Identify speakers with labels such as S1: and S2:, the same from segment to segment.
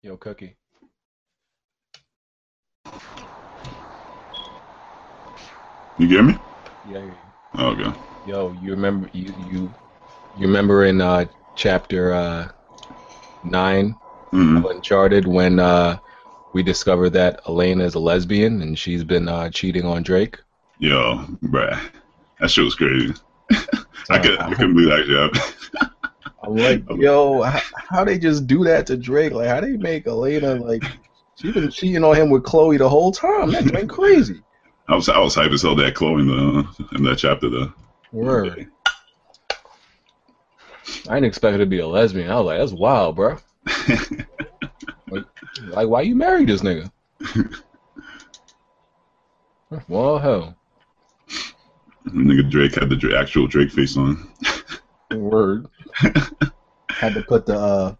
S1: Yo, Cookie.
S2: You get me?
S1: Yeah. I hear you.
S2: Okay.
S1: Yo, you remember you you you remember in uh, chapter uh, nine
S2: hmm
S1: of Uncharted when uh, we discover that Elena is a lesbian and she's been uh, cheating on Drake.
S2: Yo, bruh. That shit was crazy. I, could,
S1: Uh,
S2: I couldn't believe that shit happened.
S3: I'm like, yo, how, how they just do that to Drake? Like, how they make Elena like she been cheating on him with Chloe the whole time? That went crazy.
S2: I was, I was hyped as hell that Chloe in, the, in that chapter, though.
S1: Word. I didn't expect her to be a lesbian. I was like, that's wild, bro. Like, why you married this nigga? well, hell.
S2: Nigga Drake had the Dra- actual Drake face on.
S1: Word.
S3: Had to put the uh,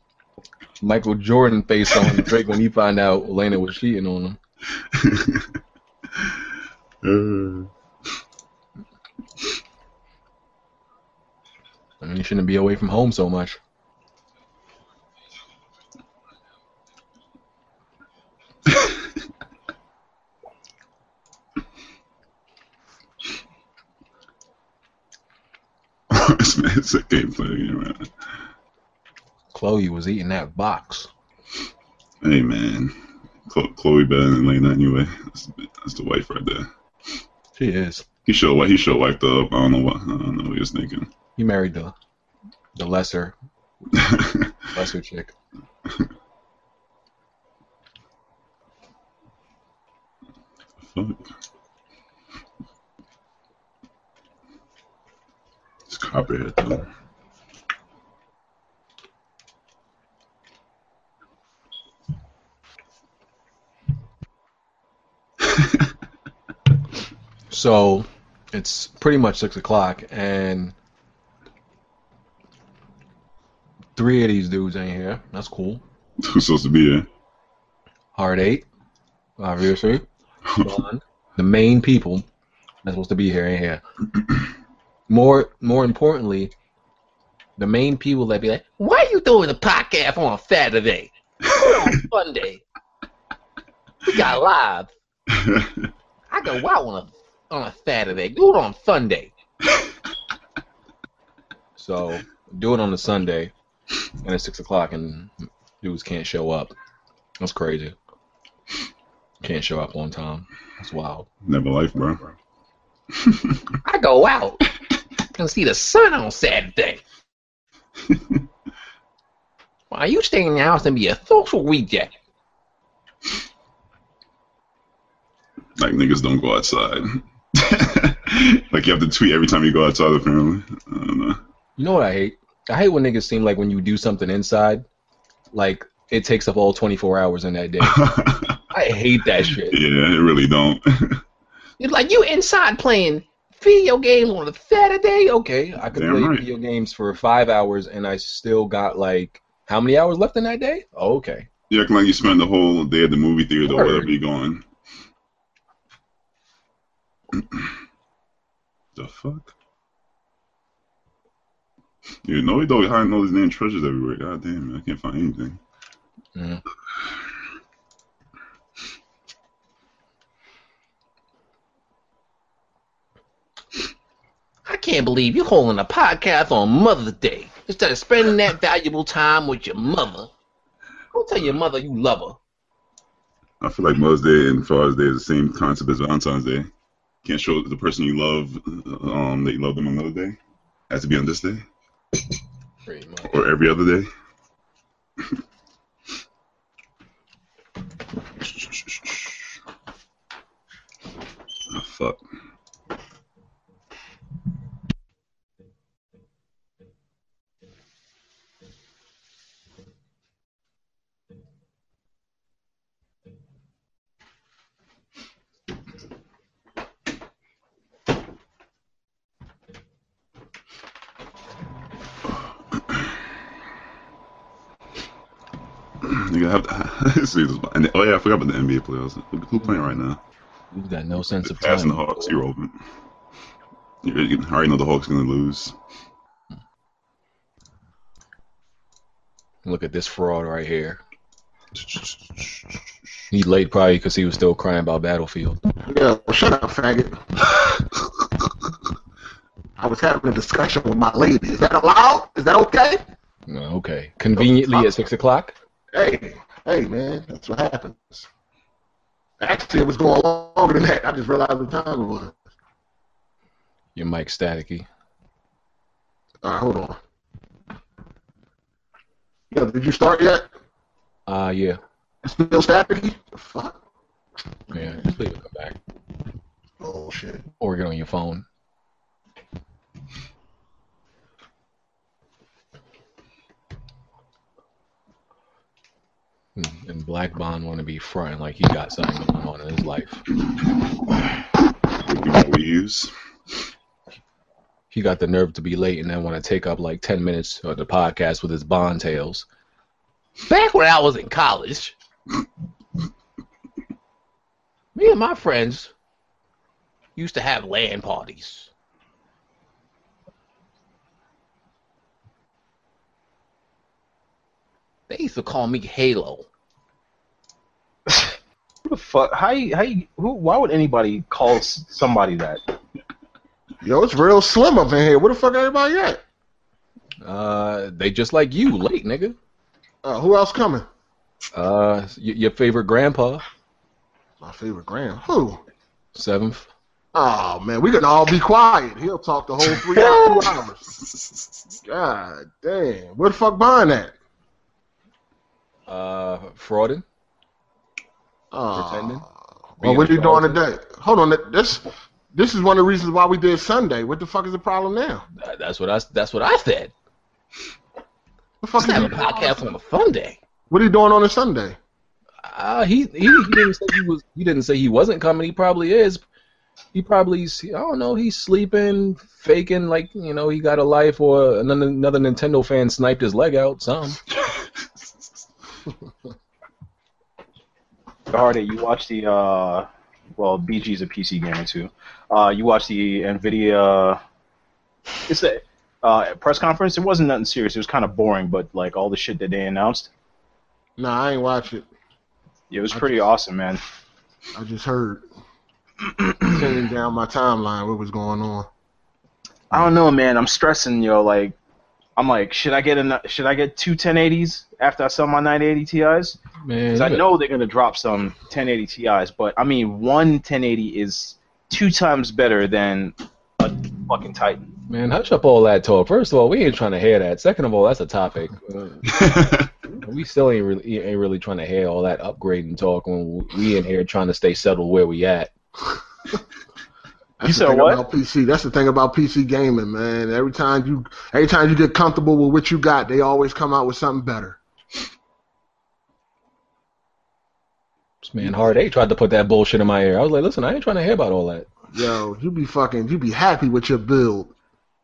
S1: Michael Jordan face on Drake when he find out Elena was cheating on him.
S2: Uh,
S1: I mean, he shouldn't be away from home so much.
S2: this man's a gameplay game, man.
S1: Chloe was eating that box.
S2: Hey, man. Chlo- Chloe better than Lena anyway. That's, that's the wife right there.
S1: She is.
S2: He should have he should wiped her up. I don't know what I don't know what he was thinking.
S1: He married the the lesser lesser chick.
S2: Fuck. It's copyright though.
S1: So it's pretty much six o'clock, and three of these dudes ain't here. That's cool.
S2: Who's supposed to be here?
S1: Hard eight, obviously. Bond, the main people that's supposed to be here ain't here. More, more importantly, the main people that be like, "Why you doing a podcast on Saturday? on Sunday? We got live. I go wow on a on a Saturday. Do it on Sunday. so do it on a Sunday, and it's six o'clock, and dudes can't show up. That's crazy. Can't show up on time. That's wild.
S2: Never life, bro.
S1: I go out and see the sun on Saturday. Why you stay in the house and be a social reject?
S2: Like niggas don't go outside. like you have to tweet every time you go outside. Apparently, I don't know.
S1: You know what I hate? I hate when niggas seem like when you do something inside, like it takes up all 24 hours in that day. I hate that shit.
S2: yeah, it really don't.
S1: You're like you inside playing video games on a Saturday. Okay, I could
S2: Damn
S1: play
S2: right.
S1: video games for five hours, and I still got like how many hours left in that day? Okay,
S2: you act like you spent the whole day at the movie theater or
S1: Word.
S2: wherever you're going. the fuck? You know he dog hiding all these damn treasures everywhere. God damn, man, I can't find anything.
S1: Mm.
S4: I can't believe you're holding a podcast on Mother's Day instead of spending that valuable time with your mother. Go tell your mother you love her.
S2: I feel like Mother's Day and Father's Day is the same concept as Valentine's Day. Can't show the person you love um, that you love them on another day. Has to be on this day
S1: pretty much.
S2: or every other day. Ah, fuck. Nigga, I have to, this is- and- oh yeah, I forgot about the NBA playoffs. Who, who playing right now?
S1: You've got no sense
S2: The
S1: of
S2: Cavs
S1: time.
S2: and the Hawks. You're open. You already- you already know the Hawks gonna lose.
S1: Look at this fraud right here. He late probably because he was still crying about Battlefield.
S5: Yeah, well, shut up, faggot. I was having a discussion with my lady. Is that allowed? Is that okay?
S1: No, Okay. Conveniently at six o'clock.
S5: Hey, hey, man, that's what happens. Actually, it was going longer than that. I just realized the time it was.
S1: Your mic staticky.
S5: All right, hold on. Yeah, did you start yet?
S1: Ah, uh, yeah,
S5: It's still static? The fuck?
S1: yeah. Just leave it come back
S5: Oh, shit.
S1: or get on your phone. Hmm, And Black Bond want to be fronting like he got something going on in his life.
S2: Thinking about what you use.
S1: He got the nerve to be late and then want to take up like ten minutes of the podcast with his Bond tales.
S4: Back when I was in college, me and my friends used to have LAN parties. They used to call me Halo.
S3: Who the fuck? How you, how you, who? Why would anybody call s- somebody that?
S5: Yo, it's real slim up in here. Where the fuck everybody at?
S1: Uh, they just like you, late nigga.
S5: Uh, who else coming?
S1: Uh, y- your favorite grandpa,
S5: My favorite Graham. Who?
S1: seventh.
S5: Oh man, we can all be quiet. He'll talk the whole three hours, two hours. God damn. Where the fuck buying that?
S1: Uh, frauding.
S5: Oh.
S1: Pretending?
S5: Well,
S1: Being
S5: what are you doing
S1: adulted?
S5: today? Hold on. This this is one of the reasons why we did Sunday. What the fuck is the problem now?
S1: Uh,
S4: Th- That's what I. That's what I said.
S5: The
S4: Let's
S5: fuck is
S4: have a
S5: he,
S4: podcast on a fun day.
S5: what are you doing on a Sunday?
S1: Uh, he, he he didn't say he was. He didn't say he wasn't coming. He probably is. He probably. I don't know. He's sleeping, faking like you know he got a life, or another, another Nintendo fan sniped his leg out. Some.
S3: Hardy, you watch the uh, well, BG's a PC gamer too. Uh, you watch the Nvidia. It's a uh, press conference. It wasn't nothing serious. It was kind of boring, but like all the shit that they announced,
S5: Nah, I ain't watch it.
S3: it was pretty awesome, man.
S5: I just heard sending down my timeline what was going on.
S3: I don't know, man. I'm stressing, yo. Like, I'm like, should I get an, should I get two 1080s after I sell my 980 Ti's?
S1: Man,
S3: Because I know they're gonna drop some 1080 Ti's, but I mean, one 1080 is two times better than a fucking Titan.
S1: man, hush up all that talk. First of all, we ain't trying to hear that. Second of all, that's a topic. Uh, we still ain't really ain't really trying to hear all that upgrading talk when we in here trying to stay settled where we at.
S5: That's the
S3: You said
S5: thing
S3: what?
S5: About PC. That's the thing about PC gaming, man. Every time you, every time you get comfortable with what you got, they always come out with something better.
S1: This Man, hard A tried to put that bullshit in my ear. I was like, listen, I ain't trying to hear about all that.
S5: Yo, you be fucking, you be happy with your build.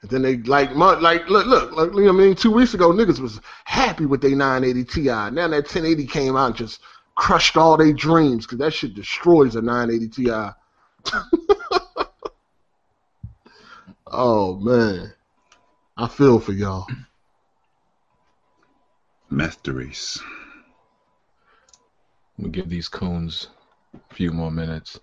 S5: And then they like, mu- like, look, look, like, you know what I mean, two weeks ago, niggas was happy with their 980 Ti. Now that 1080 came out and just crushed all their dreams because that shit destroys a 980 Ti. oh man, I feel for y'all.
S2: Master race.
S1: We give these coons a few more minutes.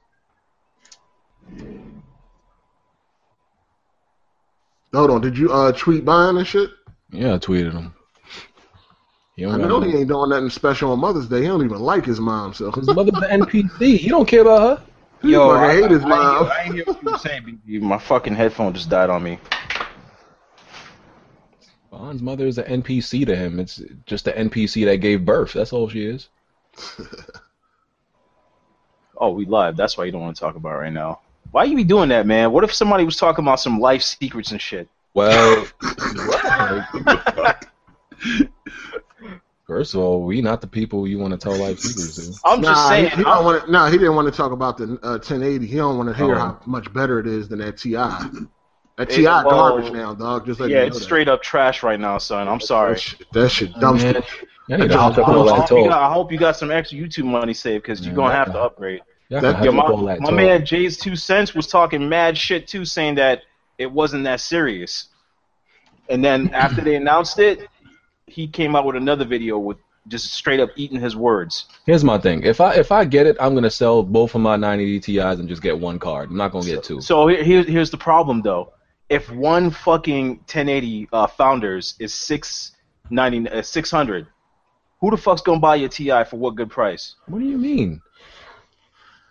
S5: Hold on, did you uh tweet buying and shit?
S1: Yeah, I tweeted him. He
S5: I
S1: don't got
S5: know he
S1: no-
S5: ain't doing nothing special on Mother's Day. He don't even like his mom, so
S1: his mother's an NPC. He don't care about her.
S5: Yo, I hate his mom.
S3: I, ain't hear what you were saying, BG. My fucking headphone just died on me.
S1: Bond's mother is an NPC to him. It's just the NPC that gave birth. That's all she is.
S3: Oh, we live. That's why you don't want to talk about it right now. Why you be doing that, man? What if somebody was talking about some life secrets and shit?
S1: Well, like, first of all, we not the people you want to tell life secrets to.
S3: I'm
S5: nah,
S3: just
S5: he, he
S3: saying.
S5: don't
S3: I'm-
S5: want to. Nah, he didn't want to talk about the uh, 1080. He don't want to hear
S1: Oh.
S5: how much better it is than that Ti. That
S3: It-
S5: Ti
S3: well,
S5: garbage now, dog. Just let
S3: yeah,
S5: you know
S3: it's
S5: that.
S3: straight up trash right now, son. I'm sorry.
S5: That shit, that shit dumpster.
S1: Man, y'all need
S5: That's
S1: to hush up
S5: all
S1: all
S3: I
S1: that
S3: hope, you got,
S1: talk.
S3: I hope you got some extra YouTube money saved because you're
S1: Yeah,
S3: gonna
S1: that-
S3: have to upgrade.
S1: Y'all can
S5: that-
S1: hush
S3: Yeah,
S1: up
S3: my,
S1: all that
S3: my
S1: talk.
S3: man Jay's two cents was talking mad shit too, saying that it wasn't that serious. And then after they announced it, he came out with another video with just straight up eating his words.
S1: Here's my thing. If I if I get it, I'm gonna sell both of my 980 Ti's and just get one card. I'm not gonna get two.
S3: So here, here- here's the problem though. If one fucking 1080 uh, founders is 690 uh, 600, who the fuck's gonna buy your Ti for what good price?
S1: What do you mean?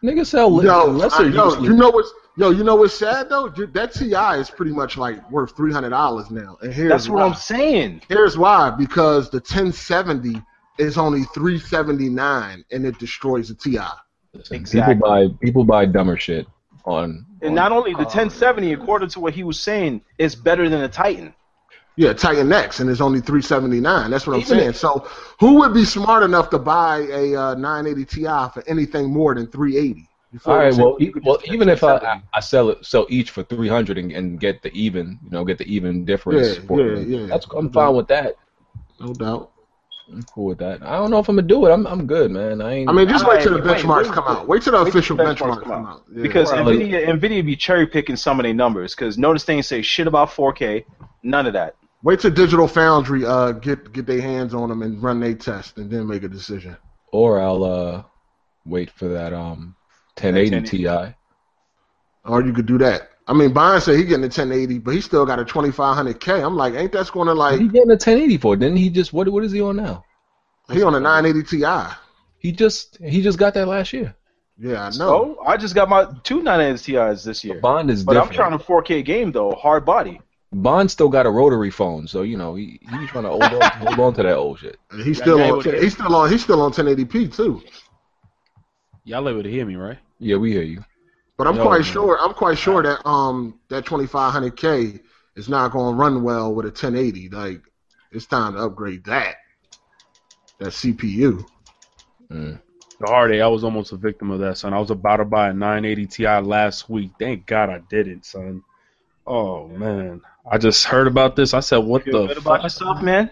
S1: Niggas sell li-
S5: Yo,
S1: lesser.
S5: I- yo,
S1: useless-
S5: you know what's yo, you know what's sad though? Dude, that Ti is pretty much like worth three hundred dollars now, and here's
S3: That's what
S5: why.
S3: I'm saying.
S5: Here's why because the 1070 is only 379 and it destroys the Ti.
S1: Listen,
S3: Exactly.
S1: People buy people buy dumber shit on.
S3: And
S1: on-
S3: not only the 1070, according to what he was saying, is better than a Titan.
S5: Yeah, Titan X and it's only 379. That's what I'm
S1: Even
S5: saying. So who would be smart enough to buy a uh, 980 Ti for anything more than 380? You feel
S1: all
S5: what I'm
S1: right.
S5: saying?
S1: Well, e-
S5: You could
S1: well,
S5: just-
S1: even if I, I I sell it, sell each for three hundred and, and get the even, you know, get the even difference.
S5: Yeah,
S1: for
S5: yeah,
S1: me.
S5: yeah.
S1: That's I'm fine with that.
S5: no doubt.
S1: I'm cool with that. I don't know if I'm gonna do it. I'm I'm good, man. I ain't.
S5: I mean, just wait till the
S3: Wait,
S5: benchmarks
S3: wait,
S5: come out. Wait till the
S3: wait till
S5: official
S3: the
S5: benchmarks come out. Yeah.
S3: Because
S1: Probably.
S3: Nvidia, Nvidia be cherry picking some of their numbers. Because notice they ain't say shit about 4K. None of that.
S5: wait till Digital Foundry uh get get their hands on them and run their test and then make a decision.
S1: or I'll uh wait for that um 1080
S3: 1080.
S1: Ti.
S5: Or you could do that. I mean, Bond said he getting a 1080, but he still got a 2500K. I'm like, ain't that's going to like
S1: He getting a 1080 for it. Didn't he just what what is he on now?
S5: he on a 980 Ti?
S1: He just he just got that last year.
S5: Yeah, I know.
S3: So I just got my two 980 Ti's this year.
S1: Bond is
S3: But I'm
S1: different.
S3: trying to 4K game though, hard body.
S1: Bond still got a rotary phone, so you know he he's trying to hold on, hold on to that old shit.
S5: he's still
S6: Yeah,
S5: on.
S6: able to-
S5: He's still on. He's still on 1080p too.
S6: Y'all able to hear me, right?
S1: Yeah, we hear you.
S5: But I'm
S6: Yo,
S5: quite
S6: man.
S5: sure. I'm quite sure that um that 2500K is not going to run well with a 1080. Like it's time to upgrade that. That CPU.
S1: Mm.
S6: The hard day, I was almost a victim of that, son. I was about to buy a 980 Ti last week. Thank God I didn't, son. Oh man, I just heard about this. I said, "What
S3: Feel
S6: the
S3: good about
S6: fuck?
S3: yourself, man.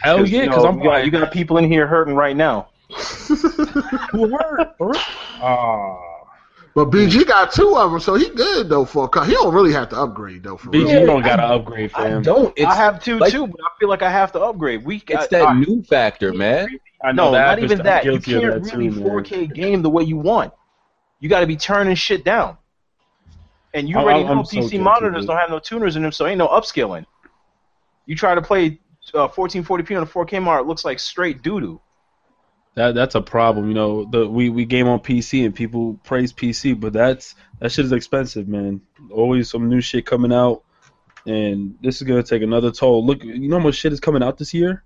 S6: Hell yeah!"
S3: you
S6: Because
S3: know,
S6: I'm
S3: you got, you
S6: like,
S3: got people in here hurting right now.
S6: who hurt? For real? Ah,
S5: But BG got two of them, so he good though for a cut. He don't really have to upgrade though for
S6: BG
S5: real.
S6: don't got to upgrade,
S1: I
S6: fam.
S1: don't. It's,
S3: I have two
S1: like-
S3: too, but I feel like I have to upgrade. We
S1: it's
S3: I-
S1: that
S3: I-
S1: new factor, man.
S6: I know
S3: no,
S6: that,
S3: not
S6: but
S3: even
S6: I'm
S3: that. You
S6: guilty of
S3: can't
S6: that
S3: really
S6: too, man.
S3: 4K game the way you want. You got to be turning shit down. And you
S6: I-
S3: already
S6: I-
S3: know
S6: I'm so
S3: PC
S6: guilty,
S3: monitors
S6: dude.
S3: don't have no tuners in them, so ain't no upscaling. You try to play uh, 1440p on a 4K monitor, it looks like straight doo doo.
S6: That that's a problem, you know. The we, we game on PC and people praise PC, but that's that shit is expensive, man. Always some new shit coming out, and this is gonna take another toll. Look, you know how much shit is coming out this year.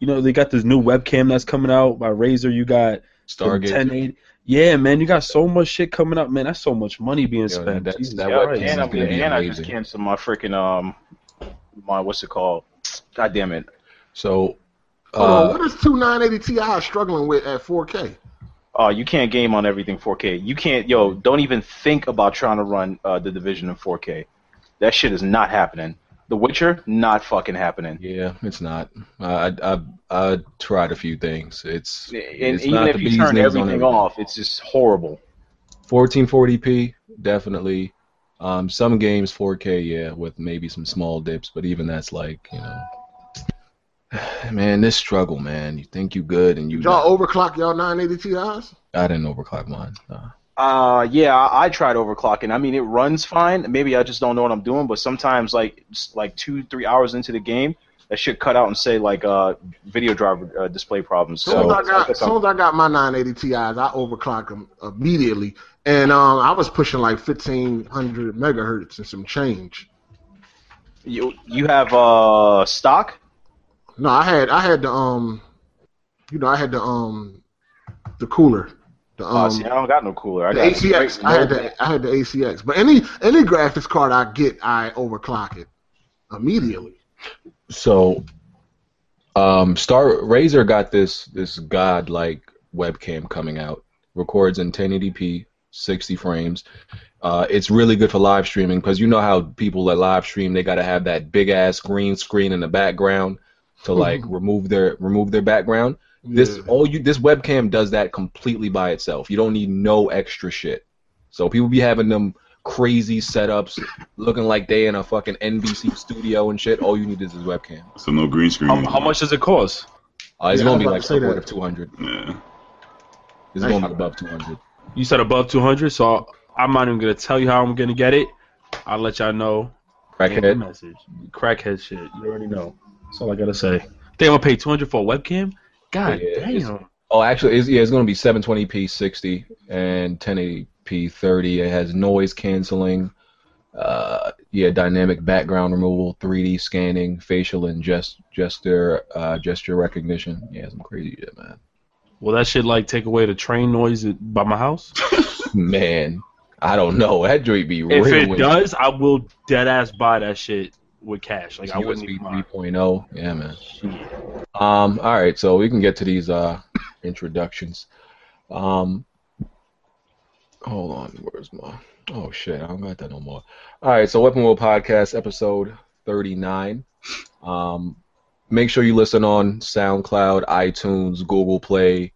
S6: You know they got this new webcam that's coming out by Razer. You got the
S1: Stargate.
S6: 1080. Yeah, man, you got so much shit coming out, man. That's so much money being
S1: Yo,
S6: spent.
S1: that's-
S6: Jesus
S1: that
S3: Yeah,
S1: webcam
S6: Christ.
S1: is
S3: and I'm,
S1: gonna be
S3: and I just
S1: amazing.
S3: canceled my freaking um, my what's it called? God damn it!
S1: So,
S5: Hold on,
S1: uh,
S5: what is two 980 Ti struggling with at 4K?
S3: Oh, you can't game on everything 4K. You can't, yo. Don't even think about trying to run uh, the division in 4K. That shit is not happening. The Witcher, not fucking happening.
S1: yeah, it's not. I I I I tried a few things. It's
S3: And
S1: it's
S3: even
S1: not
S3: if
S1: the
S3: you
S1: bee's
S3: turn
S1: knees on
S3: everything,
S1: everything.
S3: off, it's just horrible.
S1: 1440p definitely. Um, some games 4K, yeah, with maybe some small dips, but even that's like you know. Man, this struggle, man. You think you good and you
S5: Did y'all overclock y'all 980 Ti's?
S1: I didn't overclock mine. Nah.
S3: Uh, yeah, I, I tried overclocking. I mean, it runs fine. Maybe I just don't know what I'm doing. But sometimes, like, s- like two, three hours into the game, that shit cut out and say like, uh, video driver uh, display problems.
S5: As soon
S3: So,
S5: as I got, as soon as I got my 980 Ti's, I overclocked them immediately, and um, I was pushing like 1500 megahertz and some change.
S3: you you have uh stock.
S5: No, I had, I had the um, you know, I had the um, the cooler, the
S3: Uh,
S5: um,
S3: see, I don't got no cooler. I
S5: the
S3: got
S5: ACX.
S3: straight
S5: I had
S3: notebook.
S5: the, I had the ACX. But any any graphics card I get, I overclock it immediately.
S1: So, um, Star Razer got this this godlike webcam coming out. Records in 1080p, 60 frames. Uh, it's really good for live streaming because you know how people that live stream they gotta have that big ass green screen in the background to like remove their remove their background. This
S5: Yeah.
S1: all you this webcam does that completely by itself. You don't need no extra shit. So people be having them crazy setups, looking like they in a fucking NBC studio and shit. All you need is this webcam.
S2: So no green screen.
S6: How, how much does it cost?
S1: Uh, it's
S5: Yeah,
S1: gonna
S5: I was
S1: be
S5: about
S1: like
S5: to say
S1: upward
S5: that.
S1: of 200.
S2: Yeah.
S1: It's gonna be above 200.
S6: You said above 200, so I'm not even gonna tell you how I'm gonna get it. I'll let y'all know. in the
S1: Crackhead.
S6: message. Crackhead shit. You already know. That's all I gotta say. They gonna pay 200 for a webcam? God
S1: Yeah, it's-
S6: damn.
S1: Oh, actually, it's, yeah, it's gonna be 720p 60 and 1080p 30. It has noise canceling. Uh, yeah, dynamic background removal, 3D scanning, facial and gest- gesture uh, gesture recognition. Yeah, some crazy shit, man.
S6: Will that shit like take away the train noise at- by my house?
S1: Man, I don't know. That joint be
S6: if
S1: real.
S6: it
S1: with
S6: does, I will dead ass buy that shit with cash. Like I wouldn't
S1: USB
S6: even mind.
S1: 3.0. oh. Yeah, man. Um, all right, so we can get to these uh, introductions. Um, hold on, where's my? Oh shit, I don't got that no more. All right, so Weapon World Podcast episode 39. Um, make sure you listen on SoundCloud, iTunes, Google Play.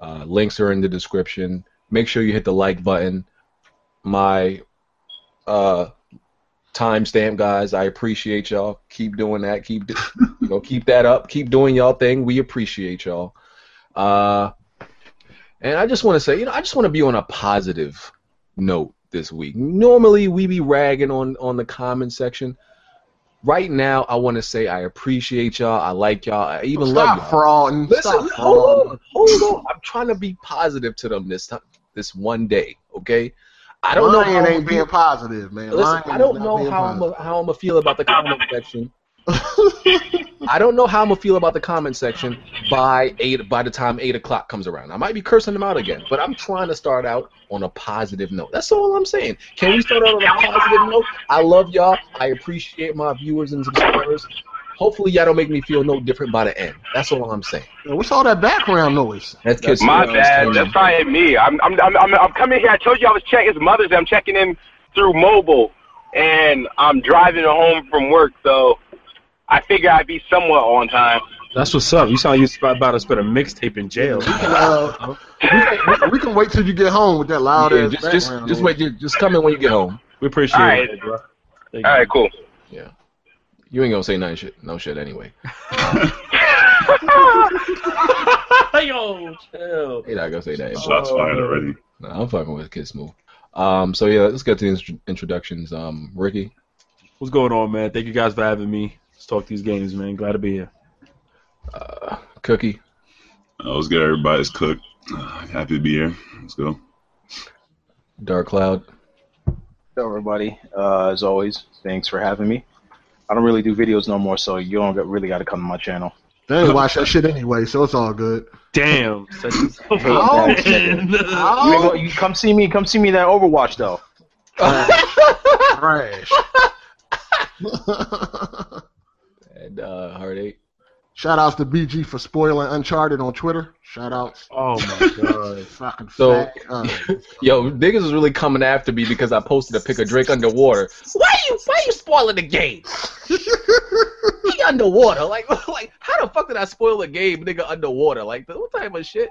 S1: Uh, links are in the description. Make sure you hit the like button. My uh, timestamp guys, I appreciate y'all. Keep doing that. Keep do- you know, keep that up. Keep doing y'all thing. We appreciate y'all. Uh, and I just want to say, you know, I just want to be on a positive note this week. Normally we be ragging on on the comment section. Right now, I want to say I appreciate y'all. I like y'all. I even love
S5: Stop
S1: y'all.
S5: frauding.
S1: Listen,
S5: Stop Um,
S1: hold
S5: frauding.
S1: on, hold on. I'm trying to be positive to them this time, this one day. Okay, I don't know.
S5: Lying
S1: how-
S5: ain't being positive, man.
S1: Listen,
S5: Lying
S1: I
S5: is
S1: don't
S5: not
S1: know
S5: being
S1: how I'm
S5: positive.
S1: a, how I'm gonna feel about the comment section. I don't know how I'm gonna feel about the comment section by eight by the time eight o'clock comes around. I might be cursing them out again, but I'm trying to start out on a positive note. That's all I'm saying. Can we start out on a positive note? I love y'all. I appreciate my viewers and subscribers. Hopefully, y'all don't make me feel no different by the end. That's all I'm saying.
S5: Yeah, What's all that background noise?
S1: That's kids.
S7: My bad. That's not even me. I'm, I'm, I'm, I'm, I'm coming here. I told you I was checking. It's Mother's Day. I'm checking in through mobile, and I'm driving home from work, so I figure I'd be somewhat on time.
S6: That's what's up. You sound like you about to spend a mixtape in jail.
S5: Uh, we, can, we can wait till you get home with that loud
S1: Yeah,
S5: ass
S1: just, just,
S5: background
S1: just
S5: noise.
S1: wait. Just, just come in when you get home.
S6: We appreciate
S7: All right.
S6: it, bro. Thank
S7: All
S6: you.
S7: right, cool.
S1: You ain't gonna say nothing shit, no shit anyway.
S6: Yo, chill.
S1: Ain't not gonna say that.
S2: Shots fired already.
S1: No, I'm fucking with Kids Move. Um, so yeah, let's get to the intro- introductions. Um, Ricky,
S6: What's going on, man? Thank you guys for having me. Let's talk these games, man. Glad to be here.
S1: uh, Cookie,
S2: Uh, what's good, everybody? It's Cook. Uh, happy to be here. Let's go.
S1: Dark Cloud,
S3: Hello, everybody. Uh, as always, thanks for having me. I don't really do videos no more, so you don't get, really got to come to my channel.
S5: They ain't watch that shit anyway, so it's all good.
S6: Damn. Such is-
S5: Oh,
S6: Man.
S3: You ain't
S5: Oh,
S3: go- you come see me. Come see me in that Overwatch though.
S5: trash.
S1: and uh, Heartache.
S5: Shout outs to BG for spoiling Uncharted on Twitter. Shout outs.
S6: Oh my god.
S5: Fucking
S1: So-
S5: fat. Uh,
S1: Yo, niggas is really coming after me because I posted a pic of Drake underwater.
S4: Why you why you spoiling the game? he underwater. Like like how the fuck did I spoil the game, nigga underwater? Like what type of shit?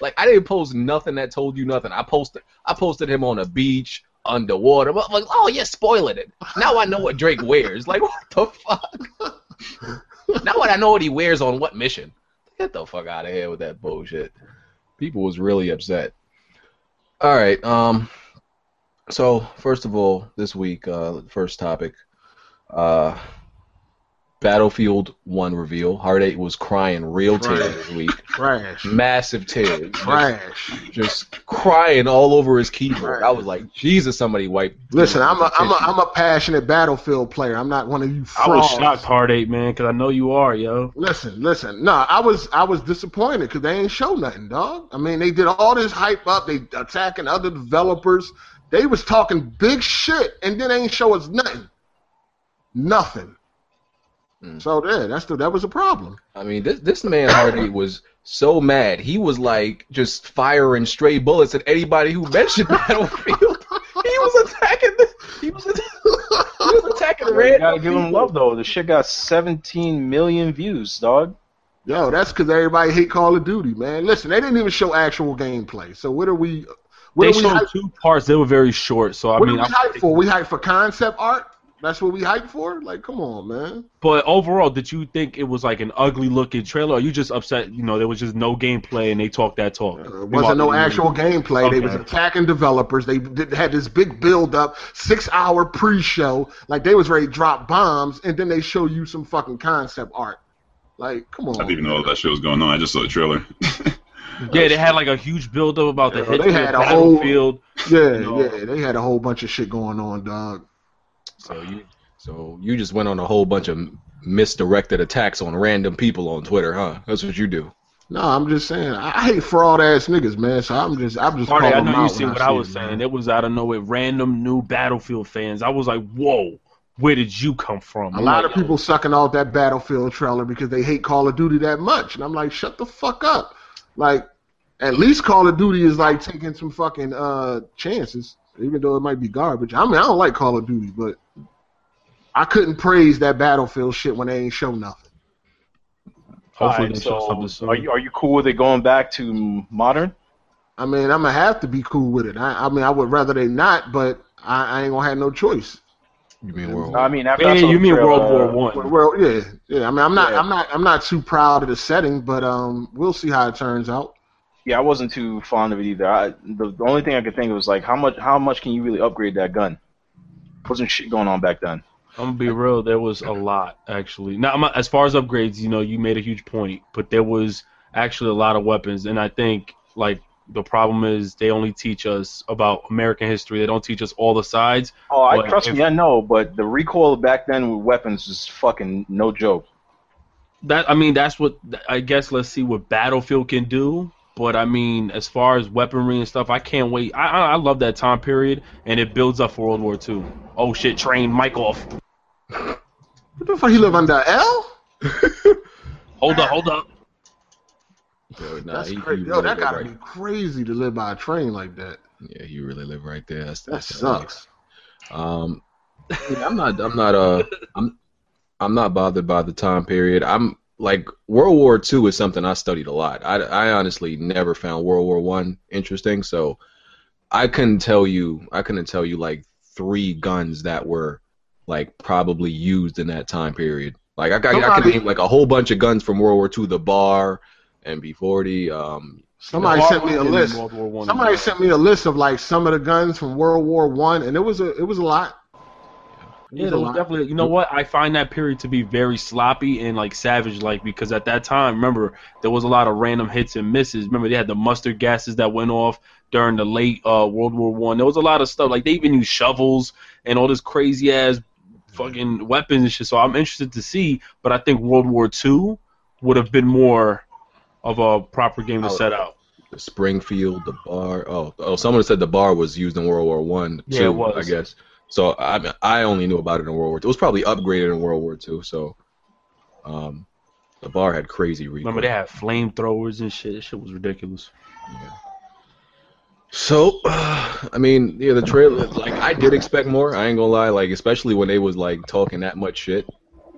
S1: Like I didn't post nothing that told you nothing. I posted, I posted him on a beach underwater. I'm like, oh yeah, spoiling it. Now I know what Drake wears. Like what the fuck? now what I know what he wears on what mission. Get the fuck out of here with that bullshit. People was really upset. All right. Um. So first of all, this week, uh, first topic, uh, Battlefield One reveal. Heartache was crying real tears this week
S5: trash.
S1: Mm. massive tears, just,
S5: Trash.
S1: just crying all over his keyboard. I was like, Jesus, somebody wipe.
S5: Listen, I'm a I'm a I'm a passionate battlefield player. I'm not one of you
S6: I was
S5: frauds.
S6: shocked, Heartache, man, because I know you are, yo.
S5: Listen, listen. No, I was I was disappointed because they ain't show nothing, dog. I mean, they did all this hype up. They attacking other developers. They was talking big shit, and then they ain't show us nothing. Nothing.
S6: Hmm.
S1: Mm.
S5: So there, that's the, that was a problem.
S1: I mean, this this man Hardy was so mad. He was like just firing stray bullets at anybody who mentioned Battlefield. he was attacking. The, he was. Att- he was attacking
S3: You
S1: red.
S3: gotta give him love though. The shit got 17 million views, dog.
S5: Yo, that's because everybody hate Call of Duty, man. Listen, they didn't even show actual gameplay. So what are we? What
S6: They
S5: are we
S6: showed
S5: hype,
S6: two parts. They were very short, so I
S5: what are
S6: mean,
S5: we
S6: I'm
S5: hype for? We hype for concept art. That's what we hyped for? Like, come on, man.
S6: But overall, did you think it was like an ugly looking trailer, or you just upset? You know, there was just no gameplay, and they talked that talk.
S5: Uh, It wasn't no actual gameplay. They was
S6: Okay.
S5: attacking developers. They did, had this big build up, six hour pre show. Like they was ready to drop bombs, and then they show you some fucking concept art. Like, come
S2: I didn't even
S5: on.
S2: know all that shit was going on. I just saw the trailer.
S6: Yeah, they had like a huge build up about the
S5: Yeah, they
S6: hit
S5: had a whole-
S6: battlefield.
S5: Yeah,
S6: No.
S5: yeah. They had a whole bunch of shit going on, dog.
S1: So you, so you just went on a whole bunch of misdirected attacks on random people on Twitter, huh? That's what you do.
S5: No, I'm just saying. I, I hate fraud ass niggas, man. So I'm just, I'm just.
S6: Party, I
S5: calling them
S6: know you
S5: out
S6: see
S5: when
S6: what I
S5: see
S6: was
S5: it,
S6: saying.
S5: man.
S6: It was out of nowhere, random new battlefield fans. I was like, whoa, where did you come from?
S5: A
S6: I'm
S5: lot
S6: like,
S5: of people sucking off that Battlefield trailer because they hate Call of Duty that much, and I'm like, shut the fuck up. Like, at least Call of Duty is like taking some fucking uh chances, even though it might be garbage. I mean, I don't like Call of Duty, but I couldn't praise that Battlefield shit when they ain't show nothing.
S6: Hopefully,
S3: Alright,
S6: they show something soon.
S3: Are you are you cool with it going back to modern?
S5: I mean, I'm gonna have to be cool with it. I, I mean, I would rather they not, but I, I ain't gonna have no choice.
S1: You mean World
S3: I mean, after
S6: yeah,
S3: I saw
S6: you
S3: the
S6: mean
S3: trailer- uh,
S6: World War One?
S5: Well, well, yeah, yeah. I mean, I'm not,
S3: Yeah.
S5: I'm not, I'm not too proud of the setting, but um, we'll see how it turns out.
S3: Yeah, I wasn't too fond of it either. I, the, the only thing I could think of was like, how much how much can you really upgrade that gun? Wasn't shit going on back then.
S6: I'm gonna be real. There was a lot actually. Now, I'm not- as far as upgrades, you know, you made a huge point, but there was actually a lot of weapons, and I think like the problem is they only teach us about American history. They don't teach us all the sides.
S3: Oh, I
S6: Well,
S3: trust
S6: if-
S3: me, I know, but the recoil back then with weapons is fucking no joke.
S6: That I mean, that's what I guess. Let's see what Battlefield can do. But I mean, as far as weaponry and stuff, I can't wait. I I, I love that time period, and it builds up for World War II. Oh shit, train Mike off.
S5: What the fuck? He live under L?
S6: Hold up, hold up.
S1: Yo, nah,
S5: That's
S1: he-
S5: crazy.
S1: he
S5: Yo, that
S1: really
S5: gotta
S1: live
S5: be crazy to live by a train like that.
S1: right- Yeah, you really live right there. That's,
S5: That
S1: that's
S5: sucks.
S1: Um, yeah, I'm not. I'm not. Uh, I'm. I'm not bothered by the time period. I'm like World War II is something I studied a lot. I, I honestly never found World War One interesting, so I couldn't tell you. I couldn't tell you like three guns that were like probably used in that time period. Like I, I, I can
S5: Somebody-
S1: name like a whole bunch of guns from World War II. The Bar, MB40. Um,
S5: Somebody sent me a
S6: In
S5: list.
S6: World War One.
S5: Somebody sent me a list of like some of the guns from World War One, and it was a it was a lot. It
S6: Yeah,
S5: was a
S6: there was
S5: lot.
S6: definitely. You know what? I find that period to be very sloppy and like savage, like because at that time, remember, there was a lot of random hits and misses. Remember, they had the mustard gases that went off during the late uh, World War One. There was a lot of stuff. Like they even used shovels and all this crazy ass fucking weapons and shit. So I'm interested to see, but I think World War Two would have been more of a proper game to set out.
S1: the Springfield, the bar. Oh, oh, someone said the bar was used in World War One.
S6: Yeah, it
S1: too,
S6: was.
S1: I guess. So I mean, I only knew about it in World War Two. It was probably upgraded in World War Two. So, um, the bar had crazy recoil.
S6: Remember, they had flamethrowers and shit. That shit was ridiculous.
S1: So, I mean, yeah, the trailer. Like, I did expect more. I ain't gonna lie. Like, especially when they was like talking that much shit.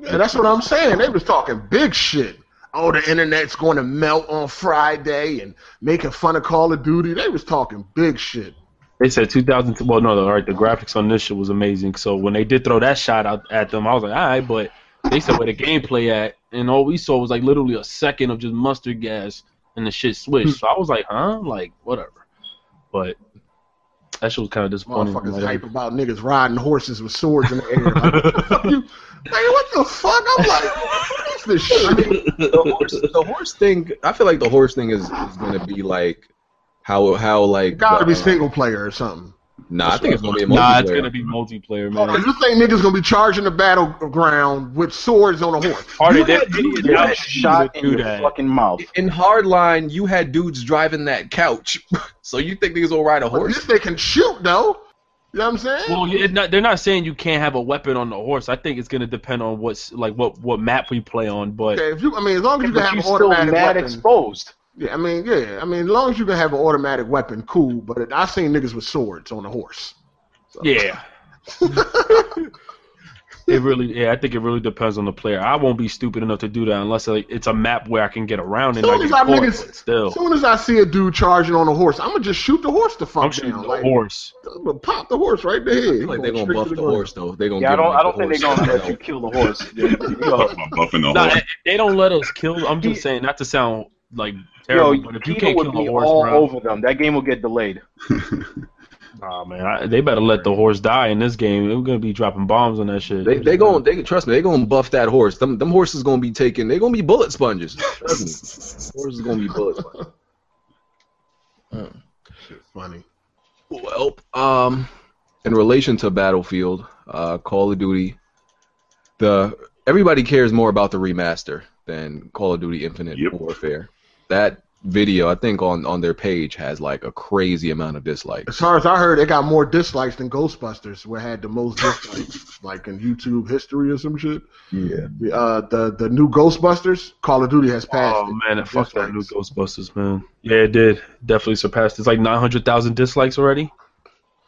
S5: Yeah, that's what I'm saying. They was talking big shit. Oh, the internet's going to melt on Friday and making fun of Call of Duty. They was talking big shit.
S6: They said 2000. Well, no, all right. The graphics on this shit was amazing. So when they did throw that shot out at them, I was like, all right. But they said where the gameplay at, and all we saw was like literally a second of just mustard gas, and the shit switched. So I was like, huh? Like whatever. But that shit was kind of disappointing.
S5: Motherfuckers
S6: Like,
S5: hype about niggas riding horses with swords in the air. Like, what the fuck you, nigga, what the fuck? I'm like, what's this
S1: I
S5: shit?
S1: mean, the horse, the horse thing. I feel like the horse thing is, is gonna be like how how like.
S5: It gotta be
S1: uh,
S5: single player or something.
S1: Nah, I think it's gonna be a
S6: nah, it's
S1: multiplayer.
S6: gonna be multiplayer,
S5: Hold on,
S6: man.
S5: Oh, you think niggas gonna be charging the battleground with swords on a horse?
S6: Already,
S1: you
S6: they
S1: had- you
S3: Get
S6: Yeah,
S3: that shot in
S6: do
S3: your
S6: that.
S3: fucking mouth.
S1: in Hardline, you had dudes driving that couch. so you think niggas gonna ride a
S5: At
S1: horse?
S5: least they can shoot though. You know what I'm saying?
S6: Well, it not, they're not saying you can't have a weapon on the horse. I think it's gonna depend on what's like what what map we play on. But
S5: okay, if you, I mean, as long as you can
S3: But
S5: have
S3: you
S5: an
S3: still
S5: automatic
S3: mad
S5: weapon.
S3: exposed.
S5: yeah, I mean, yeah, I mean, as long as you can have an automatic weapon, cool. But I seen niggas with swords on a horse.
S6: yeah, It really, yeah, I think it really depends on the player. I won't be stupid enough to do that unless like, it's a map where I can get around and
S5: Soon
S6: I
S5: as
S6: get
S5: I
S6: caught,
S5: niggas-
S6: but still.
S5: As soon as I see a dude charging on a horse, I'm gonna just shoot the horse the fuck
S6: I'm shooting
S5: down.
S6: the
S5: like,
S6: horse.
S5: I'm gonna pop the horse right in the head.
S1: I feel like
S5: He
S1: they're gonna
S5: straight
S1: buff
S5: to
S1: the
S5: ground.
S1: horse though. They're gonna
S3: Yeah, I
S1: give him,
S3: don't. I
S1: like, the
S3: don't think they're
S1: horse.
S3: gonna let you kill the horse. Yo,
S2: Talk about buffing the
S6: Nah,
S2: horse.
S6: if they don't let us kill. I'm just saying, not to sound like terrible, but if you
S3: Peter
S6: can't
S3: would
S6: kill
S3: be
S6: the horse,
S3: all
S6: bro,
S3: over them. That game will get delayed.
S6: nah, man, I, they better let the horse die in this game. They're gonna be dropping bombs on that shit.
S1: They they going they trust me. They gonna buff that horse. Them them horses gonna be taking. They gonna be bullet sponges. Trust me. Horses gonna be bullet sponges.
S5: Shit's funny.
S1: Well, um, in relation to Battlefield, uh, Call of Duty, the everybody cares more about the remaster than Call of Duty Infinite
S2: Yep.
S1: Warfare. That video, I think on on their page has like a crazy amount of dislikes.
S5: As far as I heard, it got more dislikes than Ghostbusters, where it had the most dislikes, like in YouTube history or some shit.
S1: Yeah.
S5: The, Uh, the the new Ghostbusters, Call of Duty has passed.
S6: Oh
S5: it.
S6: man, it fucked that new
S5: Dislikes.
S6: Ghostbusters, man. Yeah, it did. Definitely surpassed. It's like 900,000 dislikes already.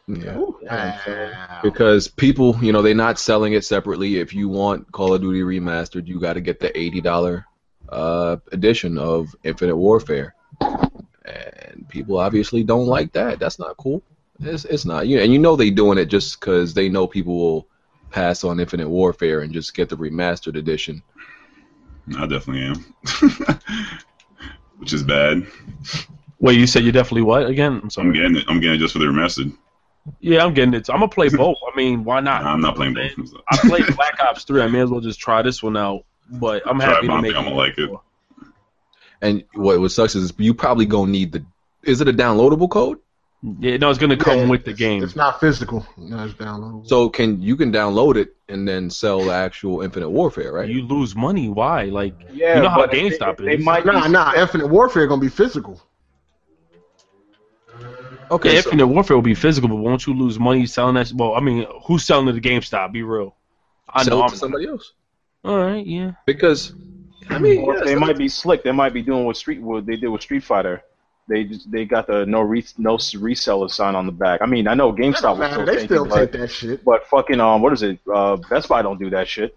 S1: Yeah.
S5: Wow.
S1: Because people, you know, they're not selling it separately. If you want Call of Duty remastered, you got to get the eighty dollar uh, edition of Infinite Warfare, and people obviously don't like that. That's not cool. It's it's not. You and you know they doing it just because they know people will pass on Infinite Warfare and just get the remastered edition.
S2: I definitely am. Which is bad.
S6: Wait, you said you definitely what again? I'm
S2: I'm
S6: sorry.
S2: getting it. I'm getting it just for the remastered.
S6: Yeah, I'm getting it. I'm gonna play both. I mean, why not?
S2: Nah, I'm not playing both.
S6: I played Black Ops 3. I may as well just try this one out. But I'm
S2: Try it,
S6: happy
S2: but I don't
S6: to make.
S2: think I'm gonna like it.
S1: And what what sucks is you probably gonna need the. Is it a downloadable code?
S6: Yeah, no, it's gonna come
S5: Yeah,
S6: with the
S5: it's-
S6: game.
S5: It's not physical. No, it's downloadable.
S1: So can you can download it and then sell the actual Infinite Warfare, right?
S6: You lose money. Why? Like,
S3: Yeah,
S6: You know how
S3: but if
S6: GameStop
S3: they, if They
S6: is.
S3: might.
S5: nah,
S3: be-
S5: nah, Infinite Warfare gonna be physical.
S1: okay.
S6: yeah,
S1: so-
S6: Infinite Warfare will be physical, but won't you lose money selling that? Well, I mean, who's selling it to GameStop? Be real. I
S1: sell
S6: know.
S1: it
S6: I'm
S1: to somebody else
S6: All right. Yeah.
S1: because I mean
S3: or
S1: yes,
S3: they
S1: that's-
S3: might be slick. They might be doing what Street what they did with Street Fighter. They just, they got the no re, no s- reseller sign on the back. I mean, I know
S5: That
S3: GameStop
S5: don't
S3: was
S5: matter.
S3: still
S5: They
S3: taking,
S5: still
S3: but,
S5: take that shit.
S3: but fucking um, what is it? Uh, Best Buy don't do that shit.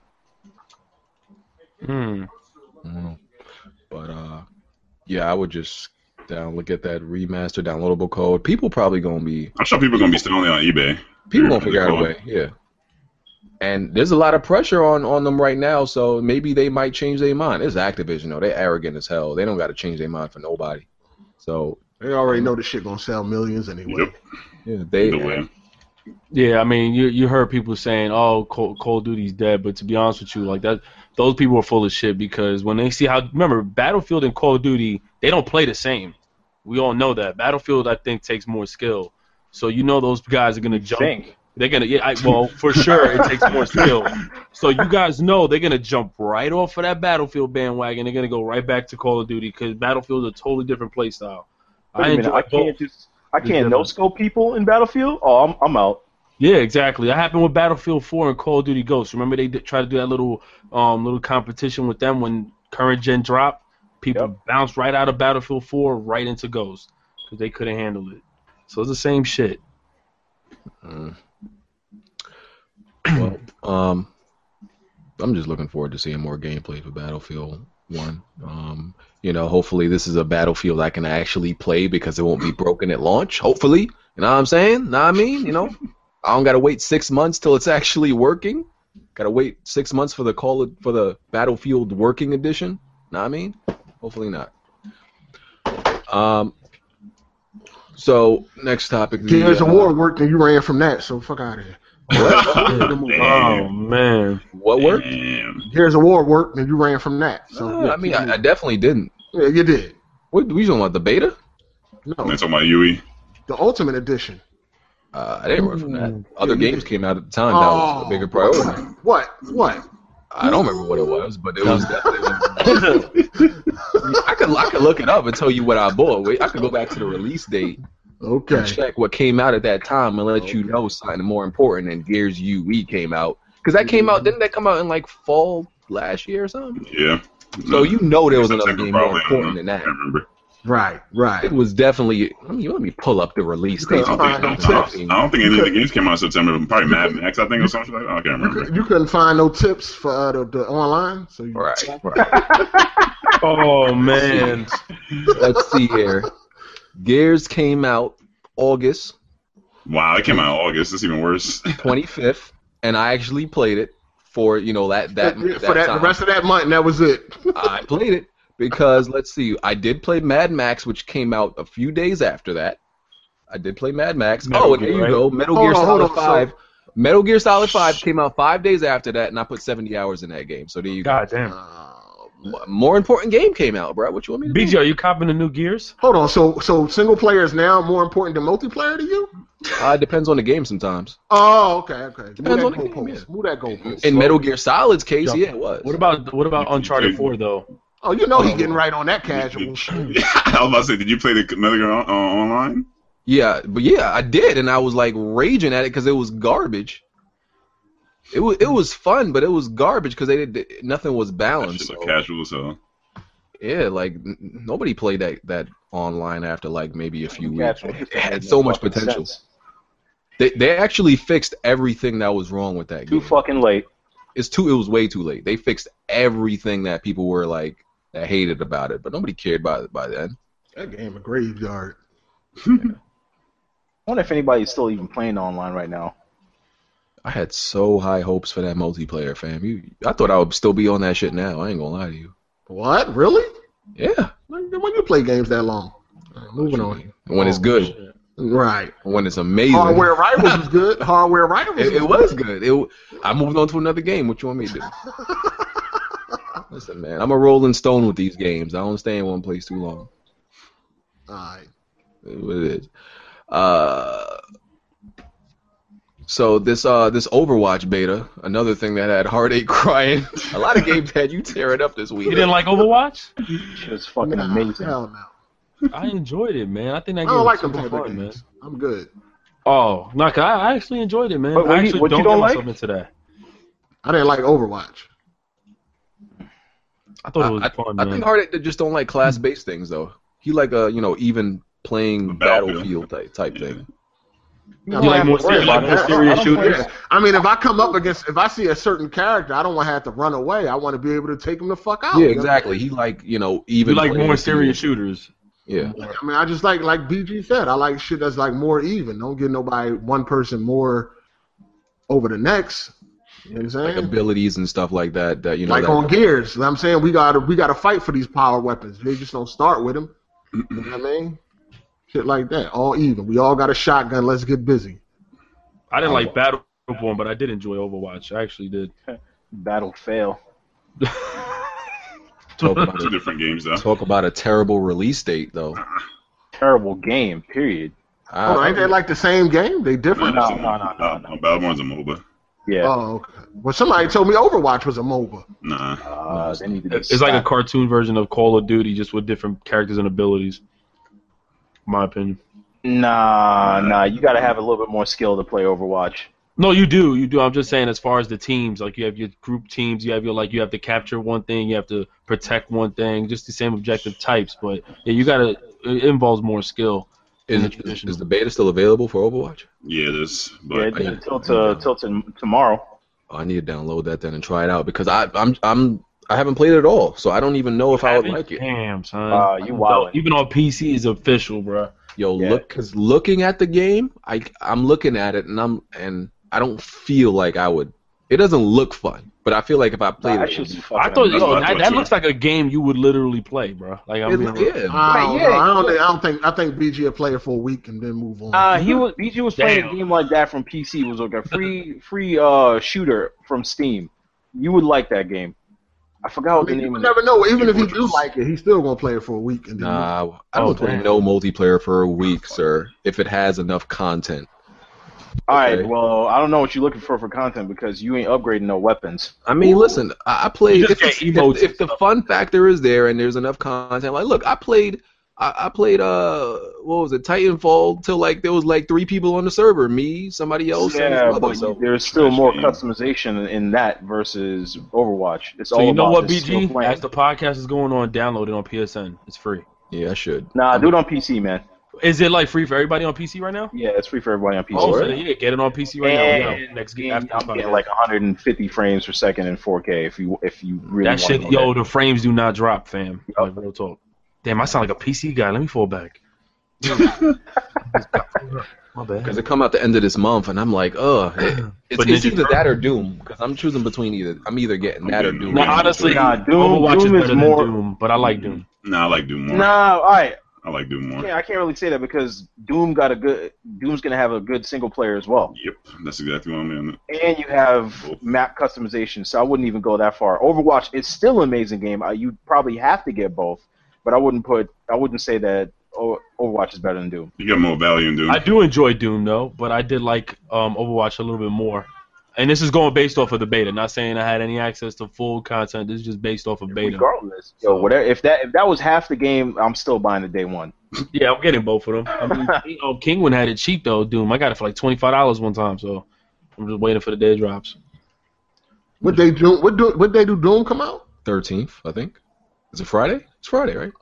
S6: Hmm.
S1: I don't know. But uh, yeah, I would just down look at that remaster downloadable code. People probably gonna be
S2: I'm sure people are gonna be selling it on eBay.
S1: people
S2: Yeah,
S1: gonna figure out a
S2: they're
S1: way. Yeah. And there's a lot of pressure on on them right now, so maybe they might change their mind. It's Activision though; they're arrogant as hell. They don't got to change their mind for nobody. So
S5: They already know this shit gonna sell millions anyway.
S2: Yep.
S1: yeah, they
S2: Either way.
S6: Yeah, I mean, you you heard people saying, "Oh, Call, Call of Duty's dead," but to be honest with you, like that, those people are full of shit because when they see how remember Battlefield and Call of Duty, they don't play the same. We all know that Battlefield, I think, takes more skill. So you know those guys are gonna jump.
S3: Think.
S6: They're gonna yeah, I, well for sure it takes more skill. So you guys know they're gonna jump right off of that Battlefield bandwagon. They're gonna go right back to Call of Duty because Battlefield's a totally different play style.
S3: Wait
S6: I
S3: a minute,
S6: enjoy
S3: I can't
S6: both.
S3: just I can't
S6: It's different.
S3: no scope people in Battlefield. Oh, I'm I'm out.
S6: Yeah, exactly. That happened with Battlefield 4 and Call of Duty Ghosts. Remember they did, tried to do that little um little competition with them when current gen dropped. People bounced right out of Battlefield 4 right into Ghost because they couldn't handle it. So it's the same shit.
S1: Mm. Well, um, I'm just looking forward to seeing more gameplay for Battlefield One. Um, you know, hopefully this is a Battlefield I can actually play because it won't be broken at launch. Hopefully, you know what I'm saying? Know what I mean, you know, I don't gotta wait six months till it's actually working. Gotta wait six months for the call for the Battlefield Working Edition. Know what I mean? Hopefully not. Um. So next topic. the,
S5: Gears of
S1: uh,
S5: War worked and you ran from that, so fuck out of here.
S6: Oh
S2: Damn.
S6: man.
S1: What worked?
S2: Damn.
S5: Here's a war work, and you ran from that. So
S1: Uh,
S5: yeah,
S1: I mean,
S5: you,
S1: I, I definitely didn't.
S5: yeah, you did.
S1: What we talking about the beta?
S5: No,
S2: And that's on my UE.
S5: the Ultimate Edition.
S1: Uh, I didn't run from that. Other
S5: Mm-hmm. Yeah, you
S1: games
S5: did. Oh.
S1: came out at the time. That was a bigger priority.
S5: What? What?
S1: I don't remember what it was, but it was definitely. I could I could look it up and tell you what I bought. Wait, I could go back to the release date and
S5: Okay.
S1: check what came out at that time and let you know something more important than Gears UE came out because that came
S5: Mm-hmm.
S1: out. Didn't that come out in like fall last year or something?
S2: Yeah.
S1: So you know there was another
S2: September
S1: game more
S2: probably, I don't
S1: important than
S2: know. I
S1: that.
S2: can't remember.
S5: Right, right.
S1: It was definitely. Let me, let me pull up the release
S5: You
S1: date.
S5: It's
S2: I don't, think, I,
S5: fine,
S2: don't, I
S1: it's
S2: don't- I don't think any of the games came out in September. Probably Mad Max, I think, or something like that. I can't
S5: You,
S2: remember.
S5: could, you couldn't find no tips for uh, the, the online, so you,
S1: Right, right.
S6: Oh man.
S1: Let's see here. Gears came out August
S2: Wow, it came out in August. It's even worse.
S1: 25th, and I actually played it for you know that that,
S5: for that, the
S1: time.
S5: rest of that month, and that was it.
S1: I played it because let's see, I did play Mad Max, which came out a few days after that. I did play Mad Max.
S6: Metal
S1: oh, and
S6: Gear,
S1: there you
S6: right?
S1: go, Metal
S5: Hold
S1: Gear
S5: on, hold
S1: Solid
S5: on, so-
S1: Five. Metal Gear Solid Five came out five days after that, and I put seventy hours in that game. So there you go.
S6: God damn.
S5: Uh,
S1: M- More important game came out, bro. What you want me to do?
S6: BG, are you copping the new gears?
S5: hold on, so so single player is now more important than multiplayer to you?
S1: Uh, it depends on the game sometimes.
S5: Oh, okay, okay. Move
S1: Depends
S5: that
S1: on the game,
S5: goalpost.
S1: yeah.
S5: Move that goalpost.
S1: In Metal Gear Solid's case,
S6: Yeah.
S1: yeah, it was.
S6: What about what about Uncharted
S2: Dude.
S6: 4 though?
S5: Oh, you know
S6: Hold
S5: he's
S6: on,
S5: getting
S6: hold
S5: right on that casual shit.
S2: I was about to say, did you play the Metal Gear on, uh, online?
S1: Yeah, but yeah, I did, and I was like raging at it because it was garbage. It was it was fun, but it was garbage because they did nothing was
S2: That
S1: balanced.
S2: shit
S1: so-
S2: look casual, so.
S1: Yeah, like n- n- nobody played that that online after like maybe a few weeks.
S3: Casual.
S1: It had so much
S3: Fucking
S1: potential.
S3: sense.
S1: They they actually fixed everything that was wrong with that
S3: Too
S1: game.
S3: fucking late.
S1: It's too. It was way too late. They fixed everything that people were like that hated about it, but nobody cared about it by then.
S5: That game a graveyard.
S3: I wonder if anybody's still even playing online right now.
S1: I had so high hopes for that multiplayer, fam. You, I thought I would still be on that shit now. I ain't gonna lie to you.
S5: What? Really?
S1: Yeah,
S5: When when you play games that long? All right, moving on.
S1: when it's good,
S5: Right.
S1: when it's amazing.
S5: Hardware Rivals was good. Hardware Rivals.
S1: It, it
S5: good.
S1: Oh, was good. It, I moved on to another game. What you want me to do? Listen, man, I'm a rolling stone with these games. I don't stay in one place too long.
S5: All right.
S1: It what it is. Uh, so this uh this Overwatch beta, another thing that had heartache crying. a lot of games had you tearing up this
S6: You
S1: week.
S6: didn't like Overwatch?
S3: Shit is fucking
S5: Nah,
S3: amazing.
S5: Hell no.
S6: I enjoyed it, man. I think that
S5: I
S6: game
S5: don't
S6: was
S5: like them
S6: super
S5: type of
S6: fun, man.
S5: games. I'm good.
S6: Oh, no, 'cause I, I actually enjoyed it, man.
S3: What- what
S6: I
S3: you-
S6: actually
S3: what you
S6: don't,
S3: don't
S6: get
S3: like?
S6: myself into that.
S5: I didn't like Overwatch.
S6: I thought it was
S1: I,
S6: fun,
S1: I, I
S6: man.
S1: think heartache they just don't like class based things though. He like a you know even playing
S2: Battlefield.
S1: battlefield type type
S2: Yeah.
S1: thing.
S5: You
S6: like more serious-
S5: about
S6: like more
S5: that.
S6: serious
S5: I don't wanna-
S6: shooters?
S5: I mean, if I come up against, if I see a certain character, I don't want to have to run away. I want to be able to take him the fuck out.
S1: Yeah,
S5: you know?
S1: exactly. He like you know
S6: you
S1: even
S6: like
S1: playing
S6: more
S1: with
S6: serious
S1: people.
S6: shooters.
S1: Yeah.
S5: Like, I mean, I just like like BG said, I like shit that's like more even. Don't give nobody one person more over the next. You know what I'm saying?
S1: like abilities and stuff like that. That you know,
S5: like
S1: that-
S5: on Gears, you know what I'm saying we gotta we gotta fight for these power weapons. They just don't start with them. You know what I mean? Shit like that, all even. We all got a shotgun. Let's get busy.
S6: I didn't like Battleborn, but I did enjoy Overwatch. I actually did.
S3: Battle fail.
S1: talk, about
S2: Two
S1: a,
S2: different games, though.
S1: talk about a terrible release date though.
S3: Terrible game, period.
S1: I,
S3: Uh,
S5: Hold on, Oh, ain't they like the same game? They different.
S3: No, no, no,
S2: uh,
S3: no, no.
S2: Battleborn's a MOBA.
S3: Yeah.
S5: Oh, okay. Well, somebody told me Overwatch was a MOBA.
S2: Nah.
S5: Oh.
S3: Uh, they need to be
S6: It's it's like a
S3: stopped.
S6: cartoon version of Call of Duty, just with different characters and abilities. My opinion.
S3: Nah, nah. You gotta have a little bit more skill to play Overwatch.
S6: No, you do, you do. I'm just saying, as far as the teams, like you have your group teams, you have your like you have to capture one thing, you have to protect one thing, just the same objective types. But yeah, you gotta. It involves more skill.
S1: is,
S6: the
S1: is,
S6: traditional.
S1: is the beta still available for Overwatch?
S2: Yeah, it is.
S3: Yeah,
S2: But
S1: I-
S3: until to, till to tomorrow.
S1: Oh, I need to download that then and try it out because I I'm I'm I haven't played it at all, so I don't even know if I would like it.
S6: Damn, son.
S3: Uh, you
S6: Wow.
S3: wild.
S6: Even on PC is official, bro.
S1: Yo,
S3: Yeah.
S1: look, because looking at the game, I I'm looking at it and I'm and I don't feel like I would. It doesn't look fun, but I feel like if I played
S3: Nah,
S1: it,
S3: that
S1: it would
S3: shit's
S1: be
S3: fucking
S6: I thought,
S2: That's
S6: yo,
S2: what I
S6: that,
S2: thought,
S6: that
S2: too.
S6: looks like a game you would literally play, bro. Like I mean,
S1: it, yeah.
S5: I don't,
S3: Right,
S5: know.
S3: yeah.
S5: I, don't think, I don't think I think BG will play it for a week and then move on.
S3: Uh, he was BG was playing
S6: Damn.
S3: a game like that from PC. It was like a free free uh shooter from Steam. You would like that game. I forgot
S5: I
S3: what the
S5: mean,
S3: name
S5: you
S3: of
S5: never know. Even if he do
S2: Fortress.
S5: like it, he's still gonna play it for a week and then. move on.
S1: Nah, I don't
S6: Oh,
S1: play
S6: damn.
S1: no multiplayer for a week, sir. If it has enough content,
S3: All right,
S1: Okay.
S3: well, I don't know what you're looking for for content because you ain't upgrading no weapons.
S1: I mean, listen, I, I played.
S6: You
S1: If,
S6: just
S1: if,
S6: get emotes
S1: if the fun factor is there and there's enough content, like, look, I played. I, I played. Uh, what was it? Titanfall till like there was like three people on the server, me, somebody else, and
S3: yeah,
S1: his brother.
S3: but
S1: So
S3: there's still
S2: Trash
S3: more
S2: game.
S3: customization in that versus Overwatch. It's
S6: So
S3: all
S6: you know
S3: about
S6: what,
S3: just skill
S6: BG?
S3: playing.
S6: As the podcast is going on, download it on PSN. It's free.
S1: Yeah, I should.
S3: Nah, do it on PC, man.
S6: Is it like free for everybody on PC right now?
S3: Yeah, it's free for everybody on PC.
S6: Oh, so
S3: right?
S6: yeah, get it on PC right now.
S3: And-
S6: Yeah, next game
S3: Yeah,
S6: after
S3: I'm getting like 150 frames per second in 4K if you if you really want
S6: that shit,
S3: to
S6: yo, the frames do not drop, fam. Like real talk. Damn, I sound like a PC guy. Let me fall back. My bad.
S1: Because it come out the end of this month, and I'm like, uh, it's,
S6: But
S1: it's
S6: Ninja
S1: either that or Doom. Because I'm choosing between either. I'm either getting that or
S2: Okay.
S1: Doom.
S6: No, honestly,
S3: Nah, Doom-
S6: Overwatch
S3: Doom
S6: is
S3: is
S6: better
S3: more-
S6: than Doom, but I like Doom.
S2: Nah, I like Doom more.
S3: No, all right.
S2: I like Doom more.
S3: Yeah, I can't really say that because Doom got a good Doom's gonna have a good single player as well,
S2: Yep, that's exactly what I'm doing.
S3: and you have map customization. So I wouldn't even go that far. Overwatch is still an amazing game. I, you probably have to get both, but I wouldn't put I wouldn't say that O- Overwatch is better than Doom.
S2: You got more value in Doom.
S6: I do enjoy Doom though, but I did like um, Overwatch a little bit more. And this is going based off of the beta. Not saying I had any access to full content. This is just based off of beta.
S3: Regardless, yo, whatever. If that if that was half the game, I'm still buying the day one.
S6: Yeah, I'm getting both of them. I mean, King- oh, Kingwin had it cheap though. Doom, I got it for like twenty five dollars one time. So I'm just waiting for the day it drops.
S5: What they do? What do? What they do? Doom come out?
S1: 13th, I think. Is it Friday? It's Friday, right?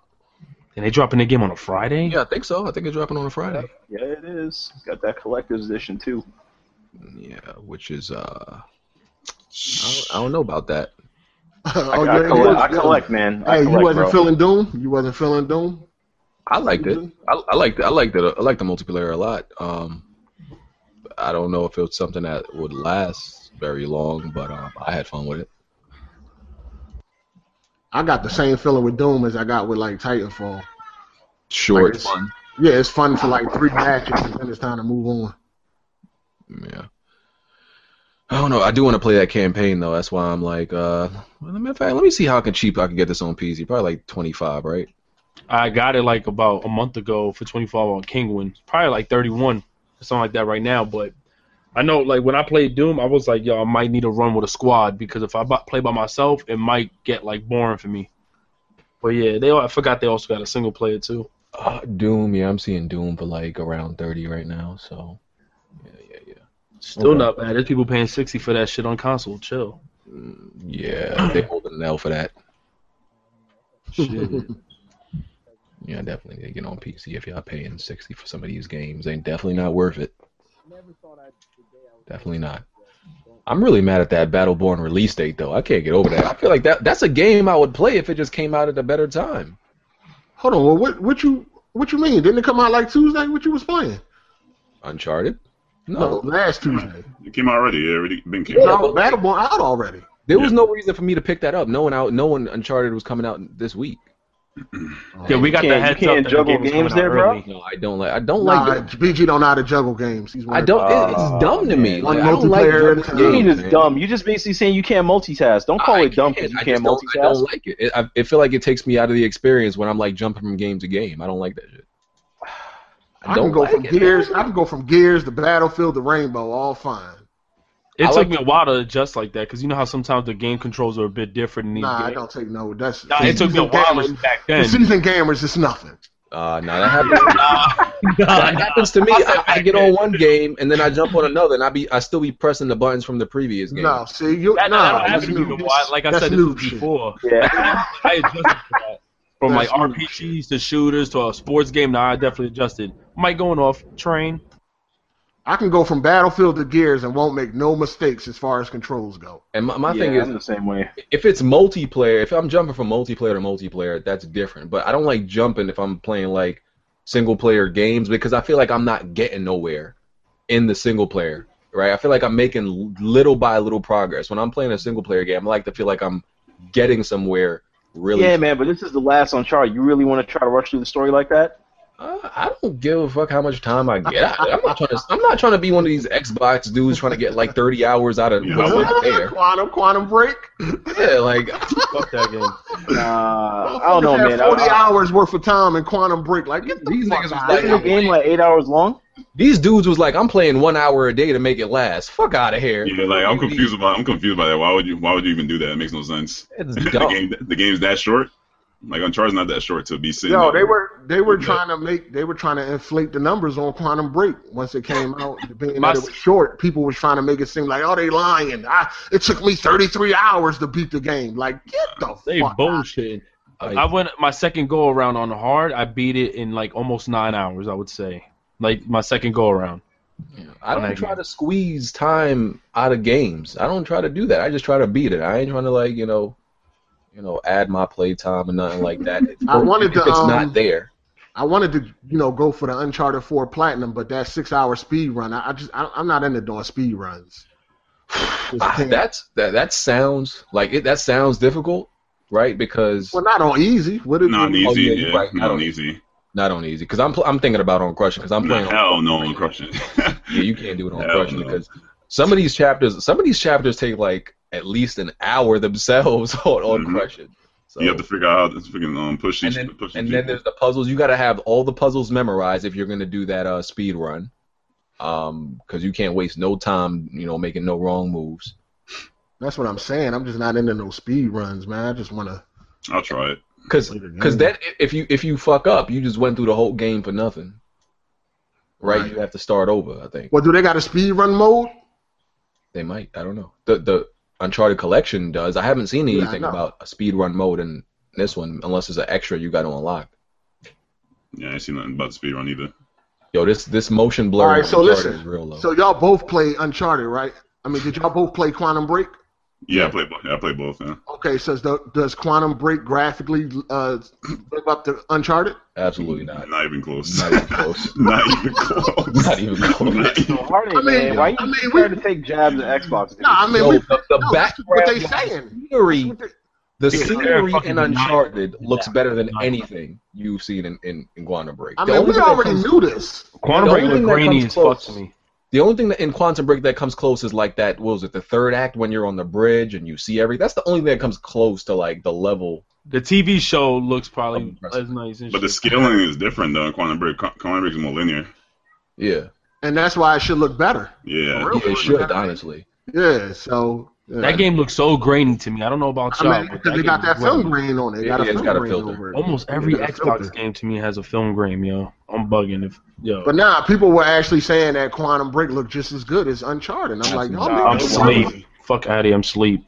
S6: And they dropping the game on a Friday.
S1: Yeah, I think so. I think it's dropping on a Friday.
S3: Yeah, it is. Got that collector's edition too.
S1: Yeah, which is uh, I don't, I don't know about that.
S3: I,
S5: oh,
S3: I,
S5: yeah,
S3: collect, I
S5: yeah.
S3: collect, man. I
S5: Hey, you
S3: collect,
S5: wasn't
S3: bro.
S5: feeling Doom. You wasn't feeling Doom.
S1: I liked it. I, I liked it. I liked it. I liked the multiplayer a lot. Um, I don't know if it was something that would last very long, but um, I had fun with it.
S5: I got the same feeling with Doom as I got with like Titanfall.
S1: Short,
S5: Like,
S1: fun.
S5: Yeah, it's fun for like three matches, and then it's time to move on.
S1: Yeah. I don't know. I do want to play that campaign though. That's why I'm like, uh, well, matter of fact, let me see how can cheap I can get this on PC. Probably like 25, right?
S6: I got it like about a month ago for 25 on Kingwin. Probably like 31 or something like that right now. But I know like when I played Doom, I was like, yo, I might need to run with a squad because if I bu- play by myself, it might get like boring for me. But yeah, they all, I forgot they also got a single player too.
S1: Uh, Doom. Yeah, I'm seeing Doom for like around 30 right now. So, yeah, yeah, yeah.
S6: Still
S1: Okay.
S6: not bad. There's people paying 60 for that shit on console. Chill.
S1: Mm, Yeah, they holding an L for that.
S6: Shit.
S1: Yeah, definitely need to get on PC if y'all paying sixty for some of these games. Ain't definitely not worth it. Definitely not. I'm really mad at that Battleborn release date though. I can't get over that. I feel like that that's a game I would play if it just came out at a better time.
S5: Hold on. Well, what what you what you mean? Didn't it come out like Tuesday? What you was playing?
S1: Uncharted?
S5: No,
S1: No.
S5: last Tuesday.
S2: It came out already. It already been came out.
S5: No, Battleborn out already.
S1: There was no reason for me to pick that up. No one out no one Uncharted was coming out this week.
S6: yeah, we got
S3: You can't- you
S6: the heads
S3: can't
S6: up. that the
S3: juggle
S6: game was coming
S3: games
S6: out
S3: there, bro?
S6: early.
S1: No, I don't like I don't
S5: Nah,
S1: like it.
S5: BG don't know how to juggle games. He's one
S1: I
S5: of
S1: don't
S3: Oh,
S1: it, it's dumb to me.
S3: man.
S1: Like,
S5: One
S1: I don't like
S5: multiplayer
S1: it.
S5: at a
S3: Your game
S5: time.
S3: is
S1: Man.
S3: dumb. You're just basically saying you can't multitask. Don't call
S1: I
S3: it dumb
S1: can't.
S3: because you
S1: I just
S3: can't
S1: don't- I don't
S3: multitask.
S1: like it. It, I, it feel like it takes me out of the experience when I'm like jumping from game to game. I don't like that shit.
S5: I can
S1: don't
S5: go
S1: like
S5: from
S1: it.
S5: gears. I can go from gears to Battlefield to Rainbow, all fine.
S6: It
S1: I
S6: took
S1: like-
S6: me a while to adjust like that because you know how sometimes the game controls are a bit different in these
S5: Nah, I
S6: games.
S5: don't take no. That's
S6: Nah, it took me a while to back
S5: For
S6: then.
S5: season gamers, it's nothing.
S1: Uh, no, that happens. to me. that happens to me. I, I get on one game and then I jump on another, and I be I still be pressing the buttons from the previous game.
S5: No, see, you.
S6: That,
S5: nah,
S6: that
S5: that's
S6: happened to me
S5: new.
S6: in a while. Like I
S5: That's
S6: said
S5: new
S6: this
S5: shit.
S6: before.
S3: Yeah.
S6: I adjusted to that. From
S5: That's
S6: like
S5: new
S6: RPGs to shooters to a sports game, now I definitely adjusted. Mike going off train.
S5: I can go from Battlefield to Gears and won't make no mistakes as far as controls go.
S1: And my, my
S3: yeah,
S1: thing
S3: I'm
S1: is,
S3: the same way.
S1: if it's multiplayer, if I'm jumping from multiplayer to multiplayer, that's different. But I don't like jumping if I'm playing like single player games because I feel like I'm not getting nowhere in the single player. Right? I feel like I'm making l- little by little progress. When I'm playing a single player game, I like to feel like I'm getting somewhere really
S3: Yeah, man, but this is the last on chart. You really want to try to rush through the story like that?
S1: Uh, I don't give a fuck how much time I get. I, I'm not trying to. I'm not trying to be one of these Xbox dudes trying to get like 30 hours out of
S2: Yeah,
S1: what's
S2: I
S1: in there.
S5: quantum, quantum break.
S1: Yeah, like
S6: Fuck that game.
S3: Nah, I don't know,
S5: Had
S3: man. I,
S5: Forty
S3: I,
S5: hours worth of time in quantum break. Like get the
S1: These
S5: fuck
S1: niggas was
S5: out
S1: like-
S5: of
S3: isn't
S5: here.
S3: the game like eight hours long?
S1: these dudes was like, I'm playing one hour a day to make it last. Fuck out of here.
S2: Yeah, like I'm confused about I'm confused by that. Why would you Why would you even do that? It makes no sense.
S1: It's
S2: the
S1: dumb.
S2: game The game's that short. Like Uncharted's not that short to be sitting.
S5: Yo,
S2: there.
S5: they were they were
S2: Yeah.
S5: trying to make they were trying to inflate the numbers on Quantum Break once it came out. Being
S6: My-
S5: that it was short, people were trying to make it seem like oh they lying. I it took me thirty three hours to beat the game. Like get the
S6: They
S5: fuck. out.
S6: bullshitting.
S1: I-
S6: I went my second go around on hard. I beat it in like almost nine hours. I would say, like my second go around.
S1: I don't
S6: Like-
S1: try to squeeze time out of games. I don't try to do that. I just try to beat it. I ain't trying to like you know, you know, add my play time and nothing like that. If-
S5: I wanted
S1: if
S5: to,
S1: it's
S5: um,
S1: not there.
S5: I wanted to, you know, go for the Uncharted 4 Platinum, but that six-hour speed run, I, I just, I, I'm not into doing speed runs. Just
S1: Ah,
S5: can't-
S1: That's that. That sounds like it. That sounds difficult, right? Because
S5: well, not on easy. What it,
S2: Not easy,
S1: yeah,
S2: yeah.
S1: you're right. I
S2: Not
S1: don't-
S2: easy.
S1: not on easy. Because I'm pl- I'm thinking about on crushing. Because I'm
S2: Nah,
S1: playing. on-
S2: hell no, I'm crushing.
S1: yeah, you can't do it on
S2: Hell
S1: crushing
S2: no.
S1: because some of these chapters, some of these chapters take like at least an hour themselves on, on
S2: Mhm.
S1: crushing. So.
S2: You have to figure out how to freaking um, push
S1: and
S2: these.
S1: then,
S2: push
S1: and
S2: these
S1: then
S2: people.
S1: there's the puzzles. You got to have all the puzzles memorized if you're going to do that uh, speed run, Um 'cause because you can't waste no time, you know, making no wrong moves.
S5: That's what I'm saying. I'm just not into no speed runs, man. I just want to.
S2: I'll try it.
S1: Because
S5: Later, yeah.
S1: because that if you if you fuck up, you just went through the whole game for nothing. Right?
S5: Right.
S1: You have to start over. I think
S5: Well, do they got a speed run mode?
S1: they might. I don't know. The the Uncharted collection does. I haven't seen
S5: Yeah, I
S1: anything
S5: know.
S1: about a speed run mode in this one, unless there's an extra you got to unlock.
S2: Yeah, I ain't seen nothing about the speedrun either.
S1: Yo, this this motion blur.
S5: All right,
S1: in
S5: so
S1: Uncharted
S5: listen.
S1: is real low.
S5: So y'all both play Uncharted, right? I mean, did y'all both play Quantum Break?
S2: Yeah, I play both. Yeah, I play both. Yeah.
S5: Okay, so does, does Quantum Break graphically uh, live up to Uncharted?
S1: Absolutely not.
S2: Not even close.
S1: Not even close.
S2: Not even close.
S1: Not even close.
S2: Not even-
S3: So Hardy,
S5: I mean,
S3: man, why you
S5: I mean, we-
S3: trying to take jabs at Xbox? Dude?
S5: No, I mean,
S1: Yo,
S5: we,
S1: the, the
S5: no, that's
S1: background,
S5: what they
S1: the
S5: saying.
S1: scenery, the
S2: Yeah.
S1: scenery
S6: Fucking
S1: in
S6: nice.
S1: Uncharted looks better than
S6: Nice.
S1: anything you've seen in in, in Guantanamo Break.
S5: I
S1: the
S5: mean,
S1: only
S5: we
S1: thing that
S5: already
S1: comes-
S5: knew this.
S6: Quantum
S1: The
S6: Break
S1: only
S6: looked
S1: thing that
S6: grainy
S1: comes
S6: as fuck to
S1: close-
S6: me.
S1: The only thing that in Quantum Break that comes close is like that. What was it? The third act when you're on the bridge and you see everything. That's the only thing that comes close to like the level.
S6: The TV show looks probably
S1: Impressive.
S6: as nice. And
S2: But the
S6: shit.
S2: scaling is different though. in Quantum Break, Qu- Quantum Break is more linear.
S1: Yeah,
S5: And that's why it should look better.
S2: Yeah.
S5: For real?
S1: yeah it should honestly.
S5: Yeah, so. yeah.
S6: that game looks so grainy to me. I don't know about y'all.
S5: I mean,
S6: but
S5: because they
S6: game
S5: got that
S6: looks
S5: film
S6: grainy.
S5: grain on it. They
S1: Yeah,
S5: got a
S1: it's
S5: film
S1: got a
S5: grain
S1: filter.
S5: over it.
S6: Almost every
S5: Yeah, it's
S6: Xbox
S5: filter.
S6: game to me has a film grain, yo. I'm bugging if yo.
S5: But nah, people were actually saying that Quantum Break looked just as good as Uncharted. I'm like, y'all
S6: I'm
S5: niggas
S6: asleep.
S5: crazy.
S6: Fuck out of here, I'm sleep.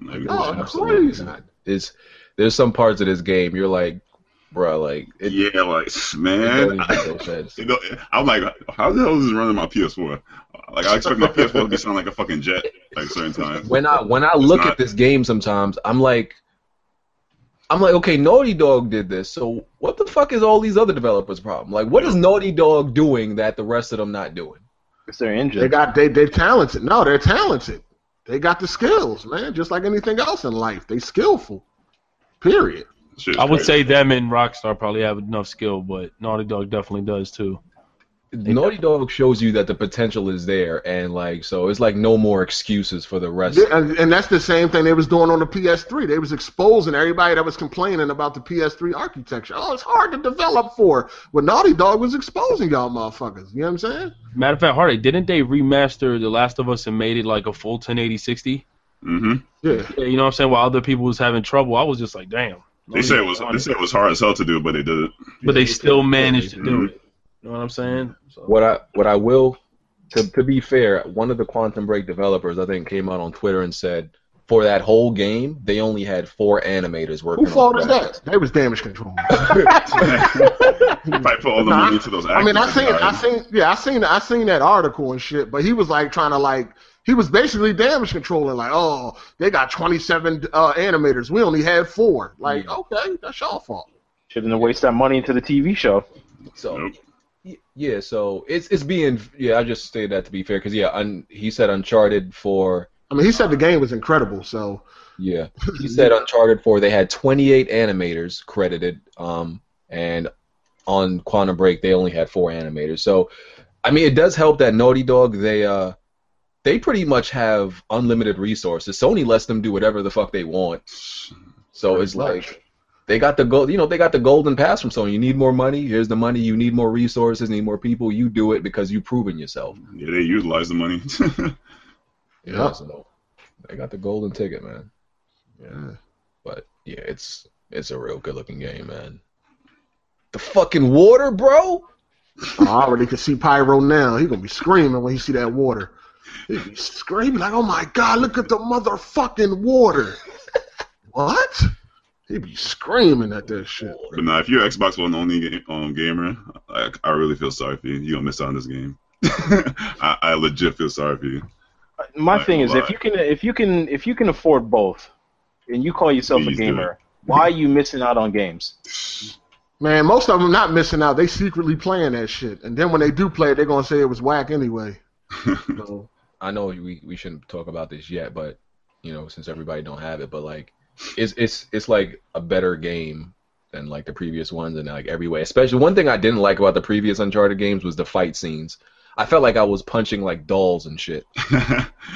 S2: Not even
S5: Oh,
S2: close.
S1: It's
S5: absolutely.
S1: not. It's there's some parts of this game you're like, bruh, like it,
S2: yeah, like
S1: it
S2: man.
S1: don't even make no sense.
S2: You know, I'm like, how the hell is this running my PS4? Like, I expect my PS4 to sound like a fucking jet, like certain times.
S1: when I when I
S2: It's
S1: look
S2: not-
S1: at this game sometimes, I'm like I'm like, okay, Naughty Dog did this, so what the fuck is all these other developers' problem? Like what is Naughty Dog doing that the rest of them not doing?
S3: It's their
S5: They
S3: engine.
S5: got they they talented. No, they're talented. They got the skills, man. Just like anything else in life, they skillful. Period.
S2: Shit,
S6: I would
S2: right.
S6: say them and Rockstar probably have enough skill, but Naughty Dog definitely does too.
S1: Naughty Dog shows you that the potential is there and like so it's like no more excuses for the rest
S5: They- And, and that's the same thing they was doing on the PS3. They was exposing everybody that was complaining about the PS3 architecture. Oh, it's hard to develop for. Well, Naughty Dog was exposing y'all motherfuckers. You know what I'm saying?
S6: Matter of fact, Hardy, didn't they remaster The Last of Us and made it like a full 1080 60?
S2: hmm
S5: Yeah.
S6: Yeah, you know what I'm saying? While other people was having trouble, I was just like, damn.
S2: They say it was. They say it was hard as hell to do, but they did it.
S6: but they still managed to do
S2: Mhm.
S6: it. You know what I'm saying? So-
S1: what I what I will to to be fair, one of the Quantum Break developers I think came out on Twitter and said for that whole game, they only had four animators working
S5: Who fault
S1: on
S5: is
S1: graphics.
S5: that? They was damage control.
S2: if I put all the
S5: Nah,
S2: money into those actors,
S5: I mean, I
S2: it'd
S5: seen,
S2: be all
S5: I
S2: right.
S5: seen, yeah, I seen, I seen that article and shit. But he was like trying to like, he was basically damage controlling. Like, oh, they got twenty seven uh, animators. We only had four. Like,
S1: Yeah.
S5: okay, that's your fault.
S3: Shouldn't have wasted that money into the TV show.
S1: So
S2: Nope.
S1: Y- Yeah, so it's it's being yeah. I just stated that to be fair, because yeah, un, he said Uncharted for
S5: I mean, he said the game was incredible. So
S1: yeah. He said Uncharted for they had 28 animators credited, um, and on Quantum Break they only had four animators. So, I mean, it does help that Naughty Dog they uh they pretty much have unlimited resources. Sony lets them do whatever the fuck they want. So it's like they got the gold. You know, they got the golden pass from Sony. You need more money. Here's the money. You need more resources. Need more people. You do it because you've proven yourself.
S2: Yeah, they utilized the money.
S1: Yeah.
S5: Yeah.
S1: So they got the golden ticket, man.
S5: Yeah.
S1: But yeah, it's it's a real good looking game, man. The fucking water, bro.
S5: I already can see Pyro now. He gonna be screaming when he see that water. He be screaming like, oh my god, look at the motherfucking water. what? He be screaming at that shit.
S2: But now, if you're an Xbox One only ga- um, gamer, I, I really feel sorry for you. You're gonna miss out on this game. I, I legit feel sorry for you.
S3: My
S2: Right,
S3: thing is, if
S2: right.
S3: you can, if you can, if you can afford both, and you call yourself
S2: Please
S3: a
S2: do.
S3: gamer, why are you missing out on games?
S5: Man, most of them not missing out. They secretly playing that shit, and then when they do play it, they're gonna say it was whack anyway. So,
S1: I know we, we shouldn't talk about this yet, but you know, since everybody don't have it, but like it's it's it's like a better game than like the previous ones in like every way. Especially one thing I didn't like about the previous Uncharted games was the fight scenes. I felt like I was punching like dolls and shit.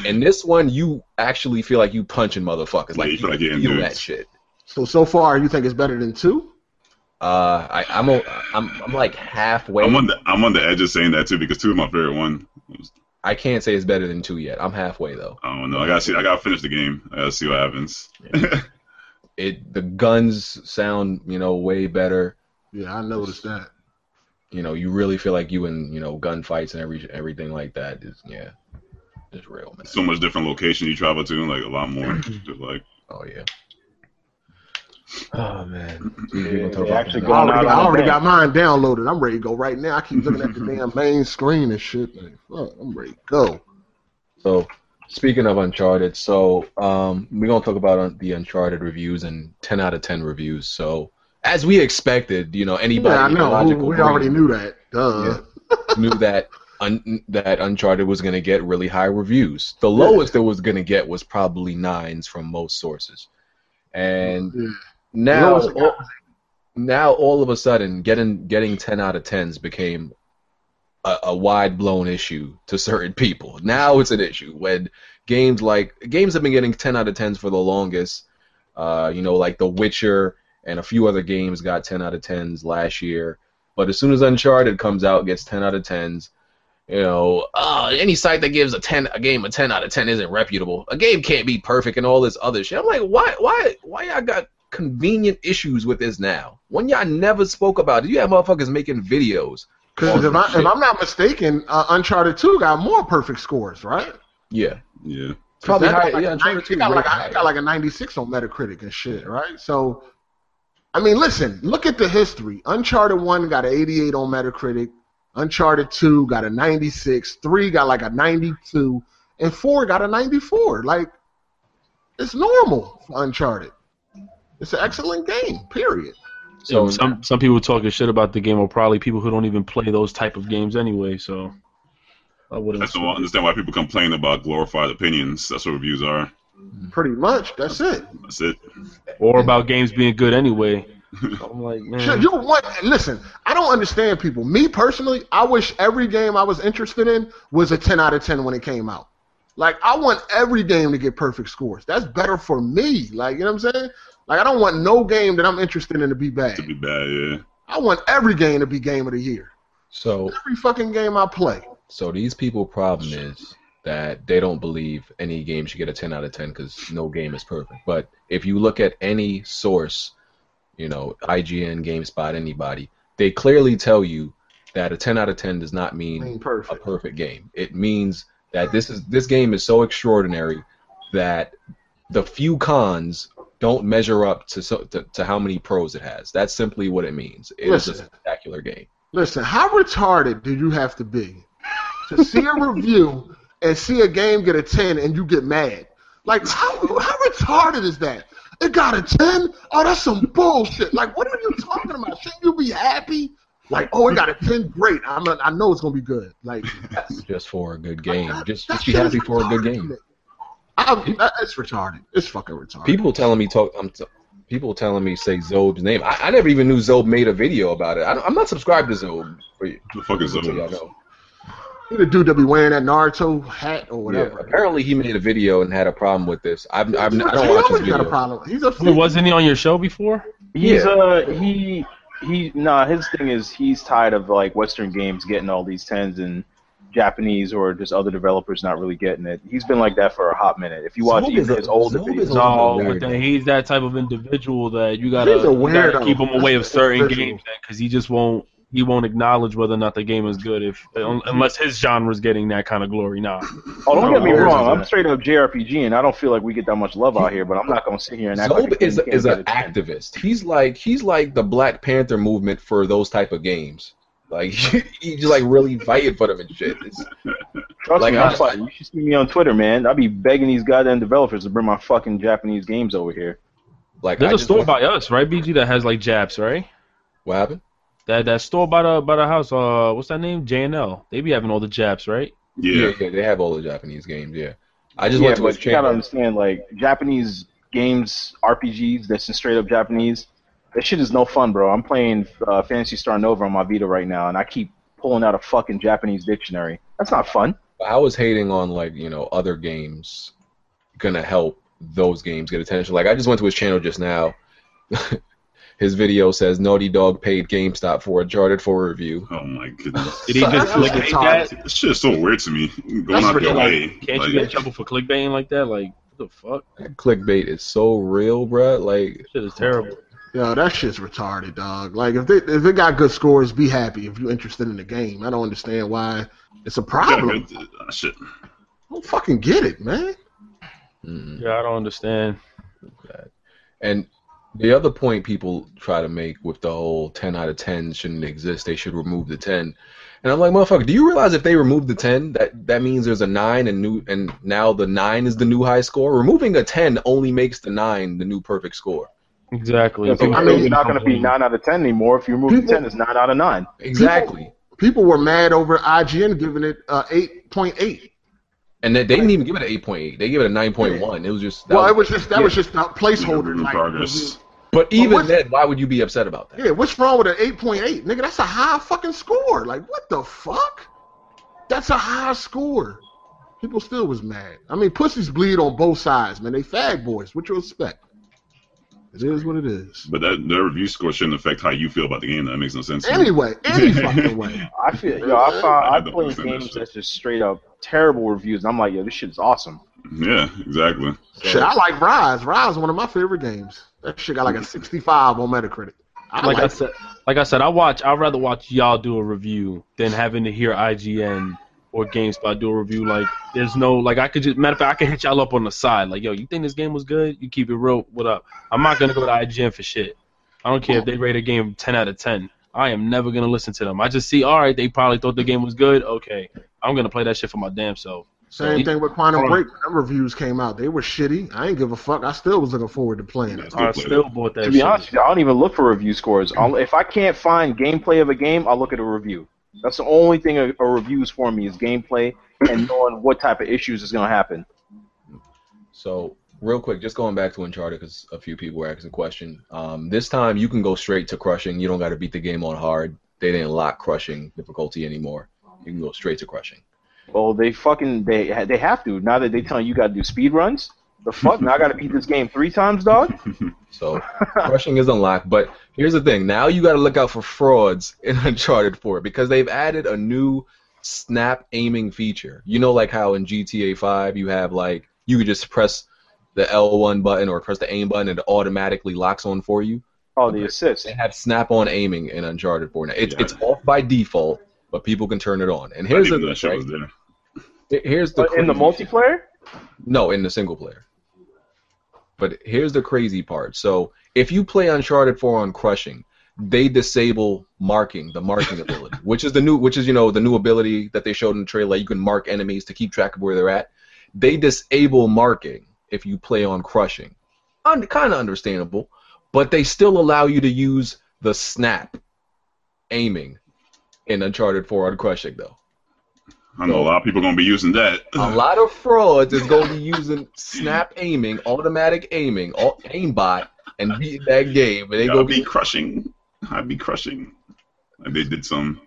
S1: And this one you actually feel like you punching motherfuckers.
S2: Yeah,
S1: Like
S2: you feel like you're in
S1: feel
S2: dudes.
S1: that shit.
S5: so so far, you think it's better than two?
S1: Uh I, I'm o am I'm like halfway
S2: I'm on the I'm on the edge of saying that too because two of my favorite one.
S1: I can't say it's better than two yet. I'm halfway though.
S2: I don't know. I gotta see. I gotta finish the game. I gotta see what happens.
S1: It the guns sound, you know, way better.
S5: Yeah, I noticed that.
S1: you know, you really feel like you in, you know, gunfights and every everything like that is yeah. It's real, man.
S2: so much different location you travel to, like a lot more. Just like
S1: Oh yeah.
S6: Oh man.
S1: People talk
S3: they
S1: about
S3: actually
S1: that.
S5: I already,
S3: Going out
S5: I
S3: on a
S5: already
S3: bang.
S5: got mine downloaded. I'm ready to go right now. I keep looking at the damn main screen and shit. Like, fuck, I'm ready to go.
S1: So speaking of Uncharted, so um we're gonna talk about un- the Uncharted reviews and ten out of ten reviews. So as we expected, you know, anybody
S5: Yeah, I
S1: with a
S5: know. We,
S1: logical
S5: we
S1: brain
S5: already knew that. Duh.
S1: knew that un- that Uncharted was gonna get really high reviews. The lowest it was gonna get was probably nines from most sources. And
S5: Yeah.
S1: now
S5: Mm-hmm. Lowest it got
S1: all, now all of a sudden getting getting 10 out of 10s became a, a wide blown issue to certain people now it's an issue when games like games have been getting 10 out of 10s for the longest uh, you know like the witcher and a few other games got 10 out of 10s last year but as soon as uncharted comes out gets 10 out of 10s you know, uh, any site that gives a ten a game a ten out of ten isn't reputable. A game can't be perfect and all this other shit. I'm like, why, why, why y'all got convenient issues with this now. When y'all never spoke about it, you have motherfuckers making videos.
S5: Because if,
S1: Awesome
S5: I,
S1: shit.
S5: if I'm not mistaken, uh, Uncharted 2 got more perfect scores, right?
S1: Yeah,
S2: yeah,
S1: probably
S5: It got
S1: higher.
S5: like
S1: yeah,
S5: a
S1: I'm trying
S5: 90
S1: to
S5: it got
S1: rate
S5: like a-
S1: higher.
S5: it got like a 96 on Metacritic and shit, right? So, I mean, listen, look at the history. Uncharted 1 got an 88 on Metacritic. Uncharted 2 got a 96. 3 got like a 92. And 4 got a 94. Like, it's normal for Uncharted. It's an excellent game, period.
S1: So-
S6: And some some people talking shit about the game are probably people who don't even play those type of games anyway. So I
S2: I
S6: wouldn't.
S2: still don't understand why people complain about glorified opinions. That's what reviews are.
S5: Pretty much. That's it.
S2: That's it.
S6: Or about games being good anyway. So I'm like, man.
S5: Sure, you want listen, I don't understand people. Me personally, I wish every game I was interested in was a 10 out of 10 when it came out. Like I want every game to get perfect scores. That's better for me. Like, you know what I'm saying? Like I don't want no game that I'm interested in to be bad.
S2: To be bad, yeah.
S5: I want every game to be game of the year.
S1: so,
S5: Every fucking game I play.
S1: so these people' problem is that they don't believe any game should get a 10 out of 10 because no game is perfect. But if you look at any source, you know, IGN, GameSpot, anybody, they clearly tell you that a 10 out of 10 does not
S5: I
S1: mean
S5: mean
S1: a
S5: perfect.
S1: perfect game. It means that this is this game is so extraordinary that the few cons don't measure up to so, to, to how many pros it has. That's simply what it means. It is a
S5: Listen.
S1: spectacular game.
S5: Listen, how retarded do you have to be to see a review and see a game get a 10 and you get mad? Like, how, how retarded is that? It got a 10? Oh, that's some bullshit. Like, what are you talking about? Shouldn't you be happy? Like, oh, it got a 10? Great. I'm a, I know it's going to be good. Like,
S1: Just for a good game.
S5: that-
S1: Just
S5: that
S1: just be
S5: shit is
S1: happy for a good game.
S5: retarded. I, that, it's retarded. It's fucking retarded.
S1: People telling me talk. I'm t- people telling me say Zob's name. I, I never even knew Zob made a video about it. I don't, I'm not subscribed to Zob. For you,
S2: The fuck is
S1: so y'all
S2: that?
S1: know.
S5: He the dude that be wearing that Naruto hat or
S1: Yeah,
S5: whatever.
S1: apparently he made a video and had a problem with this. I've, I've, I
S5: he
S1: don't watch his
S5: always got a
S1: video.
S5: problem. He's a
S6: Wait, wasn't he on your show before?
S3: He's
S1: Yeah.
S3: uh he he nah his thing is he's tired of like Western games getting all these tens and Japanese or just other developers not really getting it. He's been like that for a hot minute. If you watch
S1: Zob
S3: even
S1: is a-
S3: his older
S1: Zob
S3: videos,
S1: is a-
S6: No,
S1: Weird.
S6: but then he's that type of individual that you gotta,
S5: He's a
S6: you gotta
S5: weirdo.
S6: keep him away of
S5: That's
S6: certain
S5: individual.
S6: games because he just won't he won't acknowledge whether or not the game is good if un- unless his genre's getting that kind of glory. Nah,
S3: Oh, don't get me
S5: Where's
S3: wrong. I'm
S5: that?
S3: straight up JRPG, and I don't feel like we get that much love out here. But I'm not gonna sit here and act
S1: Zob
S3: like
S1: is
S3: can't
S1: is
S3: get
S1: an
S3: it done.
S1: activist. He's like he's like the Black Panther movement for those type of games. Like he just like really fighting for them and shit. It's,
S3: Trust
S1: Like,
S3: me, I'm
S1: I-
S3: fighting. You should see me on Twitter, man. I'll be begging these goddamn developers to bring my fucking Japanese games over here.
S1: like
S6: there's
S1: I
S6: a
S1: just
S6: store
S1: want-
S6: by us, right, BG, that has like Japs, right?
S1: What happened?
S6: That that store by the by the house. Uh, what's that name? J and L. They be having all the Japs, right?
S2: Yeah.
S1: yeah, they have all the Japanese games. Yeah, I just
S3: yeah,
S1: went to a
S3: but you gotta
S1: chamber.
S3: understand, like Japanese games, RPGs that's in straight up Japanese. That shit is no fun, bro. I'm playing uh, Fantasy Star Nova on my Vita right now, and I keep pulling out a fucking Japanese dictionary. That's not fun.
S1: I was hating on like you know other games gonna help those games get attention. Like I just went to his channel just now. his video says Naughty Dog paid GameStop for Uncharted 4 review.
S2: Oh my goodness.
S6: Did he
S5: Son,
S6: just
S5: that was
S6: clickbait
S5: retarded.
S6: that?
S2: This shit is so weird to me. Going
S6: That's
S2: out their
S6: ridiculous.
S2: way.
S6: Can't
S2: like,
S6: you get in trouble for clickbaiting like that? Like what the fuck?
S1: That clickbait is so real, bruh. Like
S6: Shit is terrible.
S5: Yo, that shit's retarded, dog. Like if they if they got good scores, be happy if you're interested in the game. I don't understand why it's a
S2: yeah,
S5: problem.
S2: but, uh, shit.
S5: I don't fucking get it, man.
S1: mm.
S6: Yeah, I don't understand.
S1: And the other point people try to make with the whole 10 out of 10 shouldn't exist, they should remove the 10. And I'm like, motherfucker, do you realize if they remove the 10, that, that means there's a 9 and new and now the 9 is the new high score? Removing a 10 only makes the 9 the new perfect score.
S6: Exactly.
S3: I mean, it's not gonna be nine out of ten anymore. If you remove
S5: People-
S3: ten, it's nine out of nine.
S1: Exactly.
S5: People were mad over IGN giving it uh, 8.8.
S1: and they, they didn't even give it an 8.8. They gave it a 9.1. It was just that
S5: Well,
S1: was-
S5: it was just that was just a placeholder.
S2: Yeah,
S5: Like,
S2: progress.
S1: But even
S5: what's-
S1: then, why would you be upset about that?
S5: yeah, what's wrong with an 8.8, nigga? That's a high fucking score. Like, what the fuck? That's a high score. People still was mad. I mean, pussies bleed on both sides, man. They fag boys. What you expect? It is what it is.
S2: But that, that review score shouldn't affect how you feel about the game. That makes no sense. to me.
S5: Anyway, any fucking way.
S3: I feel yo, I
S2: I
S3: found I
S2: don't
S3: play
S2: understand that
S3: games
S2: shit.
S3: that's just straight up terrible reviews, and I'm like, yo, this shit is awesome.
S2: Yeah, exactly.
S5: Shit, I like Rise. Rise is one of my favorite games. That shit got like a 65 on Metacritic. I
S6: like
S5: like,
S6: I said, like I said, I watch. I'd rather watch y'all do a review than having to hear IGN or GameSpot do a review. Like, there's no like I could just matter of fact, I could hit y'all up on the side. Like, yo, you think this game was good? You keep it real. What up? I'm not gonna go to IGN for shit. I don't care if they rate a game 10 out of 10. I am never gonna listen to them. I just see, all right, they probably thought the game was good. Okay, I'm gonna play that shit for my damn self.
S5: Same thing with Quantum
S6: Hold on.
S5: Break. When them reviews came out, they were shitty. I ain't give a fuck. I still was looking forward to playing it.
S2: Still
S6: I
S2: play
S6: still bought that.
S3: to be
S6: shit.
S3: honest, with you, I don't even look for review scores. I'll, if I can't find gameplay of a game, I'll look at a review. That's the only thing a, a review is for me is gameplay and knowing what type of issues is gonna happen.
S1: So real quick, just going back to Uncharted because a few people were asking a question. Um, this time you can go straight to crushing. You don't got to beat the game on hard. They didn't lock crushing difficulty anymore. You can go straight to crushing.
S3: Well, they fucking they ha- they have to now that they telling you got to do speed runs. The fuck now I got to beat this game three times, dog.
S1: So crushing is unlocked. But here's the thing: now you got to look out for frauds in Uncharted 4 because they've added a new snap aiming feature. You know, like how in GTA 5 you have like you could just press the L1 button or press the aim button and it automatically locks on for you.
S3: Oh, the assists.
S1: They have snap-on aiming in Uncharted 4 now. It's
S2: Yeah.
S1: it's off by default, but people can turn it on. And
S2: I didn't
S1: here's the
S2: know that shit was
S1: thing,
S2: there.
S1: right? here's the
S3: But in the
S1: crazy-
S3: multiplayer,
S1: no, in the single player. But here's the crazy part. So if you play Uncharted 4 on crushing, they disable marking, the marking ability, which is the new, which is you know the new ability that they showed in the trailer. You can mark enemies to keep track of where they're at. They disable marking if you play on crushing. Un- kind of understandable, but they still allow you to use the snap aiming in Uncharted 4 on crushing though.
S2: I know a lot of people gonna be using that.
S1: A lot of frauds is going to be using snap aiming, automatic aiming, all, aimbot, and beating that game. And they
S2: I'll
S1: going
S2: be
S1: be
S2: crushing. I'll be crushing. Like they did some.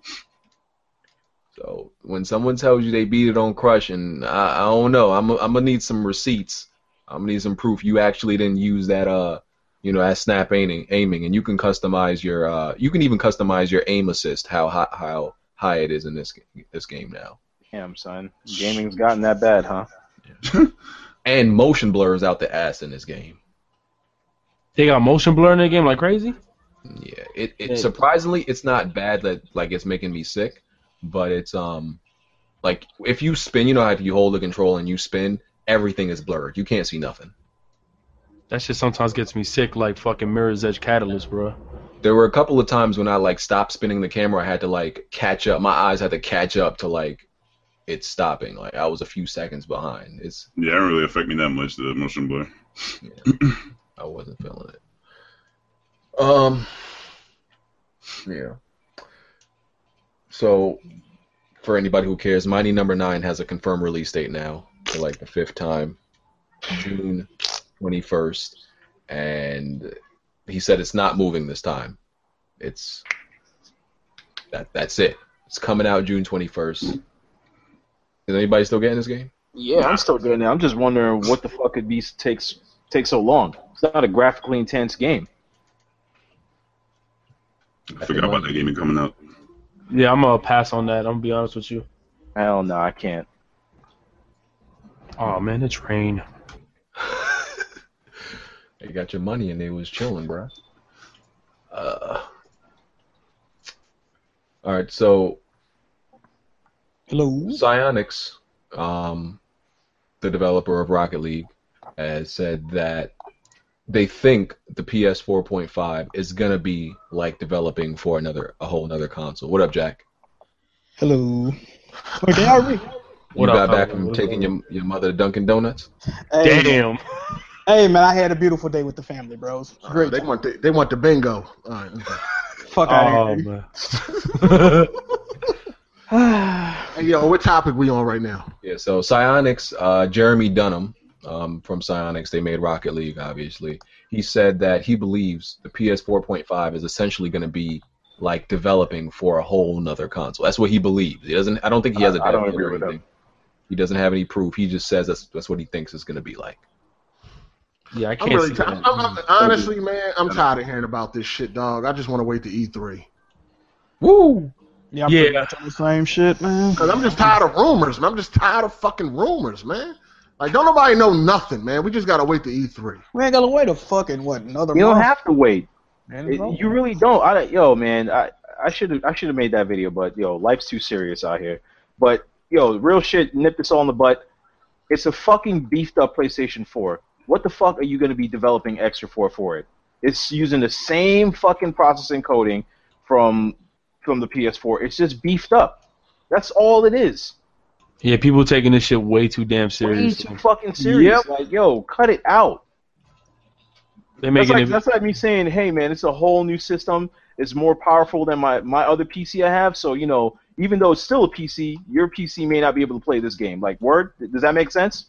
S1: so when someone tells you they beat it on crush, and I, I don't know, I'm I'm gonna need some receipts. I'm gonna need some proof you actually didn't use that uh you know that snap aiming aiming, and you can customize your uh you can even customize your aim assist how high how high it is in this g- this game now.
S3: damn son, gaming's gotten that bad, huh?
S1: And motion blur is out the ass in this game.
S6: they got motion blur in their game like crazy.
S1: Yeah, it, it
S6: Yeah.
S1: surprisingly it's not bad that like it's making me sick, but it's um like if you spin, you know how if you hold the control and you spin, everything is blurred. You can't see nothing.
S6: That shit sometimes gets me sick, like fucking Mirror's Edge Catalyst, bro.
S1: There were a couple of times when I like stopped spinning the camera, I had to like catch up. My eyes had to catch up to like it's stopping. Like I was a few seconds behind. It's
S2: Yeah, it didn't really affect me that much, the motion blur.
S1: I wasn't feeling it. Um. Yeah. So, for anybody who cares, Mighty Number Nine has a confirmed release date now for like the fifth time, June twenty first, and he said it's not moving this time. It's that that's it. It's coming out June twenty first. Is anybody still getting this game?
S3: Yeah, I'm still getting it. I'm just wondering what the fuck it be takes take so long. It's not a graphically intense game.
S2: I forgot about that game coming out.
S6: Yeah, I'm gonna pass on that. I'm gonna be honest with you.
S3: Hell no, I can't.
S6: Oh man, the train.
S1: They got your money and they was chilling, bruh. Uh, all right, so
S6: Hello.
S1: Psyonix, um, the developer of Rocket League, has said that they think the PS 4.5 is gonna be like developing for another a whole another console. What up, Jack?
S8: Hello. Where they are we?
S1: You
S6: What up,
S1: got back
S6: Pablo?
S1: from
S6: What's
S1: taking
S6: going
S1: your your mother to Dunkin' Donuts.
S8: Hey,
S6: Damn.
S8: hey man, I had a beautiful day with the family, bros. Great.
S5: They want the, they want the bingo. All right. okay.
S8: Fuck out
S6: Oh
S8: of here.
S6: man. Oh,
S5: Hey, yo, what topic we on right now?
S1: Yeah, so Psyonix, uh, Jeremy Dunham um, from Psyonix, they made Rocket League, obviously. He said that he believes the PS 4.5 is essentially going to be like developing for a whole nother console. That's what he believes. He doesn't. I don't think he has a
S3: I- I don't
S1: definite
S3: agree
S1: or
S3: with that.
S1: anything. He doesn't have any proof. He just says that's that's what he thinks it's going to be like.
S6: Yeah, I
S5: I'm
S6: can't
S5: really
S6: see
S5: ti-
S6: that.
S5: I'm, I'm, honestly, man, I'm tired of hearing about this shit, dog. I just want to wait to E E3.
S1: Woo!
S8: Yeah, I'm pretty
S6: Yeah.
S8: much on the same shit, man.
S5: Cause I'm just tired of rumors, man. I'm just tired of fucking rumors, man. Like don't nobody know nothing, man. We just gotta wait to E E3.
S8: We ain't gonna wait a fucking what another
S3: You don't
S8: month.
S3: have to wait.
S8: man, it's
S3: It-
S8: over.
S3: you really don't. I, yo, man, I I should have I should have made that video, but yo, life's too serious out here. But yo, real shit, nip this all in the butt. It's a fucking beefed up PlayStation 4. What the fuck are you gonna be developing extra for for it? It's using the same fucking processing coding from from the PS4. It's just beefed up. That's all it is.
S6: Yeah, people taking this shit way too damn
S3: Way
S6: serious.
S3: too fucking serious. Like, yo, cut it out.
S6: They're
S3: That's
S6: making
S3: like,
S6: it.
S3: that's like me saying, hey man, it's a whole new system. It's more powerful than my, my other PC I have. So you know, even though it's still a PC, your PC may not be able to play this game. Like, word, does that make sense?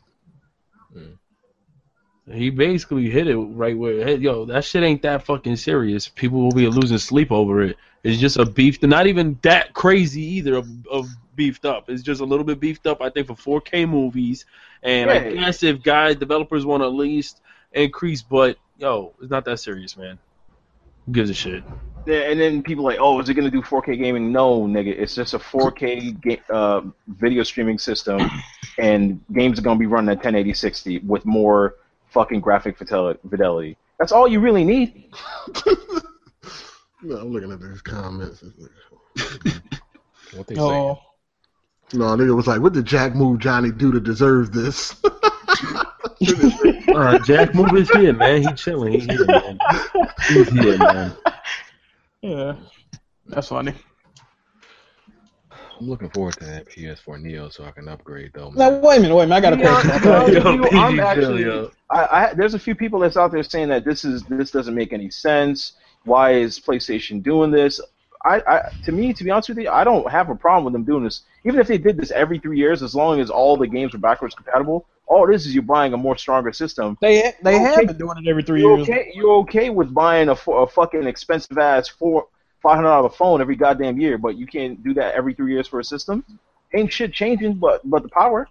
S6: He basically hit it right where. Hey, yo, that shit ain't that fucking serious. People will be losing sleep over it. It's just a beefed, not even that crazy either of, of beefed up. It's just a little bit beefed up, I think, for 4K movies. And I
S3: Yeah.
S6: guess if guys developers want to at least increase, but yo, it's not that serious, man. Who gives a shit?
S3: Yeah, And then people like, oh, is it gonna do 4K gaming? No, nigga, it's just a 4K ga- uh, video streaming system, and games are gonna be running at 1080 60 with more fucking graphic fidel- fidelity. That's all you really need.
S5: No, I'm looking at these comments.
S1: What they
S8: No.
S5: No, nigga was like, what did Jack move Johnny do to deserve this?
S6: Uh, Jack Move is here, man. He chilling. He's here, man. He's here, man.
S8: Yeah. That's funny.
S1: saying? I'm looking forward to that PS4 Neo so I can upgrade though. man.
S8: Now wait a minute, wait a minute. I got a
S3: Yeah,
S8: question.
S3: no,
S6: Yo,
S3: you- I'm
S6: PG
S3: actually-
S6: Phil, yo.
S3: I, I there's a few people that's out there saying that this is this doesn't make any sense. Why is PlayStation doing this? I, I to me, to be honest with you, I don't have a problem with them doing this. Even if they did this every three years, as long as all the games are backwards compatible, all it is is you're buying a more stronger system.
S8: They ha- they
S3: Okay.
S8: have been doing it every three
S3: You're
S8: years.
S3: okay. You're okay with buying a, fo- a fucking expensive ass four five hundred dollar phone every goddamn year, but you can't do that every three years for a system. Ain't shit changing, but but the power.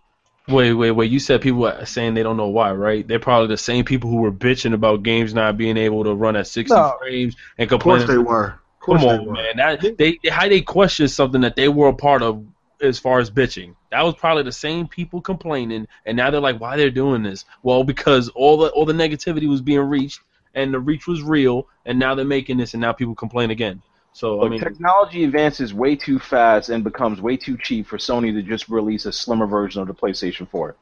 S6: Wait, wait, wait. You said people are saying they don't know why, right? They're probably the same people who were bitching about games not being able to run at 60
S8: No.
S6: frames and
S5: Of course
S6: complaining.
S5: they were. Of course
S6: Come
S5: they
S6: on,
S5: were.
S6: man. That, they, they- how they question something that they were a part of as far as bitching. That was probably the same people complaining, and now they're like, why they're doing this? Well, because all the all the negativity was being reached, and the reach was real, and now they're making this, and now people complain again. So I
S3: Look,
S6: mean,
S3: technology advances way too fast and becomes way too cheap for Sony to just release a slimmer version of the PlayStation 4.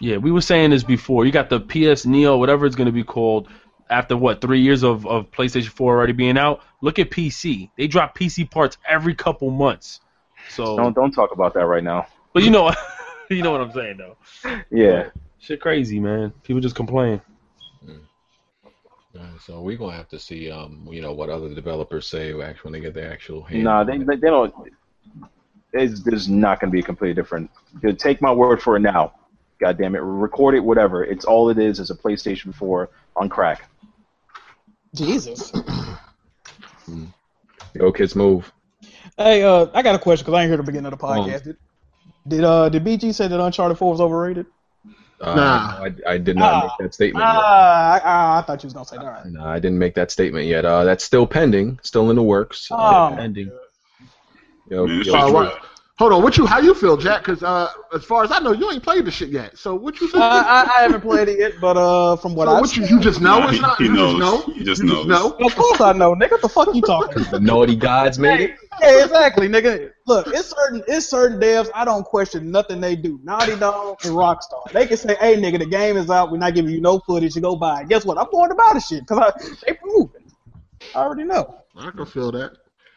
S6: yeah, we were saying this before. You got the PS Neo, whatever it's going to be called, after what three years of, of PlayStation Four already being out. Look at PC; they drop PC parts every couple months. So,
S3: Don't don't talk about that right now.
S6: but you know, you know what I'm saying though.
S3: Yeah,
S6: Shit, crazy man. People just complain.
S1: Uh, So we're gonna have to see, um, you know, what other developers say act- when they get their actual hand.
S3: nah,
S1: on
S3: they
S1: it.
S3: they, they don't. It's, there's not going to be a completely different. you Take my word for it now. God damn it, record it, whatever. It's all it is is a PlayStation 4 on crack.
S8: Jesus.
S1: Go kids move.
S8: Hey, uh, I got a question because I ain't heard the beginning of the
S1: on.
S8: podcast. Did, did uh did BG say that Uncharted Four was overrated?
S1: Uh,
S5: Nah.
S1: I, I did not
S8: Ah.
S1: make that
S3: Uh,
S1: statement. yet.
S8: Ah, I, I, I thought you was gonna say that. All right.
S1: No, I didn't make that statement yet. Uh, that's still pending, still in the works.
S8: Oh,
S1: Uh,
S8: my
S6: Ending.
S8: God.
S1: yo,
S2: Man, it's
S1: Oh, yo,
S2: just-
S5: Uh, what- hold on, what you? How you feel, Jack? Because uh, as far as I know, you ain't played the shit yet. So what
S1: Uh,
S5: you think?
S8: I, I, I haven't played it yet, but uh, from what
S5: so
S8: I
S5: what you, you just know
S2: Nah,
S5: it's
S2: he-
S5: not.
S2: he
S5: you
S2: knows.
S5: just know.
S2: He just
S5: you
S2: knows.
S5: Just know.
S8: of course I know, nigga. What the fuck you talking about?
S1: the naughty gods made it.
S8: Yeah, exactly, nigga. Look, it's certain it's certain devs. I don't question nothing they do. Naughty Dog and Rockstar. They can say, "Hey, nigga, the game is out. We're not giving you no footage. You go buy it." Guess what? I'm going to buy the shit because they proven. I already know.
S5: I can feel that.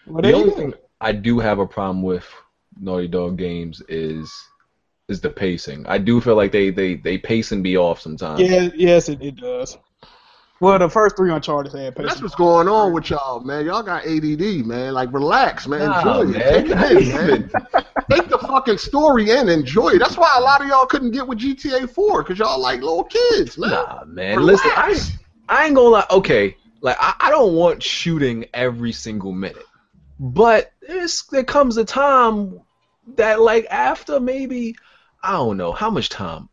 S8: Well, there
S1: the
S8: you
S1: only
S8: go.
S1: thing I do have a problem with Naughty Dog games is is the pacing. I do feel like they they they pace and be off sometimes.
S8: Yeah, yes, it, it does. Well, the first three Uncharted had
S5: But that's
S8: patience.
S5: what's going on with y'all, man. Y'all got ADD, man. Like, relax, man.
S1: Nah,
S5: Enjoy
S1: man.
S5: it. Take it in, man. Take the fucking story in. Enjoy it. That's why a lot of y'all couldn't get with GTA 4 because y'all like little kids, man.
S1: Nah, man.
S5: Relax.
S1: Listen, I I ain't gonna lie. Okay, like I, I don't want shooting every single minute, but there's, there comes a time that like after maybe I don't know how much time.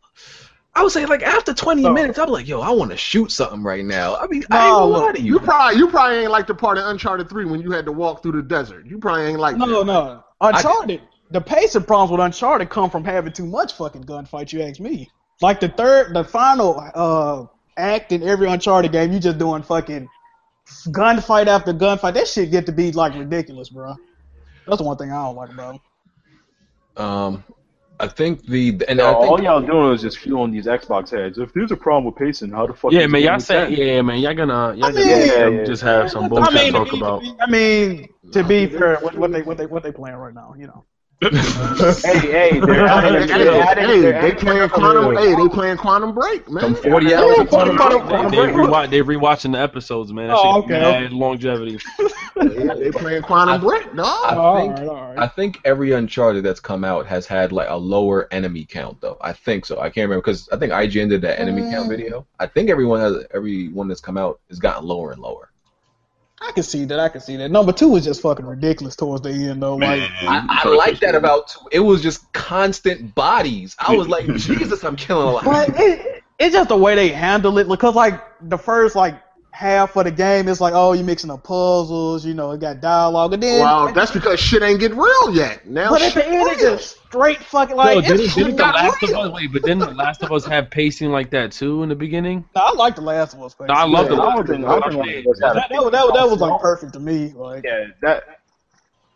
S1: I would say like after 20
S8: No.
S1: minutes, I'm like, yo, I want to shoot something right now. I mean, I ain't
S8: No,
S1: gonna lie
S8: look,
S1: to
S5: you
S1: you.
S5: probably you probably ain't like the part of Uncharted 3 when you had to walk through the desert. You probably ain't like
S8: No,
S5: that.
S8: no, Uncharted. the pacing problems with Uncharted come from having too much fucking gunfight. You ask me. Like the third, the final uh, act in every Uncharted game, you just doing fucking gunfight after gunfight. That shit get to be like ridiculous, bro. That's the one thing I don't like about it.
S1: Um, I think the and I think
S3: all y'all doing is just fueling these Xbox heads. If there's a problem with pacing, how the fuck?
S6: Yeah,
S3: is
S6: man.
S3: it
S6: Y'all
S3: with
S6: say,
S3: that?
S6: yeah, man. Y'all gonna, y'all
S8: I
S6: gonna
S8: mean-
S3: Yeah, yeah.
S6: just have some
S8: I
S6: bullshit
S8: mean,
S6: to talk
S8: to be-
S6: about.
S8: I mean, to be fair, what, what they what they what they playing right now, you know.
S3: Hey, hey, they're
S5: Hey,
S3: adding,
S5: hey,
S3: they're adding,
S5: hey,
S3: they're
S5: they
S3: adding
S5: playing Quantum. Hey, they playing Quantum Break, man.
S1: some 40 hours of
S5: Quantum
S1: time.
S6: They, they rewatch, they rewatching the episodes, man. That
S8: Oh,
S6: shit
S8: okay.
S6: mad longevity.
S5: Yeah, they playing Quantum Break,
S1: I
S5: dog.
S8: All
S1: think-
S8: right, all
S1: I
S8: right.
S1: think every Uncharted that's come out has had like a lower enemy count though. I think so. I can't remember because I think IGN did that enemy count video. I think everyone has everyone that's come out has gotten lower and lower.
S8: I can see that. I can see that. Number two was just fucking ridiculous towards the end, though. Like,
S2: Man,
S1: I, I
S2: Uncharted
S1: like that
S2: Four.
S1: about two. It was just constant bodies. I was like, Jesus, I'm killing a lot.
S8: But it, it's just the way they handle it because like the first like half of the game it's like oh you're mixing up puzzles you know it got dialogue and then
S5: Wow, that's because shit ain't get real yet. Now,
S8: but at
S5: shit
S8: the end it's
S5: real.
S8: just straight fucking like
S6: Yo,
S8: it's
S6: didn't,
S8: straight
S6: didn't the
S8: up
S6: Last of
S8: real.
S6: Us wait? But didn't the Last of Us have pacing like that too in the beginning?
S8: No, I like the last one.
S6: No, I love
S5: Yeah,
S6: the
S3: I
S6: Last
S3: don't
S6: of
S3: think, I don't
S6: Us.
S3: think one of us had a
S8: that, that, was- that, was- that was like perfect to me like
S3: Yeah, that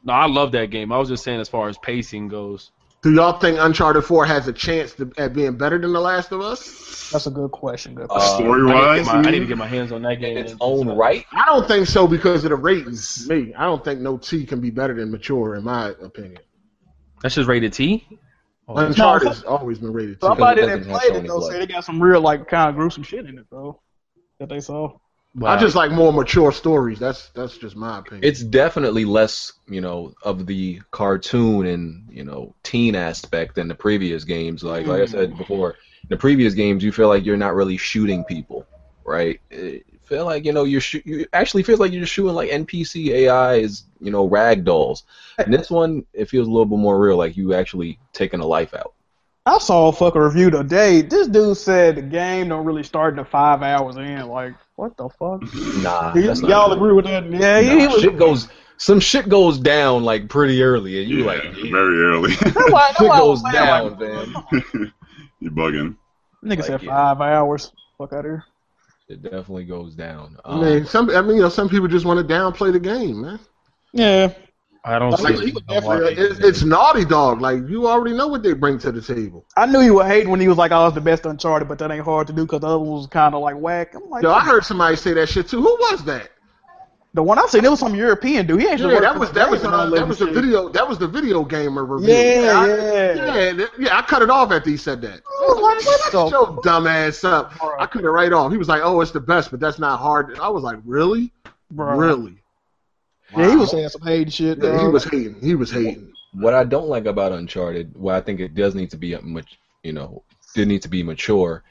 S6: No, I love that game. I was just saying as far as pacing goes.
S5: Do y'all think Uncharted 4 has a chance to, at being better than The Last of Us?
S8: that's a good question. Good question.
S1: Uh,
S2: Story
S6: I need, to
S2: wise,
S6: get my, I need to get my hands on that
S1: in
S6: game.
S1: its own right.
S5: I don't think so because of the ratings. Me, I don't think no T can be better than mature in my opinion.
S6: That's just rated T. Oh, that's-
S5: Uncharted has always been rated T.
S1: Somebody
S8: Somebody
S1: that
S8: that
S1: doesn't have
S8: played
S1: Sony
S8: it though
S1: blood.
S8: said they got some real like kind of gruesome shit in it though that they saw.
S5: I
S6: wow.
S5: just like more mature stories. That's that's just my opinion.
S1: It's definitely less, you know, of the cartoon and you know teen aspect than the previous games. Like like I said before, the previous games you feel like you're not really shooting people, right? It feel like you know you're shoo- you it actually feels like you're shooting like NPC AI is you know rag dolls. And this one it feels a little bit more real, like you actually taking a life out.
S8: I saw a fucking review today. This dude said the game don't really start until five hours in. Like, what the fuck?
S1: Nah,
S8: Do
S1: that's
S8: y-
S1: not
S8: y'all
S1: good.
S8: agree with that?
S1: Nah,
S8: Yeah, he, he was.
S1: shit goes some shit goes down like pretty early, and you
S2: yeah,
S1: like
S2: very early.
S8: That's why, that's
S1: shit
S8: why I
S1: goes
S8: was saying, like,
S1: down, man.
S2: you bugging.
S8: Nigga
S1: Like,
S8: said
S1: yeah.
S8: five hours. Fuck out here.
S1: It definitely goes down. Um,
S5: I mean, some I mean, you know, some people just want to downplay the game, man.
S8: Yeah.
S6: I don't
S8: Like,
S6: see.
S8: he
S6: it.
S8: would
S6: I
S8: definitely-
S6: watch
S5: It's,
S6: it.
S5: it's Naughty Dog. Like you already know what they bring to the table.
S8: I knew he would hate when he was like, I was the best Uncharted, but that ain't hard to do because the other one was kind of like whack. I'm like,
S5: Yo, I heard somebody say that shit too. Who was that?
S8: the one I seen, it was some European dude. He actually
S5: Yeah,
S8: worked
S5: that
S8: for
S5: was
S8: the
S5: that was
S8: Dragon
S5: uh,
S8: and all
S5: that was the
S8: shit.
S5: video that was the video gamer review.
S8: Yeah,
S5: I-
S8: yeah.
S5: yeah, that- yeah. I cut it off after he said that. I was like, "What?
S8: So-
S5: Shut your dumb ass up!" I cut it right off. He was like, "Oh, it's the best, but that's not hard." I was like, "Really,
S8: Bro.
S5: really?"
S8: Yeah, he was saying some hate shit.
S5: Yeah, he
S8: dog.
S5: was hating. He was hating.
S1: What I don't like about Uncharted, what I think it does need to be much, you know, it needs to be mature,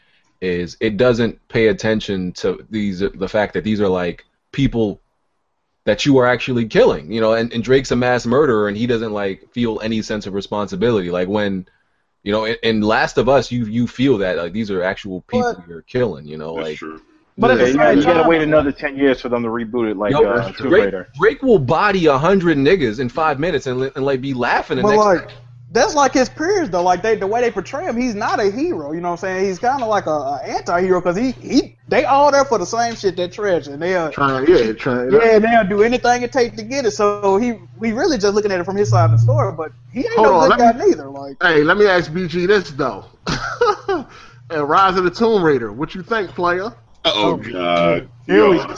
S1: is it doesn't pay attention to these the fact that these are like people that you are actually killing, you know, and, and Drake's a mass murderer and he doesn't like feel any sense of responsibility. Like when, you know, in, in Last of Us, you you feel that like these are actual people you're killing, you know,
S2: That's
S1: like
S2: true.
S8: But at
S3: Yeah,
S8: the
S3: you,
S8: same
S3: gotta- you
S8: time,
S3: gotta wait another ten years for them to reboot it, like
S1: Yo,
S3: uh,
S1: that's
S3: Tomb
S1: great.
S3: Raider.
S1: Drake will body a hundred niggas in five minutes and, li- and like be laughing. The
S8: But
S1: next
S8: like, that's like his peers though. Like they, the way they portray him, he's not a hero. You know what I'm saying? He's kind of like a, a anti-hero because he, he, they all there for the same shit that treasure. And uh, they'll,
S5: Trying, yeah, trying.
S8: yeah, they'll do anything it takes to get it. So he, we really just looking at it from his side of the story. But he ain't
S5: Hold
S8: no
S5: on,
S8: good guy
S5: let
S8: neither. Like,
S5: Hey, let me ask BG this though. and Rise of the Tomb Raider, what you think, player?
S2: Oh, God.
S3: Here we-
S2: Yo,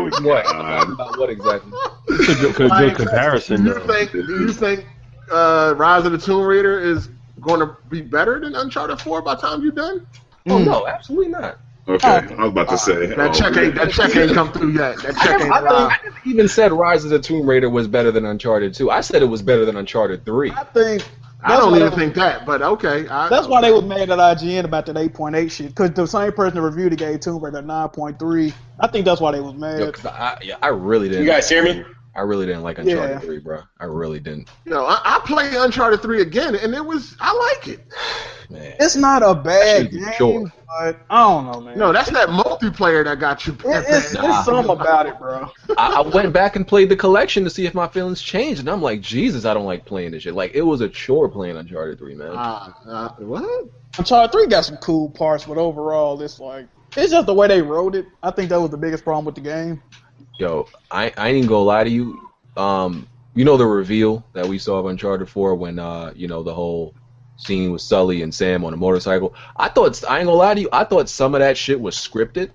S3: we go.
S2: God.
S1: About Uh, what exactly?
S6: It's a good, good, good comparison.
S5: Do you
S6: Though.
S5: think? Do you think uh, Rise of the Tomb Raider is going to be better than Uncharted Four by the time you're done?
S1: Oh no, absolutely not.
S2: Okay, I was
S1: Uh,
S2: about to say.
S5: That
S2: oh,
S5: check ain't that check ain't come through yet. That check ain't uh,
S1: I, never,
S5: arrived.
S1: I never even said Rise of the Tomb Raider was better than Uncharted 2. I said it was better than Uncharted 3.
S8: I think
S5: I don't
S8: why
S5: even
S8: they-
S5: think that, but okay. I,
S8: That's why they was mad at IGN about that 8.8 shit, because the same person that reviewed it gave Tomb Raider 9.3. I think that's why they was mad.
S1: Yo, 'cause I, yeah, I really didn't.
S7: You guys hear me?
S1: I really didn't like Uncharted
S8: Yeah.
S1: 3, bro. I really didn't.
S5: You know, I, I played Uncharted Three again, and it was I like it.
S1: Man.
S8: It's not a
S1: That
S8: bad
S1: shit is
S8: game,
S1: short.
S8: but I don't know, man.
S5: No, that's that multiplayer that got you.
S8: It- it's,
S5: back.
S1: Nah.
S8: it's something about it, bro.
S1: I, I went back and played the collection to see if my feelings changed, and I'm like, Jesus, I don't like playing this shit. Like, it was a chore playing Uncharted 3, man.
S5: Ah, uh, what?
S8: Uncharted 3 got some cool parts, but overall, it's like it's just the way they wrote it. I think that was the biggest problem with the game.
S1: Yo, I, I ain't gonna lie to you. Um, you know the reveal that we saw of Uncharted 4 when uh, you know, the whole scene with Sully and Sam on a motorcycle. I thought I ain't gonna lie to you, I thought some of that shit was scripted.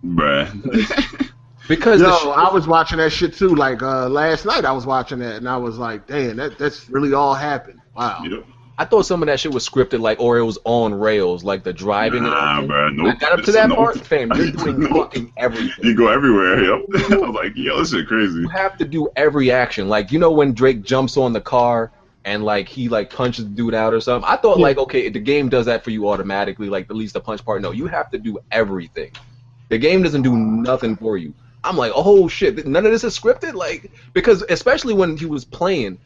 S2: Bruh.
S1: Because the
S5: Yo,
S1: shit-
S5: I was watching that shit too. Like uh, last night, I was watching that, and I was like, "Damn, that that's really all happened." Wow.
S2: Yep.
S1: I thought some of that shit was scripted, like or it was on rails, like the driving. and
S2: Nah,
S1: everything.
S2: bruh. Nope.
S1: I got up to that
S2: Nope.
S1: part, fam. You're doing
S2: Nope.
S1: fucking everything.
S2: You go everywhere. Yep. I was like, yo, this shit crazy.
S1: you have to do every action. Like you know when Drake jumps on the car and like he like punches the dude out or something. I thought
S8: Yeah.
S1: like okay, the game does that for you automatically. Like at least the punch part. No, you have to do everything. The game doesn't do nothing for you. I'm like, oh shit, none of this is scripted. Like because especially when he was playing,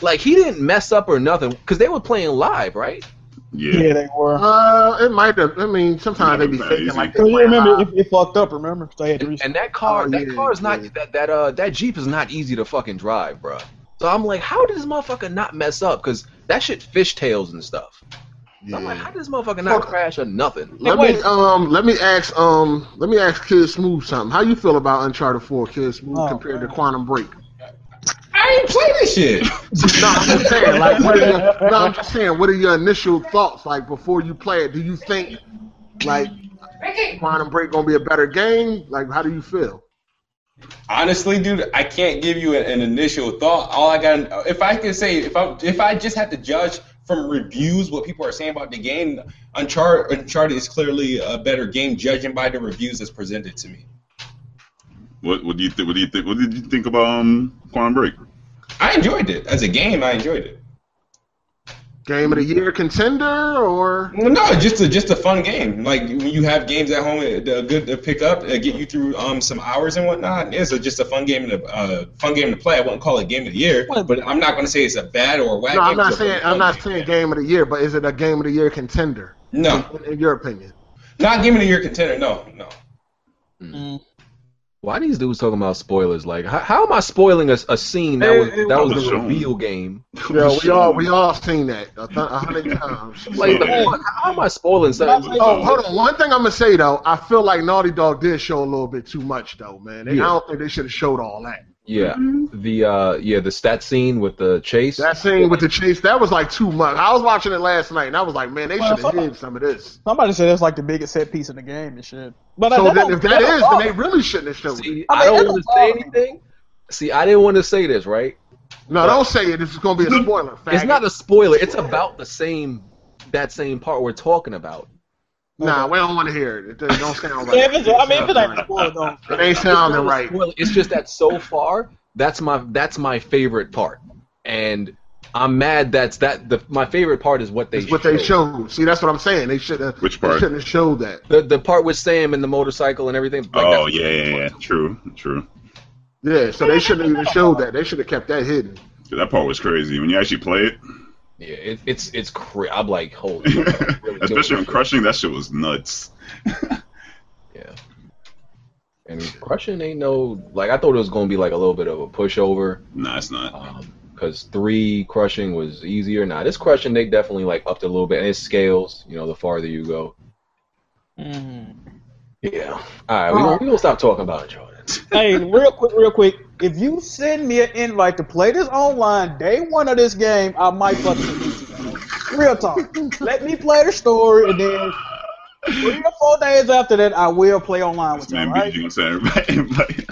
S1: like he didn't mess up or nothing because they were playing live, right?
S2: Yeah.
S8: they were.
S5: Uh, it might have. I mean, sometimes they be faking like.
S8: Cause you
S5: playing
S8: remember,
S5: live.
S8: it, it fucked up. Remember, they had to
S1: And,
S8: reset.
S1: and that car,
S5: Oh,
S1: that
S5: yeah,
S1: car is not
S5: yeah.
S1: that that uh that Jeep is not easy to fucking drive, bruh. So I'm like, how did this motherfucker not mess up? Cause that shit fishtails and stuff. So I'm like,
S5: Yeah.
S1: how did this motherfucker not
S5: Fuck.
S1: crash or nothing?
S5: Let me um let me ask um let me ask Kid Smooth something. How you feel about Uncharted Four, Kid Smooth,
S8: Oh,
S5: compared
S8: man.
S5: to Quantum Break?
S4: I ain't play this shit.
S5: No, I'm just saying, like, what are your, no, I'm just saying, what are your initial thoughts like before you play it? Do you think like Quantum Break gonna be a better game? Like, how do you feel?
S4: Honestly, dude, I can't give you an, an initial thought. All I got, if I could say, if I if I just had to judge from reviews what people are saying about the game, Uncharted Uncharted is clearly a better game judging by the reviews that's presented to me.
S2: What What do you think? What do you think? What did you think about um Quantum Break?
S4: I enjoyed it as a game. I enjoyed it.
S5: Game of the year contender or
S4: Well, No, just a just a fun game. Like when you have games at home, uh, they're good to pick up, uh, get you through um some hours and whatnot. It's a, just a fun game to uh, fun game to play. I wouldn't call it game of the year, but I'm not going to say it's a bad or a whack.
S5: no? I'm
S4: game,
S5: not
S4: it's a
S5: saying
S4: fun
S5: I'm not
S4: game.
S5: saying game of the year, but is it a game of the year contender
S4: No,
S5: in, in your opinion?
S4: not game of the year contender. No, no.
S1: Why these dudes talking about spoilers? Like, how, how am I spoiling a, a scene that
S6: Hey,
S1: was
S6: hey,
S1: that
S2: what
S1: was
S2: was
S1: the
S2: shown?
S1: reveal game?
S5: Yeah, we all we all seen that a th- a hundred times.
S1: Like,
S2: Yeah.
S1: come on, how am I spoiling something?
S5: Oh, hold on. One thing I'm gonna say though, I feel like Naughty Dog did show a little bit too much though, man. They,
S1: Yeah.
S5: I don't think they should have showed all that.
S1: Yeah, the uh, yeah, the stat scene with the chase.
S5: That scene with the chase, that was like too much. I was watching it last night and I was like, man, they
S8: Well,
S5: should have hid some of this.
S8: Somebody said it's like the biggest set piece in the game and shit. But uh,
S5: So
S8: that
S5: then,
S8: don't-
S5: if that
S8: don't
S5: is, then
S8: bother
S5: they really shouldn't have showed it.
S1: See,
S8: I
S1: I, don't
S8: mean, that
S1: want to
S8: don't
S1: say
S8: bother me.
S1: anything. See, I didn't want to say this, right?
S5: No, don't say it. It's gonna be a spoiler. Faggot.
S1: It's not a spoiler. It's about the same that same part we're talking about.
S5: Nah, we don't want to hear it. It don't sound right.
S8: Yeah, if it's, I mean, if it's
S5: It
S8: like spoiler, though.
S5: ain't sounding
S1: not a
S5: right.
S1: spoiler. It's just that so far, that's my that's my favorite part, and I'm mad that's that the my favorite part is what they
S5: It's what they showed. See, that's what I'm saying. They should have.
S2: Which
S5: They
S2: part?
S5: shouldn't have showed that.
S1: The the part with Sam and the motorcycle and everything. Like
S2: oh
S1: that's-
S2: yeah, yeah, yeah, true, true.
S5: Yeah, so they shouldn't even showed that. They should have kept that hidden.
S2: That part was crazy when you actually play it,
S1: yeah. It, it's it's cra- I'm like holy. crap, really doing
S2: especially on
S1: this.
S2: crushing. That shit was nuts.
S1: Yeah. And crushing ain't no like I thought it was gonna be like a little bit of a pushover.
S2: Nah, it's
S1: Oh,
S2: not.
S1: because three crushing was easier. Now this crushing they definitely like upped it a little bit, and it scales. You know, the farther you go.
S8: Mm-hmm.
S1: Yeah. All right, we gonna, we gonna stop talking about it, Jordan.
S8: hey, real quick, real quick. If you send me an invite to play this online day one of this game, I might fucking beat you. man. Real talk. Let me play the story, and then three or four days after that, I will play online
S2: This
S8: with you.
S2: man
S8: all
S2: beat
S8: Right?
S2: you on Saturday.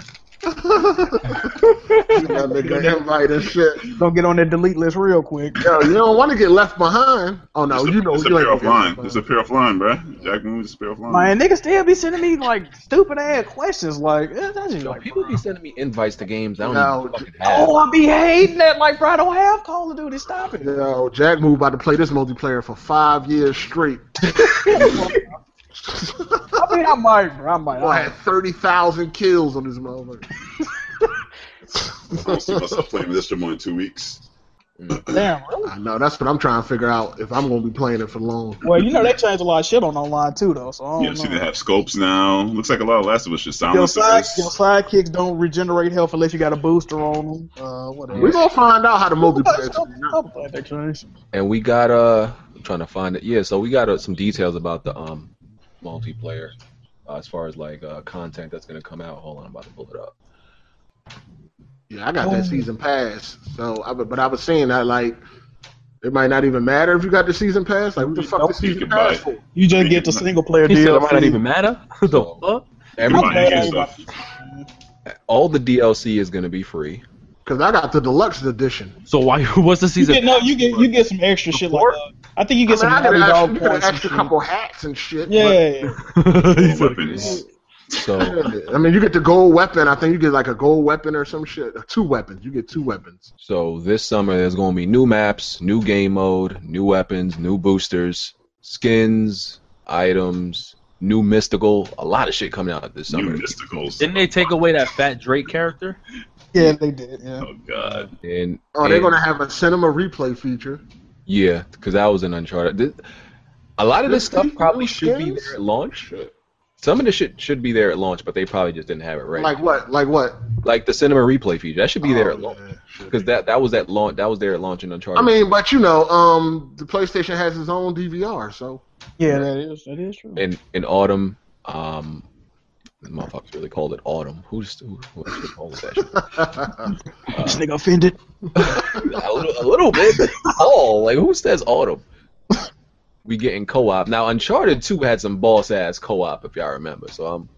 S5: That nigga invite and shit.
S8: Don't get on that delete list real quick.
S5: Yo, you don't want to get left behind. Oh no, you know you
S2: disappear
S5: ain't gonna get left
S2: offline.
S5: behind.
S2: Disappear offline, bruh. Jack Moon disappear offline.
S8: Man, niggas still be sending me like stupid ass questions. Like eh, that's just
S1: Yo,
S8: like
S1: people be sending me invites to games I don't
S5: No,
S1: even fucking have.
S8: Oh, I be hating that. Like, bro, I don't have Call of Duty. Stop it.
S5: Yo, Jack Move about to play this multiplayer for five years straight.
S8: I mean, I might, bro. I might.
S5: Boy, I
S8: I-
S5: had thirty thousand kills on this motherfucker.
S2: I don't see myself playing this demo in two weeks.
S8: Damn, really?
S5: I know that's what I'm trying to figure out if I'm gonna be playing it for long.
S8: Well, you know they changed a lot of shit on online too, though. So I
S1: Oh,
S8: don't
S2: Yeah, see,
S8: know.
S2: they have scopes now. Looks like a lot of Last of Us shit.
S8: Your,
S2: Silence
S8: side,
S2: us.
S8: your sidekicks don't regenerate health unless you got a booster on them. Uh, whatever.
S5: We're gonna find out how the multiplayer.
S8: I'm glad they changed.
S1: And we got uh, I'm trying to find it. Yeah, so we got uh, some details about the um, multiplayer, uh, as far as like uh, content that's gonna come out. Hold on, I'm about to pull it up.
S5: Yeah, I got
S8: Um,
S5: that season pass. So, I, but but I was saying that like it might not even matter if you got the season pass. Like, what the fuck
S8: Nope.
S5: the season
S2: can buy
S5: pass
S2: it.
S5: for?
S8: You just get the single player deal.
S1: matter.
S6: The fuck?
S2: You
S1: Every,
S2: can buy any stuff.
S1: all the DLC is gonna be free.
S5: Because I got the deluxe edition.
S6: So why? What's the
S8: You
S6: season?
S8: get no, you get you get some extra shit like
S5: Support?
S8: uh, I think you
S5: I
S8: get
S5: mean, I
S8: some
S5: could
S8: Naughty
S5: actually
S8: Dog
S5: you could
S8: points. and
S5: extra
S8: shit.
S5: couple hats and shit. but-
S8: Yeah,
S6: He's like,
S2: Weapons.
S1: So
S5: I mean, you get the gold weapon. I think you get like a gold weapon or some shit. Or two weapons. You get two weapons.
S1: So this summer there's gonna be new maps, new game mode, new weapons, new boosters, skins, items, new mystical, a lot of shit coming out this
S2: New
S1: summer.
S2: mysticals.
S6: Didn't they take away that fat Drake character?
S8: yeah, they did. Yeah.
S2: Oh god.
S1: And,
S5: Oh, they're
S1: and-
S5: gonna have a cinema replay feature.
S1: yeah, because that was an uncharted. This, a lot of this
S5: There's
S1: stuff probably
S5: new
S1: should be
S5: skins?
S1: there at launch. Some of this shit should be there at launch, but they probably just didn't have it right.
S5: Like
S1: Like,
S5: what? Like what?
S1: the cinema replay feature that should be there at
S5: Oh,
S1: launch
S5: yeah, shit.
S1: because that that was at launch that was there at launch in
S5: I
S1: uncharted.
S5: mean, but you know, um, the PlayStation has its own DVR, so
S8: yeah, that is that is true.
S1: in in autumn. Um, motherfuckers really called it autumn. Who's who, who actually called it that? Shit?
S8: this nigga offended.
S1: a, little, a little bit. Oh, like who says autumn? We getting co-op now. Uncharted Two had some boss ass co-op, if y'all remember. So I'm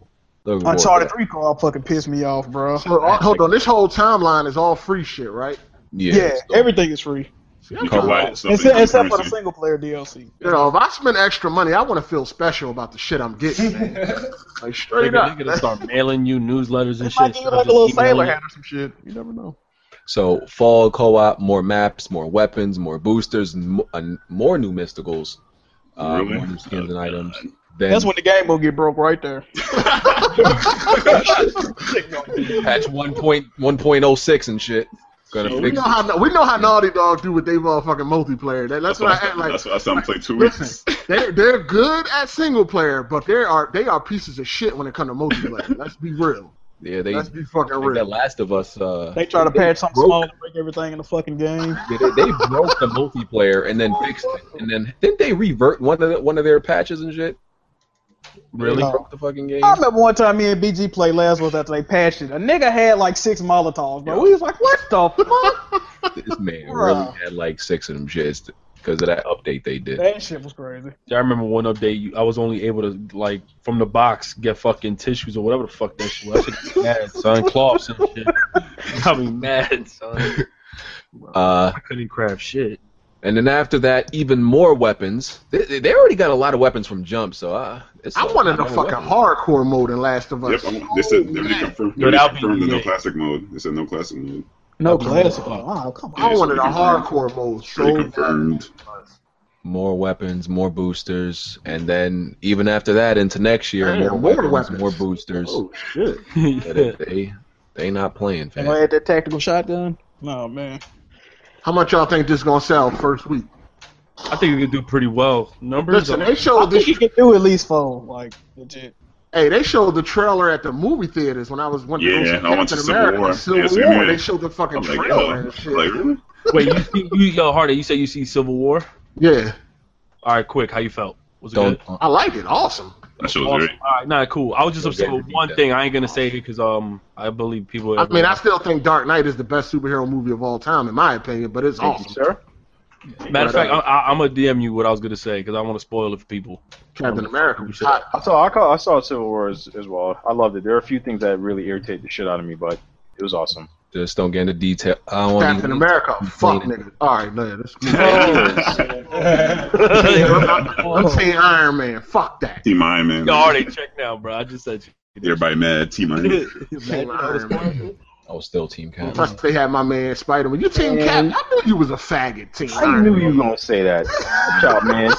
S1: looking forward
S8: Uncharted
S1: to
S8: three call fucking pissed me off, bro.
S5: so all, hold on. This whole timeline is all free shit, right?
S1: that. Yeah,
S8: Yeah,
S1: so-
S8: everything is free
S5: See, I'm
S2: You can
S5: kinda-
S2: buy it. so
S8: except,
S2: they-
S8: except for the single player DLC.
S5: You know, if I spend extra money, I want to feel special about the shit I'm getting, man. like
S6: They're
S5: straight up.
S6: gonna start mailing you newsletters and
S8: It
S6: shit.
S8: might give you
S6: instead of
S8: like a
S6: just
S8: little
S6: emailing
S8: sailor
S6: you.
S8: hat or some shit. You never know.
S1: so fall co-op, more maps, more weapons, more boosters, m- uh, more new mysticals, uh,
S2: Really?
S1: more new skins and
S2: Oh,
S1: items.
S2: God.
S1: Then
S8: That's when the game will get broke right there.
S1: patch one point one point oh six and shit. Gonna
S2: So
S5: We
S1: fix
S5: know how we know how Naughty Dog do with they motherfucking multiplayer. That, that's
S2: That's why
S5: what I act like.
S2: that's why I said I'm playing two weeks.
S5: Listen, they're, they're good at single player, but they are they are pieces of shit when it comes to multiplayer. Let's be real.
S1: Yeah, they
S5: Let's be fucking
S1: like that
S5: real.
S1: Last of Us. Uh,
S8: They try to
S1: They
S8: patch something
S1: broke-
S8: small to break everything in the fucking game.
S1: they, they broke the multiplayer and then fixed it, and then did they revert one of the, one of their patches and shit? Really
S8: No.
S1: broke the fucking game.
S8: I remember one time me and BG played Last of Us after they patched it. A nigga had like six Molotovs, but we was like, what the fuck?
S1: This man really
S8: Bruh.
S1: had like six of them shits because of that update they did.
S8: that shit was crazy.
S6: I remember one update. You, I was only able to like from the box get fucking tissues or whatever the fuck that shit was. I should be mad, son. Cloths and shit. Got me mad, son.
S1: Uh,
S6: I couldn't craft shit.
S1: and then after that, even more weapons. They, they already got a lot of weapons from Jump, so uh, it's
S5: I
S1: a
S5: wanted a
S1: lot of
S5: fucking
S1: weapons.
S5: hardcore mode in Last of Us.
S2: Yep, I'm, they said they already confirmed, they
S6: But I'll
S2: already
S6: be
S2: confirmed the no
S6: EA.
S2: classic mode. They said no classic mode.
S8: No
S6: Okay.
S8: Last of Us. Wow, Oh, come on.
S5: I wanted a
S2: Yeah,
S5: hardcore mode so
S2: Already
S5: bad.
S2: confirmed.
S1: more weapons, more boosters, and then even after that into next year,
S5: Damn,
S1: more,
S5: more
S1: weapons,
S5: weapons.
S1: more boosters.
S5: Oh shit!
S1: But if they they not playing,
S8: Am I
S1: fam.
S8: at that tactical shotgun? No man.
S5: How much y'all think this gonna sell first week?
S6: I think we could do pretty well. Numbers.
S5: Listen,
S6: are-
S5: they
S8: I
S5: showed
S8: think
S5: this.
S8: you can do at least four, like legit.
S5: Hey, they showed the trailer at the movie theaters when I was went
S2: Yeah,
S5: to go
S2: I
S5: see
S2: went to
S5: Captain
S2: Civil
S5: America.
S2: War.
S5: Civil
S2: Yeah, Civil
S5: War.
S2: War.
S5: They showed the fucking
S2: I'm like, yo,
S5: trailer and shit.
S2: like really?
S6: Wait, you, see, you yo Hardy, you said you see Civil War.
S5: yeah,
S6: All right, quick, how you felt? Was it
S1: Don't
S6: good?
S5: I like it. Awesome.
S2: That show was
S6: Awesome.
S2: great.
S6: All right, nah, cool. I was just
S1: Yo,
S6: upset
S1: Gary,
S6: with
S1: repeat
S6: one
S1: that.
S6: thing. I ain't gonna say it because um, I believe people.
S5: I
S2: uh,
S5: mean, I still think Dark Knight is the best superhero movie of all time, in my opinion. But it's
S8: Thank you,
S5: awesome.
S8: sir.
S6: matter of fact, I, I, I'm gonna DM you what I was gonna say because I want to spoil it for people.
S5: Captain America was hot.
S3: I saw I, call, I saw Civil War as, as well. I loved it. There are a few things that really irritate the shit out of me, but it was awesome.
S1: just don't get into detail. I don't want
S5: Captain
S1: even-
S5: America, fuck
S1: Clean it.
S5: nigga. All right, no, let's move on. I'm
S6: Y'all
S5: saying Iron Man. Fuck that.
S2: Team Iron Man.
S6: already checked now, bro. I just said you.
S2: Everybody mad. Team Iron.
S5: Team Iron Man.
S1: I was Oh, still Team Cap.
S5: Plus they had my man Spider Man. You team Cap? I knew you was a faggot. Team
S3: I
S5: Iron
S3: knew
S5: Man.
S3: you were gonna say that. Good job, man.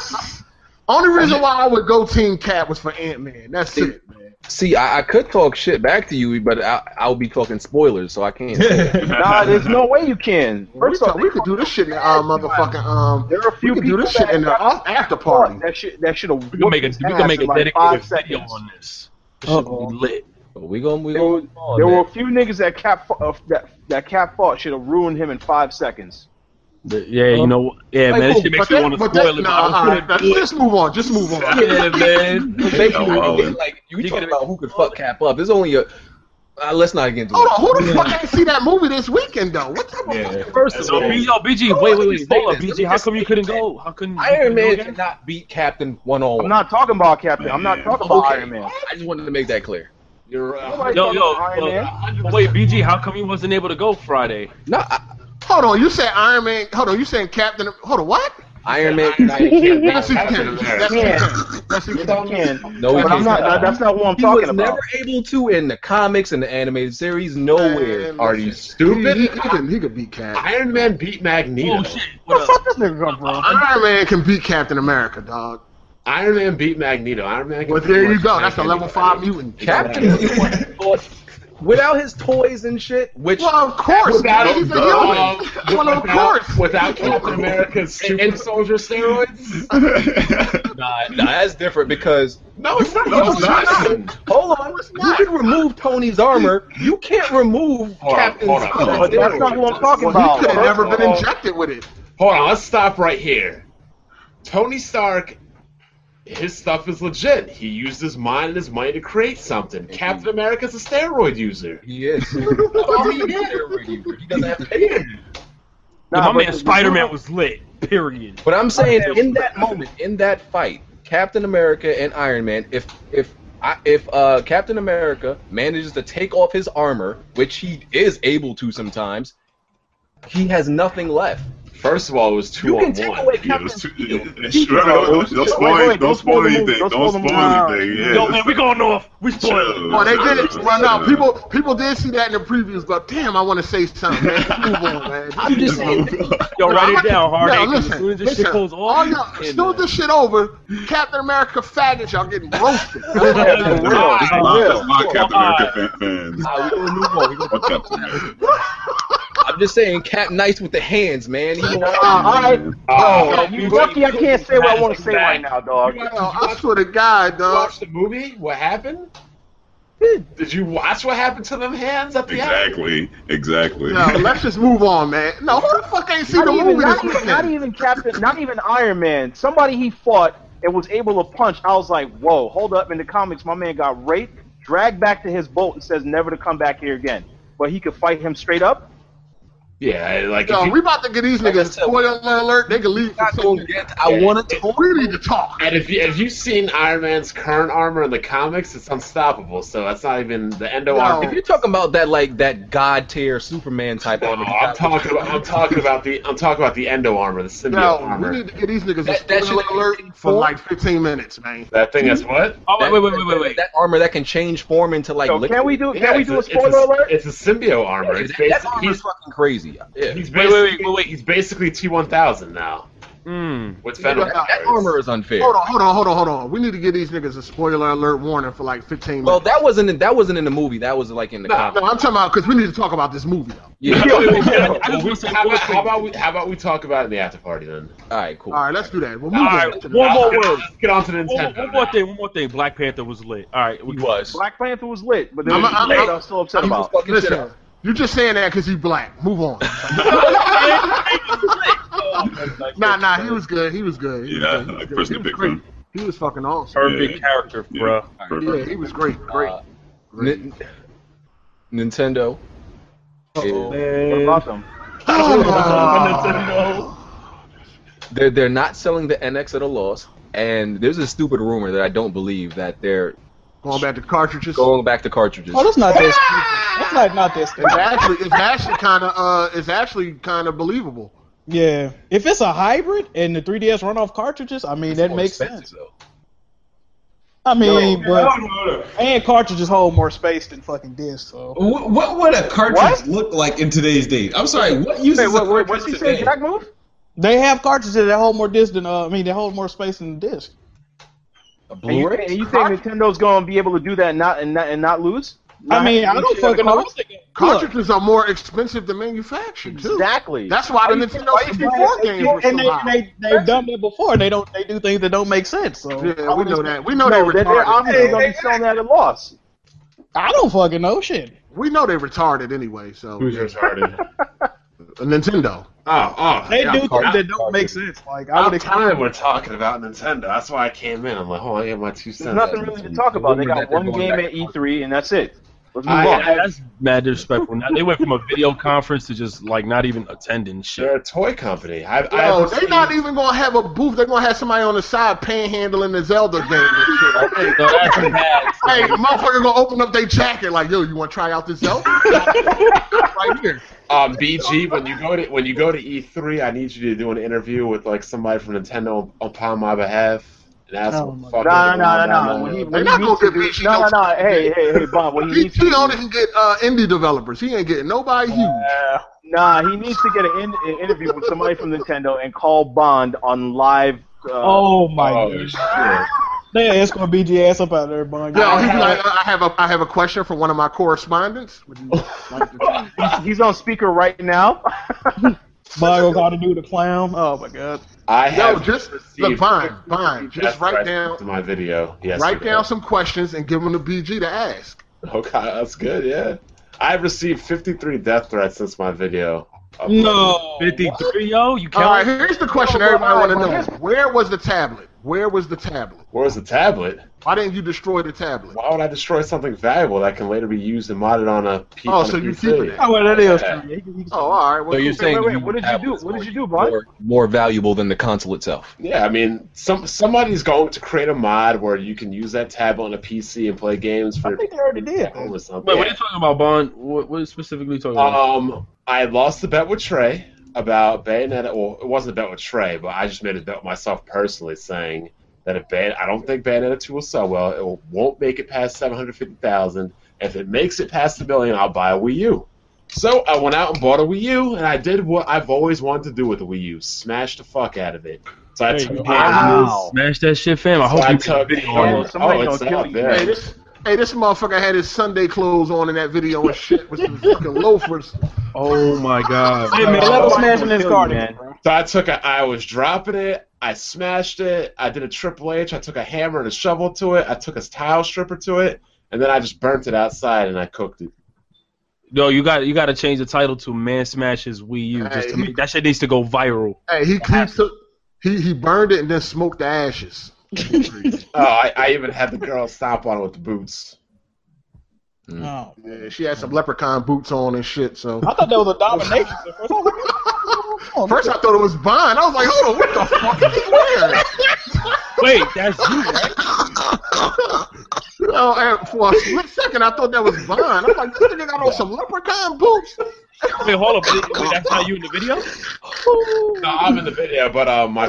S5: Only reason why I would go Team Cap was for Ant Man. That's
S1: See,
S5: it.
S1: See, I, I could talk shit back to you, but I, I'll be talking spoilers, so I can't. say it.
S3: Nah, there's no way you can.
S5: First
S3: First
S5: we,
S3: off,
S5: off, we could do this shit in our motherfucking um.
S3: there are a
S5: We
S3: few
S5: could do
S3: people
S5: this shit
S3: that
S5: in the off- after party.
S3: that shit that should have.
S6: We can make a, we can make a
S3: like
S6: dedicated
S3: five
S6: video
S3: seconds.
S6: on this. This should be
S8: Uh-oh.
S6: lit.
S1: But we gonna we
S3: There
S1: gonna
S3: were,
S1: move on,
S3: there were
S1: man.
S3: a few niggas that Cap uh, that that Cap fought should have ruined him in five seconds.
S6: The- yeah, you know, what? yeah, man, this shit makes you want to
S5: but
S6: spoil it.
S5: nah,
S6: but
S5: all
S6: I
S5: right,
S6: don't wanna
S5: let's,
S6: do it.
S5: let's move on. Just move on.
S6: Yeah, man.
S1: Basically,
S2: Yeah, well,
S1: you get, like you
S6: you
S1: talking
S6: could-
S1: about who could fuck Cap up. There's only a. Uh, let's not get into
S5: Hold
S1: it.
S5: on, who the fuck ain't see that movie this weekend though? What type of
S1: Yeah.
S6: First of all, B- yo, BG, wait, wait,
S1: Let
S6: wait,
S1: me
S6: hold up,
S1: just
S6: BG. How come you
S1: say
S6: couldn't
S1: that.
S6: go? How couldn't you
S1: Iron
S6: couldn't go
S1: Man
S6: again?
S1: cannot beat Captain one on one.
S3: I'm not talking about Captain. I'm not
S2: Man.
S3: talking about
S1: okay.
S3: Iron Man.
S1: I just wanted to make that clear. You're uh,
S3: Nobody
S6: Yo,
S3: talking
S6: yo,
S3: about Iron
S6: uh,
S3: Man.
S6: but wait, BG, how come you wasn't able to go Friday?
S1: no I,
S5: Hold on, you said Iron Man. Hold on, you saying Captain. Hold on, what?
S1: Iron Man. cannot beat Captain
S5: Yes, he
S1: America.
S5: can. Yes, he
S3: Yeah.
S5: can. Yes, he
S3: Yes,
S5: can.
S3: I can.
S1: oh No, he
S3: But I'm
S1: can't.
S3: not. that- that's not what I'm
S1: He was
S3: talking about.
S1: never able to in the comics and the animated series. Nowhere
S5: Man,
S1: are you
S5: listen.
S1: stupid.
S5: He, he, he can, he can beat Cap.
S1: Iron Man beat Magneto.
S6: Oh shit!
S8: Where
S6: What
S8: the
S6: up?
S8: fuck this nigga come from?
S5: Iron Man can beat Captain America, dog.
S9: Iron Man beat Magneto. Iron Man.
S5: But there you go. That's a level five mutant.
S1: Captain is the one who thought- without his toys and shit, which
S5: Well, of course.
S9: Without
S5: man, he's a human. Well, of course.
S9: Without Captain America's super
S1: and-
S9: soldier steroids.
S1: nah, nah, that's different because
S9: No, it's not.
S1: No,
S9: No,
S1: it's
S9: it's
S1: not. hold on, you can remove Tony's armor, you can't remove
S9: Hold on,
S1: Captain's.
S9: hold on, hold on.
S1: But that's
S3: That's not what I'm talking
S5: Well, he
S3: about.
S5: could have never been
S9: Oh.
S5: injected with it.
S9: Hold on. Let's stop right here. Tony Stark. His stuff is legit. He used his mind and his money to create something. Captain America's a steroid user.
S1: He is.
S9: That's all he did.
S1: he doesn't have to
S6: Yo,
S3: Nah,
S6: my
S3: but
S6: man
S3: the-
S6: Spider Man was lit. Period.
S1: But I'm saying in that moment, in that fight, Captain America and Iron Man, if if I, if uh, Captain America manages to take off his armor, which he is able to sometimes, he has nothing left.
S9: First of all, it was two
S1: You
S9: on
S1: can take
S9: one.
S1: away
S2: Yeah, those
S1: Captain
S2: two.
S1: Shield.
S2: Don't don't
S3: Wait,
S2: spoil.
S3: wait,
S2: Don't
S3: don't spoil
S2: spoil
S3: the movie,
S2: anything.
S3: don't
S2: Don't
S3: spoil the
S2: spoil
S3: movie.
S2: anything.
S6: Yo,
S2: Yeah.
S6: man, we going off. We spoiling.
S5: Well, Oh, they did it. Well, no, people people did see that in the previews, but damn, I want to say something. Man. Let's Move on, man.
S1: I'm just saying,
S6: Yo, write it down, Hardy.
S5: No,
S6: 'cause
S5: listen,
S6: as soon as this
S5: listen.
S6: shit goes
S5: All
S6: off, uh,
S5: y'all, as soon as this shit over, Captain America faggots, y'all getting roasted.
S3: Yeah, for real.
S2: That's
S3: For
S2: my,
S3: real.
S2: that's my Captain America fan, fans.
S1: nah, we gonna move on. We gonna-
S2: Fuck Captain America.
S1: I'm just saying, Cap nice with the hands, man. He don't-
S5: Uh, all right.
S7: Oh,
S1: Oh,
S3: Yo, you lucky I can't say what I want to say right now, dog.
S5: Well, I swear to God,
S9: You
S5: dog.
S9: watched the movie? What happened? Did you watch what happened to them hands at the end?
S2: Exactly. Exactly.
S5: No, let's just move on, man. No, who the fuck ain't seen
S3: Not
S5: the
S3: even,
S5: movie
S3: not,
S5: this
S3: even, not
S5: weekend?
S3: even Captain, not even Iron Man. Somebody he fought and was able to punch. I was like, whoa, hold up. In the comics, my man got raped, dragged back to his boat, and says never to come back here again. But he could fight him straight up.
S9: Yeah, like
S5: Yo,
S9: if you-
S5: we about to get these niggas. Spoiler alert, they can leave for so
S1: I want to
S9: Yeah.
S1: talk.
S5: We need to talk.
S9: and if you have you seen Iron Man's current armor in the comics, it's unstoppable. So that's not even the endo
S5: No.
S9: armor.
S1: If you're talking about that like that God tier Superman type
S9: No,
S1: armor,
S9: I'm talking about I'm talking about the I'm talking about the endo armor, the symbiote
S5: No,
S9: armor.
S5: we need to get these niggas
S1: That-
S5: a
S1: that
S5: spoiler
S1: shit-
S5: alert for like 15 minutes, man.
S9: that thing is what?
S10: Oh,
S1: That-
S10: wait, wait, wait, wait, wait.
S1: That armor that can change form into like.
S3: So
S1: liquid.
S3: can we do? Can
S9: Yeah,
S3: we
S9: it's
S3: do a
S9: it's
S3: spoiler alert?
S9: It's a symbiote armor. It's
S1: That, that
S9: basically
S1: armor's
S9: he's,
S1: fucking crazy. Yeah.
S9: he's
S10: Wait, wait,
S9: basically
S10: wait, wait, wait.
S9: he's basically T1000 now
S6: Mm.
S9: with
S5: Yeah,
S9: Venom.
S5: but
S1: That armor is unfair.
S5: Hold on, hold on, hold on, hold on. We need to get these niggas a spoiler alert warning for like 15
S1: Well,
S5: minutes.
S1: Oh, that wasn't in, that wasn't in the movie. That was like in the
S9: No.
S1: comic.
S5: No, I'm talking about because we need to talk about this movie. Though.
S1: Yeah.
S10: I just want to say
S9: How
S10: one
S9: about, how
S10: thing.
S9: about we how about we talk about it in the after party then?
S1: All right, cool.
S5: All right, let's do that. We'll move
S10: All
S5: on.
S10: right,
S5: to the
S10: one more
S9: Let's get-
S10: word.
S9: Let's get on to
S10: One,
S9: Nintendo.
S10: one more
S9: now.
S10: thing, one more thing. Black Panther was lit. All right, we
S1: He was.
S3: Black Panther was lit, but there
S5: I'm
S3: was
S5: a- I'm
S3: shit
S5: a-
S3: I was still upset
S1: He was
S3: about.
S1: fucking shit
S5: Listen,
S1: up.
S5: you're just saying that because he's black. Move on. nah, nah, he was good. He was good. He was
S2: Yeah,
S5: good. He was
S2: like
S5: good.
S2: person
S5: He
S2: to
S5: was
S2: pick
S5: great.
S2: from.
S5: He was fucking awesome.
S6: Perfect
S2: Yeah.
S6: character,
S2: Yeah.
S6: bro.
S5: Yeah,
S2: Perfect.
S5: he was great. Great.
S1: Uh,
S5: great.
S1: Nin- Nintendo. is-
S3: What about them?
S1: they're they're not selling the NX at a loss, and there's a stupid rumor that I don't believe that they're
S5: Going back to cartridges.
S1: going back to cartridges.
S8: Oh, that's not this. That's not not this.
S5: It's actually, it's actually kind of, uh, it's actually kind of believable.
S8: Yeah, if it's a hybrid and the 3DS run off cartridges, I mean that
S1: More
S8: makes
S1: expensive,
S8: sense.
S1: though.
S8: I mean, but
S4: No, no, no.
S8: and cartridges hold more space than fucking discs. So
S4: What, what would a cartridge
S3: What?
S4: look like in today's date? I'm sorry, what uses
S3: Wait,
S4: a
S3: what, what,
S4: cartridge
S3: what's he
S4: today?
S3: say? Jack move?
S8: they have cartridges that hold more disc than uh, I mean, they hold more space than the disc.
S1: A
S3: And you,
S1: Blu-ray.
S3: and you think Nintendo's gonna be able to do that and not and not, and not lose?
S8: I mean,
S3: Not
S8: I
S3: have
S8: don't
S3: shit in the
S8: fucking know.
S3: cartridge?
S8: This nigga- Look,
S5: Cartridges are more expensive to manufacture too.
S3: Exactly.
S5: That's why the
S3: Why you-
S5: Nintendo
S3: why you-
S5: 64 games were so
S8: and they,
S5: high.
S8: they they've done that before. They don't they do things that don't make sense. So
S5: Yeah, we know that. We know
S3: no,
S5: they
S3: they're, they're
S5: retarded.
S3: obviously gonna be selling that at a loss.
S8: I don't fucking know shit.
S5: We know they retarded anyway. So
S9: Who's retarded?
S5: Nintendo.
S9: Oh, oh,
S8: They
S9: yeah,
S8: do things
S1: cart-
S8: that don't make sense. Like I would
S9: I'm
S8: expect.
S9: tired we're talking about Nintendo. That's why I came in. I'm like, oh, I get my two cents.
S3: There's nothing really to talk about. They got one game at E3, and that's it. Let's move
S9: I-
S3: on.
S9: I-
S6: That's mad disrespectful. Now, they went from a video conference to just like not even attending shit.
S9: They're a toy company. I, I
S5: Yo,
S9: haven't
S5: they
S9: seen-
S5: not even gonna have a booth. They're gonna have somebody on the side panhandling the Zelda game and shit. Like, hey,
S6: No, that's bad.
S5: hey, the motherfucker gonna open up their jacket like, yo, you wanna try out this Zelda? right here.
S9: Um, BG, when you go to when you go to E3, I need you to do an interview with like somebody from Nintendo upon my behalf and ask.
S8: Oh
S9: what
S8: my
S9: the fuck
S3: No, no,
S9: is
S3: no,
S9: going
S3: no,
S9: on
S3: no. When he, when
S9: down
S5: They're
S3: he
S5: not
S3: needs to
S5: gonna
S3: do,
S5: get
S3: no, no,
S5: Beach
S3: no. Hey, hey, hey, Bob. When he
S5: He,
S3: needs to,
S5: he don't
S3: do,
S5: even get uh, indie developers. He ain't getting nobody huge.
S3: uh, nah, he needs to get an, in, an interview with somebody from Nintendo and call Bond on live. Uh,
S8: Oh my
S4: Oh,
S8: god,
S4: shit.
S8: yeah, it's gonna be ass up out there, bun.
S5: Yo, he be like, I have a I have a question for one of my correspondents. Would you like to try?
S3: he's- he's on speaker right now.
S8: Bun got to do the clown. Oh my god.
S9: there. I
S5: Yo,
S9: have
S5: just look,
S9: received-
S5: fine, fine. Just
S9: That's
S5: write
S9: right
S5: down
S9: to my video. Yes,
S5: write down some questions and give them to BG to ask.
S9: Okay, that's good. Yeah, I've received 53 death threats since my video. uploaded.
S8: No.
S6: 53, yo, you
S5: All right,
S6: count?
S5: here's the question
S3: Yo,
S5: everybody
S3: why-
S5: want to
S3: why-
S5: know: Where was the tablet? Where was the tablet?
S9: Where's the tablet?
S5: Why didn't you destroy the tablet?
S9: Why would I destroy something valuable that can later be used and modded on a P-
S5: Oh,
S9: on a
S5: so you
S9: PC?
S5: keeping it.
S8: Oh, well, that is.
S9: Yeah.
S8: true. He can- he can-
S5: Oh, all right. Well,
S1: So you're
S5: cool.
S1: saying
S3: wait,
S1: the
S3: wait, what did you
S1: tablet
S3: do?
S1: is
S3: What did you
S1: more-
S3: do, Bud?
S1: More, more valuable than the console itself.
S9: Yeah, I mean, some somebody's going to create a mod where you can use that tablet on a PC and play games for
S8: I think they already did.
S9: home or something.
S6: Wait, what are you talking about, Bond? What, what are you specifically talking about?
S9: Um, I lost the bet with Trey about Bayonetta. Well, it wasn't a bet with Trey, but I just made a bet with myself personally, saying that if Bay, I don't think Bayonetta two will sell well. It will- won't make it past seven hundred fifty thousand. If it makes it past the million, I'll buy a Wii U. So I went out and bought a Wii U, and I did what I've always wanted to do with a Wii U: smash the fuck out of it. So I
S6: There
S9: took
S6: you go.
S9: Wow.
S6: Smash that shit, fam. I
S9: So
S6: hope
S9: I
S6: you
S9: took
S6: took video on
S9: and,
S6: it.
S9: oh,
S3: Somebody's
S9: it's
S3: gonna
S9: out
S3: kill you.
S9: there.
S5: Hey, this hey, this motherfucker had his Sunday clothes on in that video and shit with some fucking loafers.
S6: Oh my god.
S8: Hey, man, let him smash in his cardigan.
S9: So I took a, I was dropping it. I smashed it. I did a Triple H. I took a hammer and a shovel to it. I took a tile stripper to it. and then I just burnt it outside and I cooked it.
S10: No, you got you got to change the title to "Man Smashes Wii U." Just to
S5: Hey.
S10: make, that shit needs to go viral.
S5: Hey, he, he took he, he burned it and then smoked the ashes.
S9: Oh, I, I even had the girl stomp on it with the boots.
S8: Oh.
S5: Yeah, she had some leprechaun boots on and shit. So
S8: I thought that was a domination. at first. I was like, oh,
S5: first, I thought it was Bond. I was like, hold on, what the fuck is he wearing?
S10: Wait, that's you, right?
S5: Oh, and for a split second, I thought that was Bond. I'm like, this nigga got on some leprechaun boots.
S10: Wait, hold up. Wait, wait, that's not you in the video.
S9: No, I'm in the video, but uh, my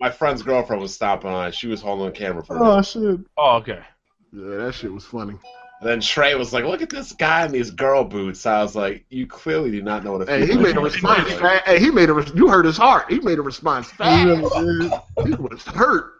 S9: my friend's girlfriend was stomping on it. She was holding the camera for me.
S8: oh shit!
S10: Oh, okay.
S5: Yeah, that shit was funny.
S3: Oh,
S9: And then Trey was like, "Look at this guy in these girl boots." I was like, "You clearly do not know what a."
S5: Hey, he
S9: female
S5: made a
S9: is."
S5: response. fast. Hey, he made a. Re- you heard his heart. He made a response fast. He was hurt.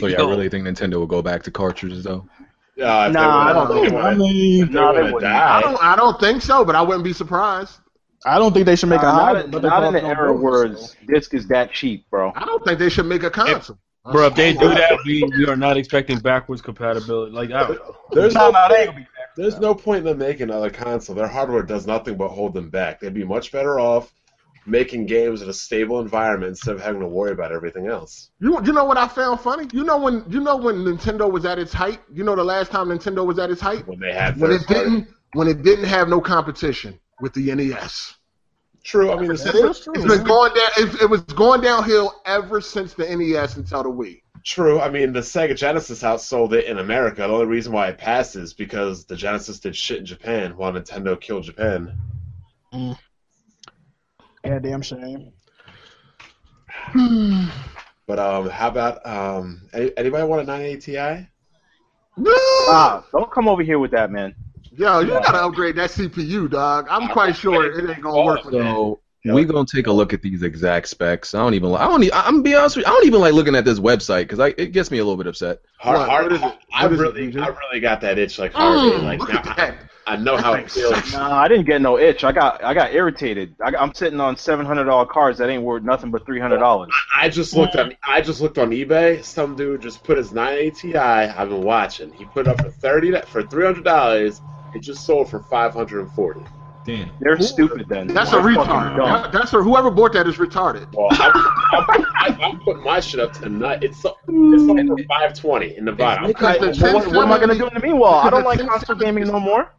S1: So yeah,
S10: Yo,
S1: I really think Nintendo will go back to cartridges though.
S9: Yeah, if they
S3: Nah, I
S9: would've-
S3: don't
S9: if
S3: think.
S9: they
S3: I
S9: would've-
S3: mean,
S9: if
S3: nah, they
S9: would've
S3: wouldn't.
S5: I
S9: died-
S5: don't. I don't think so, but I wouldn't be surprised.
S8: I don't think they should make a
S3: Nah,
S8: hybrid.
S3: not,
S8: but they
S3: not in
S8: probably
S3: the
S8: gonna
S3: era
S8: do it,
S3: where
S8: so.
S3: disc is that cheap, bro.
S5: I don't think they should make a console.
S10: Bro, if they do that, we, we are not expecting backwards compatibility. Like, I don't,
S9: There's
S8: Nah,
S9: no,
S8: nah, they ain't gonna be
S9: there's no point in them making another console. Their hardware does nothing but hold them back. They'd be much better off making games in a stable environment instead of having to worry about everything else.
S5: You you know what I found funny? You know when you know when Nintendo was at its height. You know the last time Nintendo was at its height
S9: When they had
S5: when it
S9: third-party-
S5: didn't when it didn't have no competition with the NES.
S9: True. I mean, the system,
S8: true.
S5: It's been going down. It, it was going downhill ever since the NES until the Wii.
S9: True. I mean, the Sega Genesis outsold it in America. The only reason why it passed is because the Genesis did shit in Japan while Nintendo killed Japan.
S8: Goddamn shame.
S9: But um, how about um, any, anybody want a 980 Ti?
S3: Ah, don't come over here with that, man.
S5: Yo, you gotta upgrade that CPU, dog. I'm quite sure it ain't gonna work with that.
S1: So we gonna take a look at these exact specs. I don't even. Li- I don't. E- I- I'm gonna be honest with you. I don't even like looking at this website because I it gets me a little bit upset.
S9: Hard,
S5: What?
S9: hard,
S5: What is it?
S9: I
S5: What is it,
S9: really,
S5: DJ?
S9: I really got that itch like hard.
S5: Mm,
S9: like
S5: look
S9: now,
S5: at
S9: I,
S5: that.
S9: I know
S5: Oh,
S9: how it feels.
S3: Nah, I didn't get no itch. I got I got irritated. I, got- I'm sitting on seven hundred dollar cards that ain't worth nothing but three hundred dollars.
S9: I just looked on. I just looked on eBay. Some dude just put his 980 Ti. I've been watching. He put it up for thirty for three hundred dollars. It just sold for five hundred and forty.
S1: Damn.
S3: They're stupid. Then
S5: That's a
S3: They're fucking
S5: retard.
S3: dumb.
S5: That- that's where whoever bought that is retarded.
S9: Well, I'm, I'm, I'm putting my shit up tonight. It's so- it's up for five twenty in Nevada.
S5: Because the
S3: Well, what, what am I gonna do in the meanwhile? I don't like
S5: Because it's-
S3: console gaming no more.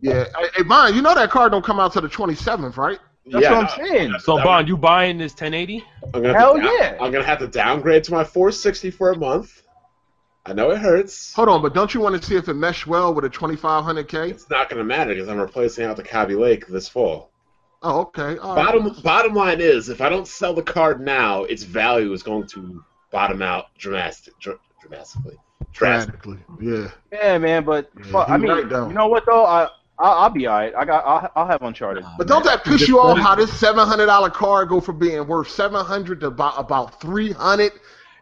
S5: Yeah, hey, hey Bond, you know that card don't come out till the 27th, right?
S3: That's what I'm saying.
S9: that's-
S10: so,
S9: that-
S10: Bond, you buying this 1080?
S9: I'm gonna
S3: Hell
S9: have to, down-
S3: yeah.
S9: I'm gonna have to downgrade to my 460 for a month. I know it hurts.
S5: Hold on, but don't you want to see if it meshed well with a 2500K?
S9: It's not gonna matter because I'm replacing out the Cobby Lake this fall.
S5: Oh, okay. All right.
S9: Bottom bottom line is, if I don't sell the card now, its value is going to bottom out dramatic, dr- dramatically. Drastic.
S5: Drastically, yeah.
S3: Yeah, man. But
S5: Yeah,
S3: fuck, I
S5: you
S3: mean,
S5: right, though.
S3: you know what though? I I'll, I'll be alright. I got I'll, I'll have Uncharted.
S5: But don't that piss you off how this $700 card go from being worth 700 to about, about 300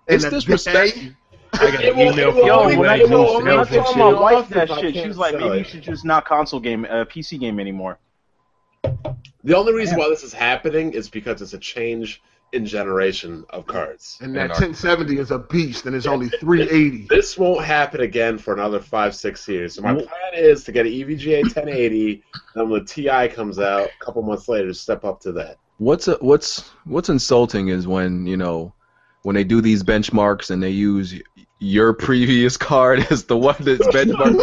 S1: It's
S5: in a
S1: disrespect.
S5: day?
S1: I got
S9: It
S1: an
S9: will-
S1: email
S9: it will
S1: from
S3: Yo,
S9: only-
S1: you
S3: when
S1: when
S3: I
S1: I
S9: it will
S1: do
S3: told,
S9: only
S3: when I
S1: sales and
S9: take
S3: told
S1: shit.
S3: my
S9: off
S3: wife
S9: if
S3: that
S9: I
S3: shit, she
S9: can't
S3: was like,
S9: sell
S3: maybe you
S9: it.
S3: should just not console game, uh, PC game anymore.
S9: The only reason why this is happening is because it's a change in generation of cards.
S5: And that
S1: And our-
S5: 1070 is a beast, and it's only 380.
S9: This won't happen again for another five, six years. So my
S1: Wh-
S9: plan is to get E an EVGA 1080, and when the Ti comes out a couple months later, step up to that.
S1: What's a, what's what's insulting is when you know when they do these benchmarks and they use y- your previous card as the one that's benchmarked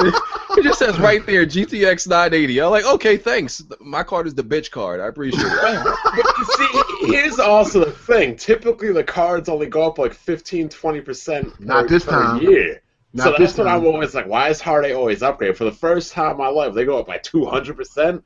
S1: against. It just says right there GTX 980. I'm like, okay, thanks. My card is the bitch card. I appreciate it.
S9: See, here's also the thing. Typically, the cards only go up like 15, 20 percent.
S5: Not this time.
S9: Year.
S5: Not
S9: so that's
S5: this
S9: what
S5: time.
S9: I'm always like. Why is Hard A always upgrade? For the first time in my life, they go up by 200 percent.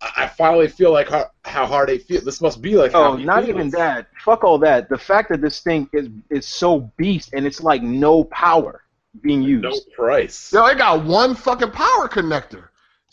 S9: I I finally feel like how, how Hard A feel. This must be like. how
S3: Oh,
S9: he
S3: not
S9: feels.
S3: even that. Fuck all that. The fact that this thing is is so beast and it's like no power being used.
S9: No price.
S5: Yo, it got one fucking power connector.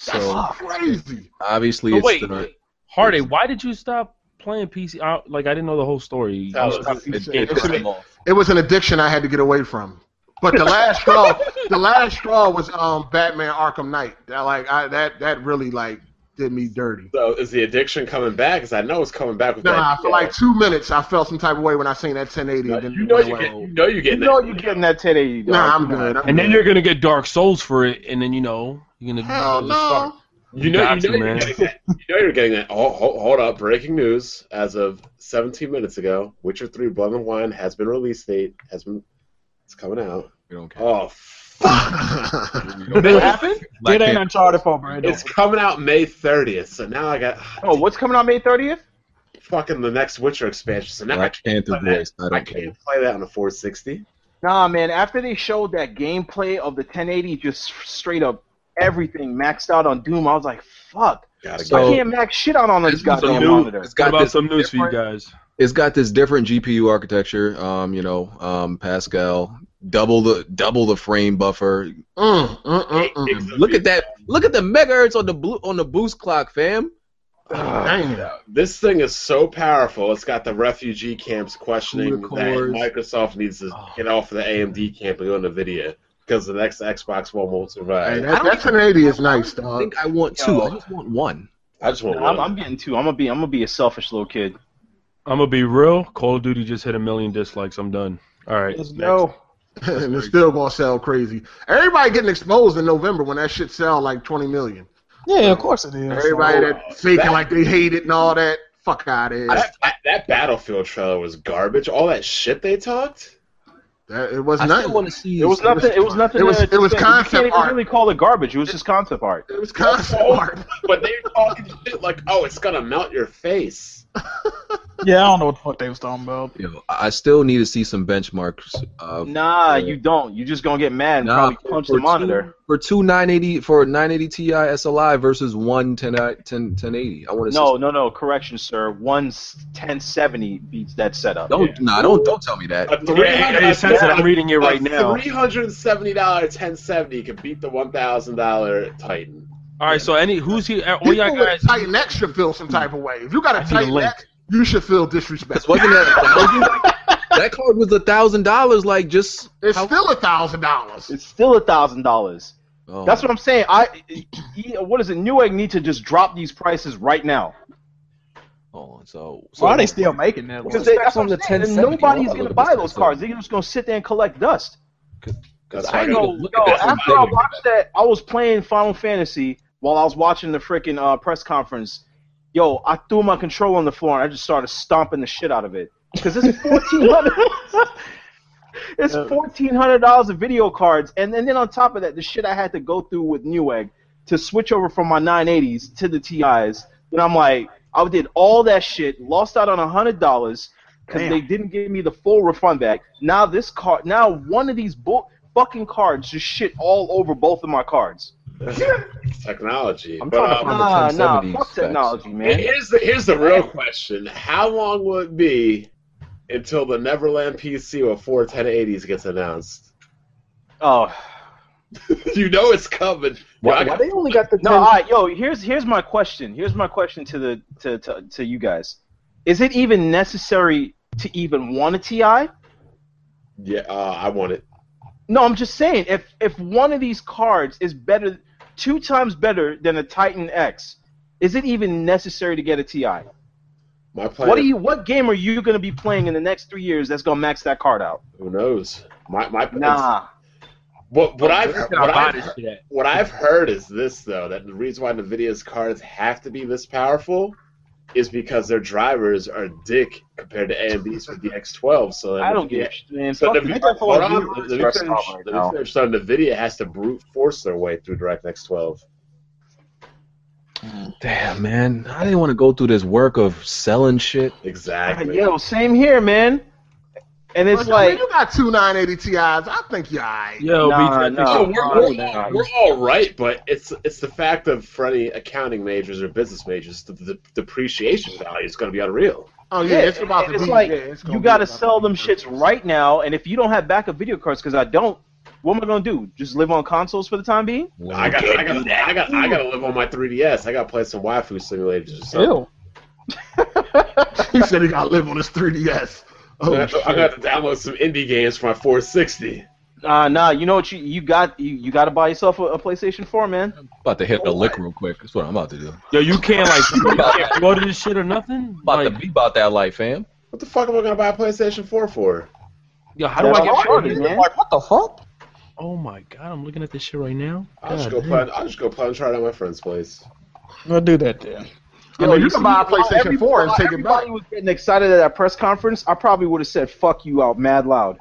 S5: That's
S1: So
S5: crazy.
S1: obviously,
S10: But
S1: it's
S10: wait,
S1: the,
S10: Hardy, why did you stop playing PC? I, like, I didn't know the whole story.
S9: Tell
S10: You
S9: us.
S10: stopped-
S1: it,
S10: Yeah,
S1: it pissed
S10: it's-
S1: them off.
S5: It was an addiction I had to get away from. But the last straw, the last straw was um Batman Arkham Knight. That like I that that really like did me dirty.
S9: So is the addiction coming back? Because I know it's coming back with
S5: Nah,
S9: that.
S5: for like two minutes, I felt some type of way when I seen that 1080. and then
S9: you
S5: it
S9: know
S5: went
S9: you
S5: away.
S9: get, you know you
S3: You
S9: get
S3: know you're getting that 1080. dog.
S5: Nah, I'm good. I'm
S10: And then
S5: good.
S10: you're gonna get Dark Souls for it, and then you know you're gonna.
S5: hell no.
S9: You know,
S10: Got
S9: you, know
S10: to,
S9: you're
S10: man.
S9: getting that. you know you're getting that. Oh, hold, hold up! Breaking news: as of 17 minutes ago, Witcher 3: Blood and Wine has been released. Date has been. It's coming out.
S1: We don't care.
S9: Oh, f-
S8: What happened?
S1: Black
S8: it ain't
S1: Panther.
S8: Uncharted 4, bro.
S9: it's coming out May 30th. So now I got
S3: Oh, what's coming out May 30th?
S9: fucking the next Witcher expansion. So now I
S1: Black
S9: can't,
S1: Panther
S9: play that.
S1: voice. I
S9: I
S1: don't care.
S9: can't play that on a 460.
S3: Nah, man. After they showed that gameplay of the 1080, just straight up everything maxed out on Doom, I was like, fuck.
S9: Gotta
S1: So-
S9: get
S3: I can't max shit out on this
S1: This is a
S3: goddamn
S1: new-
S3: monitor.
S1: It's
S10: What
S1: got
S10: about
S1: this
S10: some news for you
S1: different-
S10: guys?
S1: it's got this different GPU architecture. Um, you know, um, Pascal double the double the frame buffer. Mm, mm, mm, mm. Look at that! Look at the megahertz on the blue on the boost clock, fam.
S5: Damn.
S9: This thing is so powerful. It's got the refugee camps questioning
S1: Cooler
S9: that
S1: cores.
S9: Microsoft needs to
S1: Oh.
S9: get off the AMD camp and go into NVIDIA because the next Xbox One won't survive.
S5: Hey, that, that 1080 is nice,
S1: I
S5: dog.
S1: think I want two. I just want one.
S9: I just want
S3: I'm,
S9: one.
S3: I'm getting two. I'm gonna be. I'm gonna be a selfish little kid.
S10: I'm gonna be real. Call of Duty just hit a million dislikes. I'm done. All right.
S8: Let's
S10: next.
S8: go.
S5: and it's still gonna sell crazy. Everybody getting exposed in November when that shit sell like 20 million.
S8: Yeah, of course it is.
S5: Everybody that faking like they hate it and all that. Fuck out of here.
S9: that, that- that Battlefield trailer was garbage. All that shit they talked.
S5: That, it was
S1: I still
S5: nothing.
S1: want to see.
S3: It was nothing. It was nothing.
S5: It was-
S3: to-
S5: it was
S3: you
S5: concept
S3: can't even
S5: art.
S3: really call it garbage. It was just concept art.
S5: It was concept art.
S9: But they were talking shit like, "Oh, it's gonna melt your face."
S8: Yeah, I don't know what the fuck they was talking about.
S1: You know, I still need to see some benchmarks. Of,
S3: Nah,
S1: Yeah.
S3: you don't. You just gonna get mad and
S1: Nah,
S3: probably punch the monitor.
S1: Two, for two 980 for a 980 Ti SLI versus one uh, 10, 10 1080. I want to
S3: No,
S1: see.
S3: no, no. Correction, sir. One s- 1070 beats that setup.
S1: Don't nah, don't don't tell me that.
S9: A
S10: Hey, hey, Sensen, I'm reading it right now.
S9: Three hundred seventy dollar 1070 can beat the one thousand dollar Titan.
S10: All right. So any who's here? All
S5: People
S10: y'all
S5: with
S10: guys.
S5: a Titan X should feel some type of way. If you got a
S10: need a
S5: Titan
S10: link.
S5: X, you should feel disrespect.
S1: Because wasn't that a thousand? that card was a thousand dollars, like just.
S5: It's
S1: how-
S5: still a thousand dollars.
S3: It's still a thousand dollars.
S1: Oh.
S3: That's what I'm saying. I, E- what is it? Newegg need to just drop these prices right now
S1: Oh, so, so
S8: Why are they still making that?
S1: Because
S3: because
S8: Because
S1: they-
S3: that's what I'm saying. And
S1: 1070,
S3: nobody's
S1: I'm
S3: gonna
S1: looking
S3: buy
S1: at
S3: those
S1: that.
S3: cards. They're just gonna sit there and collect dust.
S9: That's
S1: I
S9: why I
S1: know-
S9: gotta-
S3: Yo,
S1: look
S3: yo,
S1: at that.
S3: after I watched that, I was playing Final Fantasy while I was watching the freaking uh, press conference. Yo, I threw my controller on the floor and I just started stomping the shit out of it because it's fourteen hundred. it's fourteen hundred dollars of video cards, and, and then on top of that, the shit I had to go through with Newegg to switch over from my 980s to the TIs. Then I'm like, I did all that shit, lost out on hundred dollars because
S8: Damn.
S3: they didn't give me the full refund back. Now this card, now one of these bu- fucking cards just shit all over both of my cards.
S9: technology.
S1: I'm
S9: but,
S1: trying to
S9: um,
S1: find
S3: uh, Nah,
S1: the
S3: nah,
S1: 1070
S3: fuck
S1: specs.
S3: technology, man.
S9: here's the here's the real question: How long will it be until the Neverland PC with four 1080s gets announced?
S3: Oh
S9: you know it's coming.
S1: Why,
S9: Yo, I-
S1: why they only got the
S3: no,
S1: 10
S3: all right, yo, here's here's my question. Here's my question to the to, to, to you guys. Is it even necessary to even want a TI?
S9: yeah, uh, I want it.
S3: No, I'm just saying if if one of these cards is better, two times better than a Titan X, is it even necessary to get a TI?
S9: My plan.
S3: What are you? What game are you gonna be playing in the next three years that's gonna max that card out?
S9: Who knows? My my
S3: Nah.
S9: What what I've
S10: Where
S9: heard,
S10: can I
S9: what
S10: buy
S9: I've,
S10: this
S9: heard-
S10: shit at?
S9: what I've heard is this though that the reason why Nvidia's cards have to be this powerful is because their drivers are dick compared to AMD's with the X12. So
S3: I don't
S9: NVIDIA
S3: give a shit, man.
S9: So
S3: Fuck
S9: Nvidia,
S3: it.
S9: hold on, let me
S3: Stress
S9: finish-
S3: out right
S9: let me
S3: now.
S9: finish. So Nvidia has to brute force their way through DirectX 12.
S1: Damn, man. I didn't want to go through this work of selling shit.
S9: Exactly.
S3: Uh, Yo, same here, man. And it's
S5: But, I mean,
S3: like,
S5: you got two 980 Ti's. I think you're all right.
S10: Yo,
S3: nah,
S10: BTS,
S3: nah, nah,
S9: So we're, we're,
S3: nah.
S9: all, we're all right, but it's it's the fact of for any accounting majors or business majors, the, the depreciation value is going to be unreal.
S5: Oh yeah,
S3: Yeah,
S5: it's about to
S3: it's
S5: be.
S3: like,
S5: yeah, it's gonna
S3: you
S5: be
S3: got to
S5: about to
S3: sell
S5: be
S3: them shits
S5: worth it.
S3: right now. And if you don't have backup video cards, because I don't, what am I gonna do? Just live on consoles for the time being?
S9: I got I got I got I got to live on my 3ds. I got to play some waifu simulators or something.
S8: Ew.
S5: He said he got to live on his 3DS.
S9: I'm
S5: Oh,
S9: gonna have to- I'm
S5: shit.
S9: gonna have to download some indie games for my 460.
S3: Uh, nah, you know what? You you got you, you got to buy yourself a, a PlayStation 4, man.
S1: About to hit the lick real quick. That's what I'm about to do.
S10: Yo, you can't like you can't go to this shit or nothing.
S1: About
S10: Like,
S1: to be about that life, fam.
S9: What the fuck am I gonna buy a PlayStation 4 for?
S10: yo, how do I get
S3: started, man?
S8: Like, what the fuck?
S10: Oh my god, I'm looking at this shit right now.
S9: I'll just
S10: God
S9: go
S10: damn.
S9: play. I'll just go play and try it at my friend's place.
S8: I'll do that then.
S5: You know, you can buy a PlayStation 4 and take it
S3: Everybody
S5: back.
S3: was getting excited at that press conference. I probably would have said "fuck you" out mad loud.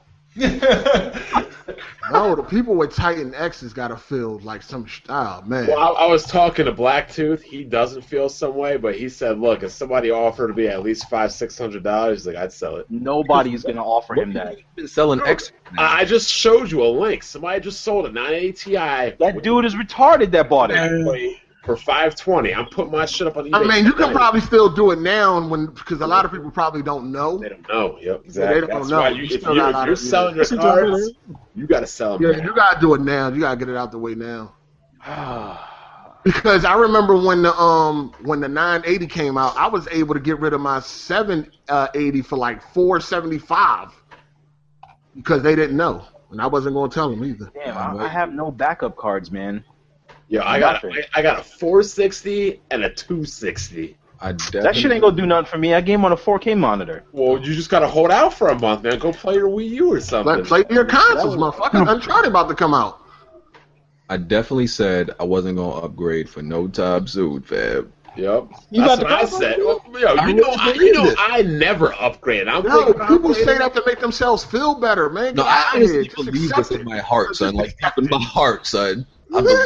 S5: No, the people with Titan X's gotta feel like some style, man.
S9: Well, I, I was talking to Blacktooth. He doesn't feel some way, but he said, "Look, if somebody offered me at least five, six hundred dollars, like I'd sell it."
S3: Nobody is gonna offer him that.
S1: You've been selling X.
S9: I I just showed you a link. Somebody just sold a 980 Ti
S3: That dude is retarded. That bought it.
S9: for 520. I'm putting my shit up on eBay.
S5: I mean, you can
S9: tonight.
S5: probably still do it now when because a lot of people probably don't know.
S9: They don't know. Yep,
S5: They
S9: exactly.
S5: don't
S9: That's
S5: know.
S9: why you,
S5: You
S9: if
S5: still
S9: you're,
S5: got a lot
S9: you're
S5: of-
S9: selling your cards, you gotta sell them.
S5: Yeah, you gotta do it now. You gotta get it out the way now. Because I remember when the um when the 980 came out, I was able to get rid of my 780 for like 475 because they didn't know, and I wasn't gonna tell them either.
S3: Damn, I, I have no backup cards, man.
S9: Yeah, I got
S3: Nothing.
S9: I, I got a 460 and a 260.
S1: I definitely,
S3: That shit ain't gonna do nothing for me. I game on a 4K monitor.
S9: Well, you just gotta hold out for a month, man. Go play your Wii U or something.
S5: Let play to your consoles, motherfucker. Uncharted about to come out.
S1: I definitely said I wasn't gonna upgrade for no time soon, fam.
S9: Yep.
S8: You got
S9: That's
S8: the
S9: what I
S8: copy?
S9: said. Well, yo,
S5: I
S9: you know,
S5: really
S9: I, you
S5: believe
S9: know,
S5: it.
S9: I never upgraded. I'm
S5: No,
S9: thinking about
S5: people say
S9: upgrading.
S5: that to make themselves feel better, man.
S1: No,
S5: Get
S1: I
S5: out of here.
S1: honestly
S5: Just
S1: believe
S5: accept
S1: this in
S5: it.
S1: my heart, son. Like deep in my heart, son. I believe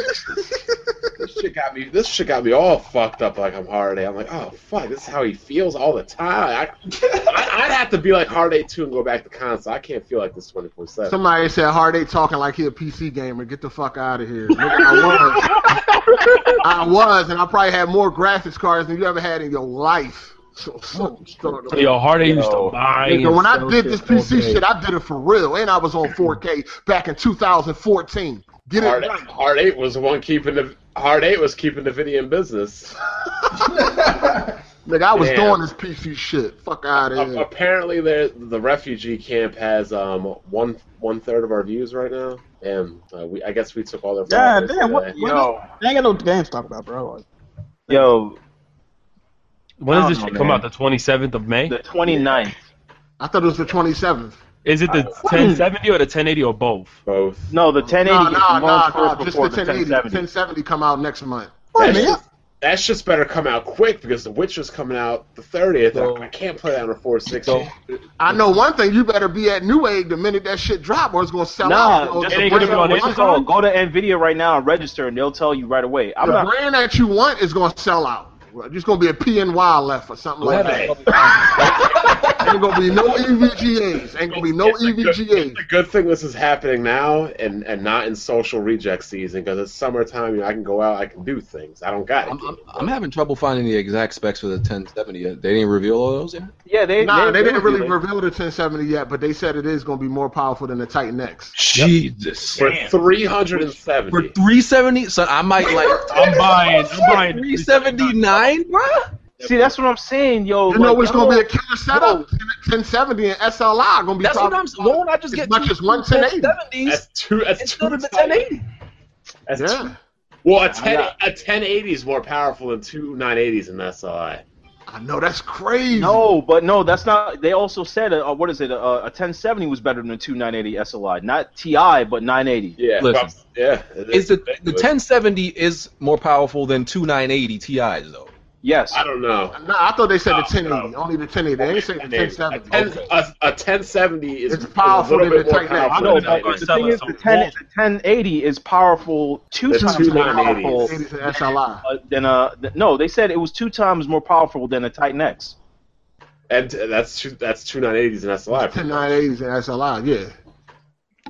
S9: This shit got me. This shit got me all fucked up. Like I'm Holiday. I'm like, oh fuck, this is how he feels all the time. I, I, I'd have to be like Holiday too and go back to console. I can't feel like this 24 seven.
S5: Somebody said Hardate talking like he a PC gamer. Get the fuck out of here. Nigga, I was. I was, and I probably had more graphics cards than you ever had in your life. So, so, so-
S10: Yo, Hardy used
S3: Yo.
S10: to buy.
S5: Nigga,
S10: and
S5: when I
S10: sell
S5: did this
S10: all
S5: PC
S10: day.
S5: shit, I did it for real, and I was on 4K back in 2014. Get it
S9: Hard,
S5: right.
S9: Hard Eight was the one keeping the Hard Eight was keeping the video in business.
S5: Nigga, I was
S9: Damn.
S5: doing this PC shit. Fuck out of
S9: A-
S5: here.
S9: apparently, there the refugee camp has um one one third of our views right now, and uh, we I guess we took all their.
S8: God
S9: followers
S8: damn, what-
S9: today.
S8: what-
S3: Yo,
S8: They ain't got no games to talk about, bro. Like,
S3: yo,
S10: When
S3: I
S10: does this
S3: don't
S10: shit
S3: know,
S10: come
S3: man.
S10: out? The 27th of May?
S3: the 29th.
S5: I thought it was the 27th.
S10: Is it the 1070 or the 1080 or both?
S9: both.
S3: No, the 1080
S5: No,
S3: is
S5: no,
S3: the month
S5: no,
S3: first
S5: no. Just the
S3: before the
S5: 1080.
S3: 1070.
S5: 1070 come out next month.
S8: wait a
S9: That's
S8: minute.
S9: just- That shit's better come out quick because The Witcher's coming out the 30th. and I can't play that on a 460.
S5: I know one thing. You better be at Newegg the minute that shit drop, or it's gonna sell out.
S3: Nah,
S5: Oh,
S3: just
S10: It
S5: the
S10: ain't gonna
S3: bring
S10: be on
S5: brand-
S3: it-
S10: Amazon?
S3: so go to Nvidia right now and register, and they'll tell you right away. I'm
S5: the
S3: not.
S5: brand that you want is gonna sell out. There's gonna be a PNY left or something like that.
S9: Hey,
S5: Ain't gonna be no E EVGAs. Ain't gonna be no E
S9: it's a good-
S5: EVGAs.
S9: It's a good thing this is happening now and, and not in social reject season because it's summertime. You know, I can go out, I can do things. I don't got it.
S1: I'm, I'm, I'm having trouble finding the exact specs for the 1070. yet. They didn't reveal all those yet.
S3: Yeah, they.
S5: Nah, they didn't
S3: will
S5: really
S3: be.
S5: reveal the 1070 yet, but they said it is gonna be more powerful than the Titan X.
S1: Jesus.
S9: For 370.
S1: For 370, son, I might like.
S10: I'm buying. I'm buying.
S1: 379, bruh.
S3: See, that's what I'm saying, yo.
S5: You know
S3: like,
S5: what's gonna be
S3: yo,
S5: a killer setup? 1070 and SLI are gonna be
S1: That's what
S5: probably
S1: I'm saying. I just
S5: as
S1: get
S5: much as one 1080.
S1: 1070s
S9: That's two. That's two.
S1: instead of the
S9: tight-
S1: 1080.
S9: That's two-
S5: Yeah,
S9: Well, a, 10,
S3: not-
S9: a 1080 is more powerful than two 980s in SLI.
S5: I know that's crazy.
S3: No, but no, that's not. They also said, uh, what is it? Uh, a 1070 was better than a 2980 SLI, not Ti, but 980.
S9: Yeah.
S1: Listen.
S9: props- yeah. it
S1: Is the, the
S9: ridiculous.
S1: 1070 is more powerful than two 980 Ti's though.
S3: Yes.
S9: I don't know.
S5: No, I thought they said
S3: Oh,
S5: the
S9: No,
S5: 1080. Only the 1080. They ain't saying the
S9: A
S5: 1070.
S9: 10 a- a 1070 is
S5: It's powerful
S9: is a
S5: than
S9: little bit
S5: the
S9: more
S5: Titan X.
S9: powerful
S3: I know,
S9: than
S3: but
S9: Titan X.
S3: the thing is, the, 10, the 1080 is powerful two
S9: It's
S3: times
S9: two
S3: more
S9: 980s.
S3: powerful
S5: 1080 to SLI.
S3: uh, than a. th- no, they said it was two times more powerful than a Titan X.
S9: And uh, that's two, that's two 980s and that's
S5: Ten
S9: live.
S5: 980s and SLI, yeah.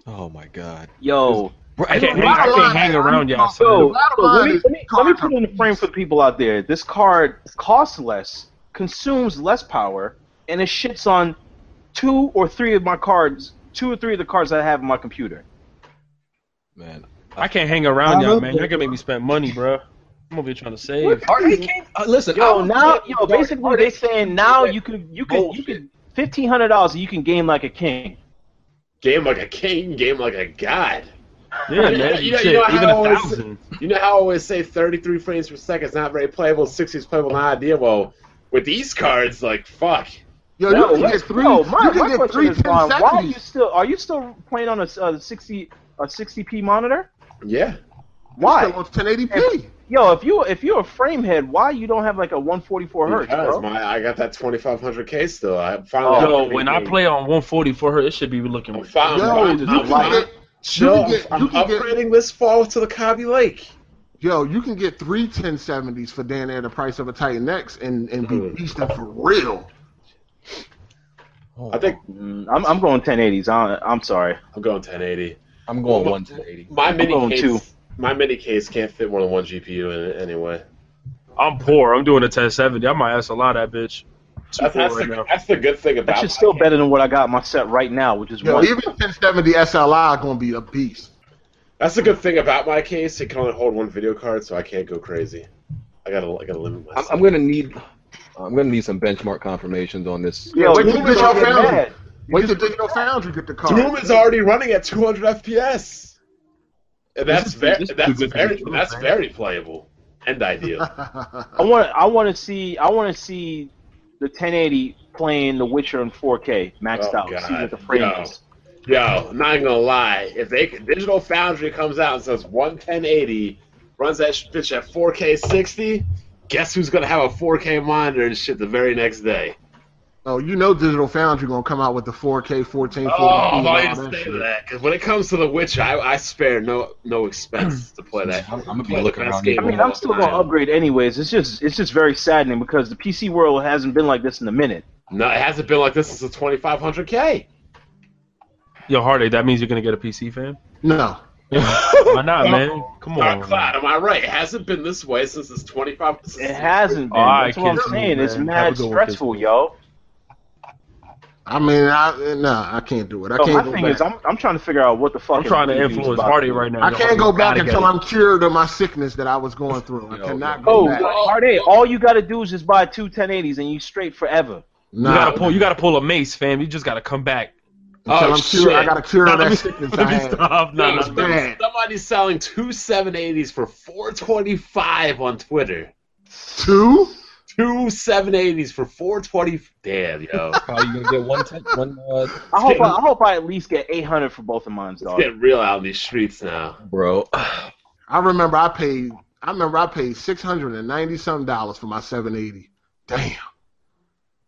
S1: Oh my god.
S3: Yo,
S1: Bruh,
S10: I can't hang,
S1: don't-
S10: I can't hang around y'all.
S3: yo,
S5: The
S10: So
S5: bottom
S3: yo, let,
S5: line
S3: me,
S5: is
S3: let, me, let me put it in a frame for the people out there. This card costs less, consumes less power, and it shits on two or three of my cards, two or three of the cards I have in my computer.
S1: Man,
S10: I can't hang around y'all, man. Y'all gonna make me spend money, bro. I'm over here trying to save.
S1: Hardly came. Uh, listen, I
S3: Yo,
S1: was
S3: now,
S1: getting
S3: yo,
S1: dark
S3: basically
S1: Hardly
S3: they saying now you could, you could, you could, fifteen hundred dollars, you can game like a king.
S9: Game like a king, game like a god.
S6: Yeah,
S9: You know-
S6: man.
S9: you know-
S6: shit,
S9: you know
S6: even
S9: how
S6: a
S9: I always-
S6: thousand.
S9: You know how I always say 33 frames per second is not very playable, 60 is playable, not idea. Well, with these cards, like fuck.
S5: Yo,
S3: No,
S5: you can get
S3: let's-
S5: three.
S3: no, my,
S5: you can
S3: my
S5: get
S3: question
S5: three
S3: is, Ron, why are you
S5: 1070s.
S3: still are you still playing on a, a 60 a 60p monitor?
S9: Yeah.
S5: Still
S3: Why?
S5: on 1080p.
S3: Yo, if you if you're a frame head, why you don't have like a 144 hertz, bro?
S9: Because my, I got that 2500K still. I finally.
S3: Oh,
S6: Yo, when I play on 140 for her, it should be looking.
S9: I'm fine.
S5: Yo,
S9: I'm
S5: you
S9: fine.
S5: can
S9: I'm fine.
S5: get-
S9: Chill.
S5: you can get-
S9: I'm
S5: you can get-
S9: upgrading this fall to the Cobby Lake.
S5: Yo, you can get three 1070s for damn near the price of a Titan X and, and be
S9: Mm.
S5: beasting for real.
S9: I think
S3: Mm, I'm I'm going 1080s. I, I'm sorry.
S9: I'm going 1080.
S1: I'm going
S9: Well,
S1: one to eighty.
S9: My mini
S3: going
S9: case,
S3: two.
S9: my mini case can't fit more than one GPU in it anyway.
S6: I'm poor. I'm doing a 1070. I might ask a lot of that bitch. Too
S9: That's,
S6: poor
S9: that's,
S6: right
S9: the,
S6: now.
S9: that's the good thing about.
S3: That's just still better than what I got in my set right now, which is
S5: Yo,
S3: one.
S5: even 1070 SLI gonna be a beast.
S9: That's the good thing about my case. It can only hold one video card, so I can't go crazy. I gotta, I gotta limit
S1: I'm,
S9: myself.
S1: I'm gonna need. I'm gonna need some benchmark confirmations on this.
S3: Yo,
S5: Wait
S3: you
S5: till
S3: just
S5: Digital
S3: get
S5: Foundry.
S3: mad.
S5: Wait till Digital Foundry get the car.
S9: Doom is already running at 200 FPS. And that's very,
S6: this is
S9: that's
S6: too good for
S9: very,
S6: Doom,
S9: that's
S6: man.
S9: very playable and ideal.
S3: I want I want to see I want to see the 1080 playing The Witcher in 4K maxed
S9: Oh,
S3: out. See
S9: God.
S3: what the frame
S9: Yo.
S3: is.
S9: Yo, not even gonna lie. If they could- Digital Foundry comes out and says 11080 runs that sh- bitch at 4K 60, guess who's gonna have a 4K monitor and shit the very next day?
S5: oh, you know Digital Foundry gonna come out with the 4K 1440.
S9: Oh, I'm not
S5: all
S9: even
S5: that
S9: saying
S5: shit.
S9: that because when it comes to The Witcher, I, I spare no no expense to play that.
S1: I'm, I'm gonna
S9: Play
S1: be
S9: the
S1: looking
S9: best
S1: around.
S9: game
S1: here
S3: I mean,
S9: of all
S3: I'm still gonna
S9: time.
S3: upgrade anyways. It's just it's just very saddening because the PC world hasn't been like this in a minute.
S9: No, it hasn't been like this since the 2500K.
S6: Yo, heartache. That means you're gonna get a PC fan.
S5: No.
S6: Why not, man? Come
S9: Dark
S6: on.
S9: Uh, Cloud, am I right? It hasn't been this way since it's 25.
S3: It hasn't been.
S6: All right,
S3: That's what I'm
S6: kids,
S3: saying.
S6: man.
S3: It's
S6: Have a
S3: mad
S6: good one,
S3: stressful,
S6: kids.
S3: yo.
S5: I mean, I nah, I can't do it. I
S3: So
S5: can't
S3: Oh, my
S5: go
S3: thing
S5: back.
S3: is, I'm, I'm trying to figure out what the fuck.
S6: I'm trying to influence Hardy right now.
S5: I
S6: Yo,
S5: can't
S6: Hardy,
S5: go
S6: you
S5: back
S6: gotta get
S5: until
S6: it.
S5: I'm cured of my sickness that I was going through. I
S1: Yo,
S5: cannot go
S3: Oh,
S5: back.
S3: Hardy, all you gotta do is just buy two 1080s and you straight forever.
S6: You
S5: Nah,
S6: gotta pull. You gotta pull a mace, fam. You just gotta come back.
S5: until
S9: Oh,
S5: I'm cured, I
S9: shit.
S5: got to cure
S6: Nah,
S5: of
S6: let
S5: that
S6: me-
S5: sickness
S6: Let
S5: I
S6: me
S5: had.
S6: stop. No, no,
S5: was
S6: no.
S5: bad.
S9: Somebody's selling two 780s for 425 on Twitter.
S5: Two?
S9: Two 780s for 420. Damn, yo.
S1: How are you gonna get one ten, one uh,
S3: I hope I, I hope I at least get 800 for both of mine,
S9: It's
S3: dog.
S9: getting real out in these streets now.
S1: bro? Ah,
S5: I remember I paid. I remember I paid six hundred and ninety some dollars for my seven eighty. Damn.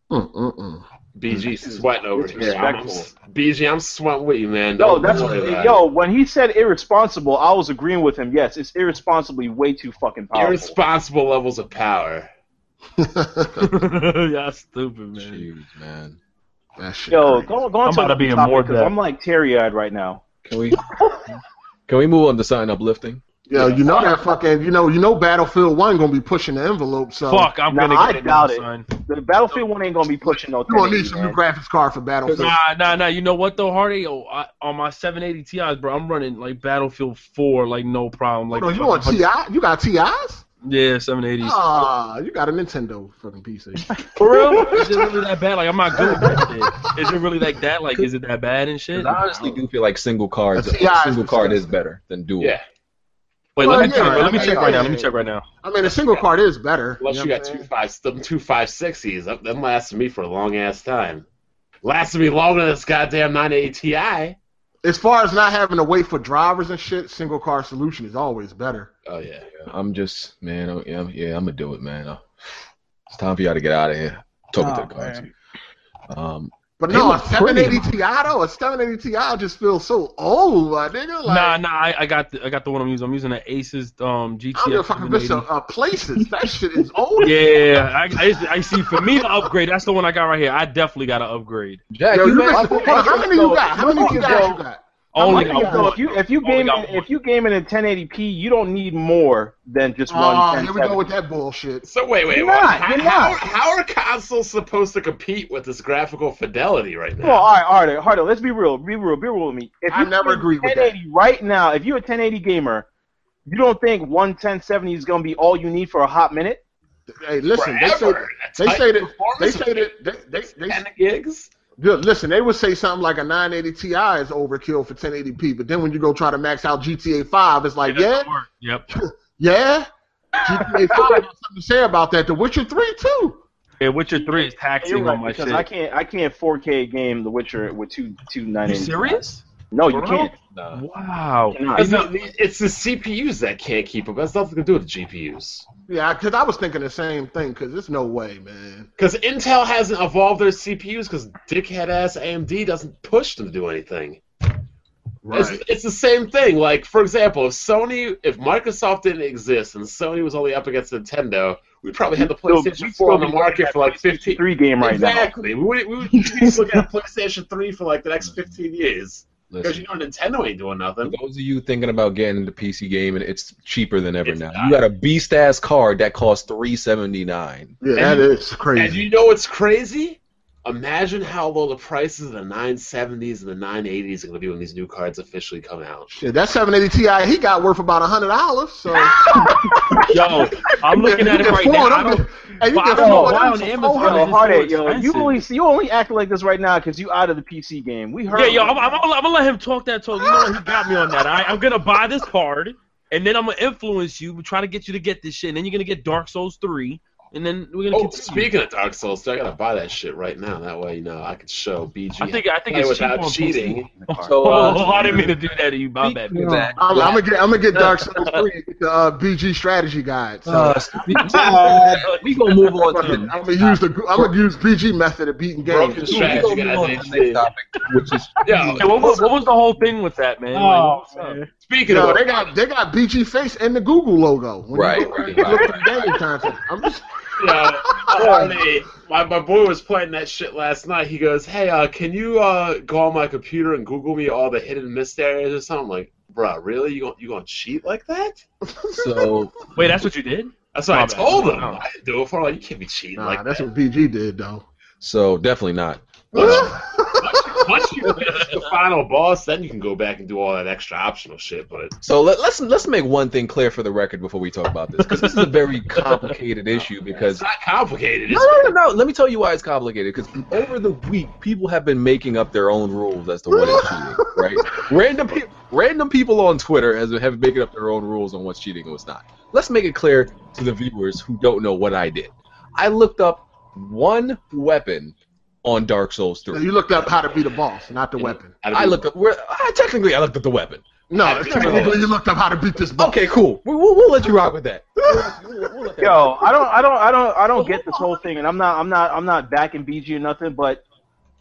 S5: Mm, mm, mm.
S9: BG sweating over here. I'm, I'm,
S3: Disrespectful.
S9: BG, I'm sweating with you, man.
S3: Yo,
S9: Don't
S3: that's
S9: worry about
S3: yo. When he said irresponsible, I was agreeing with him. Yes, it's irresponsibly way too fucking
S9: it.
S3: powerful.
S9: Irresponsible levels of power.
S6: Y'all stupid, man.
S1: Jeez, man.
S5: that shit.
S3: Yo,
S5: crazy.
S3: go go on
S6: I'm about to be in more
S3: because
S6: debt.
S3: I'm like teary eyed right now.
S1: Can we? Can we move on to something uplifting?
S5: Yo, you know that fucking. You know, you know, Battlefield One gonna be pushing the envelope. So
S6: Fuck, I'm
S3: Nah,
S6: gonna
S3: I
S6: get it, now,
S3: doubt it.
S6: son.
S3: The Battlefield one ain't gonna be pushing no.
S5: you gonna need
S3: 1080,
S5: some new
S3: man.
S5: graphics card for Battlefield.
S6: Nah, nah, nah. You know what though, Hardy? Oh, I, on my 780 Ti's, bro, I'm running like Battlefield 4, like no problem. Like
S5: Hold on, you want Ti? You got Ti's?
S6: Yeah, 780s.
S5: Ah, you got a Nintendo fucking PC.
S6: For real? Is it really that bad? Like, I'm not good with that shit. Is it really like that? Like, is it that bad and
S1: 'Cause
S6: shit?
S1: I honestly do feel like single cards.
S5: That's- yeah,
S1: single
S5: it's-
S1: card is better than dual.
S9: Yeah.
S6: Wait,
S5: Well,
S6: let me
S5: yeah,
S6: check. Let me
S5: yeah,
S6: check right now.
S5: yeah,
S6: Let me
S5: yeah.
S6: check right now.
S5: I mean, a single card is better.
S9: Unless
S5: know
S9: you
S5: what
S9: got
S5: I'm
S9: two
S5: saying?
S9: five, them two five sixties. That them lasted me for a long ass time. Lasted me longer than this goddamn 980 Ti.
S5: As far as not having to wait for drivers and shit, single card solution is always better.
S9: Oh yeah.
S1: I'm just, man. I'm, yeah, I'm, yeah, I'm gonna do it, man. Uh, It's time for y'all to get out of here. Talk
S8: Aw,
S1: to the cards. Um,
S5: But
S1: They
S5: no, a
S1: look pretty.
S5: 780 Ti though, a 780 Ti just feels so old, my nigga. Like,
S6: nah, nah. I, I got the I got the one I'm using. I'm using an Aces um GTX.
S5: I don't give a fuck if it's a,
S6: 780.
S5: uh, places. That shit is old.
S6: Yeah, I, I, I see. For me to upgrade, that's the one I got right here. I definitely got to upgrade.
S1: Jack,
S5: Yo,
S1: you
S5: you
S1: made-
S5: missed- hold on, how many you got? How many you got? You got?
S6: Only
S3: Like,
S6: got
S3: yo,
S6: one.
S3: if you if you
S6: Only
S3: game
S6: got one.
S3: if you game in a 1080p, you don't need more than just one.
S5: Oh, here we go
S3: 1070.
S5: with that bullshit.
S9: So wait, wait,
S3: You're
S9: wait.
S3: not,
S9: how,
S3: you're
S9: how,
S3: not.
S9: how are consoles supposed to compete with this graphical fidelity right now?
S3: Well, all right, all right, all right. Let's be real, be real, be real with me. If
S5: I
S3: you
S5: never
S3: play
S5: agreed with that.
S3: 1080 Right now, if you're a 1080 gamer, you don't think one 1070 is gonna be all you need for a hot minute?
S5: Hey, listen,
S9: Forever.
S5: they say they say that-
S9: Performance
S5: they say
S9: of
S5: that they they, they,
S9: 10 gigs.
S5: Yeah, Listen, they would say something like a 980 Ti is overkill for 1080p, but then when you go try to max out GTA 5, it's like, yeah,
S10: Yep.
S5: yeah. GTA 5 has something to say about that. The Witcher 3 too.
S10: Yeah, Witcher Three is taxing
S3: You're right,
S10: on my
S3: because
S10: shit.
S3: I can't I can't 4K game The Witcher with two two
S10: you
S3: ninety.
S10: serious?
S3: No, you
S9: Bro?
S3: can't.
S10: Wow.
S3: Cannot.
S9: It's, the- it's the CPUs that can't keep up. That's nothing to do with the GPUs.
S5: Yeah, because I was thinking the same thing. Because there's no way, man.
S9: Because Intel hasn't evolved their CPUs because dickhead ass AMD doesn't push them to do anything. It's, it's the same thing. Like, for example, if Sony, if Microsoft didn't exist and Sony was only up against Nintendo, we probably had the
S3: Still-
S9: PlayStation
S3: we
S9: 4
S3: still
S9: on the
S3: be
S9: market
S3: looking
S9: for like
S3: at
S9: 15.
S3: Three game right
S9: exactly. We would, we would be looking at PlayStation 3 for like the next 15 years. Because
S1: Listen,
S9: you know Nintendo ain't doing nothing.
S1: for those of you thinking about getting into PC gaming, it's cheaper than ever
S9: It's
S1: now.
S9: not.
S1: You got a beast ass card that costs three seventy nine.
S5: Yeah,
S9: And
S5: that
S9: you-
S5: is
S9: And
S5: crazy.
S9: you know what's crazy? Imagine how low the prices of the 970s and the 980s are going to be when these new cards officially come out.
S5: Shit, that 780 Ti he got worth about hundred dollars. So
S10: Yo, I'm looking at it right now. I don't,
S5: And you
S10: but I don't
S5: can
S10: know
S5: afford
S10: why
S5: them
S10: on Amazon Bro,
S5: for $400.
S3: now.
S10: it's so
S3: Heartache, yo, you
S10: expensive.
S3: only you only acting like this right now because you out of the PC game. We heard.
S10: yeah, yo, I'm, I'm, gonna- I'm gonna let him talk that talk. You know what? He got me on that. I, I'm gonna buy this card, and then I'm gonna influence you, try to get you to get this shit, and then you're gonna get Dark Souls three, and then we're gonna
S9: Oh,
S10: continue.
S9: speaking of Dark Souls, I gotta buy that shit right now. That way, you know, I could show BG.
S10: I think I think
S9: play
S10: it's cheap
S9: without
S10: on
S9: cheating.
S1: So,
S10: Oh,
S1: uh,
S10: I didn't mean to do that to you, my bad.
S1: Speaking of-
S5: I'm, I'm gonna get I'm gonna get Dark Souls three with the uh, BG strategy guide. So
S1: uh,
S8: uh,
S1: we gonna move on to the
S5: I'm gonna use the I'm gonna use BG method of beating
S9: Broken
S5: games.
S1: we
S9: strategy,
S1: gonna move
S9: guys.
S1: on to the next
S9: HD.
S1: topic, which is
S9: Yo,
S10: Hey, what, was, what was the whole thing with that, man?
S1: uh,
S8: Oh,
S10: Like, what was up?
S9: speaking
S5: No,
S9: of,
S5: they got they got BG face and the Google logo. When
S1: Right,
S5: you look,
S1: right,
S5: look
S1: right,
S5: at the game content. I'm just
S9: you know, apparently, my my boy was playing that shit last night. He goes, "Hey, uh, can you uh, go on my computer and Google me all the hidden mysteries or something?" I'm like, bruh, really? You gonna you gonna cheat like that?
S1: so
S10: Wait, that's what you did?
S9: That's what
S10: My
S9: I
S10: bad.
S9: told him.
S10: Oh.
S9: I didn't do it for him. Like, you can't be cheating
S5: nah,
S9: like
S5: that's
S9: that.
S5: what BG did though.
S1: so definitely not.
S9: Once you finish the final boss, then you can go back and do all that extra optional shit. But
S1: So let, let's let's make one thing clear for the record before we talk about this, because this is a very complicated issue. Because
S9: it's not complicated.
S1: no,
S9: It's
S1: no, no, no. Let me tell you why it's complicated. Because over the week, people have been making up their own rules as to what is cheating, right? Random, pe- random people on Twitter has have been making up their own rules on what's cheating and what's not. Let's make it clear to the viewers who don't know what I did. I looked up one weapon on Dark Souls
S5: So
S1: Three.
S5: you looked up how to be the boss, not the weapon.
S1: I looked up. Where, I, technically, I looked up the weapon.
S5: No, technically you looked up how to beat this boss.
S1: Okay, cool. We, we'll, we'll let you rock with that.
S3: Yo, I don't, I don't, I don't, I don't get this whole thing, and I'm not, I'm not, I'm not backing BG or nothing. But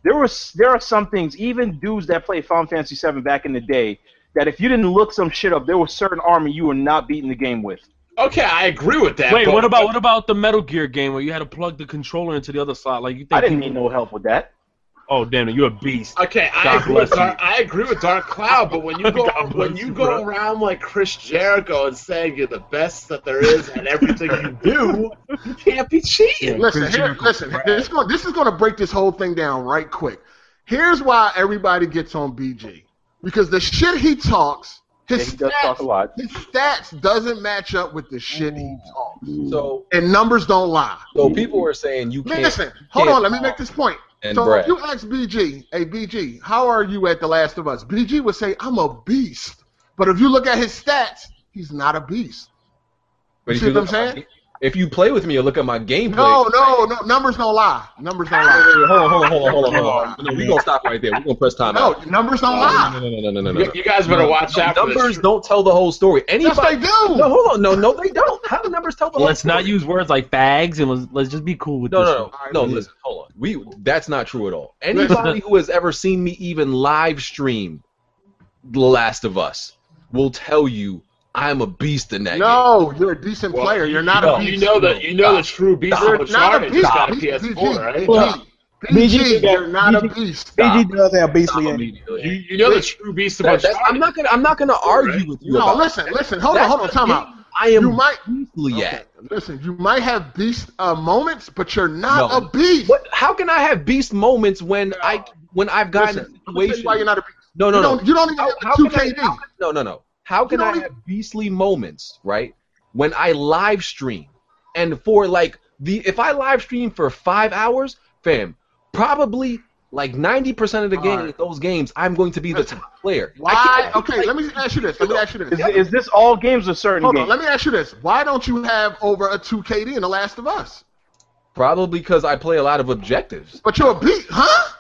S3: there was, there are some things. Even dudes that played Final Fantasy VII back in the day, that if you didn't look some shit up, there was certain army you were not beating the game with.
S9: Okay, I agree with that.
S10: Wait,
S9: but-
S10: what about what about the Metal Gear game where you had to plug the controller into the other slot? Like you think?
S3: I didn't need no help with that.
S10: Oh damn it, you're a beast.
S9: Okay, I
S10: God
S9: agree, with
S10: bless
S9: Dark, I agree with Dark Cloud, but when you go
S10: God
S9: when
S10: bless
S9: you
S10: you,
S9: go
S10: bro.
S9: around like Chris Jericho and saying you're the best that there is at everything you do, you can't be cheating.
S5: Listen, here, listen. This, is going, this is going to break this whole thing down right quick. Here's why everybody gets on BG because the shit he talks,
S3: Yeah,
S5: his
S3: he does talk a
S5: stats,
S3: lot.
S5: his stats doesn't match up with the shit he talks,
S1: So,
S5: and numbers don't lie.
S1: so people were saying you can't.
S5: Listen, hold
S1: can't
S5: on. Let me
S1: talk.
S5: make this point.
S1: And
S5: so
S1: Brad.
S5: if you ask BG, hey BG, how are you at The Last of Us? BG would say, I'm a beast. But if you look at his stats, he's not a beast.
S1: But
S5: You
S1: if
S5: see
S1: you
S5: what
S1: look
S5: I'm
S1: at my
S5: saying?
S1: ga- If you play with me or look at my gameplay.
S5: No, no, no. Numbers don't lie. Numbers don't
S1: Wait,
S5: lie.
S1: wait, wait, hold on, hold on, hold on, hold on, hold on. No, we're gonna stop right there. We're gonna press time
S5: No,
S1: out.
S5: numbers don't
S1: No,
S5: lie.
S1: no, no, no, no, no, no.
S9: You, you guys better watch out for
S1: Numbers
S9: this.
S1: don't tell the whole story.
S5: Yes,
S1: Anybody?
S5: they do.
S1: No, hold on. No, no, they don't. How do numbers tell the whole
S10: Let's not
S1: story?
S10: use words like fags and let's, let's just be cool with
S1: No,
S10: this.
S1: no,
S5: Alright,
S1: no. No,
S5: listen.
S1: listen. Hold on. We that's not true at all. Anybody who has ever seen me even live stream The Last of Us will tell you I'm a beast in that game.
S5: No, you're a decent
S9: Well,
S5: player. You're not
S1: no.
S5: a
S9: You
S5: beast.
S9: know that you know the true beast
S5: You're
S9: of
S5: not a
S9: Uncharted
S5: beast.
S9: got a
S5: BG,
S9: PS4, right?
S8: Well,
S5: BG,
S8: BG,
S5: you're not a
S8: BG.
S5: beast.
S8: BG does have
S1: Stop
S8: beastly. energy.
S1: immediately.
S9: You, you know the true beast of
S1: uh, That- that's- I'm
S9: Uncharted.
S1: not gonna. I'm not gonna argue with you.
S5: No,
S1: about
S5: listen,
S1: that.
S5: listen. Hold on,
S1: That's
S5: hold on.
S1: the
S5: Time out.
S1: game I am
S5: You might.
S1: briefly
S5: Okay,
S1: at.
S5: Listen, you might have beast uh, moments, but you're not
S1: No.
S5: a beast.
S1: What? How can I have beast moments when I when I've gotten
S5: Listen,
S1: a
S5: I'm gonna tell
S1: situation?
S5: you why you're not a beast.
S1: no, no,
S5: you
S1: no.
S5: don't, you don't even
S1: How-
S5: have
S1: how
S5: the two
S1: can I-
S5: KD.
S1: No, no, no. How can
S5: You
S1: I
S5: don't
S1: have beastly moments, right? When I live stream and for like the if I live stream for five hours, fam, probably
S9: Like ninety percent of the game,
S5: Alright.
S9: those games, I'm going to be the top player.
S5: Why? Okay, let me ask you this. Let me ask you
S3: Is,
S5: this.
S3: is this all games or certain
S5: Hold on.
S3: games?
S5: Let me ask you this. Why don't you have over a 2KD in The Last of Us?
S9: Probably because I play a lot of objectives.
S5: But you're a beat, huh?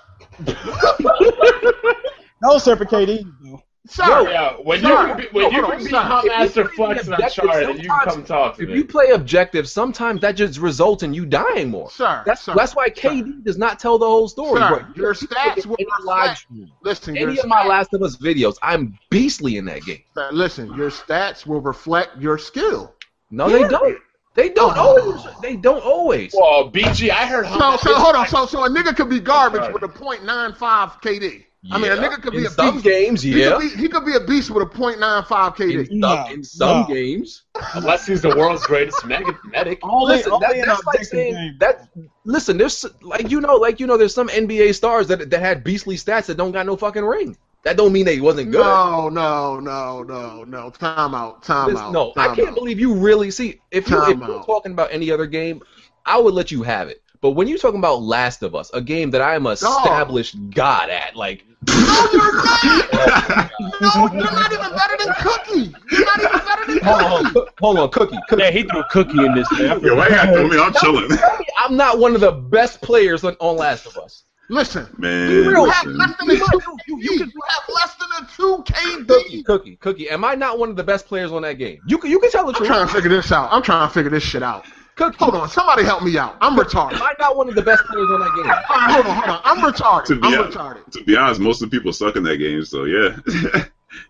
S8: No, sir, for KD. no.
S5: Sorry.
S1: Yeah, when
S5: Sorry.
S1: you be, when
S5: No,
S1: you
S5: hold on,
S1: be
S5: sorry.
S1: Master
S9: If you play
S1: Flex and
S9: the objective
S1: Uncharted, you can
S9: sometimes-
S1: come talk to
S9: If
S1: me.
S9: you play objectives, sometimes that just results in you dying more.
S5: Sir,
S9: That's
S5: sir,
S9: that's why KD does not tell the whole story.
S5: Sir,
S9: bro.
S5: your
S9: You
S5: stats
S9: look at
S5: will
S9: any
S5: reflect-
S9: live stream,
S5: listen, your
S9: Any of my
S5: stats-
S9: Last of Us videos, I'm beastly in that game.
S5: Now, Listen, your stats will reflect your skill.
S9: No, they don't. They don't
S5: Oh.
S9: always. They don't always.
S1: Well, BG, I heard
S5: So,
S1: Hunt-
S5: so hold on. So, so a nigga could be garbage
S1: Oh, Sorry.
S5: with a .95 KD. I mean, a
S9: Yeah.
S5: nigga could be
S9: in
S5: a
S9: some
S5: beast.
S9: games.
S5: He,
S9: Yeah,
S5: could be, he could be a beast with a .95
S9: in
S5: KD.
S9: some,
S8: No,
S9: in some
S8: no.
S9: games.
S1: unless he's the world's greatest medic. medic.
S8: Only,
S9: Listen,
S8: only
S9: that-
S8: in
S9: that's like
S8: objective
S9: saying
S8: games.
S9: that. Listen, there's like you know, like you know, there's some NBA stars that that had beastly stats that don't got no fucking ring. That don't mean they wasn't good.
S5: No, no, no, no, no. Time out. Time
S9: Listen,
S5: out.
S9: no, I
S5: time
S9: can't
S5: out.
S9: believe you really see. If you if
S5: Time
S9: you're
S5: out.
S9: talking about any other game, I would let you have it. But when you're talking about Last of Us, a game that I am a established god at, like
S5: No, you're not. no, you're not even better than Cookie. You're not even better than
S9: hold
S5: Cookie.
S9: on, Cook- hold on, Cookie, Cookie.
S6: Yeah, he threw cookie in this. Man.
S2: Yo, why you gotta throw me? I'm chilling.
S9: I'm not one of the best players on, on Last of Us.
S5: Listen,
S2: Man,
S5: you
S9: real.
S5: have
S2: listen.
S5: less than a two. You, you, have less than a two
S9: Cookie,
S5: KD.
S9: Cookie, Cookie. Am I not one of the best players on that game? You can you can tell the
S5: I'm
S9: truth.
S5: trying to figure this out. I'm trying to figure this shit out.
S9: Cookie,
S5: Hold on, somebody help me out. I'm retarded.
S9: am I not one of the best players on that game?
S5: All right, hold on, hold on. I'm
S2: To
S5: retarded.
S2: be
S5: I'm
S2: honest.
S5: retarded.
S2: To be honest, most of the people suck in that game, so yeah.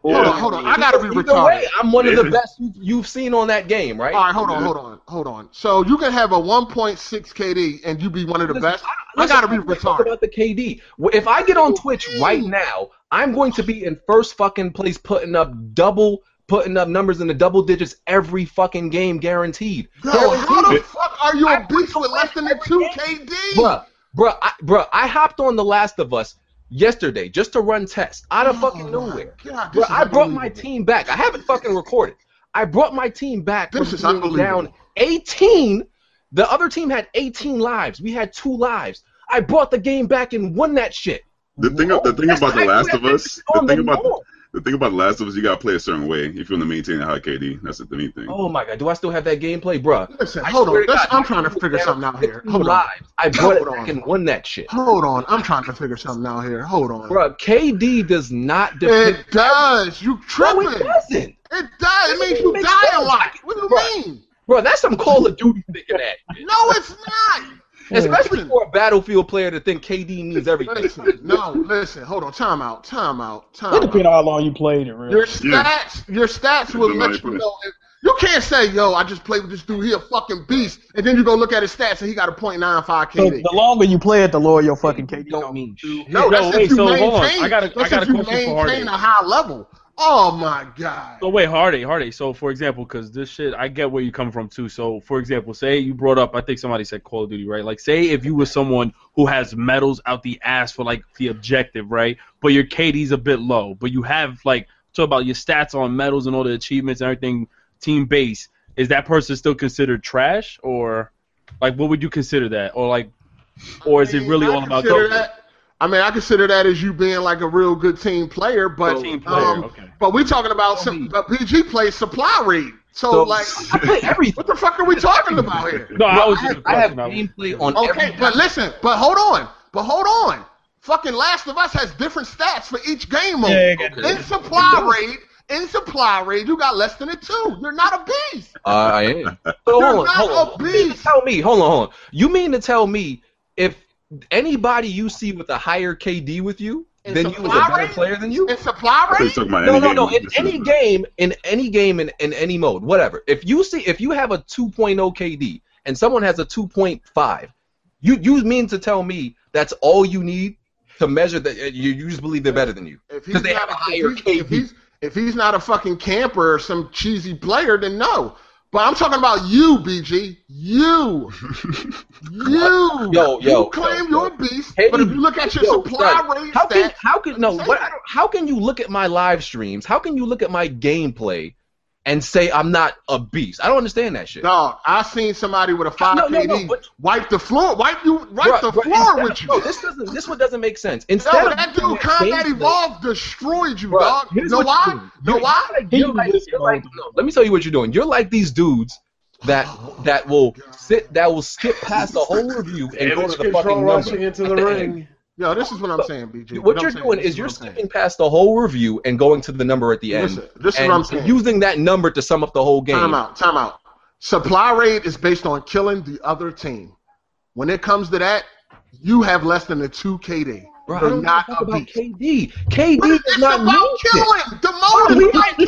S5: Hold
S2: Yeah.
S5: on, hold on. I gotta be
S9: Either way,
S5: retarded.
S9: I'm one of the
S2: Yeah.
S9: best you- you've seen on that game, right?
S5: All right, hold on, hold on, hold on. So you can have a 1.6 KD and you be one of the
S9: Listen,
S5: best. I
S9: Listen,
S5: gotta be
S9: let's Talk
S5: retarded.
S9: about the KD. Well, If I get on Twitch right now, I'm going to be in first fucking place, putting up double, putting up numbers in the double digits every fucking game, guaranteed.
S5: Yo,
S9: Guaranteed.
S5: how the fuck are you a beast with less than a two KD?
S9: bruh, bruh, I, bruh, I hopped on The Last of Us yesterday just to run tests out of fucking
S5: Oh my
S9: nowhere.
S5: God, this
S9: Bruh,
S5: is
S9: I brought my
S5: unbelievable.
S9: team back. I haven't fucking recorded. I brought my team back
S5: This
S9: from
S5: is
S9: being
S5: unbelievable.
S9: down 18. The other team had 18 lives. We had two lives. I brought the game back and won that shit.
S2: The thing, the thing
S9: That's
S2: about The
S9: how I
S2: Last
S9: do
S2: of
S9: that
S2: Us,
S9: on
S2: the thing
S9: the
S2: about
S9: norm.
S2: the thing about The Last of Us, you gotta play a certain way if you want to maintain a high KD. That's the main thing.
S9: Oh my god, do I still have that gameplay, bruh?
S5: Listen,
S9: I
S5: hold
S9: swear
S5: on.
S9: to
S5: That's,
S9: God,
S5: I'm trying to figure something out here.
S9: Two
S5: Hold on.
S9: lives. I brought it
S5: Hold
S9: back
S5: on.
S9: and won that shit.
S5: Hold on. I'm trying to figure something out here. Hold on.
S9: Bruh, KD does not depend.
S5: It does. You
S9: no,
S5: tripping.
S9: it doesn't.
S5: It does. It means you
S9: It
S5: die a
S9: does.
S5: lot. What do you mean?
S9: Bro, that's some Call of Duty thinking that.
S5: No, it's not.
S9: Especially
S5: Listen.
S9: for a battlefield player to think KD means everything.
S5: Listen, no, listen. Hold on. Time out. Time out.
S8: It
S5: Time out.
S8: depends on how long you played it, really.
S5: Your stats, your stats will
S2: It's a
S5: let
S2: nice
S5: you
S2: place.
S5: know. If, you can't say, "Yo, I just played with this dude. He a fucking beast," and then you go look at his stats and he got a point nine five
S8: So
S5: KD.
S8: the longer you play it, the lower your fucking KD
S9: don't mean shit.
S5: No,
S6: Yo,
S5: that's
S6: wait,
S5: if you
S6: so hold
S5: maintain.
S6: on. I got a- I
S5: that's
S6: got a
S5: if you
S6: question for Hardy.
S5: maintain a high level. Oh my god.
S6: So wait, Hardy, Hardy. So for example, because this shit, I get where you come from too. So for example, say you brought up, I think somebody said Call of Duty, right? Like say if you were someone who has medals out the ass for like the objective, right? But your KD's a bit low, but you have like talk about your stats on medals and all the achievements and everything team base. Is that person still considered trash, or like what would you consider that, or like, or is it really
S5: I
S6: all about
S5: consider
S6: goals?
S5: that- I mean, I consider that as you being like a real good team player, but
S6: team player?
S5: um,
S6: okay.
S5: but we're talking about some. But PG plays supply read, so,
S9: So-
S5: like,
S9: I play everything.
S5: what the fuck are we talking about here?
S6: No, I was
S9: I
S6: just
S9: have, I have
S6: I was-
S9: gameplay on
S5: Okay,
S9: every
S5: but listen, but hold on, but hold on. Fucking Last of Us has different stats for each game mode.
S8: Yeah, yeah,
S5: in supply raid, in supply raid, you got less than a two. You're not a beast.
S9: Uh, I am. So hold
S5: You're
S9: on,
S5: not
S9: hold on.
S5: a
S9: You mean to
S5: beast.
S9: Tell me, hold on, hold on. You mean to tell me if anybody you see with a higher KD with you,
S5: It's
S9: then
S5: a
S9: you was a better
S5: lottery?
S9: player than you?
S5: In supply
S2: I thought you
S5: raid,
S2: talking about
S9: No,
S2: any
S9: no,
S2: game.
S9: no. In any
S2: Listen,
S9: game, in any game, in, in any mode, whatever. If you see, if you have a 2.0 KD and someone has a 2.5, you you mean to tell me that's all you need to measure that uh, you, you just believe they're better than you?
S5: if
S9: 'Cause
S5: he's
S9: they
S5: not
S9: have a
S5: a,
S9: higher
S5: if he's, if he's if he's not a fucking camper or some cheesy player, then no. But I'm talking about you, BG. You, you.
S9: Yo, yo,
S5: You claim
S9: yo, yo.
S5: you're a beast,
S9: Hey,
S5: but if you look at your
S9: yo,
S5: supply
S9: son,
S5: rate
S9: How can
S5: stats,
S9: how can no?
S5: Say
S9: What,
S5: that.
S9: how can you look at my live streams? How can you look at my gameplay
S1: and say I'm not a beast. I don't understand that shit.
S5: Dog, I seen somebody with a five
S1: No, no,
S5: KD
S1: no, but-
S5: wipe the floor, wipe you, wipe
S1: Bruh,
S5: the
S1: bruh,
S5: floor
S1: instead-
S5: with you.
S1: No, this doesn't. This one doesn't make sense. Instead
S5: No,
S1: of
S5: that
S1: doing
S5: dude Combat
S1: same thing-
S5: Evolved destroyed you,
S1: Bruh,
S5: dog.
S1: here's
S5: Know
S1: what
S5: why?
S1: you do.
S5: Know why?
S1: You're like, you're like- no, let me tell you what you're doing. You're like these dudes that that will sit that will skip past the whole review and go
S9: Damage
S1: to the fucking
S9: control rushing
S1: number.
S9: into
S1: at
S9: the
S1: the
S9: ring.
S5: Yo, this is what I'm saying, BG.
S1: What
S5: I'm
S1: you're
S5: saying,
S1: doing
S5: this
S1: is you're
S5: what I'm saying.
S1: skipping past the whole review and going to the number at the end.
S5: Listen, this is
S1: and
S5: what I'm saying.
S1: using that number to sum up the whole game.
S5: Time out. Time out. Supply rate is based on killing the other team. When it comes to that, you have less than a two KD.
S1: Bro, I
S5: You're
S1: don't
S5: not
S1: give a fuck
S5: a
S1: about
S5: beast.
S1: KD. KD
S5: But
S1: does
S5: it's
S1: not
S5: about
S1: mean shit.
S5: killing.
S1: Bro,
S5: Demoted
S1: we
S5: by
S1: got in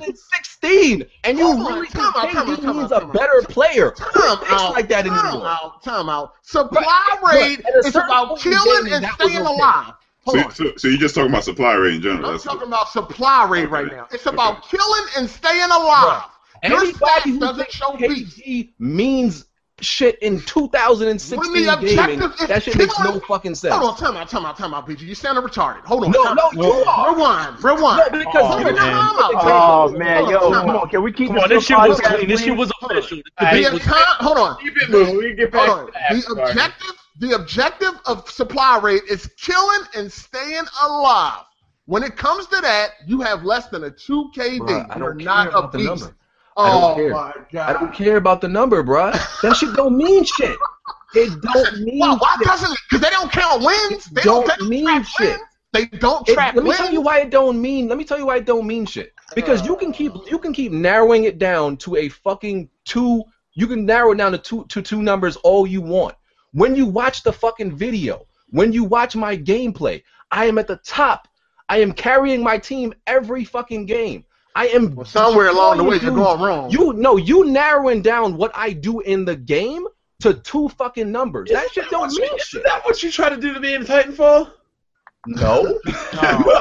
S5: killing.
S1: 2016, and you
S5: Come on,
S1: really
S5: come
S1: think
S5: on, come on,
S1: KD
S5: come on,
S1: needs
S5: come
S1: a
S5: on.
S1: better player?
S5: Time
S1: It's
S5: out.
S1: like that
S5: time
S1: anymore.
S5: out. Time out. Supply rate
S1: but at a
S5: is
S1: certain
S5: about
S1: point in the
S5: killing
S1: game,
S5: and
S1: that was
S5: staying
S1: okay.
S5: alive. Hold
S2: So,
S5: on.
S2: so, so you're just talking about supply rate in general.
S5: I'm
S2: That's
S5: talking about supply rate right
S2: Okay.
S5: now. It's about killing and staying alive. Your
S1: Anybody
S5: stats
S1: who
S5: doesn't
S1: thinks
S5: show beast.
S1: KD means shit in 2016
S5: When the
S1: gaming,
S5: objective is
S1: that shit makes
S5: killing-
S1: no fucking sense.
S5: Hold on, time out, time out, time out, BG. You sounding retarded. Hold on.
S1: No,
S5: time
S1: no,
S5: out.
S1: you are.
S5: Rewind, rewind.
S1: No, because
S5: Hold on,
S1: you're
S5: time
S1: not-
S5: out.
S3: Oh
S5: Hold on,
S3: man, yo,
S5: hold on,
S3: come on, can we keep
S10: Come on,
S3: this
S10: this shit was
S3: podcast,
S10: clean. This shit
S3: please?
S10: was official. The
S5: The
S10: debate
S5: entire-
S10: was
S5: hold on.
S9: Keep it moving. We can get back
S5: Hold on.
S9: to that.
S5: The
S9: Sorry.
S5: objective, the objective of supply rate is killing and staying alive. When it comes to that, you have less than a two KD.
S1: Bruh, I
S5: You're
S1: don't care
S5: not a
S1: about the
S5: beast.
S1: number. I don't
S5: Oh
S1: care.
S5: my
S1: I
S5: god.
S1: don't care about the number, bruh. That shit don't mean shit. It don't mean
S5: Why, why
S1: shit.
S5: doesn't it? Because they don't count wins. They
S1: don't
S5: don't, they don't
S1: mean
S5: trap
S1: shit.
S5: wins. They don't
S1: It-
S5: trap
S1: let me
S5: wins.
S1: tell you why it don't mean. Let me tell you why it don't mean shit. Because you can keep you can keep narrowing it down to a fucking two. You can narrow it down to two to two numbers all you want. When you watch the fucking video, when you watch my gameplay, I am at the top. I am carrying my team every fucking game. I am
S5: Well, somewhere along the way, you're
S1: destroying
S5: going wrong.
S1: You no, you narrowing down what I do in the game to two fucking numbers. That shit don't mean
S9: Isn't
S1: shit.
S9: that what you try to do to me in Titanfall?
S1: No,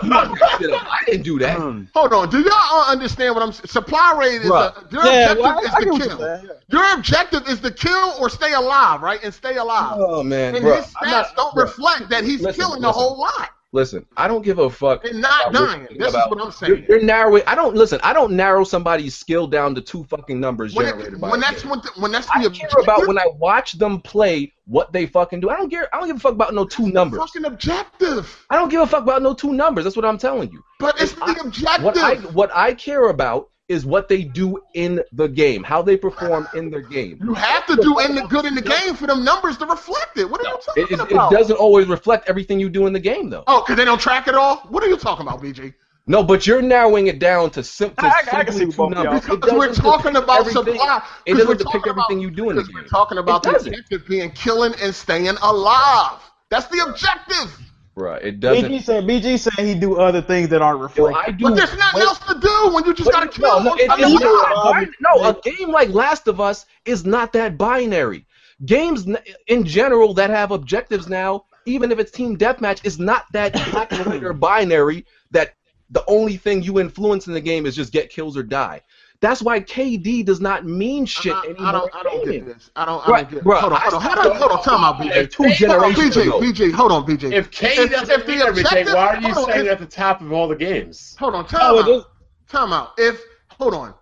S1: I didn't do that.
S5: Hold on. Do y'all all understand what I'm saying? Supply rate is
S1: Bruh.
S5: the, your
S8: Yeah,
S5: objective
S8: well, I- I get
S5: is
S8: what
S5: to
S8: you're
S5: kill.
S8: saying,
S5: Your objective is to kill or stay alive, right? And stay alive.
S1: Oh man,
S5: and
S1: bro.
S5: his stats
S1: I'm not-
S5: don't
S1: bro,
S5: reflect that he's
S1: Listen,
S5: killing a
S1: listen.
S5: whole lot
S1: Listen, I don't give a fuck.
S5: and not
S1: About
S5: dying.
S1: what-
S5: This
S1: about-
S5: is what I'm
S1: You're,
S5: saying.
S1: you're narrowing. I don't listen. I don't narrow somebody's skill down to two fucking numbers
S5: when,
S1: generated
S5: it,
S1: by.
S5: when
S1: a
S5: that's
S1: game.
S5: when, the, when that's the
S1: I care about when I watch them play what they fucking do. I don't care. I don't give a fuck about no two numbers.
S5: fucking objective.
S1: I don't give a fuck about no two numbers. That's what I'm telling you.
S5: But it's
S1: If
S5: the
S1: I-
S5: objective.
S1: What I what I care about is what they do in the game, how they perform in their game.
S5: you have to do in the good in the game for them numbers to reflect it. What are you talking
S1: It, it, it
S5: about?
S1: doesn't always reflect everything you do in the game, though.
S5: Oh, because they don't track it all? What are you talking about, BG?
S1: No, but you're narrowing it down to, sim- to
S3: I- I
S1: simply
S3: can see
S1: two
S3: both y'all.
S1: numbers. It
S5: Because
S1: doesn't
S5: we're talking
S1: depict
S5: about
S1: everything-
S5: supply.
S1: It
S5: 'Cause we're
S1: doesn't
S5: talking
S1: depict everything you do in the
S5: Because we're
S1: game.
S5: talking about
S1: It
S5: the
S1: doesn't.
S5: objective being killing and staying alive. That's the objective.
S1: Bruh, it doesn't.
S8: BG said BG said he do other things that aren't
S1: Yo,
S8: reflected.
S1: I do.
S5: But there's nothing
S1: wait,
S5: else to do when you just
S1: wait,
S5: gotta
S1: no,
S5: kill.
S1: no,
S5: or
S1: it-
S5: stay
S1: it's
S5: alive.
S1: not binary. no, a game like Last of Us is not that binary. Games n- in general that have objectives now, even if it's team deathmatch, is not that black and white or binary that the only thing you influence in the game is just get kills or die. That's why KD does not mean shit
S5: I,
S1: anymore.
S5: I don't. I don't
S1: in
S5: get
S1: gaming.
S5: this. I don't. I
S1: Bruh,
S5: don't get.
S1: bruh,
S5: hold on.
S1: I
S5: Hold on. Hold
S1: stopped
S5: on. Hold on. Time out,
S1: Like
S5: BJ.
S1: two
S5: Hold on,
S1: generations
S5: BJ.
S1: ago.
S5: BJ. Hold on, BJ.
S9: If K
S5: If- if
S9: doesn't
S5: the
S9: mean everything,
S5: objective-
S9: why are you
S5: hold on,
S9: saying
S5: if-
S9: at the top of all the games?
S5: Hold on. Time
S8: Oh, it
S5: out.
S8: is-
S5: Time out. If hold on.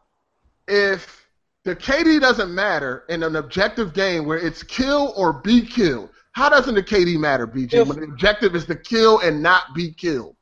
S5: If the KD doesn't matter in an objective game where it's kill or be killed, how doesn't the KD matter, BJ?
S8: If-
S5: when the objective is to kill and not be killed.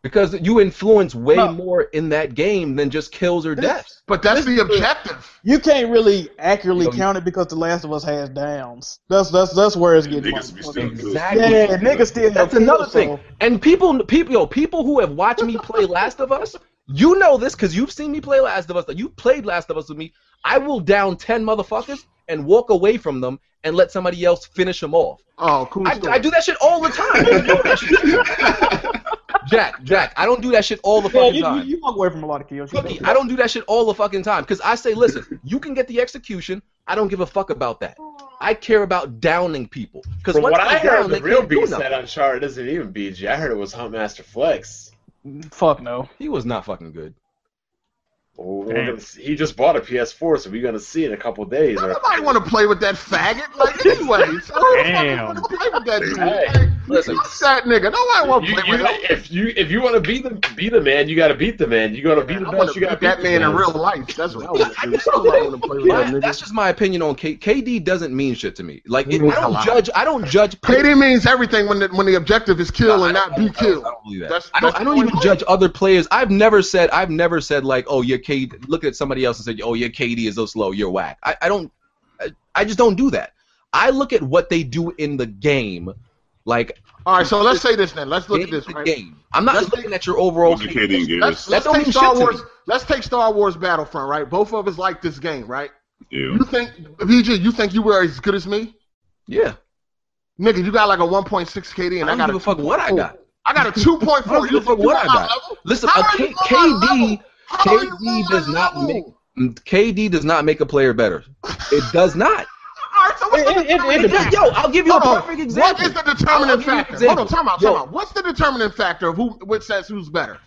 S1: Because you influence way
S8: No.
S1: more in that game than just kills or deaths.
S5: But that's the objective.
S8: You can't really accurately
S1: You know, you-
S8: count it because The Last of Us has downs. That's that's that's where it's getting.
S2: niggas be
S8: fucked.
S2: still good.
S1: Exactly.
S8: Yeah, niggas still.
S1: That's
S8: kill,
S1: another
S8: so-
S1: thing. And people, people, yo, people who have watched me play Last of Us, you know this because you've seen me play Last of Us. You played Last of Us with me. I will down ten motherfuckers and walk away from them and let somebody else finish them off.
S5: Oh, cool.
S1: I,
S5: story.
S1: I do that shit all the time. You know that shit. Jack, Jack, I don't do that shit all the
S8: Yeah,
S1: fucking
S8: you, you,
S1: time.
S8: you walk away from a lot of kills. You
S1: Cookie,
S8: know.
S1: I don't do that shit all the fucking time because I say, listen, you can get the execution. I don't give a fuck about that. I care about downing people because
S9: From
S1: once
S9: what
S1: I'm
S9: I
S1: down,
S9: heard,
S1: they
S9: the real
S1: can't do
S9: beast
S1: nothing.
S9: that Uncharted isn't even BG. I heard it was Huntmaster Flex.
S8: Fuck no.
S1: He was not fucking good.
S9: Well, we're
S10: Damn.
S9: gonna see- he just bought a PS4, so we're gonna see in a couple days.
S5: Don't
S9: Or,
S5: Nobody want to play with that faggot. Like, anyway, so who the fuck
S10: Damn.
S5: want to play with that dude?
S9: Hey.
S5: Like,
S4: Listen,
S5: What's that nigga? Nobody want to
S9: You,
S5: play
S9: you,
S5: with him.
S9: if you if you want to beat the beat the man, you got to beat the man. You got to beat the
S5: I want
S9: best.
S5: to
S9: You got to
S5: beat that man in real life. That's what I want to do. That's what I want to play with that
S1: My-
S5: nigga.
S1: that's just my opinion on K- KD. Doesn't mean shit to me. Like it,
S5: means
S1: I
S5: a
S1: don't
S5: lot.
S1: judge. I don't judge. players.
S5: KD means everything when the, when the objective is kill and not be
S1: I don't,
S5: killed.
S1: believe that.
S5: That's-
S1: I don't,
S5: that's
S1: I don't
S5: the
S1: even
S5: point.
S1: judge other players. I've never said. I've never said like, oh, your KD. Look at somebody else and said, oh, your KD is so slow. You're whack. I, I don't. I, I just don't do that. I look at what they do in the game. Like
S5: All right, so let's say this then. Let's look at
S1: game
S5: this.
S1: to
S5: Right?
S1: game. I'm not
S5: Let's
S1: looking at your overall.
S2: Who's the
S1: KD.
S2: KD and
S5: Let's,
S2: Gators?
S5: let's
S1: That don't
S5: take
S1: mean
S5: Star
S1: shit to
S5: Wars. Let's take Star Wars Battlefront. Right, both of us like this game. Right?
S2: Yeah.
S5: You think BG? You think you were as good as me,
S1: Yeah,
S5: nigga? You got like a 1.6 KD, and I, Oh.
S1: I don't
S5: got
S1: give
S5: a
S1: a fuck what I
S5: 2.4.
S1: got.
S5: I got a 2.4.
S1: I don't give a
S5: You-
S1: fuck
S5: you
S1: what
S5: on
S1: I
S5: my
S1: got.
S5: level?
S1: Listen,
S5: How
S1: a
S5: are
S1: K-
S5: you on my
S1: KD
S5: level? How are you on
S1: KD
S5: my
S1: does not
S5: level?
S1: make KD does not make a player better. It does not.
S5: All right, so what's the
S8: It- it- it
S5: determining
S8: depends.
S5: factor?
S1: Yo, I'll give you
S5: Hold
S1: a
S5: on.
S1: perfect example.
S5: What is the
S1: I'll
S5: determining
S1: give you an
S5: factor? Hold on,
S1: example.
S5: time out,
S1: Yo.
S5: time out. What's the determining factor of who which says who's better?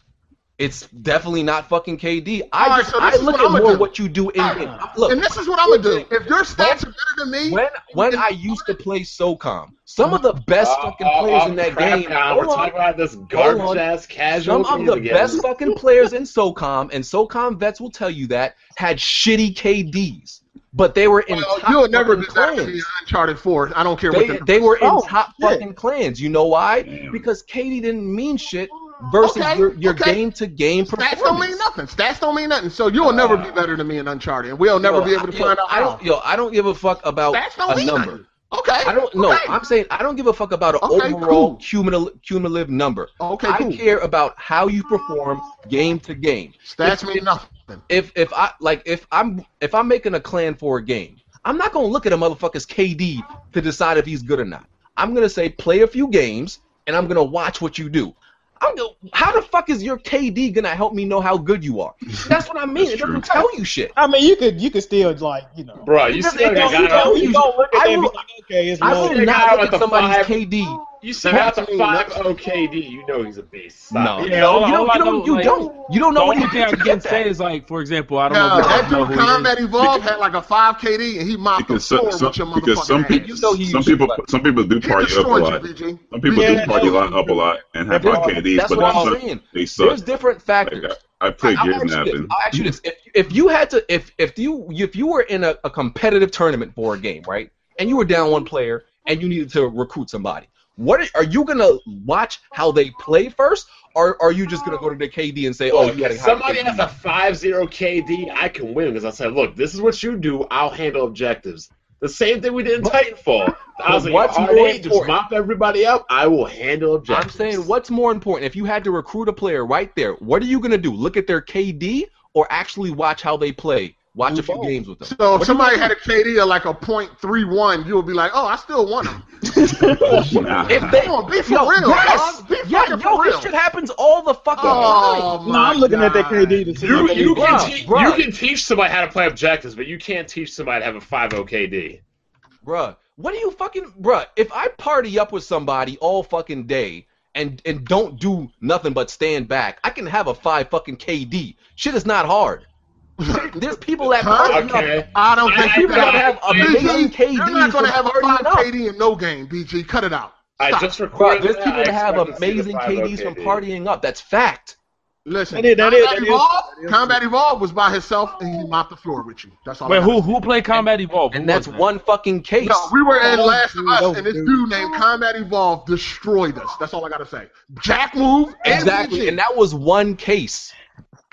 S1: It's definitely not fucking KD.
S5: All
S1: I
S5: right,
S1: just,
S5: so this
S1: I
S5: is
S1: look
S5: what
S1: at
S5: I'ma
S1: more
S5: do.
S1: what you do in
S5: All right.
S1: game. Look,
S5: and this is what I'm gonna do. If your stats are better than me,
S1: when when I used to play SOCOM, some of the best
S5: Uh,
S1: fucking players in that game.
S9: We're
S1: Hold on.
S9: talking about this
S1: on.
S9: garbage ass casual.
S1: Some of
S9: thing
S1: the
S9: again.
S1: best fucking players in SOCOM, and SOCOM vets will tell you that, had shitty KDs. But they were in
S5: well,
S1: top
S5: you'll never be
S1: fucking
S5: better than me
S1: clans.
S5: on Uncharted 4. I don't care
S1: They,
S5: what the
S1: they were in
S8: Oh,
S1: top
S8: shit.
S1: fucking clans. You know why?
S2: Damn.
S1: Because KD didn't mean shit versus
S5: Okay,
S1: your, your
S5: okay.
S1: game to game
S5: stats
S1: performance.
S5: don't mean nothing. Stats don't mean nothing. So you'll never be better than me in Uncharted, and we'll never
S1: Uh, Yo,
S5: be able to
S1: I- yo,
S5: find out
S1: I
S5: how.
S1: don't, yo, I don't give a fuck about
S5: Stats don't
S1: a
S5: mean
S1: number.
S5: nothing. Okay.
S1: I don't know.
S5: Okay.
S1: I'm saying I don't give a fuck about an
S5: Okay,
S1: overall
S5: cool.
S1: cumulative, cumulative number.
S5: Okay,
S1: I
S5: cool.
S1: care about how you perform game to game.
S5: Stats mean nothing.
S1: If if I like if I'm if I'm making a clan for a game, I'm not gonna look at a motherfucker's KD to decide if he's good or not. I'm gonna say play a few games and I'm gonna watch what you do. I'm gonna, how the fuck is your KD gonna help me know how good you are? That's what I mean.
S2: That's
S1: it doesn't
S2: true.
S1: tell you shit.
S8: I mean, you could you could still like you know.
S9: Bro, you
S1: Because
S9: see
S1: it
S9: like a
S1: don't-
S9: guy
S1: it don't-
S9: out-
S1: you
S8: You don't look at
S1: I
S8: them and
S1: will-
S8: be like, okay, it's
S1: I
S8: low.
S1: will
S9: They
S1: not
S9: got
S1: look
S9: with
S1: at
S9: the
S1: somebody's
S9: five-
S1: KD.
S9: you send out the
S5: Stats mean
S9: five
S5: nothing.
S9: OKD, you know he's a beast.
S1: No,
S9: Stop it.
S1: you
S10: Yeah,
S1: don't.
S10: all-
S1: You
S10: all
S1: don't.
S10: I
S1: You
S10: know,
S1: don't. You
S10: like,
S1: don't, you don't know
S10: the
S1: what
S10: only
S1: he
S10: thing I
S1: did to
S10: can
S1: get
S10: say
S1: that.
S10: is like, for example, I don't
S5: Yeah,
S10: know. if
S5: that
S10: y'all know
S5: dude
S10: who he is.
S5: Combat Evolved had like a 5 KD, and he mopped the
S2: Because
S5: floor
S2: some, some,
S5: with your motherfucking
S2: because some
S5: ass.
S2: people,
S1: You know he
S2: some
S1: used to
S2: people,
S1: play.
S2: some people do
S5: He
S2: party up a
S5: destroyed you,
S2: lot.
S5: BG.
S2: Some people
S8: Yeah,
S2: do party
S8: no.
S2: lot up a lot and have
S1: There's-
S2: high KDs,
S1: That's
S2: but
S1: what
S2: they
S1: I'm
S2: suck.
S1: saying.
S2: They
S1: There's
S2: suck.
S1: different factors.
S2: Like, uh, I, I
S1: I,
S2: played
S1: I'll,
S2: gear
S1: ask you this.
S2: napping.
S1: I'll ask you this. If, if you had to, if if you if you were in a, a competitive tournament for a game, right, and you were down one player and you needed to recruit somebody, what are, are you gonna watch how they play first, or are you just gonna go to the KD and say, oh,
S9: Look,
S1: you had a
S9: if
S1: high
S9: somebody
S1: KD?
S9: has a 5-0 KD, I can win because I said, look, this is what you do. I'll handle objectives. The same thing we did in Titanfall. I was
S1: But
S9: like,
S1: what's
S9: all
S1: more
S9: right, just
S1: important?
S9: mop everybody up. I will handle
S1: I'm
S9: objectives.
S1: saying what's more important? If you had to recruit a player right there, what are you gonna do? Look at their KD or actually watch how they play? Watch a few games with them.
S5: So if somebody had a KD of like a .31, you would be like, oh, I still want him.
S2: Nah.
S1: If they
S5: Come on, be for
S1: Yo,
S5: real.
S1: yes,
S5: dog. Be
S1: yeah,
S5: fucking
S1: yo,
S5: for
S1: this
S5: real.
S1: shit happens all the fucking time.
S5: oh,
S8: No, I'm looking at that KD to see.
S9: You,
S1: Okay,
S9: you,
S1: bruh,
S9: can te-
S1: bruh.
S9: you can teach somebody how to play objectives, but you can't teach somebody to have a 5 OKD.
S1: Bruh, what do you fucking bruh? If I party up with somebody all fucking day and and don't do nothing but stand back, I can have a five fucking KD. Shit is not hard. There's people that
S5: Huh?
S1: party up.
S9: Okay.
S5: I don't
S9: I-
S5: think
S9: I-
S5: you
S1: People that have
S5: got
S1: amazing
S5: BG,
S1: KDs.
S5: you're not going to have a
S1: from
S5: 5
S1: partying up.
S5: KD in no game, BG. Cut it out.
S9: I
S5: Stop.
S9: just
S1: Bruh,
S9: recorded
S1: there's
S9: that.
S1: people
S9: I
S1: that have
S9: expect to see the
S1: amazing
S9: five
S1: KDs from
S9: OKD.
S1: partying up. That's fact.
S5: Listen,
S8: That is- that is-
S5: Combat,
S8: that is-
S5: Evolved,
S8: that is-
S5: Combat Evolved was by himself, and he mopped the floor with you. That's all I
S10: Wait,
S5: gotta
S10: who who played Combat Evolved?
S1: And
S10: Who
S1: that's
S10: was that?
S1: one fucking case.
S5: No, we were in
S8: Oh,
S5: Last of
S8: dude, that
S5: Us,
S8: was
S5: and this
S8: dude.
S5: dude named Combat Evolved destroyed us. That's all I gotta say. Jack move and
S1: exactly.
S5: BG.
S1: And that was one case.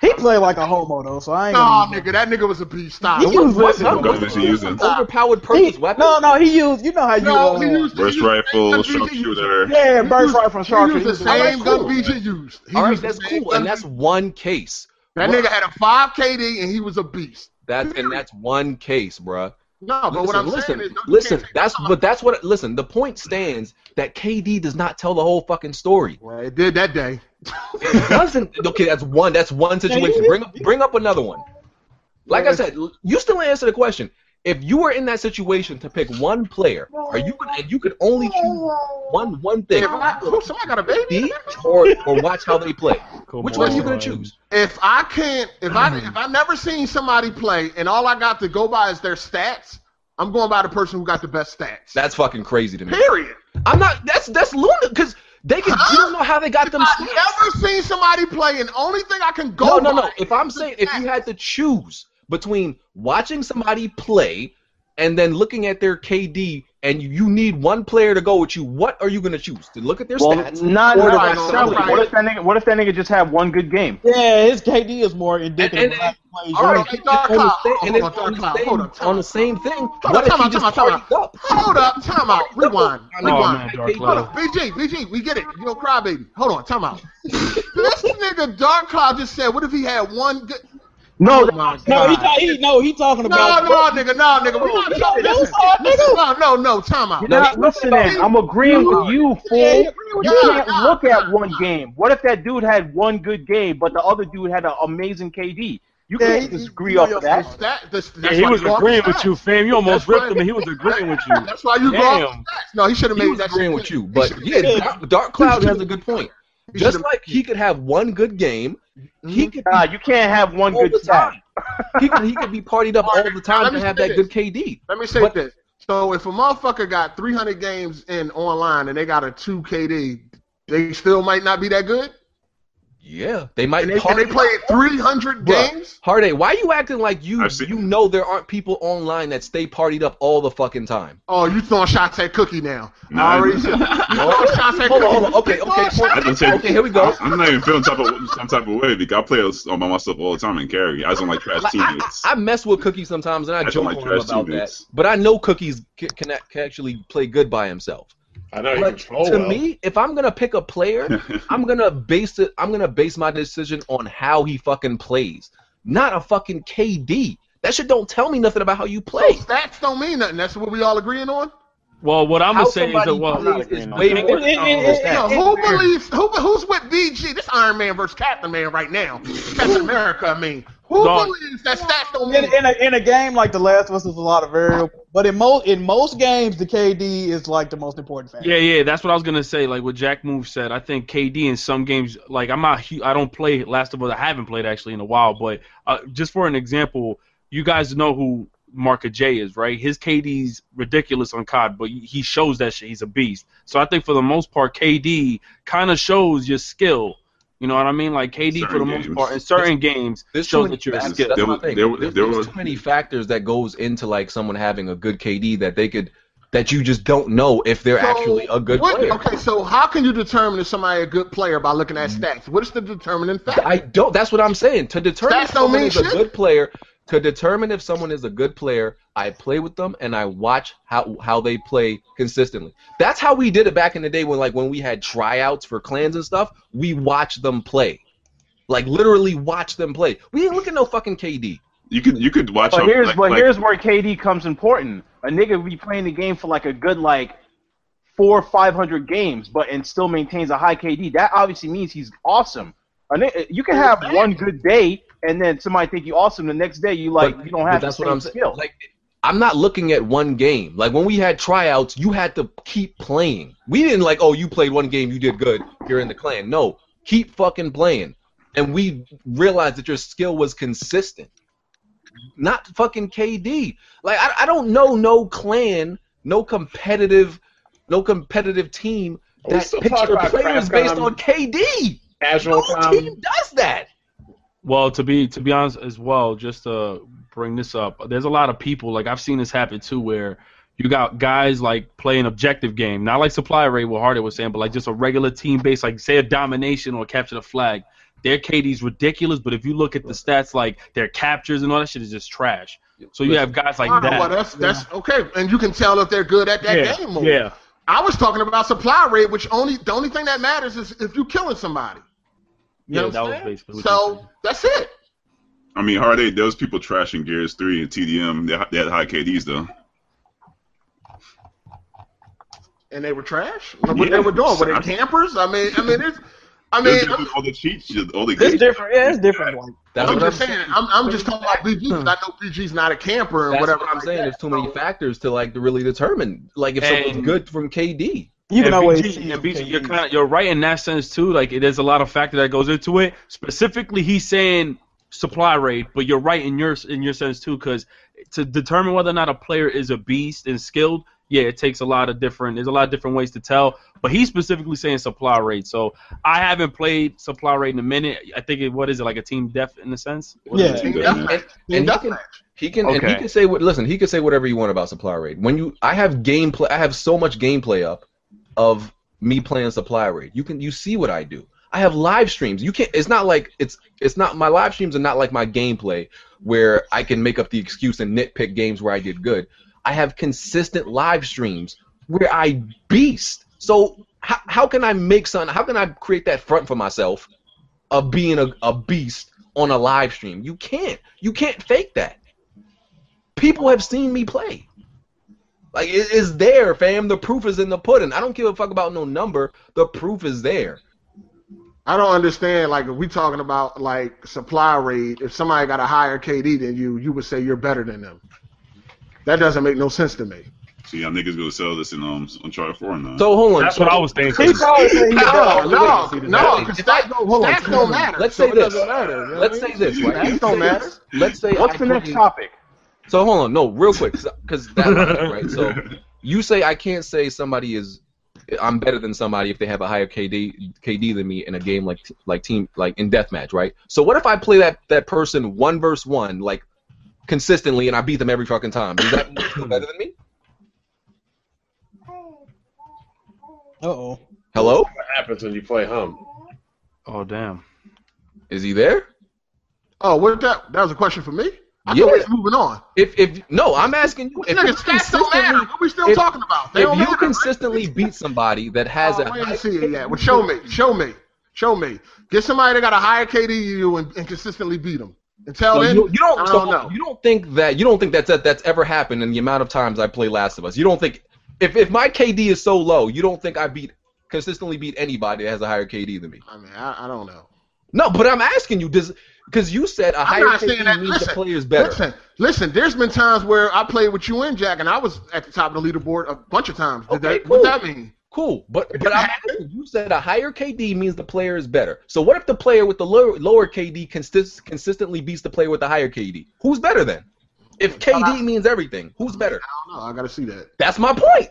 S8: He played like a homo though, so I ain't.
S5: Nah,
S8: gonna-
S5: nigga, that nigga was a beast. Stop.
S8: He used
S1: What
S8: listen.
S1: gun
S2: Gun
S1: was
S2: that she using.
S1: an overpowered purpose
S8: He,
S1: weapon?
S8: no, no, he used. You know how you.
S5: No,
S8: uh,
S5: he used he
S2: Burst
S5: used the same
S2: rifle,
S5: gun BG used.
S2: sharpshooter.
S8: yeah,
S5: He
S8: burst
S5: used-
S8: right from
S5: He
S8: sharp.
S5: used the same gun BG used. He
S1: All right,
S5: used the
S1: that's
S5: same
S1: cool,
S5: gun
S1: and that's
S5: BG.
S1: one case.
S5: that
S1: Bruh,
S5: nigga had a five KD and he was a beast.
S1: That's and that's one case, bruh.
S5: No, but what I'm
S1: listen,
S5: saying is, no, you
S1: listen.
S5: can't take
S1: That's
S5: that off.
S1: but that's what. Listen, the point stands that KD does not tell the whole fucking story.
S5: Well, it did that day.
S1: It doesn't. Okay, that's one. That's one situation. Bring up, bring up another one. Like I said, l- you still didn't answer the question. If you were in that situation to pick one player, are you gonna, and you could only choose one one thing,
S5: If I, who, somebody got a baby?
S1: KD or or watch how they play.
S10: Come
S1: Which one are you gonna
S10: on.
S1: choose?
S5: If I can't, if I if I never seen somebody play and all I got to go by is their stats, I'm going by the person who got the best stats.
S1: That's fucking crazy to me.
S5: Period.
S6: I'm not. That's that's lunatic because they can. You don't know how they got them.
S5: I've
S6: stats.
S5: never seen somebody play, and only thing I can
S1: No,
S5: go
S1: no, no.
S5: by-
S1: If I'm saying if you had to choose between watching somebody play and then looking at their KD and you- you need one player to go with you, what are you going to choose? To look at their
S3: Well,
S1: stats?
S3: not
S1: Or the
S3: not
S1: rest of the
S3: necessarily.
S1: league.
S3: What if that nigga? What if that nigga just had one good game?
S8: Yeah, his KD is more indicative
S1: And-
S8: of
S1: and-
S8: how he plays.
S5: All
S8: You're
S5: right,
S8: right.
S5: Dark
S1: on the
S5: Cloud.
S1: sa- and
S5: Hold
S1: it's
S5: on,
S1: on
S5: Dark
S1: the
S5: Cloud.
S1: same,
S5: Hold on, time
S1: on the
S5: out.
S1: same thing.
S5: on,
S1: What if
S5: time
S1: he
S5: out,
S1: just
S5: time out, time out.
S1: partied up?
S5: Hold up, time out, rewind,
S6: Oh
S5: rewind.
S6: man,
S5: Hold
S6: Dark Cloud.
S5: up, BG, BG, we get it. You don't cry, baby. Hold on, time out. this nigga Dark Cloud just said, "What if he had one good?"
S3: No,
S5: oh my
S8: No,
S5: God.
S8: he, ta- he no, he talking
S5: no,
S8: about.
S5: no, nigga, no, nigga. We not
S8: You
S5: talking.
S8: don't
S5: Listen,
S8: know,
S5: listen, no, no, no, time out.
S3: You're not listening. I'm agreeing with you,
S8: Yeah,
S3: fool.
S8: yeah,
S3: You
S5: yeah,
S3: can't
S5: yeah,
S3: look
S5: yeah,
S3: at one game. What if that dude had one good game, but the other dude had an amazing KD? You
S5: Yeah,
S3: can't
S5: he-
S3: disagree
S5: you
S3: off
S5: know,
S3: of that.
S5: That, that's, that's
S6: Yeah, he
S5: why
S6: was
S5: you go off
S6: agreeing
S5: the
S6: with you,
S5: stats.
S6: fam. You almost
S5: That's
S6: ripped him, and he was agreeing with you.
S5: That's why you go off
S6: Damn.
S5: the stats. No, he should have
S1: He
S5: made
S1: was
S5: that.
S1: agreeing
S5: shit
S1: with
S5: clear.
S1: you,
S5: He
S1: but
S5: should've-
S1: yeah, Dark, Dark Cloud has a good point.
S5: he Mm-hmm.
S1: Just
S5: should've-
S1: like he could have one good game, he could be
S3: Nah, you can't have one
S1: all
S3: good
S1: the
S3: stat.
S1: time. He could, he could be partied up all the time to have that good KD.
S5: Let me say
S1: But-
S5: this. So if a motherfucker got 300 games in online and they got a 2 KD, they still might not be that good.
S1: Yeah, they might
S5: And they, and
S1: party
S5: they played 300
S1: Bruh.
S5: games.
S1: Hardé, why you acting like you
S2: I've seen-
S1: you know there aren't people online that stay partied up all the fucking time?
S5: Oh, you throwing shots at Cookie now? I
S2: Nah,
S5: already said. You throwing shots at
S1: Hold on, hold
S5: Cookie?
S1: on. Okay, okay, point-
S2: I just say,
S1: okay. Here we go.
S2: I, am not even feeling type of some type of way because I play on by myself all the time and carry. I just don't like trash
S1: Like, I,
S2: teammates.
S1: I mess with Cookie sometimes, and I
S2: That's
S1: joke
S2: my
S1: on him
S2: trash
S1: about
S2: teammates.
S1: that. But I know Cookies can, can, act- can actually play good by himself.
S9: I know you
S1: But
S9: control
S1: to
S9: well.
S1: me, if I'm gonna pick a player, I'm gonna base it. I'm gonna base my decision on how he fucking plays, not a fucking KD. That shit don't tell me nothing about how you play.
S5: So stats don't mean nothing. That's what we all agreeing on.
S6: Well, what I'm
S1: how
S6: gonna say is
S1: somebody
S6: that well,
S1: plays
S3: agreeing
S1: is
S3: on
S1: way
S3: that.
S1: more
S8: It- it-
S1: than
S8: it-
S1: that.
S5: Yo, who believes? Who, who's with BG? This Iron Man versus Captain Man right now. Captain America. I mean, who
S6: Dog.
S5: believes that stats don't
S8: In,
S5: mean?
S8: in, a, in a game like The Last of Us, there's a lot of variable, but in most in most games, the KD is like the most important factor.
S6: Yeah, yeah, that's what I was gonna say. Like what Jack Move said, I think KD in some games, like I'm not, hu- I don't play Last of Us. I haven't played actually in a while, but uh, just for an example, you guys know who Marka J is, right? His KD's ridiculous on COD, but he shows that shit. He's a beast. So I think for the most part, KD kind of shows your skill. You know what I mean? Like KD for the
S2: Certain
S6: most
S2: games.
S6: part in certain games
S1: There's too
S6: shows
S1: many
S6: that you're
S1: factors.
S6: skilled.
S1: That's
S2: There
S1: my
S2: was-
S1: thing.
S2: there was-
S1: There's-
S2: there
S1: there's
S2: was-
S1: too many factors that goes into like someone having a good KD that they could that you just don't know if they're
S5: So,
S1: actually a good
S5: what-
S1: player.
S5: Okay, so how can you determine if somebody a good player by looking
S1: Mm.
S5: at stats? What is the determining factor?
S1: I don't. That's what I'm saying. To determine
S5: Stats
S1: if
S5: don't
S1: someone
S5: mean
S1: is a
S5: shit.
S1: good player, to determine if someone is a good player, I play with them and I watch how how they play consistently. That's how we did it back in the day when like when we had tryouts for clans and stuff. We watched them play, like literally watch them play. We didn't look at no fucking KD.
S2: you could you could watch.
S3: But
S2: how-
S3: here's
S2: like-
S3: but
S2: like-
S3: here's where KD comes important. A nigga would be playing the game for like a good like four five hundred games, but and still maintains a high KD. That obviously means he's awesome. A nigga, you can have one good day and then somebody think you awesome. The next day you like
S1: But-
S3: you don't
S1: but
S3: have the
S1: that's
S3: same
S1: what I'm saying.
S3: skill.
S1: Like I'm not looking at one game. Like when we had tryouts, you had to keep playing. We didn't like, oh, you played one game, you did good, you're in the clan. No, keep fucking playing. And we realized that your skill was consistent. Not fucking KD. Like I, I don't know no clan, no competitive, no competitive team
S9: Are we
S1: that
S9: still
S1: picks
S9: talking
S1: their
S9: about
S1: players
S9: Crabcon?
S1: based on KD.
S9: Casual
S1: No
S9: time.
S1: team does that.
S6: Well, to be to be honest as well, just to bring this up, there's a lot of people like I've seen this happen too, where you got guys like play an objective game, not like supply rate, what Hardy was saying, but like just a regular team based, like say a domination or capture the flag. Their KD's ridiculous, but if you look at the stats, like their captures and all that shit is just trash. So you have guys like
S5: Oh, well,
S6: that.
S5: that's that's okay, and you can tell if they're good at that
S6: Yeah,
S5: game. Mode.
S6: yeah.
S5: I was talking about supply rate, which only the only thing that matters is if you're killing somebody. You
S6: Yeah,
S5: know
S6: that
S5: what
S6: was
S5: I'm saying?
S6: basically what you
S5: So
S6: said.
S5: that's it.
S2: I mean, hard eight. There was people trashing Gears three and TDM. They, had- they had high KDs though.
S5: And they were trash. What they
S2: Yeah.
S5: were doing? Were they
S2: I-
S5: campers? I mean, I mean, it's, I
S2: Those
S5: mean,
S2: people
S5: I'm,
S2: with all the cheat shit, all the
S8: It's
S2: games.
S8: different. Yeah, it's different. Like,
S1: That's
S5: I'm
S1: what I'm
S5: just
S1: saying.
S5: saying. I'm, I'm just talking about BG because I know BG's not a camper and
S1: That's
S5: whatever.
S1: what I'm
S5: like
S1: saying.
S5: that.
S1: There's too many factors to like to really determine. Like if someone's
S6: And-
S1: good from KD.
S8: you can
S6: and
S8: always
S6: BG
S8: see
S6: and
S8: some
S6: BG, you're
S8: KD.
S6: kind of you're right in that sense too. Like it is a lot of factor that goes into it. Specifically, he's saying supply rate, but you're right in your in your sense too, because to determine whether or not a player is a beast and skilled,
S10: yeah, it takes a lot of different. There's a lot of different ways to tell, but he's specifically saying supply rate. So I haven't played supply rate in a minute. I think it, what is it like a team def in a sense? What is
S8: Yeah.
S10: it?
S2: Team
S1: And- and-
S2: deathmatch.
S1: and he can he can and he
S10: Okay.
S1: can say what listen, he can say whatever you want about supply rate. When you I have gameplay I have so much gameplay up of me playing supply rate. You can you see what I do. I have live streams. You can't it's not like it's it's not my live streams are not like my gameplay where I can make up the excuse and nitpick games where I did good. I have consistent live streams where I beast. So how, how can I make something? How can I create that front for myself of being a, a beast on a live stream? You can't. You can't fake that. People have seen me play. Like it is there, fam. The proof is in the pudding. I don't give a fuck about no number. The proof is there.
S5: I don't understand. Like, if we talking about like supply rate, if somebody got a higher KD than you, you would say you're better than them. That doesn't make no sense to me.
S2: So y'all niggas gonna sell this in um Uncharted Four now.
S1: So hold on.
S10: That's what I was
S8: He
S10: thinking.
S8: probably said he
S5: No,
S8: does.
S5: Oh, no, no.
S1: If I-
S5: Cause stats don't, hold on,
S1: stats
S5: stats
S1: don't-
S5: don't matter.
S1: let's
S5: so
S1: say
S5: it
S1: this.
S5: Doesn't matter, you know what
S1: Let's
S5: I
S1: say
S5: mean?
S1: this. Right?
S5: Stats don't matter.
S1: Let's say
S3: What's
S1: I
S3: the next
S1: couldn't-
S3: topic?
S1: So hold on, no, real quick, because that right. So you say I can't say somebody is I'm better than somebody if they have a higher KD KD than me in a game like like team like in deathmatch, right? So what if I play that that person one verse one like consistently and I beat them every fucking time? Is that still better than me?
S8: Uh oh.
S1: Hello,
S9: What happens when you play home?
S10: Oh damn.
S1: is he there?
S5: Oh, what that? That was a question for me. I
S1: Yeah.
S5: thought we was moving on.
S1: If if no, I'm asking you. If
S5: Nigga,
S1: you
S5: stats don't
S1: consistently,
S5: matter. What we still
S1: if-
S5: talking about? They don't
S1: if you
S5: matter.
S1: consistently beat somebody that has
S5: oh,
S1: a
S5: we
S1: high
S5: ain't see it yet. Well, show me, show me, show me. Get somebody that got a higher KD than you and, and consistently beat them. Until
S1: So
S5: then,
S1: you, you don't,
S5: I
S1: so
S5: don't know.
S1: you don't think that you don't think that's that, that's ever happened in the amount of times I play Last of Us. You don't think if, if my KD is so low, you don't think I beat consistently beat anybody that has a higher KD than me.
S5: I mean, I, I don't know.
S1: No, but I'm asking you does because you said a higher
S5: not
S1: KD
S5: saying that-
S1: means the
S5: listen,
S1: player's better.
S5: Listen, listen. There's been times where I played with you and Jack, and I was at the top of the leaderboard a bunch of times. Did
S1: Okay,
S5: that, What
S1: cool.
S5: that mean?
S1: Cool, but but I'm asking, you said a higher KD means the player is better. So what if the player with the lower, lower KD consist, consistently beats the player with the higher KD? Who's better then? If KD means everything, who's better?
S5: I don't know. I gotta see that.
S1: That's my point.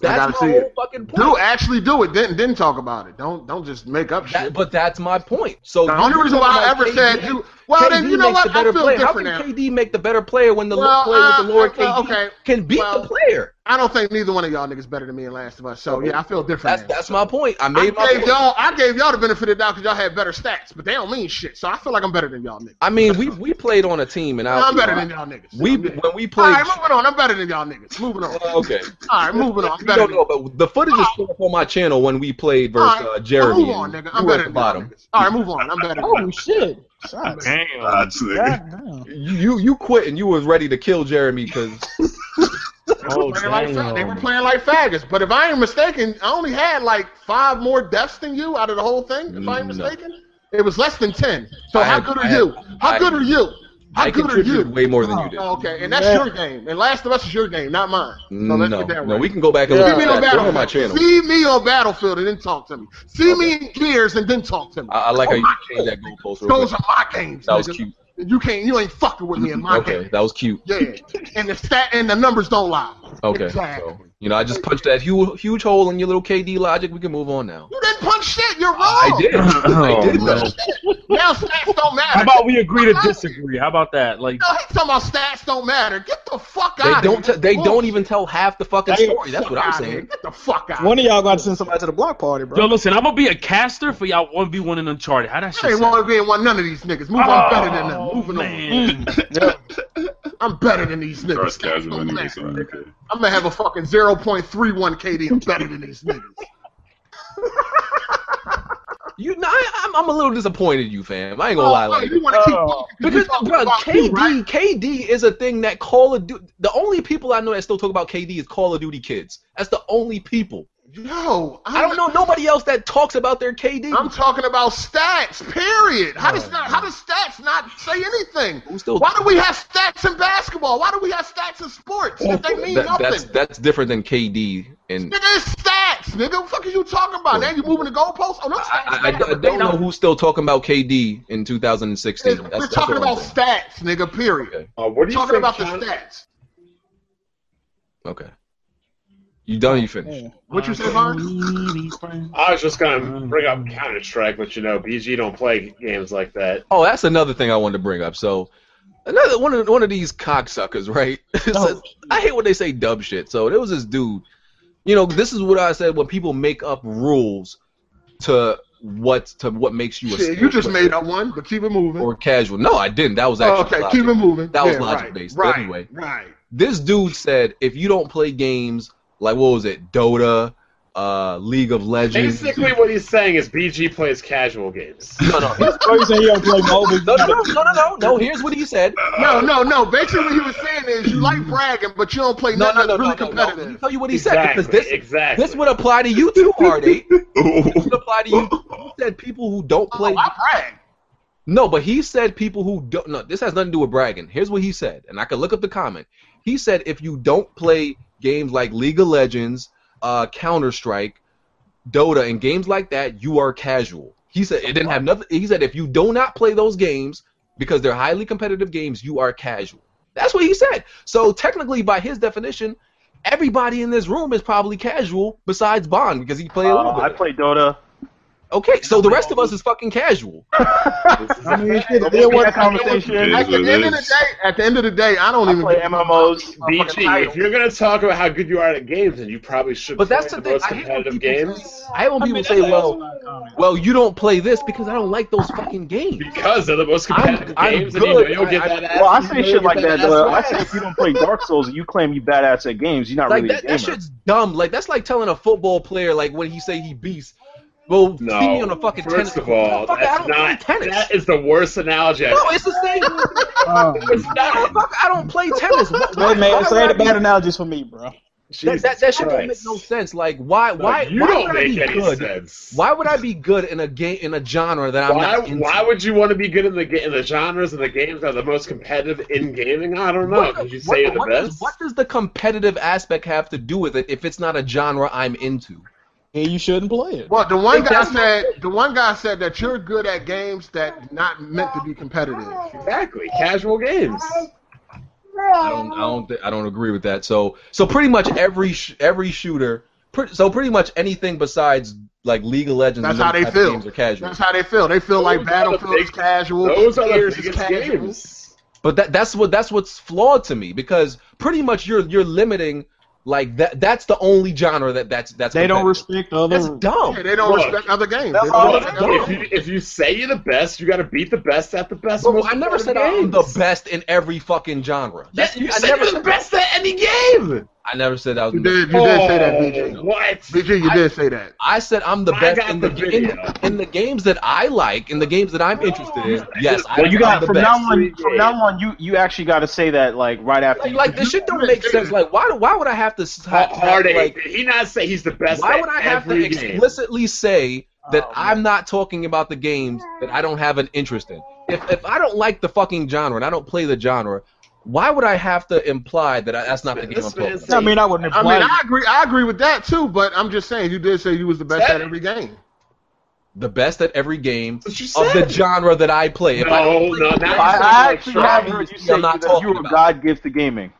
S5: gotta
S1: That's
S5: see
S1: my whole
S5: it.
S1: fucking point.
S5: Do actually do it. Then then talk about it. Don't don't just make up
S1: That-
S5: shit.
S1: but that's my point. So
S5: the only
S1: you
S5: reason
S1: talk
S5: why I
S1: about
S5: ever
S1: KD
S5: said you, well,
S1: KD
S5: then you know
S1: makes the
S5: what? I
S1: better
S5: feel
S1: player. How
S5: different
S1: can
S5: now.
S1: KD make the better player when the
S5: Well,
S1: lo- player with the
S5: uh,
S1: lower
S5: well,
S1: KD
S5: okay.
S1: can beat
S5: Well,
S1: the player?
S5: I don't think neither one of y'all niggas better than me in Last of Us. So yeah, I feel different.
S1: That's
S5: now.
S1: that's my point. I
S5: I
S1: made my.
S5: gave
S1: Point.
S5: y'all, I gave y'all the benefit of the doubt because y'all had better stats, but they don't mean shit. So I feel like I'm better than y'all niggas.
S1: I mean, we we played on a team, and I.
S5: I'm better than y'all niggas.
S1: We
S5: I'm better.
S1: when we
S5: All
S1: played.
S5: right, moving on. I'm better than y'all niggas. Moving on.
S1: Uh, okay.
S5: All right, moving on. I'm
S1: You
S5: better
S1: don't
S5: than
S1: know, but the footage is still up on my channel when we played versus
S5: All
S1: uh,
S5: right,
S1: Jeremy.
S5: Move on,
S1: and
S5: nigga.
S1: you
S5: I'm
S1: were at
S5: better
S1: the
S5: than y'all
S1: bottom.
S5: niggas. All right, move on. I'm better than
S8: Oh
S5: y'all.
S8: shit. Shots.
S10: Damn.
S5: Uh,
S2: Odds, nigga.
S8: Goddamn.
S1: You you quit and you was ready to kill Jeremy because
S10: Oh
S5: They were playing like fag- they were
S10: damn.
S5: playing like faggots, but if I ain't mistaken, I only had like five more deaths than you out of the whole thing. If I ain't
S1: Mm, No.
S5: mistaken, it was less than ten. So
S1: I
S5: how
S1: had-
S5: good
S1: I
S5: are
S1: had-
S5: you? How
S1: I-
S5: good are you? How
S1: I
S5: good are you?
S1: contributed way more than you did.
S5: Oh, okay, and that's
S8: Yeah.
S5: your game. And Last of Us is your game, not mine. So let's
S1: no,
S5: get that right.
S1: no, we can go back and
S5: See
S1: look
S5: me
S1: at
S5: on
S1: that. Go on my
S5: Battlefield.
S1: channel.
S5: See me on Battlefield and then talk to me. See me in Gears and then talk to me.
S1: I, I like how
S5: Oh
S1: you
S5: my
S1: changed that goalpost. real
S5: Those
S1: quick.
S5: are my games.
S1: That was
S5: nigga.
S1: cute.
S5: You can't. You ain't fucking with me in my
S1: Okay,
S5: game.
S1: that was cute.
S5: Yeah, and the stat and the numbers don't lie.
S1: Okay,
S5: Exactly.
S1: so you know, I just punched that huge, huge hole in your little KD logic. We can move on now.
S5: You didn't punch shit. You're wrong.
S1: I did. I did
S10: Oh,
S1: though.
S10: man.
S5: Now stats don't matter.
S10: How about we agree to disagree? How about that? Like
S5: No, he's talking about stats don't matter. Get the fuck
S1: They
S5: out.
S1: don't.
S5: Of
S1: T-
S5: here.
S1: they don't even tell half the fucking
S5: Get the
S1: story. That's
S5: fuck
S1: what I'm
S5: outta here.
S1: saying.
S5: Get the fuck out.
S8: One of y'all got to send somebody to the block party,
S10: Yo,
S8: bro.
S10: listen, I'm gonna be a caster for y'all one v one in Uncharted. How that
S5: I
S10: shit?
S5: ain't
S10: sound? Oh,
S5: want to be in one none of these niggas. Move on better than them.
S6: Oh.
S5: Moving
S10: man.
S5: on. I'm better than these niggas.
S2: Cross casual
S5: Don't
S2: anyway,
S5: matter.
S2: so I don't care.
S5: I'm gonna have a fucking 0.31 KD. I'm better than these niggas.
S1: You, no, I, I'm, I'm a little disappointed, in you fam. I ain't gonna lie,
S5: Oh,
S1: like
S5: you want to keep talking
S1: because
S5: we talking
S1: bro,
S5: about
S1: KD,
S5: you, right?
S1: KD is a thing that Call of Duty. The only people I know that still talk about KD is Call of Duty kids. That's the only people.
S5: Yo, I'm
S1: I don't know nobody else that talks about their KD.
S5: I'm talking about stats. Period. How does not, how does stats not say anything?
S1: Who still?
S5: Why do we have stats in basketball? Why do we have stats in sports if they mean
S1: that,
S5: nothing?
S1: that's that's different than KD and
S5: Nigga, it's stats. Nigga, what the fuck are you talking about? Now you moving the goalpost? Oh, no, stats.
S1: I, I, I
S5: matter.
S1: don't
S5: They
S1: know who's still talking about KD in 2016.
S5: We're
S1: That's, that's
S5: talking
S1: what I'm
S5: about
S1: saying.
S5: stats, nigga. Period.
S1: Okay.
S9: Uh, what
S5: We're
S9: do you
S5: talking
S9: think?
S5: about the
S9: China-
S5: stats.
S1: Okay. You done? You finished?
S8: Yeah.
S5: What you say, Mark?
S9: I was just gonna bring up Counter Strike, but you know, BG don't play games like that.
S1: Oh, that's another thing I wanted to bring up. So, another one of one of these cocksuckers, right? It's like- I hate when they say dumb shit. So there was this dude. You know, this is what I said when people make up rules to what to what makes you a
S5: Shit, you just made up one, but keep it moving.
S1: or casual. No, I didn't. That was
S5: Oh,
S1: actually
S5: okay,
S1: logic.
S5: keep it moving.
S1: That was
S5: Yeah,
S1: logic
S5: right,
S1: based,
S5: Right,
S1: anyway.
S5: right.
S1: this dude said if you don't play games like what was it, Dota, uh, League of Legends.
S9: Basically, what he's saying is BG plays casual games.
S1: No, no, no,
S8: Oh, you say he don't play mobile?
S1: no, no, no, no, no, no. Here's what he said.
S5: No, no, no. Basically, what he was saying is you like bragging, but you don't play
S1: No,
S5: nothing
S1: no, no,
S5: that's really
S1: no, no, no. Let me
S5: competitive.
S1: tell you what he
S9: exactly.
S1: said because this
S9: exactly.
S1: this would apply to you too, Hardy. This would
S2: Oh,
S1: apply to you. He said people who don't play.
S5: Oh, I brag.
S1: No, but he said people who don't. No, this has nothing to do with bragging. Here's what he said, and I can look up the comment. He said if you don't play games like League of Legends, uh, Counter Strike, Dota, and games like that, you are casual. He said it didn't have nothing. He said if you do not play those games because they're highly competitive games, you are casual. That's what he said. So technically, by his definition, everybody in this room is probably casual besides Bond because he played a little
S3: Uh,
S1: bit.
S3: I play Dota.
S1: okay, so the rest of us is fucking casual.
S8: I mean, shit,
S3: Don't
S8: it is
S3: be
S8: what
S3: that
S2: It
S3: conversation.
S2: is
S5: At the
S2: what it
S5: end of the
S2: is.
S5: day, at the end of the day, I don't
S3: I
S5: even.
S3: play
S5: give a
S3: MMOs.
S5: fuck about fucking
S9: BG, if
S5: title.
S9: you're gonna talk about how good you are at games, then you probably should
S1: But
S9: play
S1: that's the thing,
S9: most
S1: I hate when
S9: competitive
S1: people
S9: games
S1: I hate when
S8: I
S1: people
S8: mean,
S1: say,
S8: that's
S1: "Well,
S8: not a comment.
S1: well, you don't play this because I don't like those fucking games."
S9: because they're the most competitive
S1: I'm
S9: games, and you know
S1: good.
S9: you'll get
S1: I- I-
S9: that ass.
S3: Well, I
S9: you
S3: say
S9: know
S3: shit
S9: you'll
S3: like
S9: get
S3: that. though. I
S9: ass
S3: say
S9: whack.
S3: if you don't play Dark Souls and you claim you badass at games, you're not
S1: Like
S3: really a
S1: that,
S3: gamer.
S1: that shit's dumb. Like that's like telling a football player, like when he say he beats, well,
S9: No.
S1: see me on a fucking tennis.
S9: First of
S1: court."
S9: all,
S1: Motherfucker, I
S9: that's
S1: don't
S9: not.
S1: play tennis.
S9: That is the worst analogy.
S1: no,
S9: I've
S1: it's the same.
S8: Um,
S9: It's not.
S1: Motherfucker, I don't play tennis. What-
S8: Wait,
S1: why-
S8: man,
S1: why
S8: it's
S1: would I
S8: ain't the
S1: be-
S8: bad analogies for me, bro.
S1: That, that, that shit don't make no sense. Like why
S9: No,
S1: why
S9: you
S1: why
S9: don't
S1: would I
S9: make
S1: be
S9: any
S1: good?
S9: sense.
S1: Why would I be good in a game in a genre that I'm
S9: Why,
S1: not into?
S9: why would you want to be good in the ga- in the genres and the games that are the most competitive in gaming? I don't know.
S1: What,
S9: Did you
S1: what-
S9: say you're the
S1: what
S9: best?
S1: does, what does the competitive aspect have to do with it if it's not a genre I'm into?
S8: And you shouldn't play it.
S5: Well, the one guy
S1: Exactly.
S5: said the one guy said that you're good at games that not meant to be competitive.
S9: Exactly, casual games.
S1: I don't, I don't, thi- I don't agree with that. So, so pretty much every sh- every shooter, pre- so pretty much anything besides like League of Legends.
S5: That's
S1: and
S5: how
S1: those
S5: they
S1: type of
S5: feel.
S1: Games are casual.
S5: That's how they feel. They feel like
S9: Those are the
S5: Battlefield is
S9: big-
S5: casual.
S9: Those are
S5: Gears
S9: the
S5: is
S9: biggest
S5: casual.
S9: games.
S1: But that that's what that's what's flawed to me because pretty much you're you're limiting like that. That's the only genre that that's that's.
S8: They don't
S1: competitive.
S8: respect other.
S1: That's dumb.
S5: Yeah, they don't
S9: Look.
S5: respect other games.
S8: That's
S5: They don't
S8: all
S9: Look,
S5: respect
S1: dumb.
S5: other
S9: if
S5: games.
S9: you if you say you're the best, you got to beat the best at the best.
S1: But
S9: most
S1: I never said I'm
S9: competitive
S1: the
S9: games.
S1: best in every fucking genre.
S9: Yeah,
S1: That's-
S9: you
S1: I
S9: said
S1: never
S9: you're the best at any game.
S1: I never said I was.
S5: You did. You did say that, BG.
S9: Oh, What?
S5: BG, you did say that.
S1: I said I'm the
S9: I
S1: best
S9: got
S1: in the,
S9: the
S1: in,
S9: video.
S1: in the games that I like, in the games that I'm interested in. Yes, I,
S3: Well, you
S1: I'm
S3: got
S1: the
S3: from
S1: best.
S3: now on. From now on, you you actually got to say that like right after.
S1: Like,
S3: you
S1: like this shit don't make sense. Like, why? do- Why would I have to? s-
S9: How
S1: Have,
S9: hard
S1: have,
S9: like,
S1: like,
S9: did he not say he's the best?
S1: why
S9: at
S1: would I have to
S9: every game?
S1: explicitly say that
S8: Oh,
S1: I'm not talking about the games that I don't have an interest in? If if I don't like the fucking genre and I don't play the genre, why would I have to imply that I, that's not the game I'm
S9: This man
S1: talking
S9: said-
S1: about?
S8: I mean, I wouldn't
S5: I
S8: have
S5: mean,
S8: played.
S5: I agree. I agree with that too. But I'm just saying, you did say you was the best
S9: Said
S5: at
S9: it.
S5: every game.
S1: The best at every game
S9: That's what you
S1: of the
S9: said.
S1: genre that I play. If I don't
S9: no, no,
S3: I,
S9: not
S3: I actually have heard you
S1: I'm
S3: say
S1: not
S3: that
S1: talking
S3: you were
S1: about it.
S3: God gift to gaming.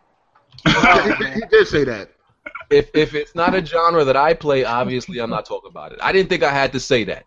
S9: Oh,
S5: he, he did say that.
S1: if if it's not a genre that I play, obviously I'm not talking about it. I didn't think I had to say that.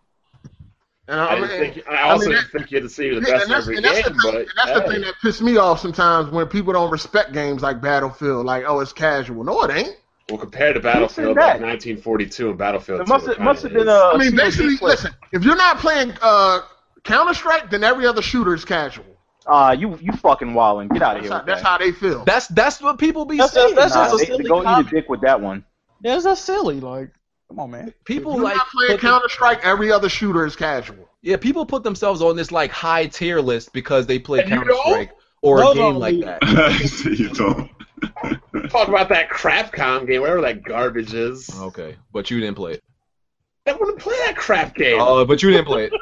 S5: And I,
S9: I,
S5: mean,
S9: didn't think, I also
S5: I mean,
S9: didn't think you had to say you're the
S5: Yeah,
S9: best
S5: and
S9: in
S5: that's,
S9: every
S5: and that's, the,
S9: game, but
S5: thing, and that's the
S9: hey.
S5: thing that pissed me off sometimes when people don't respect games like Battlefield. Like, oh, it's casual. No, it ain't.
S9: well, compared to
S3: Who
S9: Battlefield
S3: said
S9: like
S3: that?
S9: 1942 and Battlefield,
S3: It
S9: 2,
S3: must
S9: it
S3: have
S9: kinda
S3: must have been
S9: is.
S3: a.
S5: I mean,
S3: COD
S5: basically,
S3: clip.
S5: listen. If you're not playing uh, Counter Strike, then every other shooter is casual.
S3: Ah, you you fucking wildin'. Get out
S5: That's,
S3: of here.
S5: how,
S3: with
S5: that's
S3: that.
S5: how they feel.
S1: That's that's what people be
S8: That's
S1: saying.
S8: that's
S3: Nah,
S8: just a
S3: they-
S8: silly
S3: go eat a
S8: comment.
S3: dick with that one.
S8: That's just silly. Like, come on, man.
S5: if
S1: people
S5: you're
S1: like
S5: not playing
S1: put-
S5: Counter Strike, every other shooter is casual.
S1: yeah, people put themselves on this like high tier list because they play
S9: And you
S1: Counter Strike or
S8: No,
S1: a game
S8: no,
S1: like
S8: we-
S1: that.
S2: you don't.
S9: Talk about that crapcom game, whatever that garbage is.
S1: Okay, but you didn't play it.
S9: I wouldn't play that crap game.
S1: Oh, but you didn't play it.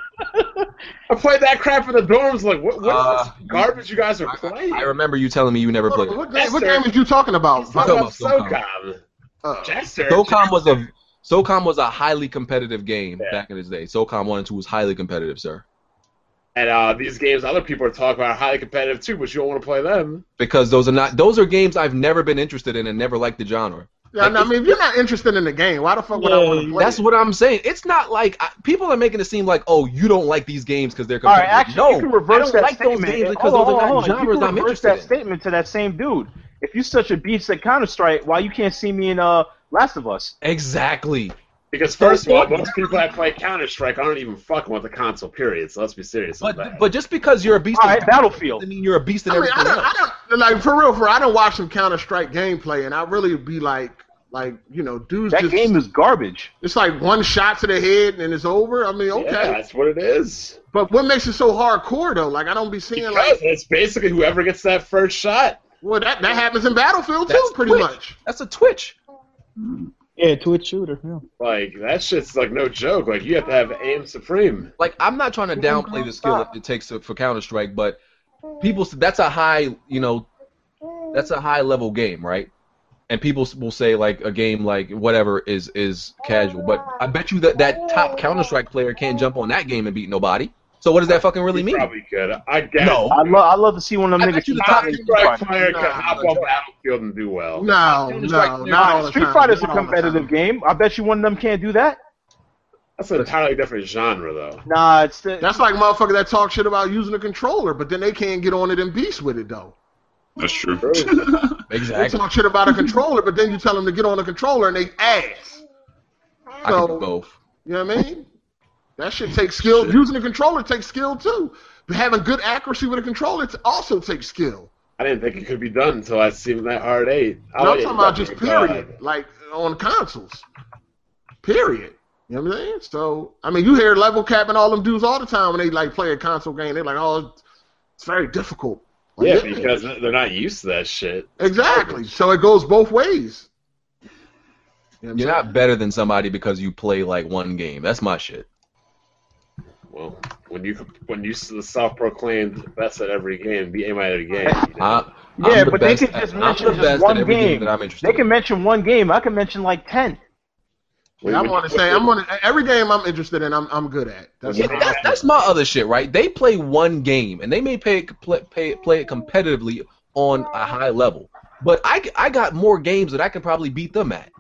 S9: I played that crap in the dorms. Like, what, what is
S1: Uh,
S9: this garbage you guys are
S1: I,
S9: playing?
S1: I remember you telling me you never played
S5: What,
S1: it.
S5: what, game, what
S9: Yes, sir.
S5: game is you talking about?
S9: He's talking about
S1: SOCOM.
S9: SOCOM.
S5: Uh,
S9: Jester.
S1: SOCOM was a SOCOM was a highly competitive game
S9: Yeah.
S1: back in its day. SOCOM one and two was highly competitive, sir.
S9: And uh, these games other people are talking about are highly competitive too, but you don't want to play them.
S1: Because those are not those are games I've never been interested in and never liked the genre.
S5: Yeah, no, I mean, if you're not interested in the game, why the fuck would I want to play?
S1: That's
S5: it?
S1: what I'm saying. It's not like I, people are making it seem like, oh, you don't like these games because they're
S3: All right,
S1: competitive.
S3: actually,
S1: no,
S3: you can reverse
S1: I don't
S3: that
S1: like
S3: statement.
S1: those games
S3: and-
S1: because
S3: hold
S1: those
S3: on,
S1: are
S3: hold
S1: not
S3: on,
S1: genres
S3: hold on. you can
S1: I'm
S3: reverse
S1: interested
S3: that
S1: in.
S3: statement to that same dude. If you such a beast at Counter Strike, why you can't see me in uh Last of Us?
S1: Exactly.
S9: Because first of all, most people that play Counter Strike aren't even fucking with the console. Period. So let's be serious. on
S1: But
S9: that.
S1: but just because you're a beast,
S3: All
S1: in
S3: right, Battlefield.
S1: doesn't mean you're a beast in
S5: I mean,
S1: everything
S5: I don't,
S1: else.
S5: I don't like for real. For I don't watch some Counter Strike gameplay, and I really be like, like you know, dudes.
S3: That
S5: just,
S3: game is garbage.
S5: It's like one shot to the head and it's over. I mean, okay,
S9: yeah, that's what it is.
S5: but what makes it so hardcore though? Like I don't be seeing
S9: Because
S5: like,
S9: it's basically whoever gets that first shot.
S5: well, that that happens in Battlefield too,
S1: That's
S5: pretty
S1: quick.
S5: much.
S1: That's a Twitch.
S8: Yeah, Twitch shooter. Yeah.
S9: Like that shit's like no joke. Like you have to have aim supreme.
S1: Like I'm not trying to downplay the skill it- it takes to- for Counter Strike, but people s- that's a high you know that's a high level game, right? And people s- will say like a game like whatever is is casual, but I bet you that that top Counter Strike player can't jump on that game and beat nobody. So what does that fucking really
S9: You
S1: mean?
S9: Probably could. I guess.
S1: No.
S3: I love I love to see one of them
S1: I
S3: niggas.
S1: bet you the
S3: keep
S1: top
S3: fighting
S1: three
S3: Street
S9: Strike
S3: Fighter.
S9: player
S5: Nah,
S9: could hop
S5: nah.
S9: on battlefield and do well.
S5: No, no,
S1: Strike-
S5: not all the
S3: Street
S5: time.
S3: Fighter's a
S5: Not all the time.
S3: competitive game. I bet you one of them can't do that.
S9: That's an entirely different genre, though.
S3: Nah, it's the,
S5: That's like motherfucker that talk shit about using a controller, but then they can't get on it and beast with it though.
S2: That's true.
S5: They
S1: Exactly.
S5: talk shit about a controller, but then you tell them to get on a controller and they ass.
S1: I can do both.
S5: You know what I mean? That shit takes skill. Using a controller takes skill too. But having good accuracy with a controller t- also takes skill.
S9: I didn't think it could be done until I seen that hard eight.
S5: And
S9: Oh,
S5: I'm
S9: yeah,
S5: talking about just
S9: God.
S5: period, like on consoles. Period. You know what I'm saying? So I mean, you hear level capping all them dudes all the time when they like play a console game. They're like, oh, it's very difficult. Like,
S9: Yeah, because they're not used to that shit.
S5: exactly. So it goes both ways. You know what
S1: You're
S5: I'm
S1: not better than somebody because you play like one game. That's my shit.
S9: Well, when you when you s- the self-proclaimed best at every game, be aim at a game. you know.
S1: I,
S3: Yeah,
S1: I'm the
S3: but they
S1: best
S3: can
S1: at-
S3: just
S1: I'm
S3: mention
S1: the
S3: just
S1: best
S3: one
S1: at every
S3: game.
S1: game that I'm interested
S3: they can
S1: in.
S3: mention one game. I can mention like ten.
S9: When-
S5: Yeah, I
S9: when-
S5: want to say I'm on every game I'm interested in. I'm I'm good at. That's
S1: Yeah,
S5: what I'm
S1: that's, that's my other shit, right? They play one game and they may pay, play, pay, play it competitively on a high level. But I, I got more games that I could probably beat them at.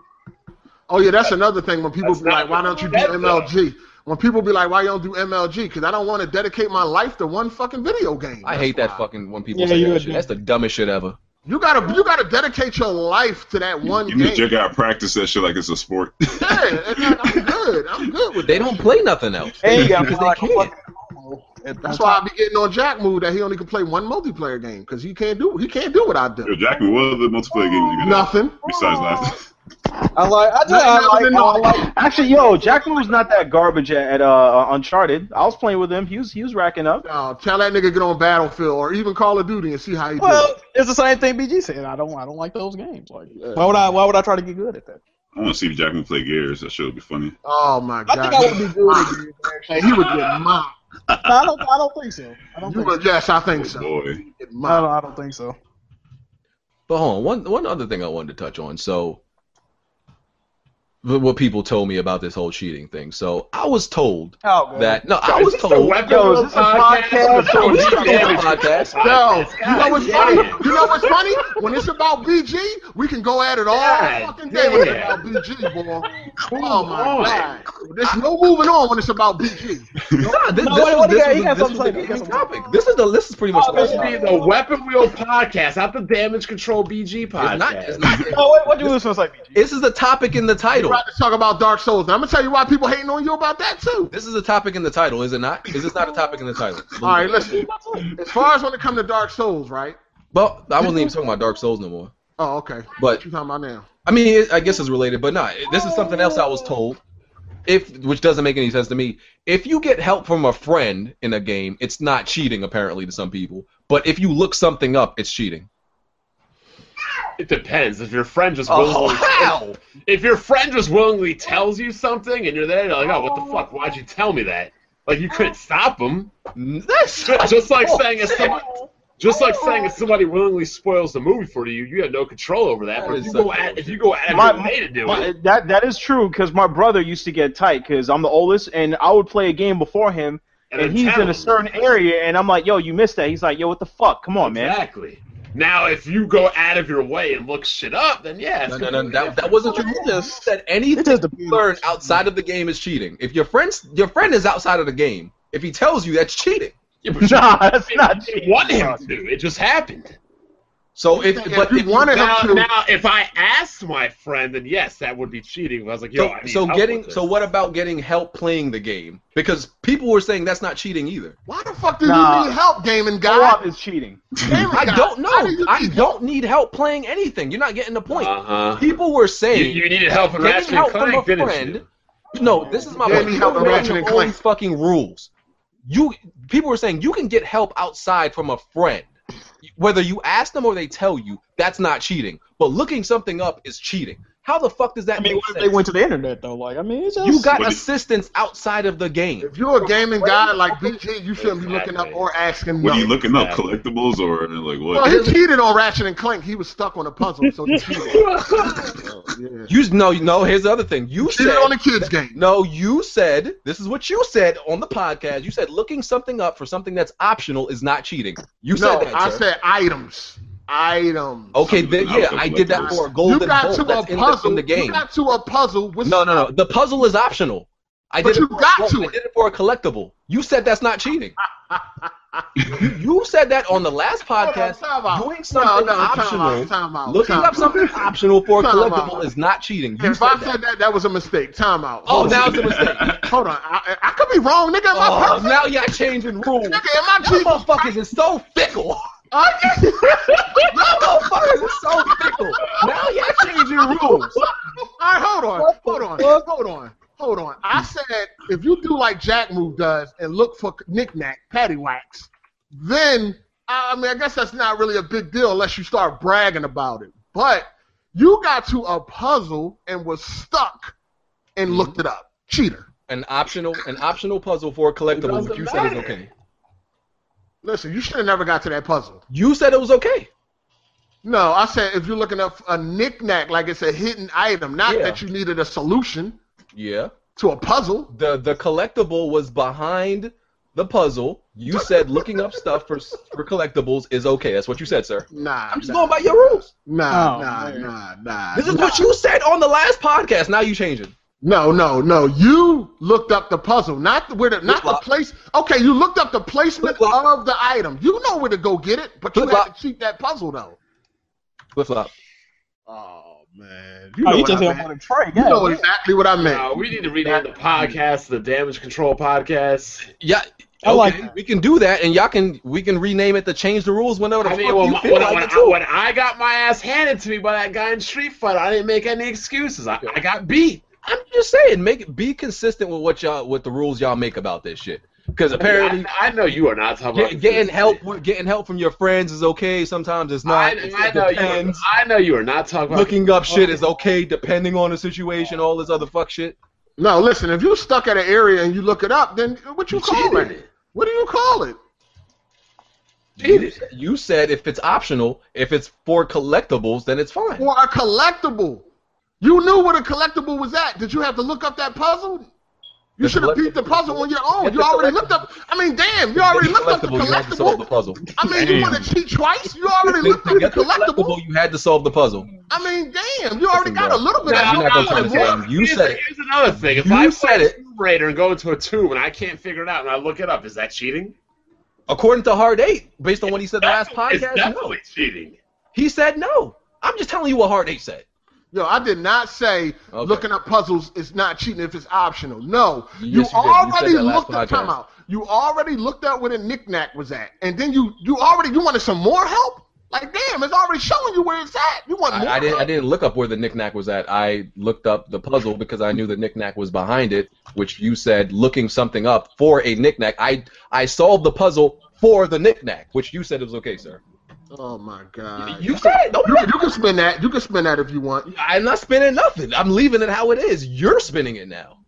S5: Oh yeah, that's another thing when people
S9: That's
S5: be like,
S9: not-
S5: "Why don't you do
S9: that's a-
S5: MLG?" When people be like, "Why you don't do MLG?" Because I don't want to dedicate my life to one fucking video game.
S1: I
S5: That's
S1: hate
S5: why.
S1: that fucking when people
S8: Yeah,
S1: say
S8: you
S1: that
S8: would
S1: shit.
S8: be.
S1: That's the dumbest shit ever.
S5: You gotta you gotta dedicate your life to that one
S2: you
S5: game.
S2: just gotta practice that shit like it's a sport.
S5: yeah, it's like, I'm good. I'm good with
S1: They
S5: that
S1: don't
S5: shit.
S1: play nothing else.
S8: And you
S1: Because
S8: got
S1: they
S8: like a
S1: can't.
S8: fucking homo. at-
S5: That's
S8: on
S5: why I
S8: top.
S5: be getting on Jack move that he only can play one multiplayer game because he can't do he can't do what I
S2: Yo,
S5: do.
S2: Jackman, what other multiplayer games you been at
S5: Nothing.
S2: besides last?
S8: I like. I just.
S5: Nothing
S8: I
S5: other
S8: like.
S5: than
S8: I like
S3: uh, Actually, yo, Jack Moo's not that garbage at, at uh, Uncharted. I was playing with him. He was he was racking up.
S5: Uh, tell that nigga get on Battlefield or even Call of Duty and see how he
S8: Well,
S5: do.
S8: it's the same thing BG said. I don't. I don't like those games. Like, why would I? Why would I try to get good at that?
S2: I want to see if Jackman play Gears. That shit would be funny.
S5: Oh my
S8: I
S5: god.
S8: think I would be good at games. Actually,
S5: And he would get mocked.
S8: No, I don't. I don't think so. I don't
S5: You
S8: think. So.
S5: would, yes, I think
S2: Oh
S5: so.
S2: boy.
S5: Get
S8: I
S5: mocked.
S8: don't, I don't think so.
S1: But hold on, one one other thing I wanted to touch on. So, wh- what people told me about this whole cheating thing. So I was told
S8: Oh, God.
S1: that no, I
S9: Is
S1: was
S9: this
S1: told.
S9: a weapon
S3: Yo, is this a podcast?
S9: or
S1: This
S9: is
S1: is
S9: this
S1: a
S9: a damage?
S1: podcast.
S5: Yo, you know what's funny?
S9: damn.
S5: You know what's funny? When it's about BG, we can go at it all
S9: God
S5: fucking day when it's
S9: damn.
S5: about BG, boy. Oh my
S9: on.
S5: god. There's no moving on when it's about BG.
S1: Nah, this,
S8: No,
S1: this,
S8: wait,
S1: was,
S8: what he
S1: this,
S8: got- he
S1: was, the- this
S8: got
S1: was the
S8: something to say, he got
S1: gaming
S8: something to
S1: topic. This is the this is pretty much.
S8: Oh,
S1: the
S9: This
S1: last
S9: be the Weapon Wheel podcast, not the Damage Control BG podcast.
S1: It's not. It's not.
S8: Oh, what, what do you listen to? Like BG?
S1: this is a topic in the
S5: We're
S1: title.
S5: about to talk about Dark Souls. And I'm gonna tell you why people hating on you about that too.
S1: This is a topic in the title, is it not? Is this not a topic in the title?
S5: All right, listen. As far as when it comes to Dark Souls, right?
S1: Well, I wasn't even talking about Dark Souls no more.
S5: Oh, okay.
S1: But
S5: What you talking about now?
S1: I mean, it, I guess it's related, but not. This is something else I was told, if which doesn't make any sense to me. If you get help from a friend in a game, it's not cheating apparently to some people. But if you look something up, it's cheating.
S9: It depends. If your friend just
S1: Oh
S9: willingly,
S1: hell!
S9: if your friend just willingly tells you something, and you're there, you're like, oh, what the fuck? Why'd you tell me that? Like you couldn't stop them.
S1: That's
S9: Ju- Just like saying if somebody, just like saying if somebody willingly spoils the movie for you, you have no control over that.
S1: That
S9: But
S1: is
S9: if you
S1: such
S9: go at, if
S1: bullshit.
S9: you go at
S3: My-
S9: your way to do
S3: My,
S9: it,
S3: that that is true because my brother used to get tight because I'm the oldest and I would play a game before him
S9: and,
S3: and
S9: then
S3: he's
S9: tell
S3: in a
S9: them.
S3: certain area and I'm like, yo, you missed that. He's like, yo, what the fuck? Come on, man.
S9: Exactly. Now, if you go out of your way and look shit up, then yeah, it's
S1: No, no,
S9: gonna
S1: no.
S9: be
S1: That, that wasn't your rule. You said anything
S8: just
S1: you
S8: depends.
S1: learn outside of the game is cheating. If your friends, your friend is outside of the game, if he tells you that's cheating.
S8: Nah, that's not
S9: different. You want him to. It just happened.
S1: So if but
S5: you
S1: if
S5: wanted him
S9: Now,
S5: to-
S9: now, if I asked my friend, then yes, that would be cheating. If I was like, yo,
S1: so,
S9: I need
S1: so
S9: help
S1: getting
S9: with
S1: so
S9: this.
S1: what about getting help playing the game? Because people were saying that's not cheating either.
S5: Why the fuck do
S3: Nah.
S5: you need help, gaming guy?
S3: Co-op is cheating.
S5: Gaming
S1: I
S5: guy,
S1: don't know.
S5: why do you
S1: I
S5: need
S1: don't need help playing anything. You're not getting the point.
S9: Uh huh.
S1: People were
S9: You,
S1: saying
S9: you needed help in
S1: Getting
S9: Ratchet
S1: help
S9: and
S1: from
S9: Clank,
S1: a
S9: didn't
S1: friend.
S9: you?
S1: No, this is my
S5: They
S1: point.
S5: need help
S1: You're
S5: in
S1: making
S5: Ratchet and
S1: your own
S5: Clank.
S1: fucking rules. You people were saying you can get help outside from a friend, whether you ask them or they tell you. That's not cheating, but looking something up is cheating. How the fuck does that
S8: I mean,
S1: make
S8: what if
S1: sense?
S8: they went to the internet though? Like, I mean, it's just
S1: you got
S2: What if-
S1: assistance outside of the game.
S5: If you're a gaming guy like BG, you shouldn't be looking up
S9: Exactly.
S5: or asking.
S2: What are you
S5: nothing.
S2: looking up? Collectibles or like
S5: Well,
S2: what?
S5: he cheated on Ratchet and Clank. He was stuck on a puzzle, so he cheated. oh, yeah.
S1: You no, no. Here's the other thing. You
S5: Cheated
S1: said
S5: on the kids game.
S1: no. You said this is what you said on the podcast. You said looking something up for something that's optional is not cheating. You
S5: No,
S1: said that.
S5: I
S1: sir.
S5: said items. Items.
S1: Okay,
S2: I'm
S1: then,
S2: looking
S1: yeah,
S2: up
S1: I did that
S2: collectibles.
S1: for a
S5: You
S1: golden
S5: got
S1: bolt
S5: to
S1: that's
S5: a
S1: in the,
S5: puzzle.
S1: in the
S5: You
S1: game.
S5: got to a puzzle. With
S1: No, no, no. The puzzle is optional. I
S5: But
S1: did
S5: you
S1: it for a
S5: got
S1: goal.
S5: to
S1: I
S5: it.
S1: did it for a collectible. You said that's not cheating. you, you said that on the last podcast. Doing something optional,
S5: Time out.
S1: looking
S5: time
S1: up something
S5: out.
S1: optional for a
S5: Time out.
S1: collectible is not cheating. You
S5: If I
S1: said
S5: said
S1: that.
S5: that, that was a mistake. Time out.
S1: Oh,
S5: Hold
S1: now
S5: on.
S1: it's a mistake.
S5: Hold on. I, I I could be wrong, nigga. Am I
S1: Oh,
S5: perfect?
S1: now y'all changing rules.
S5: Nigga, am I
S1: Y'all
S5: cheating?
S1: motherfuckers is so fickle.
S5: Are you?
S1: Y'all motherfuckers is so fickle. Now y'all changing rules.
S5: All right, hold on,
S8: What the
S5: hold on,
S8: fuck?
S5: hold on, hold on. I said if you do like Jack Move does and look for knickknack paddywhacks, then I I mean I guess that's not really a big deal unless you start bragging about it. But you got to a puzzle and was stuck and
S1: Mm-hmm.
S5: looked it up. Cheater.
S1: An optional, an optional puzzle for a collectible.
S9: doesn't
S1: Which you said is
S9: matter.
S1: okay.
S5: Listen, you should have never got to that puzzle.
S1: You said it was okay.
S5: No, I said if you're looking up a knickknack like it's a hidden item, not
S1: Yeah.
S5: that you needed a solution
S1: Yeah.
S5: to a puzzle.
S1: the the collectible was behind the puzzle. You said looking up stuff for for collectibles is okay. That's what you said, sir.
S5: Nah,
S1: I'm just
S5: nah,
S1: going by your rules.
S5: Nah,
S8: Oh,
S5: nah,
S8: man.
S5: nah, nah.
S1: This is
S5: nah.
S1: what you said on the last podcast. Now you changing.
S5: No, no, no. You looked up the puzzle, not the, where the, not the
S1: Flip-flop.
S5: place. Okay, you looked up the placement
S1: Flip-flop.
S5: of the item. You know where to go get it, but you had
S1: Flip-flop.
S5: to cheat that puzzle though.
S1: Flip flop.
S5: Oh man, you
S8: oh,
S5: know,
S8: you
S5: what,
S8: just
S5: I
S8: hit
S5: meant.
S8: on a tray.
S5: You
S8: yeah.
S5: know exactly what I meant.
S9: No, Uh, we need to rename the podcast the Damage Control Podcast.
S1: Yeah.
S8: I
S1: okay,
S8: like that.
S1: we can do that, and y'all can we can rename it to change the rules whenever the
S9: I mean,
S1: fuck
S9: when,
S1: you
S9: my-
S1: feel
S9: when,
S1: like
S9: when
S1: it
S9: I,
S1: too.
S9: when I got my ass handed to me by that guy in Street Fighter, I didn't make any excuses. I, I got beat.
S1: I'm just saying, make it be consistent with what y'all with the rules y'all make about this shit. Because apparently,
S9: I, I know you are not talking
S1: get,
S9: about
S1: getting help with- getting help from your friends is okay. Sometimes it's not.
S9: I,
S1: It
S9: I know you. Are,
S1: depends.
S9: I know you are not talking about
S1: looking up shit
S5: Oh.
S1: is okay depending on the situation, all this other fuck shit.
S5: No, listen. If you're stuck at an area and you look it up, then what you call
S9: cheating.
S5: it? What do you call it?
S1: You, you said if it's optional, if it's for collectibles, then it's fine.
S5: Or a collectible? You knew what a collectible was at. Did you have to look up that puzzle? You
S1: The
S5: should have
S1: collect-
S5: beat the puzzle on your own.
S1: Get
S5: You
S1: the
S5: already
S1: collect-
S5: looked up. I mean, damn, you already looked up the
S1: you had to solve the
S5: collectible.
S1: puzzle.
S5: I mean, you want to cheat twice? You already
S1: To
S5: looked up the
S1: get the
S5: collectible.
S1: collectible, you had to solve the puzzle.
S5: I mean, damn, you already got a little bit
S1: Nah,
S5: of
S1: you're not gonna try to
S5: that.
S1: say
S5: More.
S1: it. You
S9: here's,
S1: said it.
S9: here's another thing. If
S1: You
S9: I
S1: said
S9: play
S1: it.
S9: Tomb Raider and go into a tomb and I can't figure it out and I look it up, is that cheating?
S1: According to Hard Eight, based on what he said the last
S9: It's
S1: podcast, no.
S9: definitely cheating.
S1: He said no. I'm just telling you what Hard Eight said.
S5: Yo, I did not say
S1: Okay.
S5: looking up puzzles is not cheating if it's optional. No,
S1: Yes, you
S5: you
S1: did. You said
S5: already
S1: that last
S5: looked up. Time
S1: podcast.
S5: out. You already looked up where the knickknack was at, and then you you already you wanted some more help. Like, damn, it's already showing you where it's at. You want more?
S1: I, I didn't. I
S5: help?
S1: didn't look up where the knickknack was at. I looked up the puzzle because I knew the knickknack was behind it, which you said looking something up for a knickknack. I I solved the puzzle for the knickknack, which you said it was okay, sir.
S5: Oh my god.
S1: You said it. Don't
S5: You, you can spin that. You can spin that if you want.
S1: I'm not spinning nothing. I'm leaving it how it is. You're spinning it now.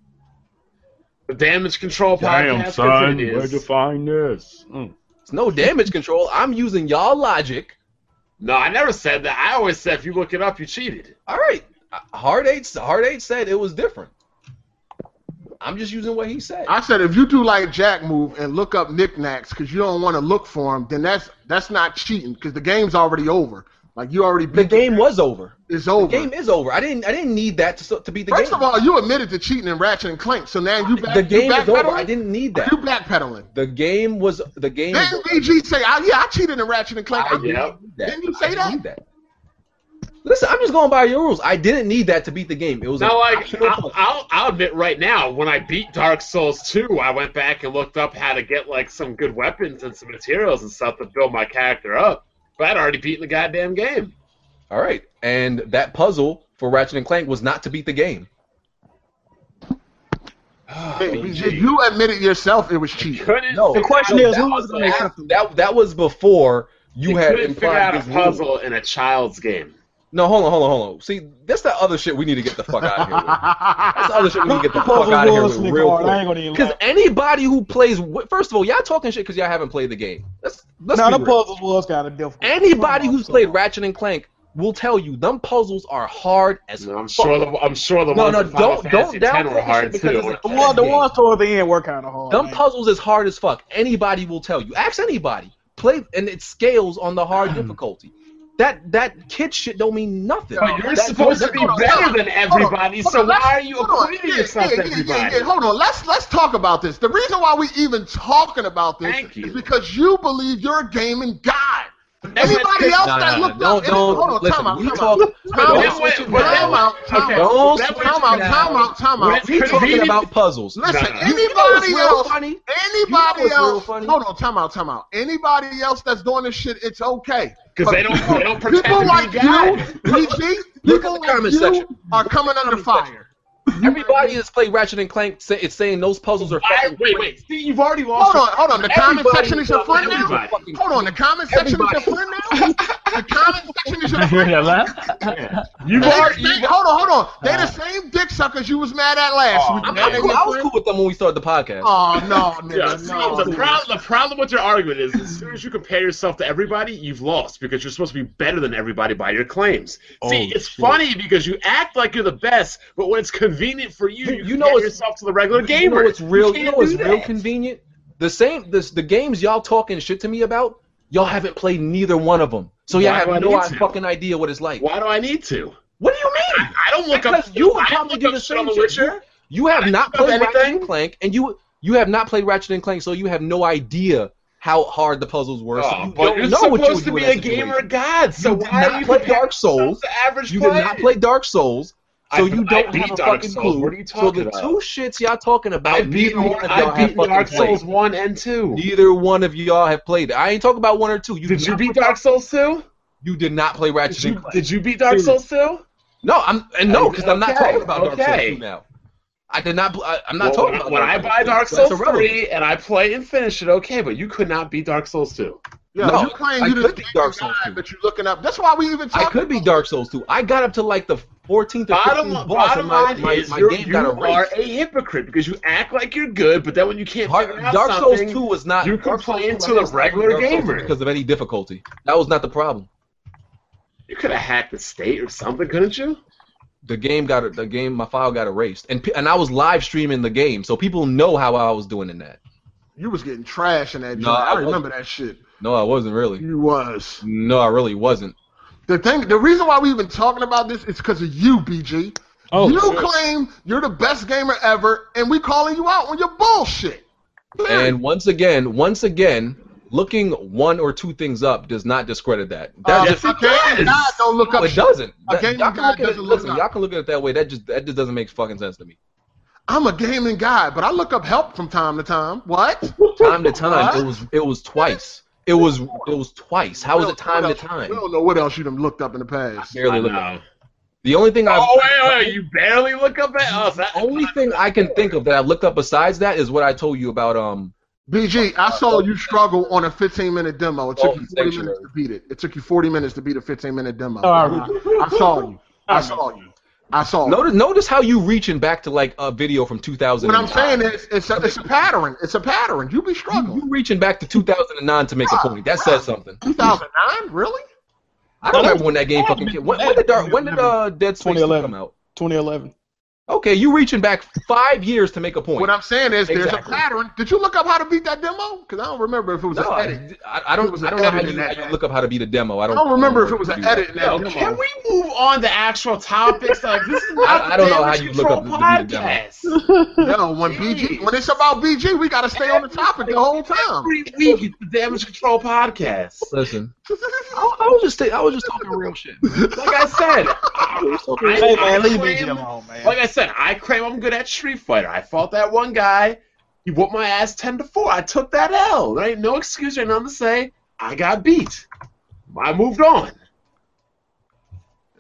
S9: The damage control
S6: Damn,
S9: podcast
S6: son, where'd
S9: continues.
S6: you find this? Mm.
S1: It's no damage control. I'm using y'all logic.
S9: No, I never said that. I always said if you look it up, you cheated.
S1: Uh, All right. Hard eight. Hard eight said it was different.
S4: I'm just using what he said.
S5: I said if you do like Jack move and look up knickknacks because you don't want to look for them, then that's that's not cheating because the game's already over. Like you already
S1: The
S5: beat
S1: game was over.
S5: It's
S1: The
S5: over.
S1: game is over. I didn't. I didn't need that to, to be the
S5: First
S1: game.
S5: of all, you admitted to cheating in Ratchet and Clank, so now you back,
S1: the game
S5: you
S1: is over.
S5: backpedaling?
S1: I didn't need
S5: Are
S1: that.
S5: You backpedaling.
S1: The game was the game.
S5: Then
S1: is over.
S5: BG say, I, "Yeah, I cheated in Ratchet and Clank."
S1: I
S5: I-
S1: didn't
S9: Yep.
S1: need that.
S5: Didn't you
S1: I
S5: say
S1: didn't
S5: that?
S1: need Listen, I'm just going by your rules. I didn't need that to beat the game. It was
S9: Now,
S1: an
S9: like,
S1: optional
S9: I'll,
S1: point.
S9: I'll, I'll admit right now, when I beat Dark Souls 2, I went back and looked up how to get, like, some good weapons and some materials and stuff to build my character up. But I'd already beaten the goddamn game.
S1: All right, and that puzzle for Ratchet and Clank was not to beat the game.
S5: BG, you admitted yourself it was cheating.
S9: Couldn't
S1: Ah, No,
S8: The
S9: figure
S8: question
S9: out-
S8: is, who was
S1: that-
S8: going to accept them?
S1: That that was before you
S9: you
S1: had
S9: couldn't figure
S1: implied
S9: out a
S1: this puzzle.
S9: puzzle in a child's game.
S1: No, hold on, hold on, hold on. See, that's the other shit we need to get the fuck out of here. With. That's the other shit we need to get the fuck
S8: Puzzle
S1: out of here
S8: was
S1: with
S8: Nick
S1: real
S8: Hart. I
S1: quick.
S8: ain't gonna even
S1: Because
S8: lie.
S1: anybody who plays, wi- first of all, y'all talking shit because y'all haven't played the game. Let's let's
S8: Now
S1: be
S8: the
S1: real.
S8: puzzles was kind of difficult.
S1: Anybody
S8: Come on,
S1: who's
S8: come
S1: played
S8: on.
S1: Ratchet and Clank will tell you them puzzles are hard as
S9: No, I'm
S1: fuck.
S9: sure the I'm sure the
S1: No,
S9: ones
S1: no,
S9: in Final
S1: don't- don't
S9: Fantasy X
S1: downplay
S9: were hard
S1: this shit because
S9: too.
S1: it's a-
S8: The one, the
S1: Yeah.
S8: ones toward the end were kind of hard.
S1: Them
S8: man.
S1: puzzles is hard as fuck. Anybody will tell you. Ask anybody. Play and it scales on the
S5: Hmm.
S1: hard difficulty. That that kid shit don't mean nothing.
S9: But you're
S1: That-
S9: supposed to
S1: that-
S9: be
S5: hold on,
S9: better
S5: hold
S9: than
S5: on,
S9: everybody,
S5: hold
S9: so
S5: on,
S9: why
S5: let's-
S9: are you
S5: hold on,
S9: equating
S5: yeah,
S9: yourself
S5: yeah,
S9: to
S5: yeah, yeah, yeah,
S9: everybody?
S5: Hold on, let's let's talk about this. The reason why we even talking about this
S9: Thank you.
S5: is because you believe you're a gaming god. Anybody
S9: that's-
S5: else
S1: No, no,
S5: that
S1: no,
S5: looked
S1: no,
S5: up,
S1: don't-
S5: any- hold on,
S1: don't- listen,
S5: time out,
S1: we
S5: time
S1: talk-
S5: out, time
S1: don't
S5: out,
S1: switch it
S5: time out, time
S9: Okay,
S1: don't
S5: out, time
S1: switch it
S5: out, time
S1: now.
S5: out, time
S9: When
S5: out.
S9: it's
S1: We talking
S9: convenient-
S1: about puzzles.
S5: Listen,
S9: No, no,
S1: You
S9: no.
S1: know what's
S5: anybody
S1: real
S5: else,
S1: funny?
S5: anybody
S1: You know what's real
S5: else,
S1: funny?
S5: hold on, time out, time out. Anybody else that's doing this shit, it's okay.
S9: Because they don't they don't pretend
S5: People
S9: to
S5: like
S9: be God.
S5: you, PG,
S1: Look at
S5: people
S1: the
S5: like
S1: comment
S5: you
S1: section.
S5: are coming under fire.
S1: Everybody that's played Ratchet and Clank say, is saying those puzzles are.
S9: Why-
S1: fucking
S9: Wait, wait, see, you've already lost.
S5: Hold on, hold on. The comment
S1: Everybody
S5: section is your friend now.
S9: everybody.
S1: fucking-
S5: Hold on, the comment section is your
S1: Everybody.
S5: friend now. The comment section is your
S10: You hear
S5: friend.
S10: that laugh?
S9: You've
S5: They the
S9: already.
S5: same, hold on, hold on.
S1: Uh.
S5: They the same dick suckers you was mad at last
S9: Aw,
S5: week.
S1: I'm,
S5: Now
S1: I'm
S5: they
S1: cool.
S5: your
S1: Oh, I was
S5: friend?
S1: cool with them when we started the podcast.
S5: Oh no,
S9: Yeah,
S5: nigga,
S9: see,
S5: no.
S9: the, problem, the problem with your argument is as soon as you compare yourself to everybody, you've lost because you're supposed to be better than everybody by your claims. see, it's funny because you act like you're the best, but when it's convenient for you,
S1: You-
S9: you,
S1: you know
S9: compare
S1: it's-
S9: yourself to the regular gamer.
S1: You know what's real? You,
S9: can't
S1: know what's
S9: do
S1: real
S9: that.
S1: convenient? The same. This the games y'all talking shit to me about. Y'all haven't played neither one of them, so y'all
S9: Why do I
S1: have no
S9: need to?
S1: fucking idea what it's like.
S9: Why do I need to?
S1: What do you mean?
S9: I don't look
S1: Because
S9: up.
S1: you would
S9: I don't
S1: probably
S9: look
S1: do
S9: up
S1: the
S9: shit
S1: same
S9: on The
S1: shit.
S9: Witcher.
S1: You, you have not
S9: don't know
S1: played Ratchet and
S9: anything.
S1: Clank, and you you have not played Ratchet and Clank, so you have no idea how hard the puzzles were. so
S9: Oh,
S1: you
S9: but
S1: don't
S9: you're
S1: know
S9: supposed
S1: what you would
S9: to
S1: do
S9: be
S1: in
S9: a
S1: that
S9: gamer
S1: situation.
S9: god, so
S1: You did
S9: why
S1: not
S9: are you
S1: play
S9: comparing
S1: Dark Souls.
S9: yourself to average
S1: You did not
S9: players?
S1: play Dark Souls, so
S9: I-
S1: you
S9: I
S1: don't
S9: beat
S1: have a
S9: Dark
S1: fucking
S9: Souls.
S1: clue.
S9: What are you
S1: so the
S9: talking about?
S1: two shits y'all talking about,
S9: I've beaten,
S1: neither one of y'all have
S9: I've beaten
S1: fucking
S9: Dark Souls
S1: played.
S9: 1 and 2.
S1: Neither one of y'all have played. it. I ain't talking about one or two. You
S9: Did
S1: did
S9: you
S1: not-
S9: beat Dark Souls 2?
S1: You did not play
S9: Did
S1: Ratchet
S9: you,
S1: and Clank.
S9: did you beat Dark Souls 2?
S1: No, I'm and no, because I'm not
S9: Okay,
S1: talking about Dark Souls
S9: okay.
S1: two now. I did not. pl- I, am
S9: Well,
S1: not talking
S9: when,
S1: about
S9: when
S1: Dark
S9: I
S1: Souls
S9: buy
S1: 2,
S9: Dark
S1: so that's
S9: Souls
S1: irrelevant.
S9: 3 and I play and finish it, okay, but you could not beat Dark Souls 2.
S5: Yeah,
S1: No,
S5: you claim
S1: I
S5: you
S1: could
S5: just
S1: be
S5: beat
S1: Dark
S5: Dark
S1: Souls too.
S5: but you looking up. That's why we even
S1: I
S5: talking.
S1: could be Dark Souls two. I got up to like the 14th or 15th
S9: Bottom,
S1: boss,
S9: bottom
S1: and my,
S9: line
S1: my,
S9: is
S1: my
S9: you're,
S1: game
S9: you
S1: got a
S9: are
S1: race.
S9: a hypocrite because you act like you're good, but then when you can't
S1: Har-
S9: figure out
S1: Dark Souls
S9: something,
S1: two was not.
S9: you
S1: Dark Souls
S9: complain
S1: 2
S9: to the
S1: was not
S9: regular
S1: Dark Souls
S9: gamer.
S1: because of any difficulty. That was not the problem.
S9: you could have hacked the state or something, couldn't you?
S1: The game got the game. My file got erased, and pe- and I was live streaming the game, so people know how I was doing in that.
S5: You was getting trash in that.
S1: No,
S5: joint.
S1: I
S5: I
S1: wasn't.
S5: remember that shit.
S1: No, I wasn't really.
S5: You was.
S1: No, I really wasn't.
S5: The thing, the reason why we even talking about this is because of you, BG.
S10: Oh,
S5: you
S10: shit.
S5: claim you're the best gamer ever, and we calling you out on your bullshit. Uh,
S1: And once again, once again, looking one or two things up does not discredit that. That
S5: Uh,
S1: just
S5: a gaming god don't look
S1: no,
S5: up
S1: it
S5: shit.
S1: doesn't.
S5: A
S1: That-
S5: gaming
S1: y'all can
S5: guy
S1: look at it,
S5: doesn't look
S1: listen,
S5: up.
S1: y'all can look at it that way. That just that just doesn't make fucking sense to me.
S5: I'm a gaming guy, but I look up help from time to time. What?
S1: Time to time,
S5: What?
S1: it was it was twice. It was it was twice. How is
S5: What
S1: it time to
S5: else-
S1: time?
S5: We don't know what else you done looked up in the past.
S1: Barely
S9: I
S1: look
S9: know.
S1: up. The only thing I
S9: Oh wait, wait, you barely look up at us. That,
S1: the only thing I can think of that I looked up besides that is what I told you about um
S5: BG, I saw you struggle on a 15 minute demo. It
S1: Oh,
S5: took you 40
S1: sanctuary.
S5: minutes to beat it. It took you 40 minutes to beat a 15 minute demo.
S8: All right.
S5: I saw you. I saw you. I saw you.
S1: notice notice how you reaching back to like a video from 2000.
S5: What I'm saying is, it's a, it's a pattern. It's a pattern. You be struggling.
S1: you reaching back to 2009 to make a point. That says something.
S5: 2009, really?
S1: I don't remember when that game fucking came. When, when did Dark, when did uh, Dead Space 2
S8: 2011.
S1: come out?
S8: 2011.
S1: Okay, you reaching back five years to make a point.
S5: What I'm saying is, there's a
S1: Exactly.
S5: pattern. Did you look up how to beat that demo? Because I don't remember if it was
S1: No,
S5: an edit.
S1: I, I, I don't.
S5: It was
S1: I
S5: an
S1: don't know how
S5: edit in
S1: you,
S5: that.
S1: how you look up how to beat a demo. I
S5: I
S1: don't.
S5: don't remember if
S1: know
S5: it was
S1: how to
S5: an
S1: do
S5: edit in that
S9: Yo,
S5: demo.
S9: can we move on to actual topics? Like this is not
S1: I- I don't
S9: the
S1: know how
S9: damage
S1: you look
S9: control
S1: up the video
S9: podcast.
S5: No, when BG, when it's about BG, we gotta stay on the topic the whole time.
S9: Every week it's the damage control podcast.
S1: that. Listen, I, I was just. ta- I was just talking real shit.
S9: Like I said, I,
S8: Hey man, leave
S9: claim-
S8: BG alone, man.
S9: like I said, I claim I'm good at Street Fighter. I fought that one guy. He whooped my ass ten to four. I took that L. There ain't no excuse or nothing to say. I got beat. I moved on.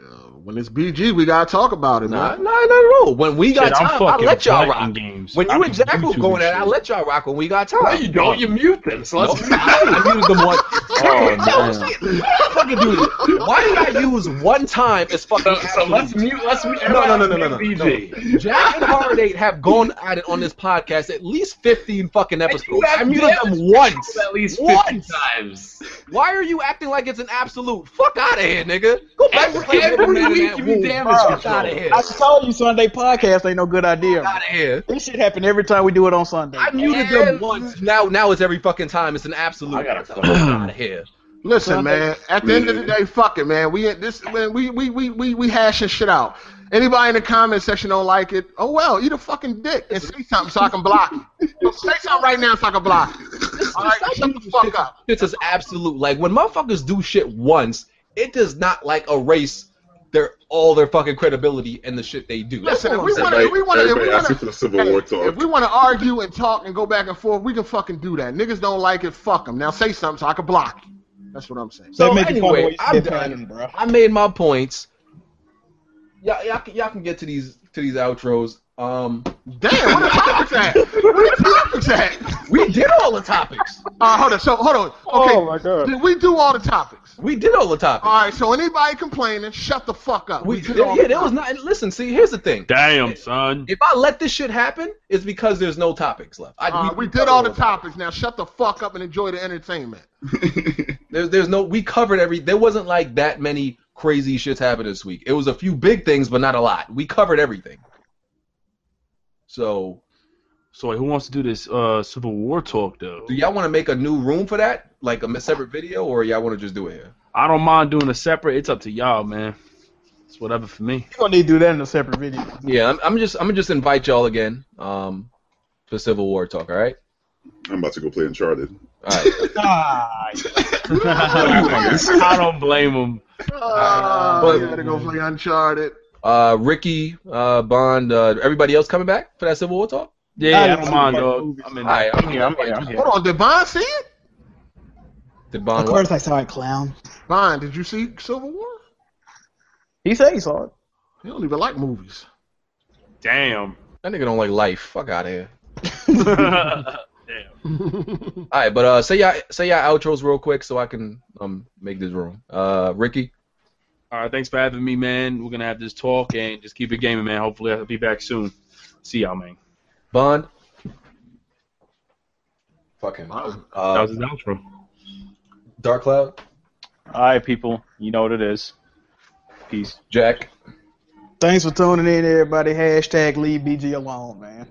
S5: Uh, when it's BG, we gotta talk about it,
S1: Nah, nah,
S5: man.
S1: not at all. When we got
S10: Shit, I'm
S1: time, I
S10: fucking
S1: let y'all
S10: blanking
S1: rock.
S10: games.
S1: When
S10: I'm
S1: you and Jack were
S10: YouTubing
S1: going at, it,
S10: shit.
S1: I let y'all rock when we got
S9: No,
S1: time.
S9: you don't. You mute them. So
S1: No,
S9: let's
S1: I, I used them once.
S10: Oh, man.
S1: fucking do this. Why did I use one time as fucking
S9: So, so let's
S1: absolute?
S9: mute. Let's mute.
S1: No, no, no, no,
S9: everybody
S1: no, no,
S9: else but BG.
S1: Jack and Hard Eight have gone at it on this podcast at least fifteen fucking episodes. I
S9: have
S1: muted them once.
S9: At least 50
S1: Once.
S9: times.
S1: Why are you acting like it's an absolute? Fuck out of here, nigga. Go back to playing
S9: Every
S1: Hitman
S9: week
S1: and
S9: you be
S1: Wolf.
S9: damaged
S1: Fuck
S9: control.
S1: out of here.
S8: I told you Sunday podcast ain't no good idea.
S1: Out of here.
S8: This shit happen every time we do it on Sunday.
S1: I muted them once. Now, now it's every fucking time. It's an
S9: I
S1: absolute.
S9: gotta
S1: Fuck out of here.
S5: Listen, man. At the end of the day, fuck it, man. We at this, man. We we we we we hashing shit out. Anybody in the comment section don't like it? Oh well, eat a fucking dick and say something so I can block. you. say something right now so I can block. you. All right, shut the fuck up.
S1: It's just absolute. Like when motherfuckers do shit once, it does not like erase their all their fucking credibility and the shit they do. That's all
S5: Listen, if
S1: I'm
S5: we
S1: saying.
S5: want
S2: Everybody-
S5: to, if we want to, if we
S2: everybody
S5: want
S2: asking for the Civil War
S5: to,
S2: talk.
S5: if we want to argue and talk and go back and forth, we can fucking do that. Niggas don't like it, fuck them. Now say something so I can block. you. That's what I'm saying.
S1: So
S8: That make you
S1: anyway,
S8: fun of what
S1: I'm
S8: you
S1: done.
S8: defending, bro.
S1: I made my points. Y'all, y'all, can, y'all can get to these to these outros. Um,
S5: Damn, what the topics at? What the topics at?
S1: we did all the topics.
S5: Uh, hold on. So hold on. Okay,
S8: Oh my god.
S5: did we do all the topics?
S1: We did all the topics.
S5: All right. So anybody complaining, shut the fuck up.
S1: we,
S5: Uh, did
S1: there-
S5: all
S1: yeah,
S5: the
S1: there was
S5: topics.
S1: not. and Listen, see, here's the thing.
S10: Damn, son.
S1: If I let this shit happen, it's because there's no topics left. I,
S5: All right, Uh, we did all the topics. Now shut the fuck up and enjoy the entertainment.
S1: There's there's no we covered every there wasn't like that many crazy shits happened this week. It was a few big things, but not a lot. We covered everything. So
S10: So wait, who wants to do this uh, Civil War talk though?
S1: do y'all want to make a new room for that? Like a separate video, or y'all want to just do it here?
S10: I don't mind doing a separate. It's up to y'all, man. It's whatever for me.
S8: You gonna need to do that in a separate video.
S1: Yeah, I'm, I'm just I'm gonna just invite y'all again um for Civil War talk, all right?
S2: I'm about to go play Uncharted.
S1: All right.
S8: Ah,
S10: I don't blame him.
S5: Uh,
S1: But-
S5: you gotta go play Uncharted.
S1: Uh Ricky, uh Bond, uh everybody else coming back for that Civil War talk?
S10: Yeah,
S8: I
S10: I don't mind, dog.
S8: movies.
S10: I'm in
S1: All
S10: there.
S1: right,
S3: I'm here. I'm here. I'm here.
S5: Hold on, did Bond see it?
S1: Did
S8: of
S1: Bond
S8: course I saw it, clown.
S5: Bond, did you see Civil War?
S8: He said he saw it.
S5: You don't even like movies.
S10: Damn.
S1: that nigga don't like life. Fuck out of here.
S10: Damn.
S1: All right, but uh, say y'all say y'all outros real quick so I can um make this room. Uh, Ricky,
S10: All right, thanks for having me, man. We're gonna have this talk and just keep it gaming, man. Hopefully, I'll be back soon. See y'all, man.
S1: Bond. Fuck him.
S10: That
S1: Uh,
S10: was his outro.
S1: Dark Cloud,
S3: All right, people. You know what it is. Peace.
S1: Jack.
S8: Thanks for tuning in, everybody. Hashtag leave BG alone, man.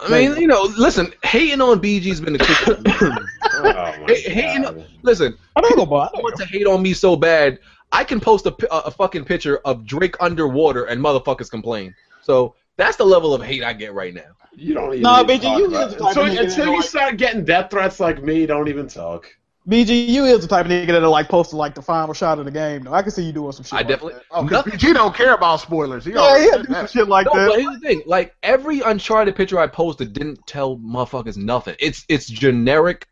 S1: I mean, you know, listen, hating on BG's been the quick.
S9: Oh my
S1: Hey, hey, you know-
S9: God.
S1: listen,
S8: I don't go by.
S1: you want to hate on me so bad, I can post a, pi- a a fucking picture of Drake underwater and motherfuckers complain. So that's the level of hate I get right now.
S9: You don't even.
S8: Nah,
S9: need to
S8: BG,
S9: talk
S8: you
S9: about
S8: just
S9: it.
S8: like
S9: So
S8: a nigga that
S9: until you
S8: like-
S9: start getting death threats like me, don't even talk.
S8: BG, you is the type of nigga that'll like post like the final shot of the game. Though I can see you doing some shit.
S1: I
S8: like
S1: definitely.
S5: Oh, because
S1: Nothing-
S5: BG don't care about spoilers. He
S8: that.
S5: already
S8: yeah, yeah,
S5: said
S8: do some
S5: that.
S8: shit like
S1: No, but
S8: that.
S1: here's the thing. Like every Uncharted picture I posted didn't tell motherfuckers nothing. It's it's generic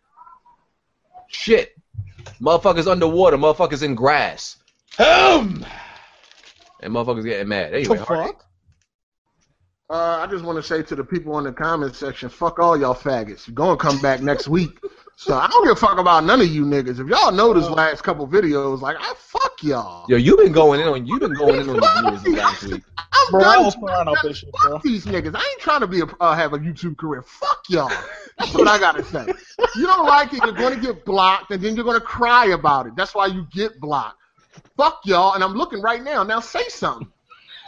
S1: shit. Motherfuckers underwater, motherfuckers in grass,
S9: Um.
S1: and motherfuckers getting mad.
S8: The
S1: Anyway, Hardy,
S8: fuck?
S5: Uh, I just want to say to the people in the comment section, fuck all y'all faggots. You're gonna come back next week. So I don't give a fuck about none of you niggas. If y'all
S8: Uh,
S5: noticed last couple videos, like I fuck y'all.
S1: yo, you've been going in on you've been going in on the viewers this last week.
S5: I'm
S8: Bro, I
S5: done.
S8: was crying off this shit, bro.
S5: Fuck these niggas. I ain't trying to be a, uh, have a YouTube career. Fuck y'all. That's what I gotta say. You don't like it, you're gonna get blocked, and then you're gonna cry about it. That's why you get blocked. Fuck y'all, and I'm looking right now. Now say something.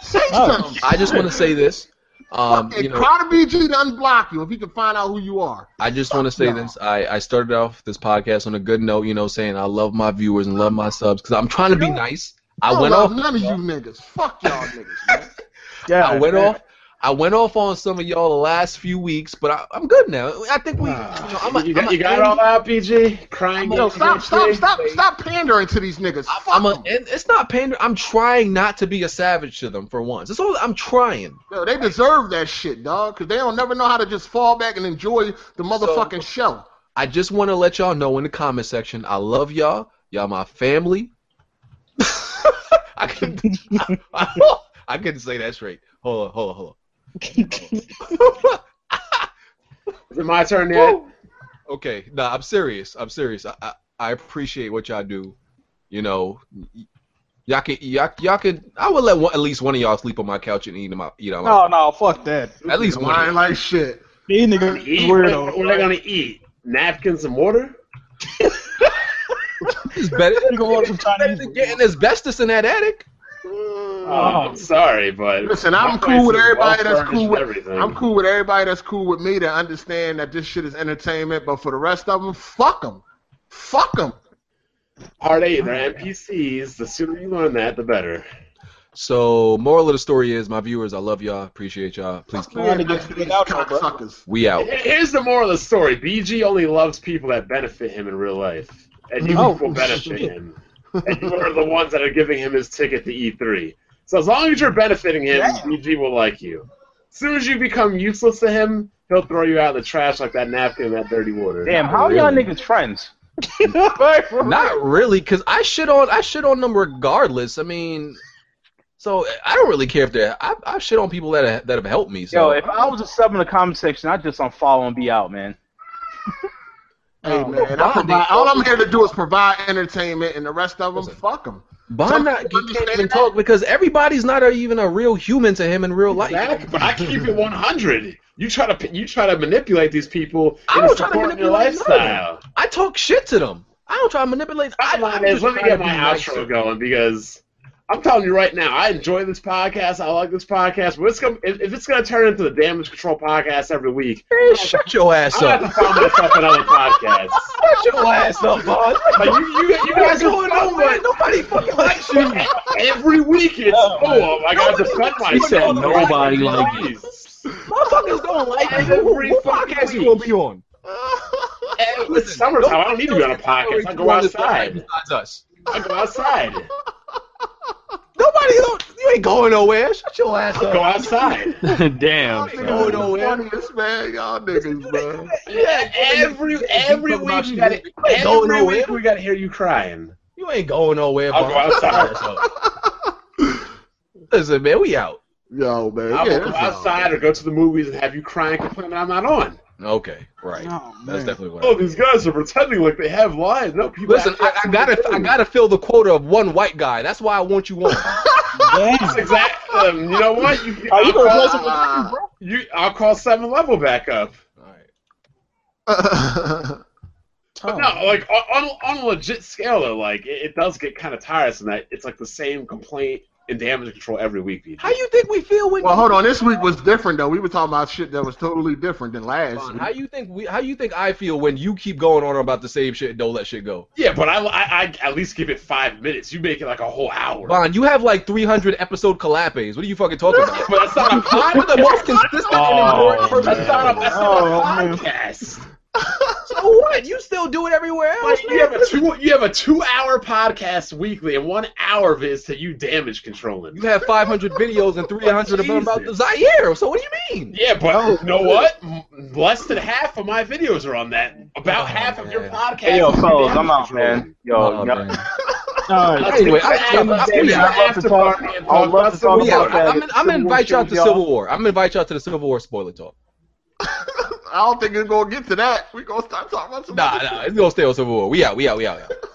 S5: Say
S8: Oh.
S5: something.
S1: I just want to say this. Um,
S5: Fucking
S1: you know,
S5: Carter BG done block you if he can find out who you are.
S1: I just want to say
S5: No.
S1: this. I, I started off this podcast on a good note, you know, saying I love my viewers and love my subs because I'm trying to be nice. I
S5: don't
S1: went
S5: love
S1: off.
S5: none of you niggas. Fuck y'all niggas, man.
S8: Yeah,
S1: I went off. I went off on some of y'all the last few weeks, but I, I'm good now. I think we. you know, I'm a,
S9: you
S1: I'm
S9: got,
S1: a
S9: you got
S1: end-
S9: it all out, PG? Crying.
S5: Yo, stop, stop, stop, stop pandering to these niggas.
S1: I'm,
S5: Fuck
S1: I'm a,
S5: 'em.
S1: and it's not pander. I'm trying not to be a savage to them for once. That's all. I'm trying.
S5: Yo, they deserve that shit, dog, because they don't never know how to just fall back and enjoy the motherfucking show.
S1: I just want to let y'all know in the comment section, I love y'all. Y'all my family. I couldn't. I, I, I couldn't say that straight. Hold on, hold on, hold on.
S9: Is it my turn yet?
S1: okay, no, I'm serious. I'm serious. I, I I appreciate what y'all do. You know, y- y'all can y'all, y'all can. I would let one, at least one of y'all sleep on my couch and eat my you know.
S8: No, no, fuck that.
S1: at least one. of
S5: lying
S1: y'all.
S5: like shit.
S8: These niggas is
S9: Eat?
S8: weirdo.
S9: What what are they gonna eat? Napkins and water?
S1: It's better.
S8: You can order some
S1: better
S8: Chinese.
S1: than getting asbestos in that attic.
S9: Oh,
S8: Mm.
S9: I'm sorry, but
S5: Listen, I'm
S9: my
S5: cool with
S9: place is
S5: everybody that's
S9: well-furnished
S5: cool
S9: and
S5: with-
S9: everything.
S5: I'm cool with everybody that's cool with me to understand that this shit is entertainment, but for the rest of them, fuck them. Fuck them.
S9: Part eight, they're NPCs. The sooner you learn that, the better.
S1: So, moral of the story is, my viewers, I love y'all. Appreciate y'all. Please,
S5: Fuck
S8: keep-
S5: me and
S8: Trying to get
S5: these
S8: out there, bro.
S5: cocksuckers.
S1: we out.
S9: Here's the moral of the story: BG only loves people that benefit him in real life, and you
S8: Oh,
S9: will benefit
S8: shit.
S9: him. And you are the ones that are giving him his ticket to E3. So as long as you're benefiting him,
S8: Damn.
S9: BG will like you. As soon as you become useless to him, he'll throw you out in the trash like that napkin and that dirty water.
S3: Damn, how are y'all niggas friends?
S1: Not really, cause I shit on I shit on them regardless. I mean, so I don't really care if they're I, I shit on people that have, that have helped me. So
S3: Yo, if I was a sub in the comment section, I'd just unfollow and be out, man.
S5: Hey,
S8: Oh,
S5: man, I
S1: Bond
S5: provide,
S1: these-
S5: all I'm here to do is provide entertainment, and the rest of them,
S1: Listen.
S5: fuck them.
S1: Bond not you can't
S5: Understand
S1: even
S5: that?
S1: talk because everybody's not a, even a real human to him in real life.
S9: Exactly, but I keep it 100. You try to you try to manipulate these people
S1: I
S9: into
S1: don't try to
S9: supporting your
S1: manipulate none of them.
S9: lifestyle.
S1: I talk shit to them. I don't try to manipulate. I,
S9: Bottom line
S1: I'm
S9: is,
S1: just
S9: let me
S1: trying
S9: get
S1: to
S9: my
S1: be
S9: outro
S1: nicer.
S9: going because I'm telling you right now, I enjoy this podcast. I like this podcast. But it's gonna, if, if it's going to turn into the damage control podcast every week,
S1: Man, shut your ass
S9: I'm going to
S1: up.
S9: have to find myself another podcast.
S1: Shut your ass up, Bond.
S9: Like you, you, you
S1: What's
S9: guys are
S1: going on,
S9: fun,
S1: man?
S9: but
S1: Nobody fucking likes you.
S9: every week it's
S8: Oh, man.
S9: oh, I got to defend
S1: He
S9: myself.
S1: said nobody
S9: Like,
S1: likes Motherfuckers don't like you. Who,
S9: Every
S1: who
S9: fucking
S1: podcast you
S9: week.
S1: gonna be on?
S9: It's summertime. I don't need to be on a podcast. I go outside.
S1: Besides us.
S9: I go outside.
S1: Nobody, don't, you ain't going nowhere. Shut your ass
S9: Go
S1: up.
S9: outside.
S5: Y'all
S10: Damn.
S5: niggas are
S1: no,
S5: the
S1: man.
S5: funniest, man. Y'all niggas, man.
S1: Yeah,
S9: every every
S1: You
S9: week we got to
S1: ain't going
S9: every
S1: nowhere.
S9: week we got to hear you crying.
S1: You ain't going nowhere.
S9: I'll go
S1: Bond.
S9: outside.
S1: Shut your ass up. Listen, man, we out.
S5: Yo, man.
S9: I'll
S5: yeah,
S9: go
S5: that's
S9: outside or go to the movies and have you cry and complain that I'm not on.
S1: Okay, right.
S8: Oh,
S1: That's
S8: man.
S1: definitely what. I
S9: Oh, these guys are pretending like they have lives. No, people.
S1: Listen,
S9: actually
S1: I,
S9: have
S1: I gotta, I
S9: something to do.
S1: gotta fill the quota of one white guy. That's why I want you on.
S9: That's
S8: Damn.
S9: exact. Um, you know what? You,
S8: Are you
S9: I'll,
S8: gonna
S9: call,
S8: replace it with
S5: Ah.
S8: you, bro?
S9: you, I'll call Seven Level back up.
S1: Alright.
S5: all.
S9: But
S8: Oh.
S9: no, like on, on on a legit scale though, like it, it does get kind of tiresome that it's like the same complaint and damage control every week. BG.
S1: How you think we feel when?
S5: Well, hold on. This week was different, though. We were talking about shit that was totally different than last
S1: Bond,
S5: week.
S1: How you think we? How you think I feel when you keep going on about the same shit and don't let shit go?
S9: Yeah, but I, I, I at least give it five minutes. You make it like a whole hour.
S1: Bond, you have like 300 episode collapes. What are you fucking talking about?
S9: But that's not a podcast.
S1: You're the most consistent and
S3: Oh.
S1: important person.
S9: That's not a, that's
S8: Oh,
S9: not a
S8: man.
S9: podcast.
S1: So what? You still do it everywhere else?
S9: Like, you have a two you have a two hour podcast weekly, and one hour of it is to you damage
S1: You
S9: controlling.
S1: have 500 videos and 300 of them about the Zaire. So what do you mean?
S9: Yeah, but you know what? M- Less than half of my videos are on that. About
S1: Oh,
S9: half of your
S1: man.
S9: podcast.
S3: Hey, yo,
S9: is
S3: fellas,
S9: damage
S3: I'm out,
S9: controlling.
S3: Oh, man. Yo, yo.
S8: All right.
S9: Let's
S1: Anyway,
S9: take
S1: I-
S9: some
S1: I'm-
S9: hours
S1: I'm-
S9: in
S1: I'm-
S9: the after party and
S3: I'll
S9: talk about
S3: love to talk
S9: some
S1: Yeah,
S9: more.
S3: about that.
S1: I, I'm, I'm gonna
S3: Civil War
S1: invite y'all to
S3: shows, y'all.
S1: Civil War. I'm gonna invite y'all to the Civil War spoiler talk.
S5: I don't think it's gonna get to that. We gonna start talking about some.
S1: Nah,
S5: other
S1: nah,
S5: shit.
S1: it's gonna stay on Civil War. We out, we out, we out. We out.